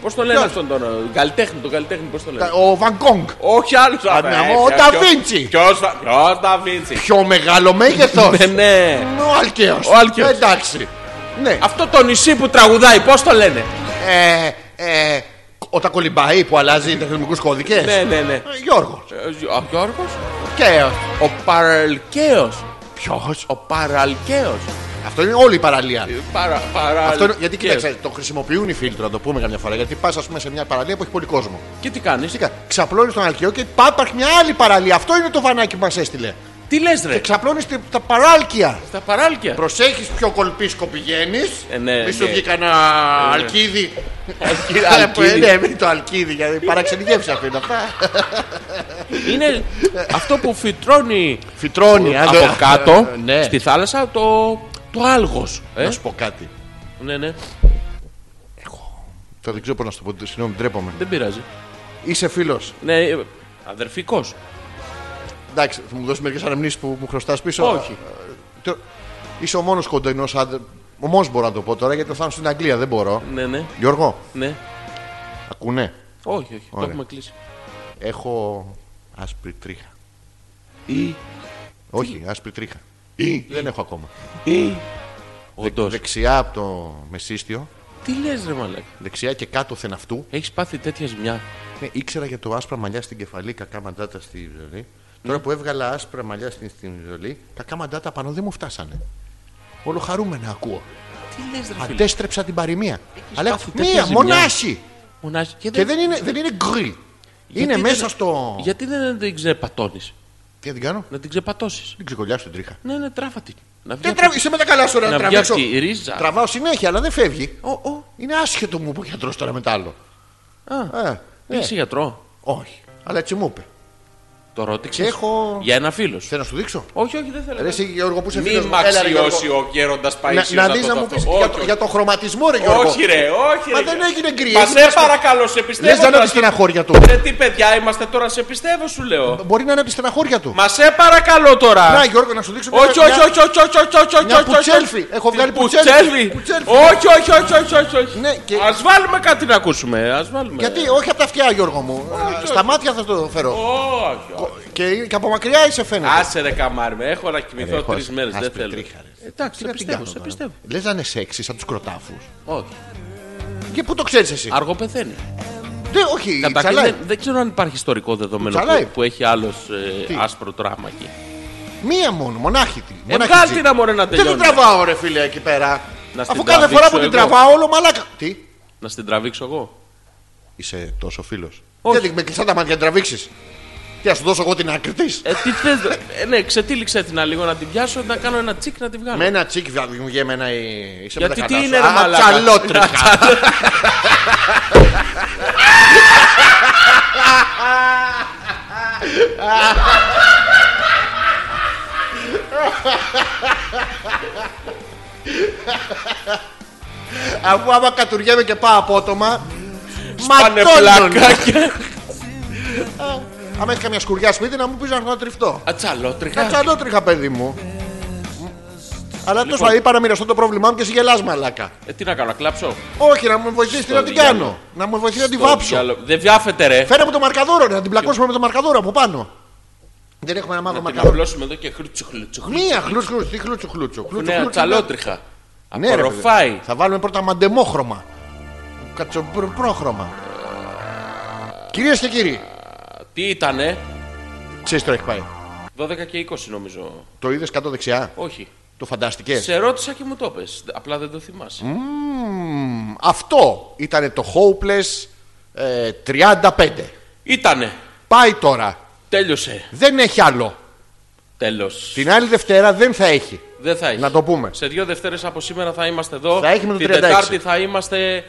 [SPEAKER 2] Πώς το λένε
[SPEAKER 1] Ποιος?
[SPEAKER 2] αυτόν τον. ε, Καλλιτέχνη, τον καλλιτέχνη, πώς το
[SPEAKER 1] Τα-
[SPEAKER 2] λένε.
[SPEAKER 1] Ο Βαν Γκόγκ.
[SPEAKER 2] Όχι ε, άλλο.
[SPEAKER 1] Παναμό, ο Da Vinci.
[SPEAKER 2] Ποιο Da Vinci.
[SPEAKER 1] Πιο μεγάλο μέγεθος.
[SPEAKER 2] Ναι, ναι.
[SPEAKER 1] Ο Αλκαίο.
[SPEAKER 2] Ο Αλκαίος.
[SPEAKER 1] Εντάξει. Ναι.
[SPEAKER 2] Αυτό το νησί που τραγουδάει, πώς το λένε.
[SPEAKER 1] Ε, ε, όταν κολυμπάει που αλλάζει τεχνικού κώδικες.
[SPEAKER 2] Ναι, ναι, ναι.
[SPEAKER 1] Γιώργος.
[SPEAKER 2] Ε, Ο Γιώργος.
[SPEAKER 1] Και.
[SPEAKER 2] Ο Παραλκαίος.
[SPEAKER 1] Ποιος.
[SPEAKER 2] Ο Παραλκαίος.
[SPEAKER 1] Αυτό είναι όλη η παραλία. Αυτό είναι-
[SPEAKER 2] Παραλκαίο.
[SPEAKER 1] Ε, γιατί κοίταξε, το χρησιμοποιούν οι φίλτροι, να το πούμε καμιά φορά. Γιατί πας, ας πούμε, σε μια παραλία που έχει πολύ κόσμο.
[SPEAKER 2] Και τι κάνεις.
[SPEAKER 1] Φυσικά, ξαπλώνεις τον Αλκαίο και πά- υπάρχει μια άλλη παραλία. Αυτό είναι το βανάκι που μας έστειλε.
[SPEAKER 2] Τι λες, ρε.
[SPEAKER 1] Ξαπλώνεις τη- τα παράλκια.
[SPEAKER 2] Στα παράλκια.
[SPEAKER 1] Προσέχεις πιο κολπίσκο πηγαίνει.
[SPEAKER 2] Ε, ναι,
[SPEAKER 1] Μη σου
[SPEAKER 2] ναι.
[SPEAKER 1] βγει κανένα αλκίδι.
[SPEAKER 2] Αλκίδι,
[SPEAKER 1] Ε,
[SPEAKER 2] αλκίδι.
[SPEAKER 1] Ναι, μην το αλκίδι γιατί παράξενη γεύση αυτό είναι αυτά.
[SPEAKER 2] Είναι αυτό που φυτρώνει
[SPEAKER 1] Φυτρώνει αν δεν-
[SPEAKER 2] από κάτω
[SPEAKER 1] Ε, Ε, Ναι.
[SPEAKER 2] στη θάλασσα το, το άλγος. Ε?
[SPEAKER 1] Να σου πω κάτι.
[SPEAKER 2] Ναι, ναι.
[SPEAKER 1] Τώρα δεν ξέρω πώς να σου το πω. Συγγνώμη, ντρέπομαι.
[SPEAKER 2] Δεν πειράζει.
[SPEAKER 1] Είσαι φίλος.
[SPEAKER 2] Ναι, αδερφικός.
[SPEAKER 1] Εντάξει, θα μου δώσεις μερικές αναμνήσεις που μου χρωστάς πίσω.
[SPEAKER 2] Όχι.
[SPEAKER 1] Ε, τε- Είσαι ο μόνος κοντινός άντρα. Ο μόνος μπορώ να το πω τώρα γιατί ο Θάνο στην Αγγλία δεν μπορώ.
[SPEAKER 2] Ναι, ναι,
[SPEAKER 1] Γιώργο,
[SPEAKER 2] ναι.
[SPEAKER 1] ακούνε.
[SPEAKER 2] Όχι, όχι. Το
[SPEAKER 1] Ωραία.
[SPEAKER 2] έχουμε κλείσει.
[SPEAKER 1] Έχω άσπρη τρίχα.
[SPEAKER 2] Ή.
[SPEAKER 1] Όχι, άσπρη τρίχα. Δεν έχω ακόμα.
[SPEAKER 2] Ή. Όντως.
[SPEAKER 1] Δεξιά από το μεσίστιο,
[SPEAKER 2] Τι λες, ρε μαλάκι.
[SPEAKER 1] δεξιά και κάτω θεναυτού.
[SPEAKER 2] Έχεις πάθει τέτοια ζημιά.
[SPEAKER 1] Ναι, ήξερα για το άσπρα μαλλιά στην κεφαλή, κακά μαντάτα στη ζωή. Τώρα που έβγαλα άσπρα μαλλιά στην, στην ζωή, κακά μαντάτα πάνω δεν μου φτάσανε. Όλο χαρούμενα ακούω.
[SPEAKER 2] Τι λες, ρε φίλε.
[SPEAKER 1] Αντέστρεψα την παροιμία. Αλλά
[SPEAKER 2] πάθει
[SPEAKER 1] έχω μία
[SPEAKER 2] τέτοια
[SPEAKER 1] μονάση!
[SPEAKER 2] Μονάζει. Και,
[SPEAKER 1] Και δεν είναι, δεν είναι γκρι.
[SPEAKER 2] γιατί
[SPEAKER 1] είναι
[SPEAKER 2] δεν-
[SPEAKER 1] μέσα στο.
[SPEAKER 2] Γιατί δεν την ξεπατώνεις,
[SPEAKER 1] Τι να την κάνω,
[SPEAKER 2] να την ξεπατώσεις.
[SPEAKER 1] την ξεκολλιάσω την τρίχα.
[SPEAKER 2] Ναι, ναι, τράφα την. Να βγει.
[SPEAKER 1] Δεν τραβ... Είσαι με τα καλά σου να,
[SPEAKER 2] Να βγει
[SPEAKER 1] τραβήξω.
[SPEAKER 2] αυτή η ρίζα.
[SPEAKER 1] Τραβάω συνέχεια, αλλά δεν φεύγει.
[SPEAKER 2] Ο, ο.
[SPEAKER 1] Είναι άσχετο μου που γιατρός τώρα μετά άλλο.
[SPEAKER 2] Α,
[SPEAKER 1] Ε, ναι.
[SPEAKER 2] Είσαι γιατρό.
[SPEAKER 1] Όχι. Αλλά έτσι μου είπε.
[SPEAKER 2] Το ρώτηξες.
[SPEAKER 1] Και έχω-
[SPEAKER 2] Για ένα φίλος.
[SPEAKER 1] Θέλω να σου δείξω.
[SPEAKER 2] Όχι, όχι, δεν θέλω.
[SPEAKER 1] Ρε, εσύ Γιώργο που είσαι
[SPEAKER 2] Μη
[SPEAKER 1] φίλος μου. Έλα, ρε, Γιώργο.
[SPEAKER 2] μαξιώσει ο γέροντα
[SPEAKER 1] Να,
[SPEAKER 2] Παϊσίου.
[SPEAKER 1] να δεις να μου πεις για, το- για το χρωματισμό ρε Γιώργο.
[SPEAKER 2] Όχι, ρε, όχι.
[SPEAKER 1] Μα
[SPEAKER 2] ρε,
[SPEAKER 1] δεν
[SPEAKER 2] Γιώργο.
[SPEAKER 1] έγινε γκρι.
[SPEAKER 2] Μα
[SPEAKER 1] έγινε
[SPEAKER 2] σε
[SPEAKER 1] στο-
[SPEAKER 2] παρακαλώ, σε πιστεύω.
[SPEAKER 1] Λες δεν
[SPEAKER 2] τώρα.
[SPEAKER 1] έπεις στεναχώρια του.
[SPEAKER 2] Ρε, τι παιδιά είμαστε τώρα, σε πιστεύω, σου λέω.
[SPEAKER 1] Μπορεί να είναι από τη στεναχώρια του.
[SPEAKER 2] Μα σε παρακαλώ τώρα.
[SPEAKER 1] Να Γιώργο να σου δείξω.
[SPEAKER 2] Όχι,
[SPEAKER 1] μια-
[SPEAKER 2] όχι, όχι, όχι, όχι, όχι, όχι, όχι,
[SPEAKER 1] μια
[SPEAKER 2] όχι, όχι,
[SPEAKER 1] πουτσέλφη.
[SPEAKER 2] όχι.
[SPEAKER 1] Έχω βγάλει
[SPEAKER 2] Τι
[SPEAKER 1] πουτσέλφη.
[SPEAKER 2] πουτσέλφη.
[SPEAKER 1] Πουτσέλφη.
[SPEAKER 2] Όχι, όχι, όχι, όχι, όχι, όχι.
[SPEAKER 1] Ναι, και-
[SPEAKER 2] Ας βάλουμε κάτι να ακούσουμε, ας βάλουμε.
[SPEAKER 1] Γιατί, όχι από τα αυτιά Γιώργο μου.
[SPEAKER 2] όχι.
[SPEAKER 1] Στα μάτια θα το φέρω.
[SPEAKER 2] Όχι, όχι.
[SPEAKER 1] Και, και από μακριά είσαι φαίνεται.
[SPEAKER 2] Άσε ρε καμάρι με, έχω να κοιμηθώ
[SPEAKER 1] Έχω
[SPEAKER 2] τρεις μέρες, δεν
[SPEAKER 1] άσπρη
[SPEAKER 2] θέλω. Ε,
[SPEAKER 1] τρίχα, ρε.
[SPEAKER 2] Εντάξει,
[SPEAKER 1] Τι να
[SPEAKER 2] σε
[SPEAKER 1] την
[SPEAKER 2] πιστεύω,
[SPEAKER 1] κάνω
[SPEAKER 2] σε
[SPEAKER 1] τώρα.
[SPEAKER 2] πιστεύω.
[SPEAKER 1] Λες να είναι σεξι σαν τους κροτάφους.
[SPEAKER 2] Όχι,
[SPEAKER 1] Και πού το ξέρεις εσύ.
[SPEAKER 2] αργό πεθαίνει.
[SPEAKER 1] Ναι, όχι,
[SPEAKER 2] Καταρχήν
[SPEAKER 1] τσαλάει.
[SPEAKER 2] δεν, δεν ξέρω αν υπάρχει ιστορικό δεδομένο
[SPEAKER 1] Τσαλάει.
[SPEAKER 2] που, που έχει άλλος ε,
[SPEAKER 1] Τι?
[SPEAKER 2] άσπρο τράμα εκεί.
[SPEAKER 1] Μία μόνο, μονάχητη.
[SPEAKER 2] Ε,
[SPEAKER 1] μονάχητη.
[SPEAKER 2] βγάλ' την, αμόρε, να
[SPEAKER 1] Δεν την
[SPEAKER 2] τελειώνει.
[SPEAKER 1] τραβάω, ρε φίλε, εκεί πέρα.
[SPEAKER 2] Να
[SPEAKER 1] Αφού
[SPEAKER 2] στην
[SPEAKER 1] κάθε φορά που
[SPEAKER 2] τραβήξω
[SPEAKER 1] την
[SPEAKER 2] εγώ.
[SPEAKER 1] τραβάω, όλο μαλάκα. Τι,
[SPEAKER 2] Να στην τραβήξω εγώ.
[SPEAKER 1] είσαι τόσο φίλος.
[SPEAKER 2] Όχι.
[SPEAKER 1] Γιατί με κλειστά τα μάτια να τραβήξεις. Τι, να σου δώσω εγώ την άκρη της.
[SPEAKER 2] Ε, τι θες, δε- ε, ναι, ξετύλιξε την άλλη λίγο να την πιάσω, να κάνω ένα τσικ να τη βγάλω.
[SPEAKER 1] Με ένα τσίκ βγα- μου γεμένα η. Είσαι με
[SPEAKER 2] Γιατί
[SPEAKER 1] τα
[SPEAKER 2] τι
[SPEAKER 1] καλά
[SPEAKER 2] είναι,
[SPEAKER 1] σου.
[SPEAKER 2] ρε
[SPEAKER 1] Α,
[SPEAKER 2] μαλάκα.
[SPEAKER 1] τσαλότρικα. Αφού άμα κατουργέμαι και πάω απότομα.
[SPEAKER 2] Πάνε
[SPEAKER 1] Ματώνουν.
[SPEAKER 2] πλακάκια.
[SPEAKER 1] Άμα έχεις καμιά σκουριά σπίτι να μου πεις να τριφτώ.
[SPEAKER 2] Ατσαλότριχα.
[SPEAKER 1] Να τσαλότριχα, παιδί μου.
[SPEAKER 2] Λοιπόν.
[SPEAKER 1] Αλλά τόσο είπα να μοιραστώ το πρόβλημά μου και εσύ γελάς μαλάκα.
[SPEAKER 2] Ε, τι να κάνω, να κλάψω.
[SPEAKER 1] Όχι, να μου βοηθήσεις
[SPEAKER 2] Στο
[SPEAKER 1] να την
[SPEAKER 2] διάλογο.
[SPEAKER 1] κάνω. Να μου βοηθήσεις να την
[SPEAKER 2] Στο
[SPEAKER 1] βάψω.
[SPEAKER 2] διάλογο. Δεν βιάφεται, ρε.
[SPEAKER 1] Φέρε μου το μαρκαδόρο, να την πλακώσουμε με το μαρκαδόρο από πάνω. Δεν έχουμε ένα μαύρο
[SPEAKER 2] Να την
[SPEAKER 1] μαρκαδόρο.
[SPEAKER 2] απλώσουμε εδώ και χλούτσου, χλούτσου, χλούτσου.
[SPEAKER 1] Μία χλούτσου, χλούτσου, τι χλούτσου, χλούτσου. χλούτσου,
[SPEAKER 2] Ναι,
[SPEAKER 1] χλούτσου,
[SPEAKER 2] ατσαλότριχα.
[SPEAKER 1] ναι. Ναι, ρε,
[SPEAKER 2] Απορροφάει.
[SPEAKER 1] παιδί. Θα βάλουμε πρώτα μαντεμόχρωμα. Κατσοπρόχρωμα. Κυρίες και κύριοι,
[SPEAKER 2] Τι ήτανε,
[SPEAKER 1] ξέρεις τώρα έχεις πάει.
[SPEAKER 2] 12 και 20 νομίζω.
[SPEAKER 1] Το είδες κάτω δεξιά,
[SPEAKER 2] Όχι.
[SPEAKER 1] το φαντάστηκες.
[SPEAKER 2] Σε ρώτησα και μου το πες. Απλά δεν το θυμάσαι.
[SPEAKER 1] Μμμ, Αυτό ήταν το Hopeless ε, 35.
[SPEAKER 2] Ήτανε.
[SPEAKER 1] Πάει τώρα.
[SPEAKER 2] Τέλειωσε.
[SPEAKER 1] Δεν έχει άλλο.
[SPEAKER 2] Τέλος.
[SPEAKER 1] Την άλλη Δευτέρα δεν θα έχει.
[SPEAKER 2] Δεν θα έχει.
[SPEAKER 1] Να το πούμε.
[SPEAKER 2] Σε δύο Δευτέρες από σήμερα θα είμαστε εδώ.
[SPEAKER 1] Θα έχει με το
[SPEAKER 2] Την
[SPEAKER 1] 36.
[SPEAKER 2] Τετάρτη θα είμαστε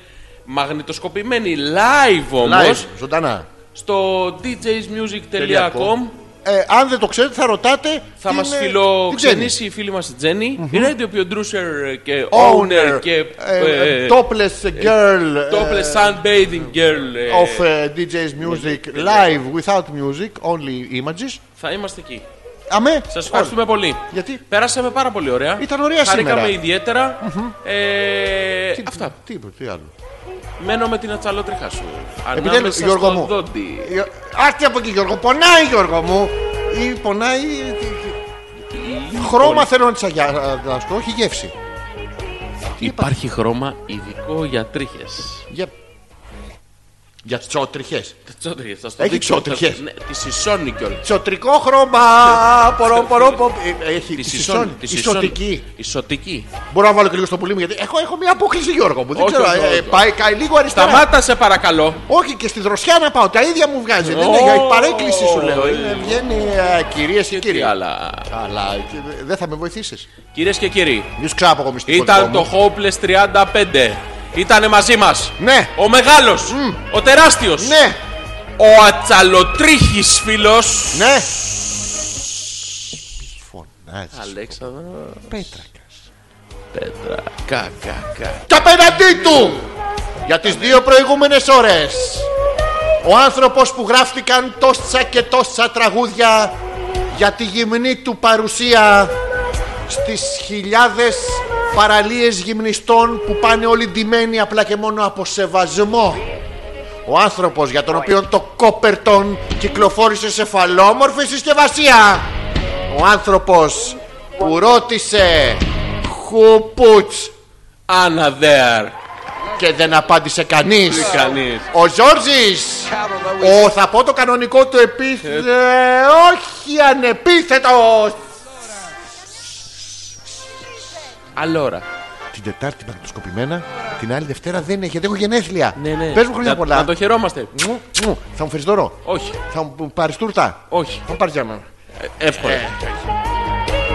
[SPEAKER 2] μαγνητοσκοπημένοι live όμως
[SPEAKER 1] Live, ζωντana.
[SPEAKER 2] στο djsmusic.com
[SPEAKER 1] Ε, αν δεν το ξέρετε, θα ρωτάτε.
[SPEAKER 2] θα
[SPEAKER 1] την,
[SPEAKER 2] μας
[SPEAKER 1] ε,
[SPEAKER 2] φιλοξενήσει η φίλη μας η Τζέννη. Η Radio Pio Drusher και
[SPEAKER 1] Jenny.
[SPEAKER 2] owner και ε,
[SPEAKER 1] topless girl.
[SPEAKER 2] topless
[SPEAKER 1] ε,
[SPEAKER 2] sunbathing girl. ε,
[SPEAKER 1] Of ε, DJ's music
[SPEAKER 2] Ναι,
[SPEAKER 1] live without music, only images.
[SPEAKER 2] Θα είμαστε εκεί.
[SPEAKER 1] Αμέ.
[SPEAKER 2] Σας ευχαριστούμε πολύ.
[SPEAKER 1] Γιατί?
[SPEAKER 2] Πέρασαμε πάρα πολύ ωραία.
[SPEAKER 1] Ήταν ωραία
[SPEAKER 2] Χαρήκαμε
[SPEAKER 1] σήμερα.
[SPEAKER 2] ιδιαίτερα. Ε,
[SPEAKER 1] Τι,
[SPEAKER 2] αυτά.
[SPEAKER 1] Τι, είπε, τι άλλο.
[SPEAKER 2] Μένω με την ατσαλότριχά σου.
[SPEAKER 1] Επιτέλους,
[SPEAKER 2] Ανάμεσα
[SPEAKER 1] Γιώργο
[SPEAKER 2] στο
[SPEAKER 1] μου.
[SPEAKER 2] δόντι.
[SPEAKER 1] Γιω- Άρτε Ε, από εκεί, Γιώργο. Πονάει, Γιώργο μου. Ή πονάει. ε, τι- τι- Χρώμα θέλω να της αγιάσω, όχι γεύση.
[SPEAKER 2] Υπάρχει χρώμα ειδικό για τρίχες.
[SPEAKER 1] Για, για τσότριχες.
[SPEAKER 2] Τσότριχες, θα στο
[SPEAKER 1] Έχει
[SPEAKER 2] δείξω.
[SPEAKER 1] τσότριχες.
[SPEAKER 2] Ναι, τη σισώνει κιόλας.
[SPEAKER 1] Τσοτρικό χρώμα! Πορό, πορό, πο- Ε, Έχει τη σεισόν. Η σωτική.
[SPEAKER 2] Ισοτική.
[SPEAKER 1] Μπορώ να βάλω και λίγο στο πουλί μου γιατί έχω, έχω μια απόκληση Γιώργο μου. Δεν
[SPEAKER 2] Όχι,
[SPEAKER 1] ξέρω.
[SPEAKER 2] όχι,
[SPEAKER 1] ε,
[SPEAKER 2] όχι.
[SPEAKER 1] Πάει κάει λίγο αριστερά.
[SPEAKER 2] Σταμάτα σε παρακαλώ.
[SPEAKER 1] Όχι και στη δροσιά να πάω. Τα ίδια μου βγάζει. Δεν είναι
[SPEAKER 2] Ω,
[SPEAKER 1] για παρέκκληση σου λέω. Είναι-
[SPEAKER 2] ε,
[SPEAKER 1] Βγαίνει κυρίες και
[SPEAKER 2] Τι
[SPEAKER 1] κύριοι.
[SPEAKER 2] άλλα.
[SPEAKER 1] Αλλά ε, δε- δεν θα με βοηθήσεις.
[SPEAKER 2] Κυρίες και κύριοι,
[SPEAKER 1] Μην σου ξάπω εγώ μυστικό.
[SPEAKER 2] ήταν
[SPEAKER 1] δικό μου.
[SPEAKER 2] το Hopeless 35. Ήτανε μαζί μας.
[SPEAKER 1] Ναι.
[SPEAKER 2] Ο μεγάλος. Ο τεράστιος.
[SPEAKER 1] Ναι,
[SPEAKER 2] Ο ατσαλοτρίχης φίλος
[SPEAKER 1] ναι. Φωνάζει.
[SPEAKER 2] Αλέξανδρο
[SPEAKER 1] Πέτρακα.
[SPEAKER 2] Πέτρα Κακακά
[SPEAKER 1] Και απέναντί του για τις δύο προηγούμενες ώρες. Ο άνθρωπος που γράφτηκαν τόσα και τόσα τραγούδια για τη γυμνή του παρουσία στις χιλιάδες παραλίες γυμνιστών που πάνε όλοι ντυμένοι απλά και μόνο από σεβασμό. Ο άνθρωπος για τον οποίο το Κόπερτον κυκλοφόρησε σε φαλόμορφη συσκευασία. Ο άνθρωπος που ρώτησε «Who puts
[SPEAKER 2] Anna there
[SPEAKER 1] και δεν απάντησε κανείς.
[SPEAKER 2] Κανείς.
[SPEAKER 1] Ο Ζόρζης. Ο, θα πω το κανονικό του επίθετο. Όχι ανεπίθετος.
[SPEAKER 2] Αλλόρα
[SPEAKER 1] Την Τετάρτη μαγνητοσκοπημένα, την άλλη Δευτέρα δεν έχει, γιατί έχω γενέθλια.
[SPEAKER 2] Ναι ναι
[SPEAKER 1] Πες μου χρόνια
[SPEAKER 2] Να-
[SPEAKER 1] πολλά.
[SPEAKER 2] Να το χαιρόμαστε
[SPEAKER 1] Μου, μου. Θα μου φέρεις δώρο.
[SPEAKER 2] Όχι
[SPEAKER 1] Θα μου πάρεις τούρτα.
[SPEAKER 2] όχι
[SPEAKER 1] Θα μου πάρεις για μένα. ε.
[SPEAKER 2] Ε, Εύκολα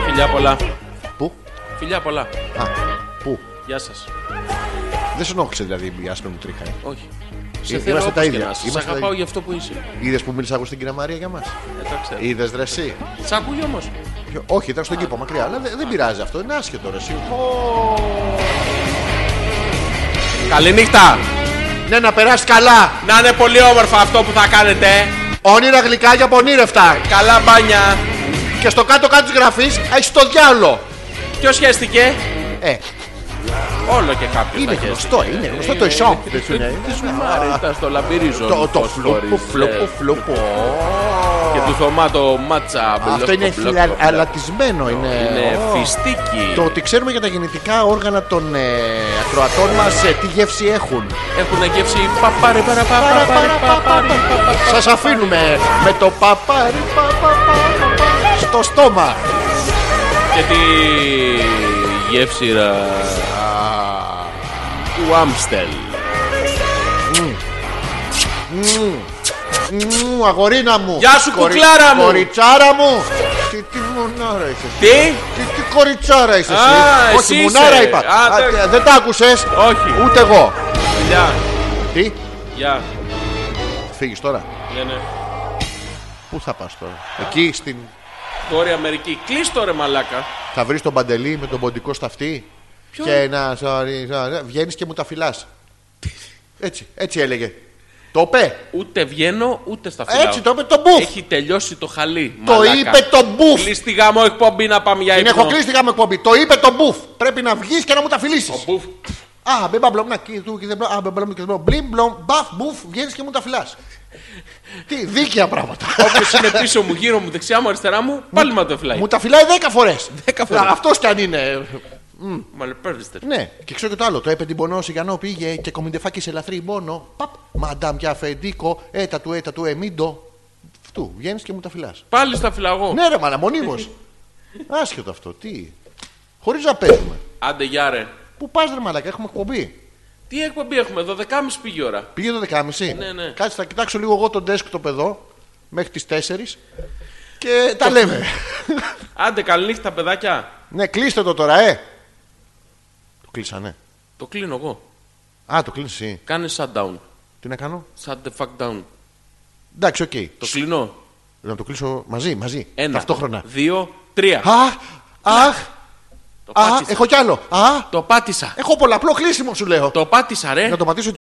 [SPEAKER 2] Φιλιά πολλά
[SPEAKER 1] Πού,
[SPEAKER 2] Φιλιά πολλά
[SPEAKER 1] α, πού.
[SPEAKER 2] Γεια σας
[SPEAKER 1] Δεν σε νόχισε δηλαδή η άσπρη μου τρίχα. ε.
[SPEAKER 2] Όχι
[SPEAKER 1] Ε,
[SPEAKER 2] Σε
[SPEAKER 1] είμαστε
[SPEAKER 2] θέλω
[SPEAKER 1] τα
[SPEAKER 2] όπως και
[SPEAKER 1] ίδια.
[SPEAKER 2] να είσαι. Σ'
[SPEAKER 1] Είμαστε τα
[SPEAKER 2] αγαπάω
[SPEAKER 1] ίδια.
[SPEAKER 2] για αυτό που είσαι
[SPEAKER 1] Είδες που μίλησα εγώ στην κυρία Μαρία για μας.
[SPEAKER 2] Ε, το ξέρω.
[SPEAKER 1] Είδες ρε εσύ.
[SPEAKER 2] Σ' ακούει όμως
[SPEAKER 1] Ποιο- Όχι, ήταν στον κήπο μακριά, αλλά δεν, δεν πειράζει αυτό. Είναι άσχετο ρε εσύ.
[SPEAKER 2] Καληνύχτα
[SPEAKER 1] Ναι, να περάσεις καλά.
[SPEAKER 2] Να είναι πολύ όμορφα αυτό που θα κάνετε ε.
[SPEAKER 1] Όνειρα γλυκά για πονήρευτα.
[SPEAKER 2] Καλά μπάνια
[SPEAKER 1] Και στο κάτω-κάτω της γραφής έχεις το διάλογο.
[SPEAKER 2] Ποιος χαίστηκε
[SPEAKER 1] Ε,
[SPEAKER 2] Όλο και κάποιος
[SPEAKER 1] είναι
[SPEAKER 2] θα χαίστηκε.
[SPEAKER 1] γνωστό, είναι γνωστό το ισό. Δεν σου λέει.
[SPEAKER 2] Τη Μάρη ήταν στο λαμπυρίζον.
[SPEAKER 1] Το, το
[SPEAKER 2] φως
[SPEAKER 1] φλουπου,
[SPEAKER 2] χωρίς,
[SPEAKER 1] φλουπου,
[SPEAKER 2] ε,
[SPEAKER 1] φλουπου.
[SPEAKER 2] Και του Θωμά το μάτσα.
[SPEAKER 1] Αυτό
[SPEAKER 2] μπλοκ,
[SPEAKER 1] είναι
[SPEAKER 2] μπλοκ,
[SPEAKER 1] χιλια-
[SPEAKER 2] μπλοκ.
[SPEAKER 1] αλατισμένο.
[SPEAKER 2] Είναι
[SPEAKER 1] Είναι
[SPEAKER 2] φιστίκι.
[SPEAKER 1] το ότι ξέρουμε για τα γεννητικά όργανα των ε, ακροατών μα τι γεύση έχουν.
[SPEAKER 2] Έχουν γεύση παπάρε παρα παρα παρα παρα.
[SPEAKER 1] Σας αφήνουμε με το παπάρι παπαπαπαπα στο στόμα.
[SPEAKER 2] Και τη γεύσιρα του Άμστελ.
[SPEAKER 1] Μου, αγορίνα μου.
[SPEAKER 2] Γεια σου, κουκλάρα μου.
[SPEAKER 1] Κοριτσάρα μου. Τι, τι μουνάρα είσαι. εσύ.
[SPEAKER 2] Τι!
[SPEAKER 1] Τι, τι κοριτσάρα είσαι. εσύ.
[SPEAKER 2] Α,
[SPEAKER 1] Όχι,
[SPEAKER 2] εσύ
[SPEAKER 1] μουνάρα
[SPEAKER 2] είσαι.
[SPEAKER 1] είπα.
[SPEAKER 2] Α,
[SPEAKER 1] Α,
[SPEAKER 2] εντάξει.
[SPEAKER 1] Δεν τα άκουσες.
[SPEAKER 2] Όχι.
[SPEAKER 1] Ούτε εγώ.
[SPEAKER 2] Γεια.
[SPEAKER 1] Τι,
[SPEAKER 2] Γεια.
[SPEAKER 1] φύγεις τώρα.
[SPEAKER 2] Ναι, ναι.
[SPEAKER 1] Πού θα πας τώρα. Εκεί στην...
[SPEAKER 2] Βόρεια Αμερική. Κλείστο ρε μαλάκα.
[SPEAKER 1] Θα βρεις τον παντελή με τον ποντικό σταυτί.
[SPEAKER 2] Ποιο?
[SPEAKER 1] Και να... sorry, sorry, Βγαίνεις και μου τα φυλάς. Έτσι, έτσι έλεγε. Το είπε.
[SPEAKER 2] Ούτε βγαίνω, ούτε στα φυλάω.
[SPEAKER 1] Έτσι το είπε το μπουφ.
[SPEAKER 2] Έχει τελειώσει το χαλί.
[SPEAKER 1] Το
[SPEAKER 2] μαλάκα.
[SPEAKER 1] είπε το μπουφ.
[SPEAKER 2] Κλείσει τη γάμο εκπομπή να πάμε για
[SPEAKER 1] Την
[SPEAKER 2] ύπνο.
[SPEAKER 1] έχω κλείσει τη γάμο εκπομπή. Το είπε το μπουφ. Πρέπει να βγεις και να μου τα φιλήσεις.
[SPEAKER 2] Μπουφ.
[SPEAKER 1] Α, μπε μπαμπλομ, να και του και δεν μπλομ, α, μπε μπλομ και δεν μπλομ. Μπλιμ, μπλομ, μπαφ, μπουφ, βγαίνεις και μου τα φυλάς. Τι, δίκαια πράγματα.
[SPEAKER 2] Όποιος είναι πίσω μου, γύρω μου, δεξιά μου, αριστερά μου, πάλι Ε, μα το φυλάει.
[SPEAKER 1] Μου τα φυλάει 10 φορές.
[SPEAKER 2] 10 φορές.
[SPEAKER 1] Αυτός κι αν είναι.
[SPEAKER 2] Μαλεπέρδιστε.
[SPEAKER 1] Ναι, και ξέρω και το άλλο. Το έπε την πονό, σιγανό πήγε και κομιντεφάκι σε λαθρή μόνο. Παπ, μαντάμ πια αφεντίκο, έτα του, έτα του, εμίντο. Φτού, βγαίνεις και μου τα φυλάς.
[SPEAKER 2] Πάλι στα φυλαγώ.
[SPEAKER 1] Ναι, ρε, μανα, μονίμως. Άσχετο αυτό, τι. Χωρίς να παίζουμε.
[SPEAKER 2] Άντε γεια ρε.
[SPEAKER 1] Πού πας ρε μαλακά, έχουμε εκπομπή.
[SPEAKER 2] Τι εκπομπή έχουμε, 12.30 πήγε η ώρα.
[SPEAKER 1] Πήγε το 12.30.
[SPEAKER 2] Ναι, ναι.
[SPEAKER 1] Κάτσε, θα κοιτάξω λίγο εγώ το desktop εδώ μέχρι τις 4 και τα λέμε.
[SPEAKER 2] Άντε καληνύχτα παιδάκια.
[SPEAKER 1] ναι, κλείστε το τώρα, ε. Το κλείσανε.
[SPEAKER 2] Το κλείνω εγώ.
[SPEAKER 1] Α, το κλείνεις εσύ.
[SPEAKER 2] Κάνε shutdown.
[SPEAKER 1] Τι να κάνω.
[SPEAKER 2] Shut the fuck down.
[SPEAKER 1] Εντάξει, οκ.
[SPEAKER 2] Το κλείνω.
[SPEAKER 1] Να το κλείσω μαζί, μαζί.
[SPEAKER 2] Ένα.
[SPEAKER 1] Ταυτόχρονα.
[SPEAKER 2] Δύο, τρία.
[SPEAKER 1] Αχ, αχ,
[SPEAKER 2] Το
[SPEAKER 1] αχ,
[SPEAKER 2] πάτησα.
[SPEAKER 1] έχω κι άλλο. Α,
[SPEAKER 2] Το πάτησα.
[SPEAKER 1] έχω πολλαπλό κλείσιμο σου λέω.
[SPEAKER 2] Το πάτησα, ρε.
[SPEAKER 1] Να το πατήσω